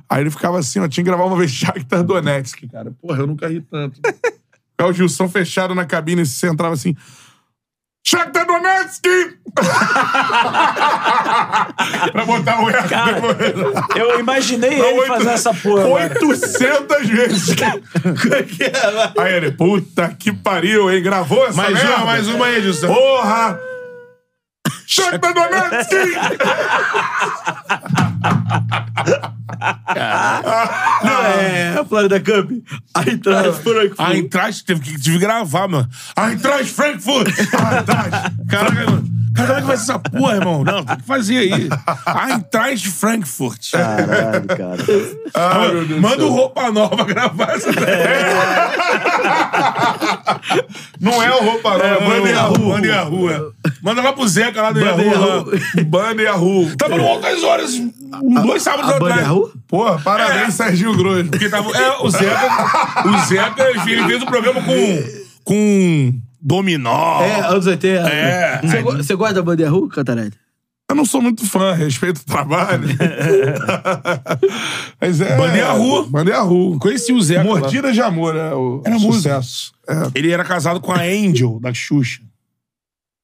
Speaker 1: Aí ele ficava assim, ó, tinha que gravar uma vez Shakhtar Donetsk, cara. É Porra, eu nunca ri tanto. Aí o Gilson fechado na cabine, e você entrava assim... Shakhtar Donetsk! pra botar o erro.
Speaker 4: Cara, eu imaginei
Speaker 1: Pra
Speaker 4: ele
Speaker 1: Então, oito-
Speaker 4: fazer essa porra. agora.
Speaker 1: 800 vezes. aí ele, puta que pariu, hein? Gravou essa
Speaker 2: Mais
Speaker 1: merda?
Speaker 2: uma, mais uma aí, Edson.
Speaker 1: Porra! Shakhtar Donetsk!
Speaker 3: Não, é a Florida Cup. Aí traz Franco.
Speaker 2: A Eintracht Ah, teve que tive que gravar, mano. A Eintracht Frankfurt!
Speaker 1: Ah,
Speaker 2: A Eintracht. Caraca, mano. Cara, como é que vai ser essa porra, irmão? Não, tem que fazer aí. Ah, A Eintracht Frankfurt.
Speaker 1: É.
Speaker 4: Caralho, cara.
Speaker 2: Ah, manda o roupa nova gravar
Speaker 1: É.
Speaker 2: essa
Speaker 1: Não é o roupa, não.
Speaker 2: É, manda Yahoo, manda
Speaker 1: Manda Yahoo.
Speaker 2: Yahoo. é. Manda lá pro Zeca lá do Yahoo. lá.
Speaker 1: Banda Yahoo.
Speaker 2: Tava no Altas Horas, um, dois sábados
Speaker 3: a Banda
Speaker 2: atrás.
Speaker 3: Yahoo?
Speaker 1: Porra, parabéns,
Speaker 2: É.
Speaker 1: Serginho Grosso.
Speaker 2: Porque tava. É, o Zeca. o Zeca, enfim, ele fez o programa com. Com. Dominó.
Speaker 5: É, anos 80.
Speaker 2: É.
Speaker 5: Você go- Você gosta da Bandeira Rua, Cantarelli?
Speaker 1: Eu não sou muito fã, respeito o trabalho. Mas é.
Speaker 2: Banda Yahoo.
Speaker 1: Banda Yahoo.
Speaker 2: Conheci o Zeca. lá.
Speaker 1: Mordida de amor, é o
Speaker 2: Era
Speaker 1: sucesso. É.
Speaker 2: Ele era casado com a Angel, da Xuxa.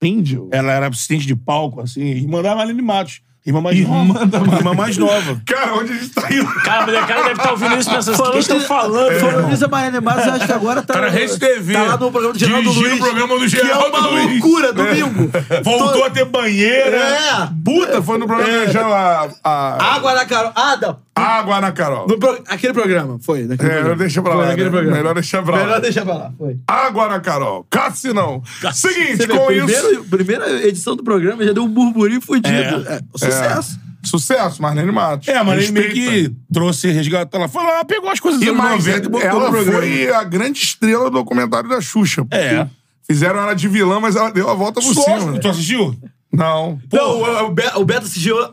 Speaker 1: Angel.
Speaker 2: Ela era assistente de palco, assim, irmã da Marlene Matos. Irmã mais nova. Irmã mais nova.
Speaker 1: Cara, onde a gente tá indo?
Speaker 4: Cara, a molecada deve estar ouvindo isso pensando, o que eles estão falando?
Speaker 5: Falando nisso, a Mariana Matos, eu acho que agora tá.
Speaker 2: Cara, Rede TV.
Speaker 5: Tá lá no programa do Geraldo
Speaker 2: Dirigindo
Speaker 5: Luiz.
Speaker 2: o programa do
Speaker 5: que é
Speaker 2: Geraldo
Speaker 5: uma
Speaker 2: Luiz.
Speaker 5: loucura, domingo.
Speaker 2: Voltou a ter banheira.
Speaker 5: É.
Speaker 1: Puta, foi no programa que chama a,
Speaker 5: Água na Carol. Ah, não.
Speaker 1: Água na Carol.
Speaker 5: No pro- Aquele programa, foi. Naquele
Speaker 1: É,
Speaker 5: programa.
Speaker 1: melhor deixar pra
Speaker 5: Foi
Speaker 1: lá.
Speaker 5: naquele
Speaker 1: né?
Speaker 5: programa.
Speaker 1: Melhor deixar pra lá.
Speaker 5: Melhor deixar pra lá, foi.
Speaker 1: Água na Carol. Cassinão. Seguinte,
Speaker 5: Você vê,
Speaker 1: com
Speaker 5: primeiro,
Speaker 1: isso.
Speaker 5: Primeira edição do programa já deu um burburinho fudido. É, sucesso.
Speaker 1: É. Sucesso, Marlene Matos.
Speaker 2: É, mas ele meio
Speaker 1: Respeita.
Speaker 2: que trouxe, resgatou. Ela foi lá, pegou as coisas né? dos
Speaker 1: E
Speaker 2: anos
Speaker 1: mais,
Speaker 2: 90 e botou no
Speaker 1: ela
Speaker 2: programa.
Speaker 1: foi a grande estrela do documentário da Xuxa. porque
Speaker 2: É.
Speaker 1: Fizeram ela de vilã, mas ela deu a volta por cima.
Speaker 2: Só, né? tu assistiu?
Speaker 1: Não.
Speaker 5: Não, o, o Be- o Beto assistiu uh,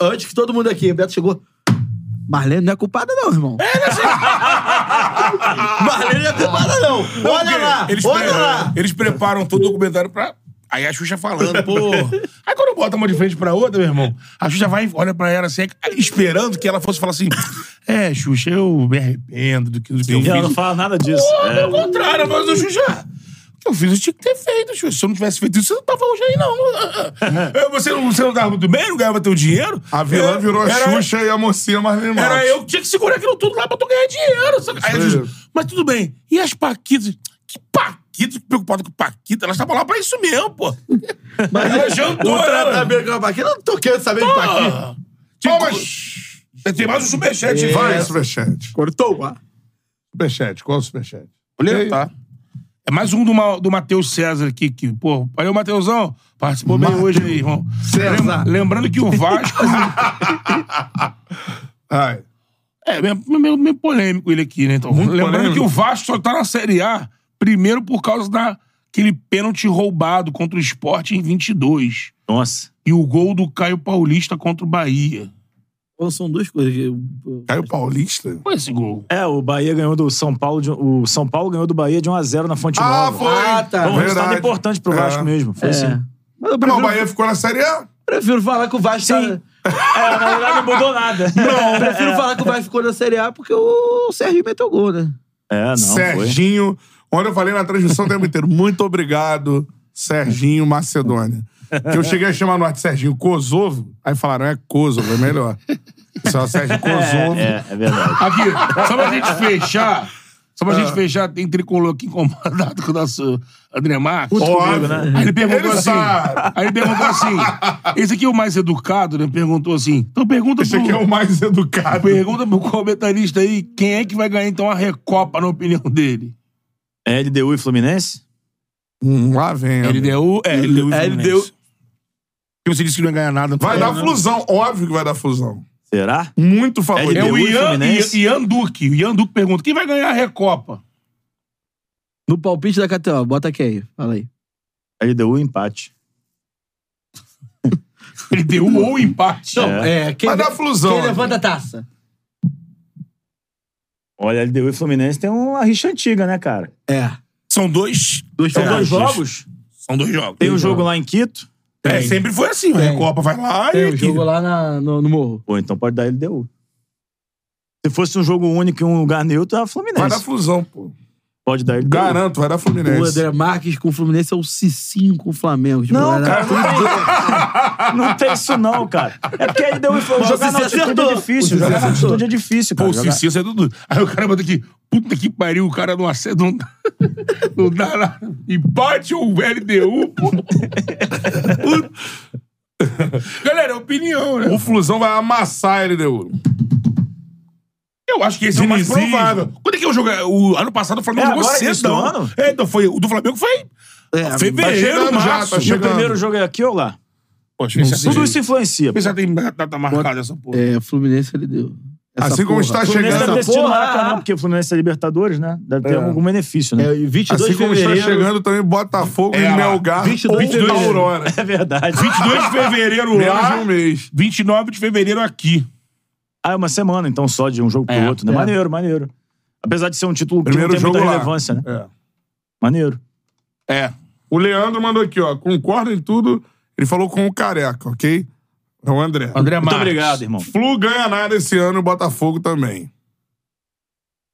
Speaker 5: antes que todo mundo aqui. O Beto chegou. Marlene não é né, culpada, não, irmão. Marlene não é culpada, não. Olha
Speaker 2: Porque
Speaker 5: lá,
Speaker 2: eles
Speaker 5: olha
Speaker 2: pre-
Speaker 5: lá.
Speaker 2: Eles preparam todo o documentário pra. Aí a Xuxa falando, pô. Aí quando bota uma de frente pra outra, meu irmão, a Xuxa vai, olha pra ela assim, esperando que ela fosse falar assim: É, Xuxa, eu me arrependo do que,
Speaker 1: É.
Speaker 2: do que eu
Speaker 4: E ela não
Speaker 2: fiz.
Speaker 4: fala nada disso.
Speaker 2: Porra,
Speaker 4: É,
Speaker 2: Ao contrário, a voz do Xuxa. O que eu fiz, eu tinha que ter feito, Xuxa. Se eu não tivesse feito isso, você não tava hoje aí, não. É, Você não, você não tava muito bem, não ganhava teu dinheiro.
Speaker 1: A vilã
Speaker 2: É,
Speaker 1: virou a
Speaker 2: era-
Speaker 1: Xuxa e a mocinha Marlene Matos.
Speaker 2: Era eu que tinha que segurar aquilo tudo lá pra tu ganhar dinheiro. sabe? Aí,
Speaker 1: Sim.
Speaker 2: eu- mas tudo bem. E as Paquitas? Que Paquitas? Preocupado com Paquita? Elas estavam lá pra isso mesmo, pô. Mas ela jantou.
Speaker 5: O
Speaker 2: ela-
Speaker 5: tratamento com a Paquita, eu não tô querendo saber de Paquita.
Speaker 2: Ah, tipo, mas... Tem mais um superchat aí.
Speaker 1: Vai, Superchat.
Speaker 5: Cortou, ah.
Speaker 1: Superchat, qual o Superchat?
Speaker 2: Olha, tá. É mais um do, Ma- do Matheus César aqui, que, pô, valeu, Matheusão. Participou bem hoje aí, irmão.
Speaker 5: César.
Speaker 2: Lem- lembrando que o Vasco.
Speaker 1: Ai.
Speaker 2: é, meio, meio- meio polêmico ele aqui, né? Então,
Speaker 1: Muito
Speaker 2: lembrando
Speaker 1: polêmico.
Speaker 2: que o Vasco só tá na Série A, primeiro por causa daquele pênalti roubado contra o esporte em 22.
Speaker 4: Nossa.
Speaker 2: E o gol do Caio Paulista contra o Bahia.
Speaker 5: Ou São duas coisas. que eu-
Speaker 1: Caio Paulista?
Speaker 2: Foi esse gol.
Speaker 4: É, o Bahia ganhou do São Paulo. de- um, o São Paulo ganhou do Bahia de 1x0 na Fonte
Speaker 1: Ah,
Speaker 4: Nova.
Speaker 1: foi.
Speaker 5: Ah, tá.
Speaker 4: Foi um resultado
Speaker 1: Verdade.
Speaker 4: importante pro
Speaker 1: É.
Speaker 4: Vasco mesmo. Foi assim.
Speaker 5: É. Mas
Speaker 1: Não,
Speaker 5: eu prefiro,
Speaker 1: o Bahia ficou na Série
Speaker 4: Ah,
Speaker 1: A.
Speaker 5: prefiro falar que o Vasco tá-
Speaker 4: Sim. É, na verdade não mudou nada.
Speaker 5: Eu prefiro falar que o Vasco ficou na Série A porque o Sérgio meteu gol, né?
Speaker 4: É, não, foi.
Speaker 1: Serginho. Onde eu falei na transmissão o tempo inteiro. Muito obrigado, Serginho Macedônia. Que eu cheguei a chamar no ar de Serginho Kosovo. Aí falaram, é Kosovo, é melhor. Só Serginho Kosovo.
Speaker 4: É, é verdade.
Speaker 2: Aqui, só pra gente fechar. Só
Speaker 1: Ah.
Speaker 2: pra gente fechar, tem tricolor aqui incomodado com o nosso André Marques.
Speaker 1: Óbvio.
Speaker 4: né?
Speaker 2: Aí ele perguntou
Speaker 1: Ele
Speaker 2: assim.
Speaker 1: sabe.
Speaker 2: Aí ele perguntou assim. Esse aqui é o mais educado, né? Perguntou assim. Então pergunta
Speaker 1: Esse
Speaker 2: pro,
Speaker 1: aqui é o mais educado.
Speaker 2: pergunta pro comentarista aí quem é que vai ganhar então a Recopa, na opinião dele.
Speaker 4: É LDU e Fluminense?
Speaker 1: Hum, lá vem. amigo.
Speaker 2: LDU. É, LDU.
Speaker 5: É,
Speaker 2: Ele deu. Você disse que não ia ganhar nada.
Speaker 1: Vai dar
Speaker 2: né?
Speaker 1: fusão. Óbvio que vai dar fusão.
Speaker 4: Será?
Speaker 1: Muito favorito.
Speaker 2: É o
Speaker 4: LDU e
Speaker 2: Ian,
Speaker 4: Fluminense.
Speaker 2: Ian Duque. O Ian Duque pergunta: quem vai ganhar a Recopa?
Speaker 5: No palpite da KTO, bota quem aí? Fala aí.
Speaker 4: LDU e empate.
Speaker 2: LDU ou empate?
Speaker 5: É, quem,
Speaker 1: Vai dar flusão. né?
Speaker 5: quem
Speaker 1: amigo.
Speaker 5: levanta a taça?
Speaker 4: Olha, LDU e Fluminense tem uma rixa antiga, né, cara?
Speaker 5: É.
Speaker 2: São dois.
Speaker 5: Dois
Speaker 4: São
Speaker 5: é.
Speaker 4: dois jogos?
Speaker 2: São dois jogos.
Speaker 4: Tem um jogo lá em Quito?
Speaker 2: É, sempre foi assim. A Recopa vai lá
Speaker 5: Tem
Speaker 2: e.
Speaker 5: um jogo lá na- no, no morro.
Speaker 4: Pô, então pode dar LDU. Se fosse um jogo único e um lugar neutro,
Speaker 1: Vai
Speaker 4: era
Speaker 1: dar
Speaker 5: é
Speaker 4: Fluminense.
Speaker 1: flusão, pô.
Speaker 4: Pode dar ele.
Speaker 1: Garanto, vai dar Fluminense.
Speaker 3: O André Marques com o Fluminense é o Cicinho com o Flamengo. Tipo,
Speaker 4: Não,
Speaker 3: era
Speaker 4: cara,
Speaker 3: tudo-
Speaker 4: Não tem isso, não, cara. É porque aí deu
Speaker 3: Mas
Speaker 4: jogar
Speaker 3: o
Speaker 4: na
Speaker 3: Cici
Speaker 4: altitude é
Speaker 3: acertou.
Speaker 4: difícil.
Speaker 3: O Cici
Speaker 4: Jogar na
Speaker 3: acertou.
Speaker 4: altitude é difícil,
Speaker 2: Pô,
Speaker 4: cara.
Speaker 2: o
Speaker 4: jogar-
Speaker 2: Cici acertou tudo. Aí o cara bota aqui, puta que pariu, o cara não acerta, não, dá- não dá nada. Empate ou LDU, pô. Puta. Galera, é opinião, né?
Speaker 1: O Flusão vai amassar ele, deu. Tá
Speaker 2: Eu acho que esse é o mais
Speaker 1: Dinizismo.
Speaker 2: provável. Quando é que eu joguei? O ano passado o Flamengo
Speaker 4: É,
Speaker 2: jogou
Speaker 4: agora é
Speaker 2: cedo.
Speaker 4: isso do ano?
Speaker 2: É, então foi. O do Flamengo foi
Speaker 3: É,
Speaker 2: fevereiro,
Speaker 1: chegando já,
Speaker 2: março.
Speaker 1: tá
Speaker 4: E o
Speaker 1: chegando.
Speaker 4: primeiro jogo é aqui ou lá?
Speaker 2: Poxa, esse
Speaker 4: Tudo
Speaker 2: é-
Speaker 4: isso influencia.
Speaker 2: Pensar tem data marcada essa porra.
Speaker 3: É, Fluminense ele deu. Essa
Speaker 1: Assim como
Speaker 3: porra.
Speaker 1: está
Speaker 4: O Fluminense deve
Speaker 5: tá
Speaker 1: chegando.
Speaker 4: ter assistido no
Speaker 3: porra.
Speaker 4: Maracanã, porque o Fluminense é Libertadores, né? Deve ter algum benefício, né?
Speaker 3: É, e 22
Speaker 1: Assim
Speaker 3: de
Speaker 1: como está
Speaker 3: fevereiro.
Speaker 1: chegando também Botafogo
Speaker 2: É,
Speaker 1: e
Speaker 2: lá.
Speaker 1: Melgar
Speaker 3: 22 de
Speaker 1: ou
Speaker 3: fevereiro.
Speaker 1: Aurora.
Speaker 4: É verdade.
Speaker 2: 22 de fevereiro
Speaker 1: Menos de
Speaker 2: lá,
Speaker 1: um mês.
Speaker 2: 29 de fevereiro aqui.
Speaker 4: Ah, é uma semana, então, só de um jogo pro
Speaker 2: É,
Speaker 4: outro, né?
Speaker 3: é.
Speaker 4: Maneiro, maneiro. Apesar de ser um título que
Speaker 1: Primeiro
Speaker 4: não tem muita
Speaker 1: jogo lá.
Speaker 4: relevância, né?
Speaker 1: É.
Speaker 4: Maneiro.
Speaker 2: É.
Speaker 1: O Leandro mandou aqui, ó. Concordo em tudo. Ele falou com o Careca, ok? É o André.
Speaker 2: André
Speaker 4: Muito
Speaker 2: Marques.
Speaker 4: obrigado, irmão.
Speaker 1: Flu ganha nada esse ano e o Botafogo também.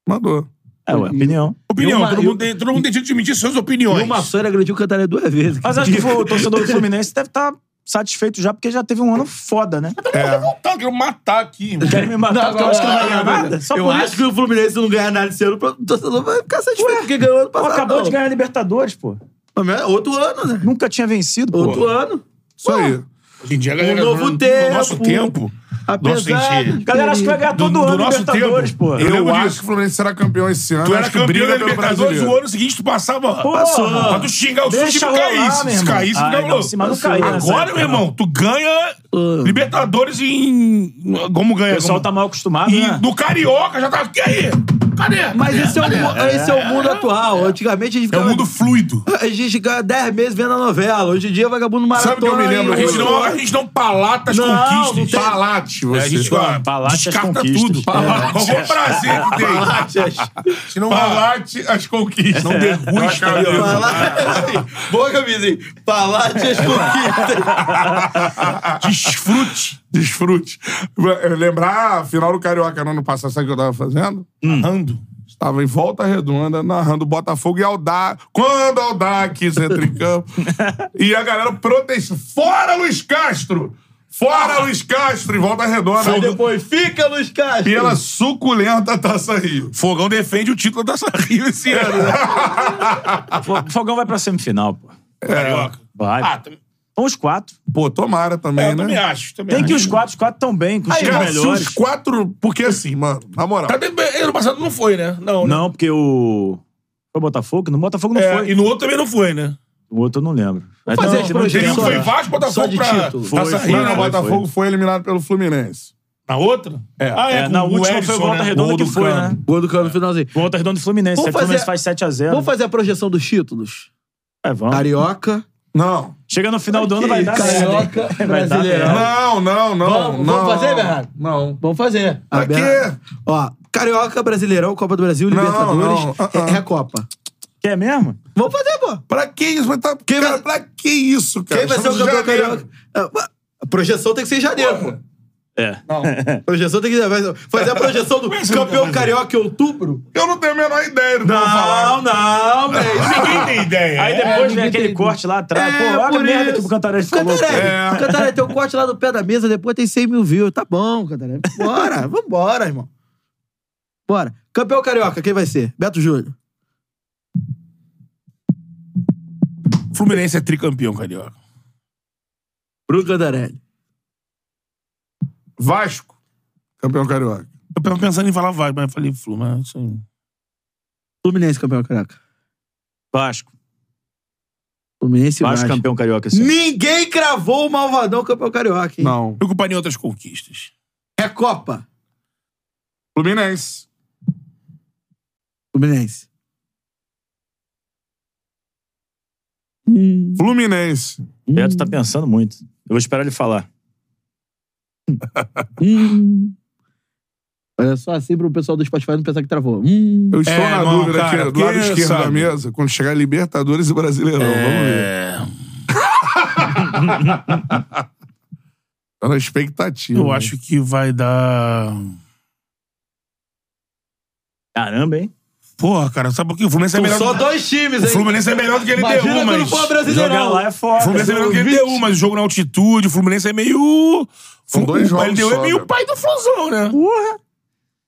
Speaker 1: Mandou.
Speaker 4: É, ué, opinião.
Speaker 2: Opinião.
Speaker 3: E uma-
Speaker 2: todo,
Speaker 3: e-
Speaker 2: mundo tem, todo mundo tem direito de emitir suas
Speaker 3: E
Speaker 2: opiniões.
Speaker 3: o Massori agrediu o Cantaré duas vezes.
Speaker 4: Mas acho que o torcedor do Fluminense deve estar satisfeito já, porque já teve um ano foda, né?
Speaker 1: É.
Speaker 2: Tá, eu quero matar aqui. irmão.
Speaker 4: Querem me matar porque eu acho que não vai ganhar é nada? Só
Speaker 3: eu
Speaker 4: por
Speaker 3: acho
Speaker 4: isso.
Speaker 3: que o Fluminense não ganhar nada esse ano, o torcedor vai ficar satisfeito porque ganhou ano
Speaker 4: Pô,
Speaker 3: passado.
Speaker 4: acabou
Speaker 3: não.
Speaker 4: de ganhar a Libertadores, pô.
Speaker 3: Mas é Outro ano, né?
Speaker 4: Nunca tinha vencido, pô.
Speaker 3: Outro ano.
Speaker 1: Isso aí.
Speaker 2: Hoje em dia, a galera,
Speaker 3: Um novo
Speaker 2: no, no nosso tempo.
Speaker 3: tempo. Apesar
Speaker 2: gente,
Speaker 3: de-
Speaker 4: Galera, acho que vai ganhar todo
Speaker 2: do
Speaker 4: ano
Speaker 2: nosso
Speaker 4: Libertadores,
Speaker 2: tempo,
Speaker 4: pô.
Speaker 2: eu
Speaker 1: Eu,
Speaker 2: lembro
Speaker 1: acho
Speaker 2: disso.
Speaker 1: que o Fluminense será campeão esse ano.
Speaker 2: Tu era
Speaker 1: Acho que
Speaker 2: campeão
Speaker 1: briga
Speaker 2: da
Speaker 1: pelo
Speaker 2: Libertadores,
Speaker 1: brasileiro.
Speaker 2: o ano seguinte tu passava.
Speaker 4: Pô,
Speaker 2: Pra tu xingar o seu time
Speaker 4: Deixa
Speaker 2: caísse.
Speaker 4: rolar, meu
Speaker 2: se
Speaker 4: irmão.
Speaker 2: caísse,
Speaker 4: Ah,
Speaker 2: ficava
Speaker 4: não,
Speaker 2: louco.
Speaker 4: se- né? mas não caía nessa
Speaker 2: Agora,
Speaker 4: época,
Speaker 2: meu irmão, tu ganha Libertadores em. Como ganha?
Speaker 4: O pessoal
Speaker 2: como...
Speaker 4: tá mal acostumado,
Speaker 2: E
Speaker 4: né?
Speaker 2: do Carioca já tá. E aí? Cadê?
Speaker 3: Mas
Speaker 2: Cadê?
Speaker 3: esse é, o, mu- esse é o mundo atual. Antigamente a gente
Speaker 2: É um
Speaker 3: ficava-
Speaker 2: mundo fluido.
Speaker 3: A gente ficava 10 meses vendo a novela. Hoje em dia, vagabundo maratona.
Speaker 1: Sabe o que eu me lembro?
Speaker 2: A
Speaker 3: e-
Speaker 2: gente não, a gente não palata as
Speaker 3: Não, não
Speaker 2: conquistas.
Speaker 3: tem-
Speaker 1: Palate, você.
Speaker 2: É, a gente fala,
Speaker 4: Palate as
Speaker 2: descarta
Speaker 4: conquistas.
Speaker 2: tudo.
Speaker 4: É.
Speaker 2: Qual é o prazer que tem? Se não palate as conquistas. Não derruba a cabeça.
Speaker 3: Palate... Boa camisa, hein? Palate as conquistas.
Speaker 1: Desfrute. Desfrute. Eu Lembrar a final do Carioca no ano passado, sabe o que eu tava fazendo?
Speaker 2: Narrando.
Speaker 1: Estava em volta redonda, narrando Botafogo e Aldar. Quando Aldar quis entrar em campo. e a galera protestou. Fora Luiz Castro! Fora Luiz Castro! Em volta redonda.
Speaker 3: Aí depois, fica, Luiz Castro.
Speaker 1: Pela suculenta Taça Rio. É,
Speaker 2: Fogão defende o título da Rio esse ano. né?
Speaker 4: O Fogão vai pra semifinal, pô.
Speaker 2: Carioca.
Speaker 4: Vai.
Speaker 2: Ah, tam-
Speaker 4: Então os quatro.
Speaker 1: é. Pô, tomara também,
Speaker 2: é, eu
Speaker 1: né?
Speaker 2: também acho. Também
Speaker 4: Tem que
Speaker 2: acho.
Speaker 4: os quatro, os quatro tão bem, com os times
Speaker 1: Cara, se
Speaker 4: melhores.
Speaker 1: os quatro... Porque assim, mano, na moral...
Speaker 2: Tá dentro- Ano passado não foi, né? Não, né?
Speaker 4: Não, porque o. Foi o Botafogo? No Botafogo não
Speaker 2: É,
Speaker 4: foi.
Speaker 2: E no outro também não foi, né?
Speaker 4: O outro eu não lembro. Mas
Speaker 3: fazer
Speaker 4: não,
Speaker 3: as
Speaker 4: não
Speaker 3: projeções.
Speaker 4: tem.
Speaker 2: Teve um que
Speaker 3: só-
Speaker 2: foi Vasco,
Speaker 3: só
Speaker 2: Botafogo
Speaker 3: de
Speaker 2: pra
Speaker 3: título.
Speaker 4: Foi,
Speaker 2: Taça
Speaker 4: foi,
Speaker 2: Rio,
Speaker 1: Não, não,
Speaker 2: né?
Speaker 1: o Botafogo foi. eliminado pelo Fluminense.
Speaker 2: Na outra? É. Ah, é,
Speaker 4: É, na
Speaker 2: com o
Speaker 4: última foi
Speaker 2: Edson,
Speaker 4: o Volta
Speaker 2: né?
Speaker 4: Redonda
Speaker 2: Gol
Speaker 4: que
Speaker 2: do
Speaker 4: foi,
Speaker 2: Cano.
Speaker 4: né?
Speaker 3: Gol do cano no finalzinho.
Speaker 4: Volta Redonda do Fluminense.
Speaker 3: Vamos
Speaker 4: Aí O Fluminense
Speaker 3: fazer-
Speaker 4: faz 7x0.
Speaker 3: Vamos fazer a projeção dos títulos?
Speaker 4: É, vamos.
Speaker 3: Carioca.
Speaker 1: Não.
Speaker 4: Chega no final do ano, vai dar certo.
Speaker 3: Carioca,
Speaker 4: Vai dar
Speaker 3: Brasileirão.
Speaker 4: merda.
Speaker 1: Não, não, não.
Speaker 3: Vamos- vamos
Speaker 1: não.
Speaker 3: fazer, Bernardo?
Speaker 1: Não.
Speaker 3: Vamos fazer.
Speaker 1: Pra quê?
Speaker 3: Ó, Carioca, Brasileirão, Copa do Brasil,
Speaker 1: Não,
Speaker 3: Libertadores,
Speaker 1: não, ah,
Speaker 3: é-
Speaker 1: ah.
Speaker 3: Recopa.
Speaker 4: Quer mesmo?
Speaker 3: Vamos fazer, pô.
Speaker 1: Pra que isso? Mas tá,
Speaker 3: Quem
Speaker 1: cara,
Speaker 3: vai-
Speaker 1: pra que isso, cara?
Speaker 3: Quem vai ser o
Speaker 1: Estamos em
Speaker 3: campeão
Speaker 1: janeiro.
Speaker 3: carioca? Ah, A projeção tem que ser em janeiro, pô.
Speaker 4: É.
Speaker 3: A projeção tem que ser. Fazer a projeção do campeão carioca em outubro?
Speaker 1: Eu é não tenho a menor ideia do que eu vou falar.
Speaker 3: não, velho.
Speaker 2: Ninguém tem ideia.
Speaker 4: Aí
Speaker 2: É.
Speaker 4: depois vem
Speaker 3: ninguém
Speaker 4: aquele
Speaker 3: tem-
Speaker 4: corte lá atrás.
Speaker 3: É,
Speaker 4: Pô, olha a
Speaker 3: por
Speaker 4: merda
Speaker 3: isso.
Speaker 4: que o Cantarelli falou.
Speaker 3: Cantarelli,
Speaker 1: É.
Speaker 3: Cantarelli, tem um corte lá no pé da mesa, depois tem 100 mil views. Tá bom, Cantarelli. Bora, vambora, irmão. Bora. Campeão carioca, quem vai ser? Beto Júnior.
Speaker 2: Fluminense é tricampeão, carioca.
Speaker 3: Bruno Cantarelli.
Speaker 1: Vasco, campeão carioca.
Speaker 2: Eu tava pensando em falar Vasco, mas eu falei Flu, mas assim...
Speaker 3: Fluminense, campeão carioca.
Speaker 4: Vasco.
Speaker 3: Fluminense e
Speaker 4: Vasco
Speaker 3: Vasco.
Speaker 4: campeão carioca. esse ano.
Speaker 3: Ninguém cravou o Malvadão campeão carioca, hein?
Speaker 1: Não.
Speaker 2: Eu culparia outras conquistas.
Speaker 3: É Copa.
Speaker 1: Fluminense.
Speaker 3: Fluminense.
Speaker 1: Fluminense.
Speaker 4: Beto tá pensando muito. Eu vou esperar ele falar.
Speaker 3: Hum. Olha só assim pro pessoal do Spotify não pensar que travou. Hum.
Speaker 1: Eu estou
Speaker 2: É,
Speaker 1: na
Speaker 2: irmão,
Speaker 1: dúvida
Speaker 2: cara,
Speaker 1: aqui, do
Speaker 2: porque,
Speaker 1: lado esquerdo
Speaker 2: sabe?
Speaker 1: da mesa, quando chegar Libertadores e Brasileirão. Vamos ver.
Speaker 2: É.
Speaker 1: Tá na expectativa.
Speaker 3: Uhum.
Speaker 2: Eu acho que vai dar...
Speaker 4: Caramba, hein?
Speaker 2: Porra, cara, sabe por quê? O Fluminense é melhor
Speaker 3: Só
Speaker 2: do-
Speaker 3: dois times, hein?
Speaker 2: O Fluminense é melhor do que ele
Speaker 3: Imagina
Speaker 2: deu,
Speaker 3: quando
Speaker 2: mas.
Speaker 3: for
Speaker 4: Jogar
Speaker 3: brasileirão.
Speaker 4: lá é
Speaker 2: O
Speaker 4: foda.
Speaker 2: Fluminense é melhor que ele deu, mas o jogo na altitude, o Fluminense é meio.
Speaker 1: São dois
Speaker 2: o
Speaker 1: jogos
Speaker 2: LDU
Speaker 1: só,
Speaker 2: é meio
Speaker 1: né?
Speaker 2: pai do Flusão, né?
Speaker 4: Porra.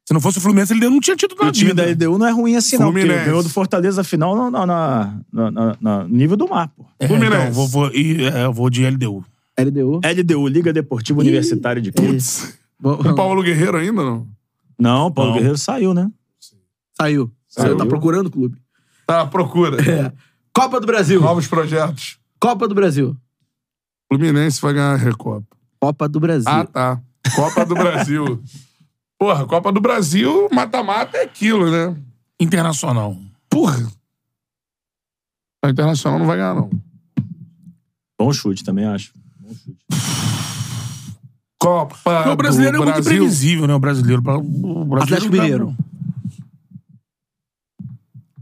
Speaker 2: Se não fosse o Fluminense, ele não tinha título na
Speaker 4: O time
Speaker 2: vida.
Speaker 4: da LDU não é ruim assim, não. Porque
Speaker 1: Fluminense.
Speaker 4: ganhou do Fortaleza final no, na- na- na- na- na- no nível do mar, pô.
Speaker 2: É,
Speaker 1: Fluminense.
Speaker 2: então, vou, vou, e, é, eu vou de LDU.
Speaker 3: LDU.
Speaker 4: LDU, Liga Deportiva Universitária
Speaker 2: é
Speaker 4: de Quito.
Speaker 3: Bom,
Speaker 1: O Paulo Guerreiro ainda, não?
Speaker 4: Não, Paulo
Speaker 2: Não.
Speaker 4: Guerreiro saiu, né?
Speaker 3: Saiu. Saiu.
Speaker 1: Saiu.
Speaker 3: Tá procurando o clube.
Speaker 1: Tá à procura.
Speaker 2: É.
Speaker 3: Copa do Brasil.
Speaker 1: Novos projetos.
Speaker 3: Copa do Brasil.
Speaker 1: Fluminense vai ganhar a Recopa.
Speaker 3: Copa do Brasil.
Speaker 1: Ah, tá. Copa do Brasil. Porra, Copa do Brasil, mata-mata é aquilo, né?
Speaker 2: Internacional.
Speaker 1: Porra. A Internacional não vai ganhar, não.
Speaker 4: Bom chute também, acho.
Speaker 1: Copa
Speaker 2: Porque o brasileiro
Speaker 1: do
Speaker 2: é muito
Speaker 1: Brasil.
Speaker 2: previsível, né? O brasileiro. pra- O brasileiro
Speaker 3: Atlético
Speaker 2: dá-
Speaker 3: Mineiro.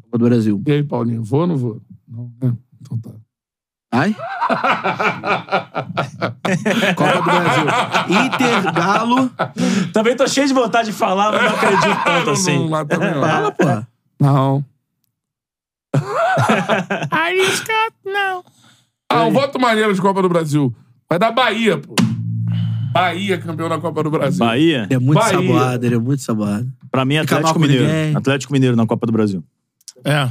Speaker 3: Copa do Brasil.
Speaker 1: E aí, Paulinho, vou ou não vou? Não, né? Então tá.
Speaker 3: Ai? Copa do Brasil. Inter, Galo.
Speaker 4: Também tô cheio de vontade de falar, mas não acredito tanto assim.
Speaker 1: Não, Então lá também não.
Speaker 3: Fala, porra.
Speaker 1: Não.
Speaker 2: Arriscado, não.
Speaker 1: Ah, um voto maneiro de Copa do Brasil. Vai dar Bahia, pô. Bahia, campeão da Copa do Brasil.
Speaker 4: Bahia,
Speaker 3: Ele é muito
Speaker 1: Bahia.
Speaker 3: saboado, ele é muito saboado.
Speaker 4: pra mim, é
Speaker 3: Fica mal
Speaker 4: Atlético
Speaker 3: com
Speaker 4: Mineiro.
Speaker 3: ninguém.
Speaker 4: Atlético Mineiro na Copa do Brasil.
Speaker 2: É.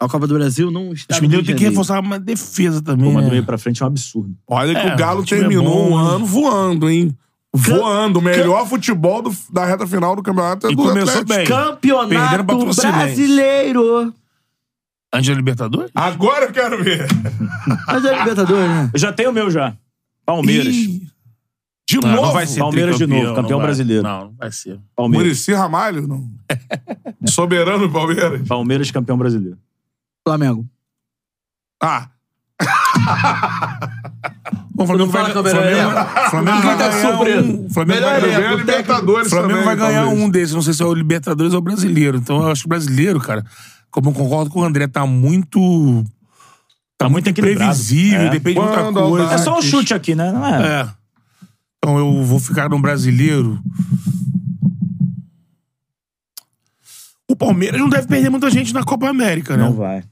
Speaker 3: A Copa do Brasil não está.
Speaker 2: Os
Speaker 3: no
Speaker 2: mineiros têm
Speaker 3: Rio de
Speaker 2: que
Speaker 3: Janeiro.
Speaker 2: reforçar uma defesa também.
Speaker 4: Pô, mas
Speaker 2: né?
Speaker 4: do meio pra frente é um absurdo.
Speaker 1: Olha que
Speaker 2: É,
Speaker 1: o Galo
Speaker 2: o time é
Speaker 1: terminou
Speaker 2: bom,
Speaker 1: um
Speaker 2: né?
Speaker 1: ano voando, hein? Voando. O melhor futebol do- da reta final do campeonato é
Speaker 2: E
Speaker 1: do
Speaker 2: começou
Speaker 1: Atlético.
Speaker 2: bem. Perdendo pra
Speaker 3: Campeonato
Speaker 2: Fluminense.
Speaker 3: Brasileiro.
Speaker 2: Antes da Libertadores?
Speaker 1: Agora eu quero ver.
Speaker 3: Mas é Libertadores, né?
Speaker 4: Eu já tenho o meu já. Palmeiras.
Speaker 1: Ih, De
Speaker 2: Não,
Speaker 1: novo?
Speaker 2: Ah, não vai ser
Speaker 4: Palmeiras de
Speaker 2: tricampeão,
Speaker 4: novo, campeão
Speaker 2: não vai.
Speaker 4: brasileiro.
Speaker 2: Não, não vai ser.
Speaker 4: Palmeiras.
Speaker 1: Murici Ramalho, não. Soberano Palmeiras.
Speaker 4: Palmeiras campeão brasileiro.
Speaker 3: Flamengo.
Speaker 1: Ah,
Speaker 2: Bom, o Flamengo vai,
Speaker 3: fala
Speaker 2: Flamengo,
Speaker 3: que é o melhor
Speaker 2: Flamengo, Ah, Flamengo
Speaker 3: Ninguém
Speaker 2: vai
Speaker 3: tá
Speaker 2: ganhar
Speaker 3: surpreso.
Speaker 2: um. Flamengo
Speaker 1: melhor
Speaker 2: vai ganhar,
Speaker 1: elenco, Libertadores
Speaker 2: Flamengo
Speaker 1: também,
Speaker 2: vai ganhar
Speaker 1: talvez.
Speaker 2: um desses. Não sei se é o Libertadores ou o brasileiro. Então eu acho que o brasileiro, cara, como eu concordo com o André, tá muito. Tá, muito
Speaker 4: equilibrado.
Speaker 2: imprevisível,
Speaker 4: É.
Speaker 2: depende de muita
Speaker 1: Quando
Speaker 2: coisa.
Speaker 1: dá-
Speaker 4: É só um
Speaker 1: Antes.
Speaker 4: chute aqui, né? Não é?
Speaker 2: É. Então eu vou ficar no brasileiro. O Palmeiras não deve perder muita gente na Copa América, né?
Speaker 4: Não vai.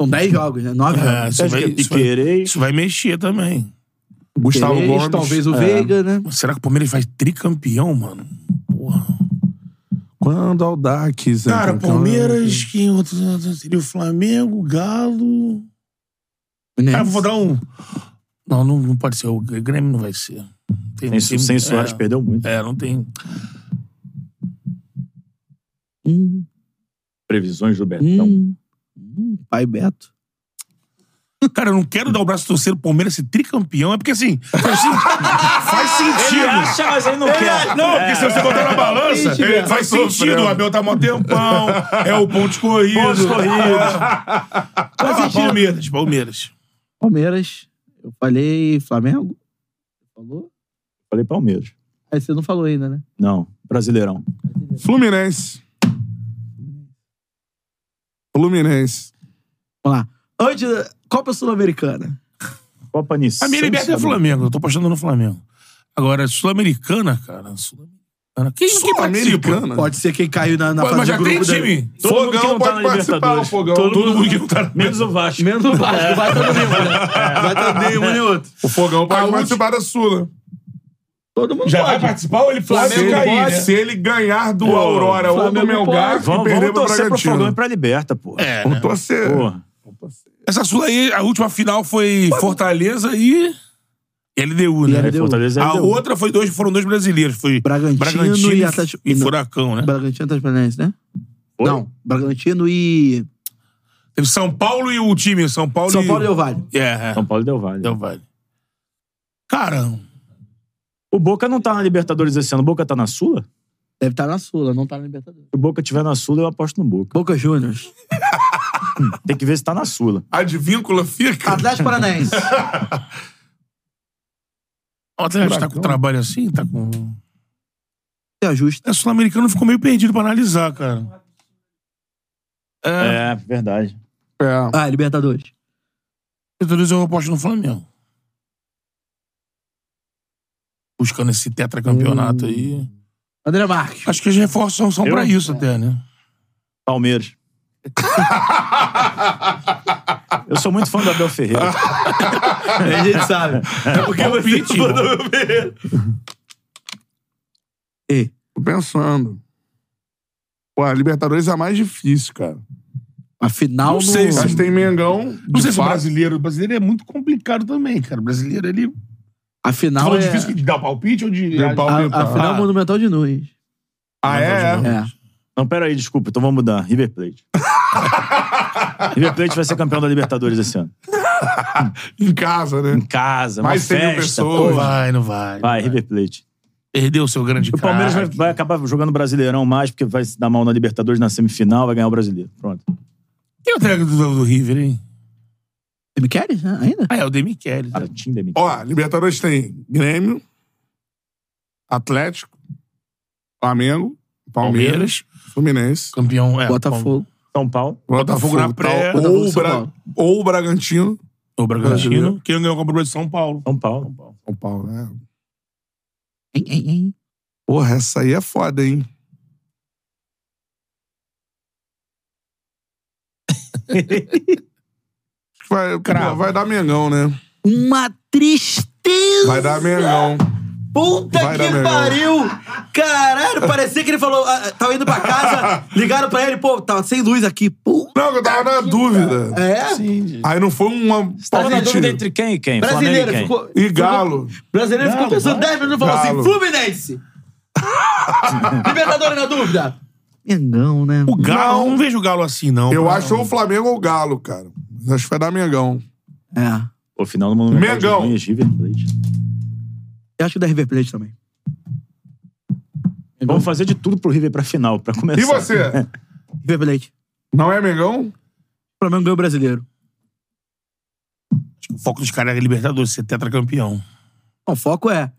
Speaker 3: São 10 jogos, né? 9 jogos.
Speaker 2: É, isso, vai,
Speaker 4: E
Speaker 2: isso, vai,
Speaker 4: querei.
Speaker 2: isso vai mexer também.
Speaker 1: Gustavo
Speaker 3: Talvez,
Speaker 1: Gomes.
Speaker 3: talvez o
Speaker 4: É.
Speaker 3: Veiga, né?
Speaker 2: Será que o Palmeiras vai tricampeão, mano? Porra.
Speaker 1: Quando Aldax.
Speaker 2: Cara, Palmeiras, quem outro seria o Flamengo, Galo.
Speaker 3: Né? Ah,
Speaker 2: Cara, vou dar um. Não, não, não pode ser. O Grêmio não vai ser. Tem,
Speaker 4: Sem, sem Soares,
Speaker 2: é,
Speaker 4: perdeu muito.
Speaker 2: É, não tem.
Speaker 3: Hum,
Speaker 4: Previsões do Então, Bertão.
Speaker 3: hum, hum, pai Beto.
Speaker 2: Cara, eu não quero dar o braço a torcer o Palmeiras ser tricampeão. É porque assim. Faz, sen- faz
Speaker 4: Ele
Speaker 2: sentido.
Speaker 4: acha, mas ele não quer.
Speaker 2: Não,
Speaker 4: É.
Speaker 2: porque se você botar na balança,
Speaker 3: Triste,
Speaker 2: ele
Speaker 3: velho.
Speaker 2: faz
Speaker 1: Tá
Speaker 2: sentido.
Speaker 1: sofrendo.
Speaker 2: O Abel tá mó tempão. É o ponto corrido.
Speaker 4: Pontos corridos.
Speaker 2: Ah, Palmeiras, Palmeiras.
Speaker 3: Palmeiras. Eu falei Flamengo. Falou?
Speaker 4: Falei Palmeiras.
Speaker 3: Aí você não falou ainda, né?
Speaker 4: Não, Brasileirão.
Speaker 1: Fluminense. Fluminense.
Speaker 3: Vamos lá. Antes da Copa Sul-Americana.
Speaker 4: Copa Nice.
Speaker 2: A minha liberta é Flamengo, eu tô apostando no Flamengo. Agora, Sul-Americana, cara. Sul-Americana. Quem, quem participa?
Speaker 1: Sul-Americana.
Speaker 3: Pode ser quem caiu na, na
Speaker 2: Mas,
Speaker 3: fase
Speaker 2: mas
Speaker 3: de
Speaker 2: já tem
Speaker 3: grupo da-
Speaker 2: time.
Speaker 4: Todo mundo que não
Speaker 1: Fogão
Speaker 4: tá
Speaker 1: pode
Speaker 4: na
Speaker 1: participar, o
Speaker 4: Libertadores.
Speaker 1: Fogão.
Speaker 4: Todo
Speaker 2: Todo mundo que não tá na
Speaker 4: Menos o Vasco.
Speaker 3: Menos o Vasco. Vai todo mundo. né? Vai todo nem um nem outro.
Speaker 1: O Fogão
Speaker 3: A
Speaker 1: pode
Speaker 3: última-
Speaker 1: participar da Sula.
Speaker 3: Todo mundo
Speaker 2: Já vai
Speaker 3: pode.
Speaker 2: participar ou ele
Speaker 1: Se
Speaker 2: Flamengo né?
Speaker 1: ele,
Speaker 2: cair,
Speaker 1: se ele ganhar do Aurora ou do
Speaker 3: Flamengo
Speaker 1: Melgar,
Speaker 3: pode.
Speaker 1: que
Speaker 4: Vamos, vamos
Speaker 1: perder pro
Speaker 4: torcer pro Fogão e
Speaker 1: Bragantino.
Speaker 4: pra Liberta, pô.
Speaker 2: É,
Speaker 1: Vamos torcer.
Speaker 4: Porra.
Speaker 2: Essa Sula aí, a última final foi Fortaleza e LDU, né?
Speaker 3: E
Speaker 4: Aí
Speaker 3: LDU.
Speaker 4: Fortaleza é
Speaker 2: A
Speaker 4: LDU.
Speaker 2: outra foi dois, foram dois brasileiros. Foi
Speaker 3: Bragantino e Atlético-
Speaker 2: e
Speaker 3: e não-
Speaker 2: Furacão, né?
Speaker 3: Bragantino e Transparência, né?
Speaker 4: Foi?
Speaker 3: Não. Bragantino e.
Speaker 2: Teve São Paulo e o time. São Paulo
Speaker 3: São
Speaker 2: e...
Speaker 3: Paulo e Ovalho.
Speaker 2: É, é.
Speaker 4: São Paulo deu vale.
Speaker 2: Então vale. Cara,
Speaker 4: O Boca não tá na Libertadores esse ano. O Boca tá na Sula?
Speaker 3: Deve estar na Sula, não tá na Libertadores.
Speaker 4: Se o Boca tiver na Sula, eu aposto no Boca.
Speaker 3: Boca Juniors.
Speaker 4: Tem que ver se tá na Sula.
Speaker 1: A advíncula fica.
Speaker 2: Ah,
Speaker 3: Atlético Paranaense.
Speaker 2: o Atlético tá com
Speaker 1: Furacão.
Speaker 2: trabalho assim, tá com.
Speaker 3: Se
Speaker 2: É,
Speaker 3: ajusta.
Speaker 2: o Sul-Americano ficou meio perdido pra analisar, cara. É.
Speaker 4: É, verdade.
Speaker 1: É.
Speaker 3: Ah, Libertadores.
Speaker 2: Libertadores eu aposto no Flamengo. Buscando esse
Speaker 3: Hum.
Speaker 2: tetracampeonato aí.
Speaker 3: André Marques.
Speaker 2: Acho que as reforços são, são
Speaker 4: Eu?
Speaker 2: pra isso até, né?
Speaker 4: Palmeiras. Eu sou muito fã do Abel Ferreira.
Speaker 3: A gente sabe. É porque eu
Speaker 2: Palpite, irmão.
Speaker 1: Tô pensando. Pô, a Libertadores é a mais difícil, cara.
Speaker 3: Afinal,
Speaker 2: Não sei se-
Speaker 1: Mas tem Mengão.
Speaker 2: Não sei se o
Speaker 1: fato.
Speaker 2: brasileiro. O brasileiro é muito complicado também, cara. O brasileiro, ele. Tá
Speaker 3: afinal
Speaker 2: falando
Speaker 3: é,
Speaker 2: difícil de dar palpite ou de.
Speaker 1: Deu pau-
Speaker 3: a, afinal é
Speaker 1: Ah.
Speaker 3: Monumental de Nunes.
Speaker 1: Ah, é? é.
Speaker 3: É.
Speaker 4: Não, pera aí, desculpa, então vamos mudar. River Plate. River Plate vai ser campeão da Libertadores esse ano.
Speaker 1: Em casa, né?
Speaker 4: Em casa, uma
Speaker 1: Mais 100 mil
Speaker 4: festa.
Speaker 2: Não
Speaker 1: pessoas.
Speaker 2: vai, não vai.
Speaker 4: Vai, River Plate.
Speaker 2: Perdeu o seu grande
Speaker 4: O Palmeiras vai, vai acabar jogando Brasileirão mais, porque vai se dar mal na Libertadores na semifinal, vai ganhar o Brasileiro. Pronto.
Speaker 2: Quem é o técnico do, do River, hein?
Speaker 3: Você me queres né? ainda?
Speaker 2: Ah, é o Demi Kelly.
Speaker 4: Cara, time da minha-
Speaker 1: Ó, Libertadores tem Grêmio, Atlético, Flamengo, Palmeiras,
Speaker 2: Palmeiras,
Speaker 1: Fluminense,
Speaker 2: campeão. É,
Speaker 3: Botafogo.
Speaker 4: São Paulo.
Speaker 2: Botafogo na
Speaker 1: tal,
Speaker 2: pré,
Speaker 3: Botafogo
Speaker 1: ou,
Speaker 3: e São
Speaker 1: Bra-
Speaker 3: Paulo.
Speaker 1: ou Bragantino.
Speaker 2: O Bragantino.
Speaker 1: Brasileiro.
Speaker 2: Quem ganhou a Copa do Brasil? São Paulo.
Speaker 4: São Paulo.
Speaker 1: São Paulo, né?
Speaker 3: Hein, hein, hein.
Speaker 1: Porra, essa aí é foda, hein? Acho que Vai,
Speaker 2: Cravo.
Speaker 1: vai dar Mengão, né?
Speaker 3: Uma tristeza.
Speaker 1: Vai dar Mengão.
Speaker 3: Puta
Speaker 1: Vai dar
Speaker 3: que
Speaker 1: melhor.
Speaker 3: pariu! Caralho, parecia que ele falou. ah, ah, tava indo pra casa, ligaram pra ele, pô, tava sem luz aqui. Pô,
Speaker 1: Não, eu tava na dúvida.
Speaker 3: é?
Speaker 1: Aí não foi uma
Speaker 4: Tava na dúvida
Speaker 1: palpite.
Speaker 4: entre quem e quem?
Speaker 3: Brasileiro
Speaker 4: Flamengo e quem?
Speaker 3: ficou.
Speaker 1: E Galo.
Speaker 3: Brasileiro ficou
Speaker 4: Galo,
Speaker 3: pensando 10 minutos e falou assim:
Speaker 1: Galo.
Speaker 3: Fluminense! Libertadores na dúvida! Mengão, né?
Speaker 2: O Galo, não, vejo o Galo assim, não.
Speaker 1: Eu
Speaker 2: Galo.
Speaker 1: acho ou Flamengo ou Galo, cara. Mas Acho que vai dar Mengão.
Speaker 3: É.
Speaker 4: O final do Monumental
Speaker 1: Mengão.
Speaker 4: de Nunes, River Plate. Então,
Speaker 3: Eu acho que da River Plate também.
Speaker 4: Vamos fazer de tudo pro River pra final, pra começar.
Speaker 1: E você?
Speaker 3: River Plate.
Speaker 1: Não é Mengão?
Speaker 3: O Flamengo ganhou o brasileiro.
Speaker 2: O foco dos caras é Libertadores, ser tetracampeão.
Speaker 3: Não, o foco é.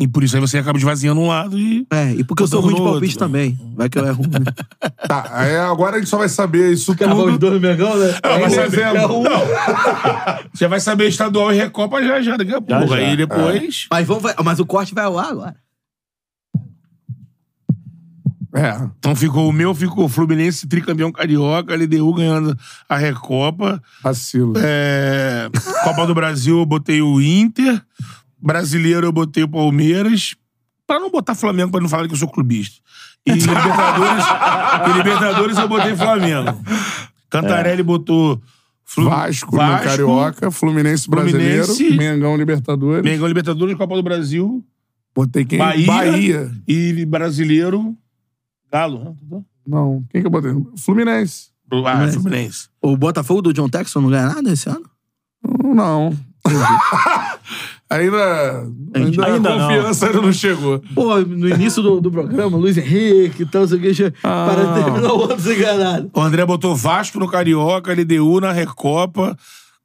Speaker 2: E por isso aí você acaba esvaziando um lado e.
Speaker 3: É, e porque eu sou
Speaker 2: Botando
Speaker 3: ruim de
Speaker 2: no
Speaker 3: palpite
Speaker 2: outro.
Speaker 3: também. Vai que eu erro. Né?
Speaker 1: Tá, aí agora a gente só vai saber isso
Speaker 3: os
Speaker 1: tudo.
Speaker 3: dois no Mengão, né?
Speaker 1: Não, mas é zero.
Speaker 2: um- Você vai saber estadual e Recopa já já daqui a pouco.
Speaker 4: já.
Speaker 2: Aí depois.
Speaker 3: Mas, vamos, vai- mas o corte vai ao ar agora.
Speaker 1: É.
Speaker 2: Então ficou o meu, ficou o Fluminense tricampeão carioca, LDU ganhando a Recopa.
Speaker 1: Vacilo.
Speaker 2: É, Copa do Brasil eu botei o Inter. Brasileiro eu botei o Palmeiras. Pra não botar Flamengo, pra não falar que eu sou clubista. E Libertadores, e Libertadores eu botei Flamengo. Cantarelli
Speaker 1: É.
Speaker 2: botou Flu-
Speaker 1: Vasco, no Carioca, Fluminense Brasileiro,
Speaker 2: Fluminense.
Speaker 1: Mengão Libertadores.
Speaker 2: Mengão Libertadores, Copa do Brasil
Speaker 1: Botei quem?
Speaker 2: Bahia.
Speaker 1: Bahia.
Speaker 2: e Brasileiro Galo. né?
Speaker 1: Não, quem que eu botei? Fluminense.
Speaker 2: Ah, Fluminense.
Speaker 3: O Botafogo do John Texon não ganha nada esse ano?
Speaker 1: Não. ainda, ainda,
Speaker 4: Ainda
Speaker 1: a
Speaker 4: não.
Speaker 1: confiança ainda não chegou.
Speaker 3: Pô, no início do, do programa, Luiz Henrique e tal, sei o que, já-
Speaker 2: Ah.
Speaker 3: para terminar o ano sem ganhar nada.
Speaker 2: O André botou Vasco no Carioca, LDU na Recopa.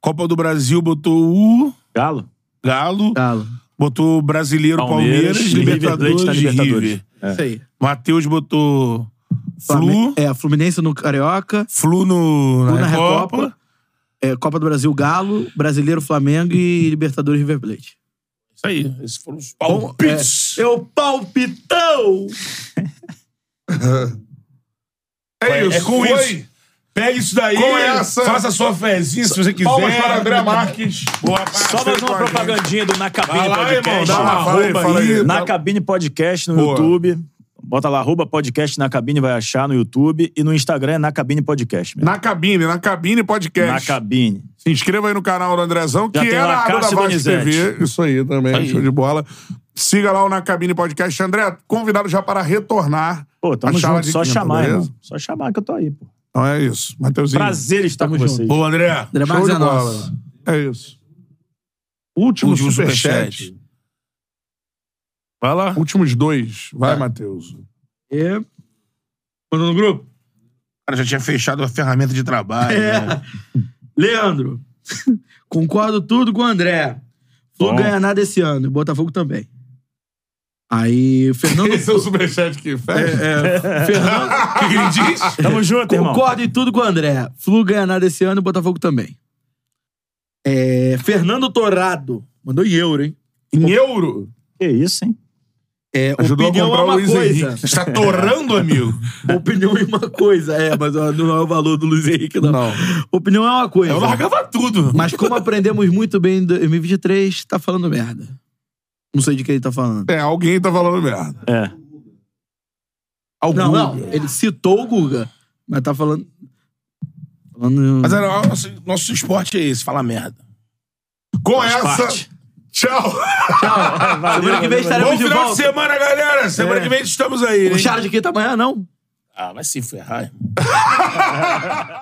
Speaker 2: Copa do Brasil botou o
Speaker 4: Galo?
Speaker 2: Galo.
Speaker 3: Galo.
Speaker 2: Botou Brasileiro, Palmeiras,
Speaker 4: Palmeiras, e
Speaker 2: Libertadores,
Speaker 4: River Plate na
Speaker 2: Libertadores.
Speaker 4: Libertadores.
Speaker 2: River.
Speaker 3: Isso aí.
Speaker 2: Matheus botou É. Flu.
Speaker 3: Flamengo- É, Fluminense no Carioca,
Speaker 2: Flu no, na,
Speaker 3: Flu na
Speaker 2: Recopa.
Speaker 3: Recopa. é, Copa do Brasil Galo, Brasileiro Flamengo e Libertadores River Plate.
Speaker 2: Isso aí. Esses foram os palpites.
Speaker 3: Seu palpitão!
Speaker 1: É isso.
Speaker 2: é com
Speaker 1: foi.
Speaker 2: isso. Pega É isso daí.
Speaker 1: Com essa-
Speaker 2: Faça a sua fezinha se você quiser.
Speaker 1: Palmas para André Marques.
Speaker 2: Boa
Speaker 4: Só mais uma propagandinha do Na Cabine
Speaker 2: Vai lá, irmão,
Speaker 4: Podcast.
Speaker 2: dá uma
Speaker 1: Fala aí,
Speaker 2: arroba
Speaker 1: fala
Speaker 2: aí.
Speaker 1: aí.
Speaker 4: Na Cabine Podcast no
Speaker 1: Boa.
Speaker 4: YouTube. Bota lá, arroba podcast na cabine, vai achar no YouTube. E no Instagram é na cabine podcast. mesmo.
Speaker 1: Na cabine, na cabine podcast.
Speaker 4: Na cabine.
Speaker 1: Se inscreva aí no canal do Andrezão,
Speaker 4: Já
Speaker 1: que
Speaker 4: tem
Speaker 1: é
Speaker 4: lá
Speaker 1: na água da
Speaker 4: Cássio
Speaker 1: Vasco
Speaker 4: Donizete.
Speaker 1: TV. Isso aí também,
Speaker 2: Aí.
Speaker 1: show de bola. Siga lá o Na Cabine Podcast. André, convidado já para retornar.
Speaker 4: Pô, tamo
Speaker 1: à sala
Speaker 4: junto.
Speaker 1: de
Speaker 4: Só
Speaker 1: quinta,
Speaker 4: chamar,
Speaker 1: beleza?
Speaker 4: irmão. Só chamar que eu tô aí, pô.
Speaker 1: Então é isso. Mateuzinho.
Speaker 4: Prazer estar com
Speaker 3: junto.
Speaker 4: vocês.
Speaker 2: Boa, André.
Speaker 3: André
Speaker 1: Show
Speaker 3: Marques
Speaker 1: de
Speaker 3: é nosso.
Speaker 1: bola. É isso. Último,
Speaker 2: Último
Speaker 1: superchat.
Speaker 2: superchat. Vai lá.
Speaker 1: Últimos dois. Vai,
Speaker 2: É.
Speaker 1: Matheus.
Speaker 3: É,
Speaker 2: Mandou no grupo? Cara, já tinha fechado a ferramenta de trabalho.
Speaker 3: É.
Speaker 2: né?
Speaker 3: Leandro, concordo tudo com o André. Flu
Speaker 4: Bom.
Speaker 3: ganha nada esse ano, e Botafogo também. Aí, Fernando. é,
Speaker 1: Esse é o superchat que
Speaker 2: É.
Speaker 1: fecha.
Speaker 3: Fernando
Speaker 7: Ah,
Speaker 2: O que que ele diz?
Speaker 4: Tamo junto, irmão.
Speaker 3: concordo em tudo com o André. Flu ganha nada esse ano, e Botafogo também. É, Fernando Torrado. Mandou em euro, hein?
Speaker 1: Em euro.
Speaker 4: Que isso, hein?
Speaker 3: É,
Speaker 7: Ajudou a
Speaker 3: opinião
Speaker 7: comprar
Speaker 3: é
Speaker 7: o
Speaker 3: uma
Speaker 7: Luiz
Speaker 3: coisa.
Speaker 7: Henrique.
Speaker 1: Está torrando, amigo.
Speaker 3: Opinião é uma coisa, é, mas ó, não é o valor do Luiz Henrique, não.
Speaker 7: Não.
Speaker 3: Opinião é uma coisa.
Speaker 1: Eu largava tudo.
Speaker 3: Mas como aprendemos muito bem em 2023, tá falando merda. Não sei de quem ele tá falando.
Speaker 7: É, alguém tá falando merda.
Speaker 4: É.
Speaker 7: Algum.
Speaker 3: Não, não. Ele citou o Guga, mas tá falando. falando...
Speaker 1: Mas era, nosso, nosso esporte é esse, falar merda.
Speaker 7: Com essa.
Speaker 4: parte.
Speaker 7: Tchau.
Speaker 3: Semana que
Speaker 1: Bom
Speaker 3: vem estaremos de
Speaker 1: final de
Speaker 3: volta.
Speaker 1: semana, galera. Semana que vem estamos aí.
Speaker 3: O
Speaker 1: hein?
Speaker 3: ah, Charles de quinta amanhã, não?
Speaker 1: Ah, vai se ferrar. irmão.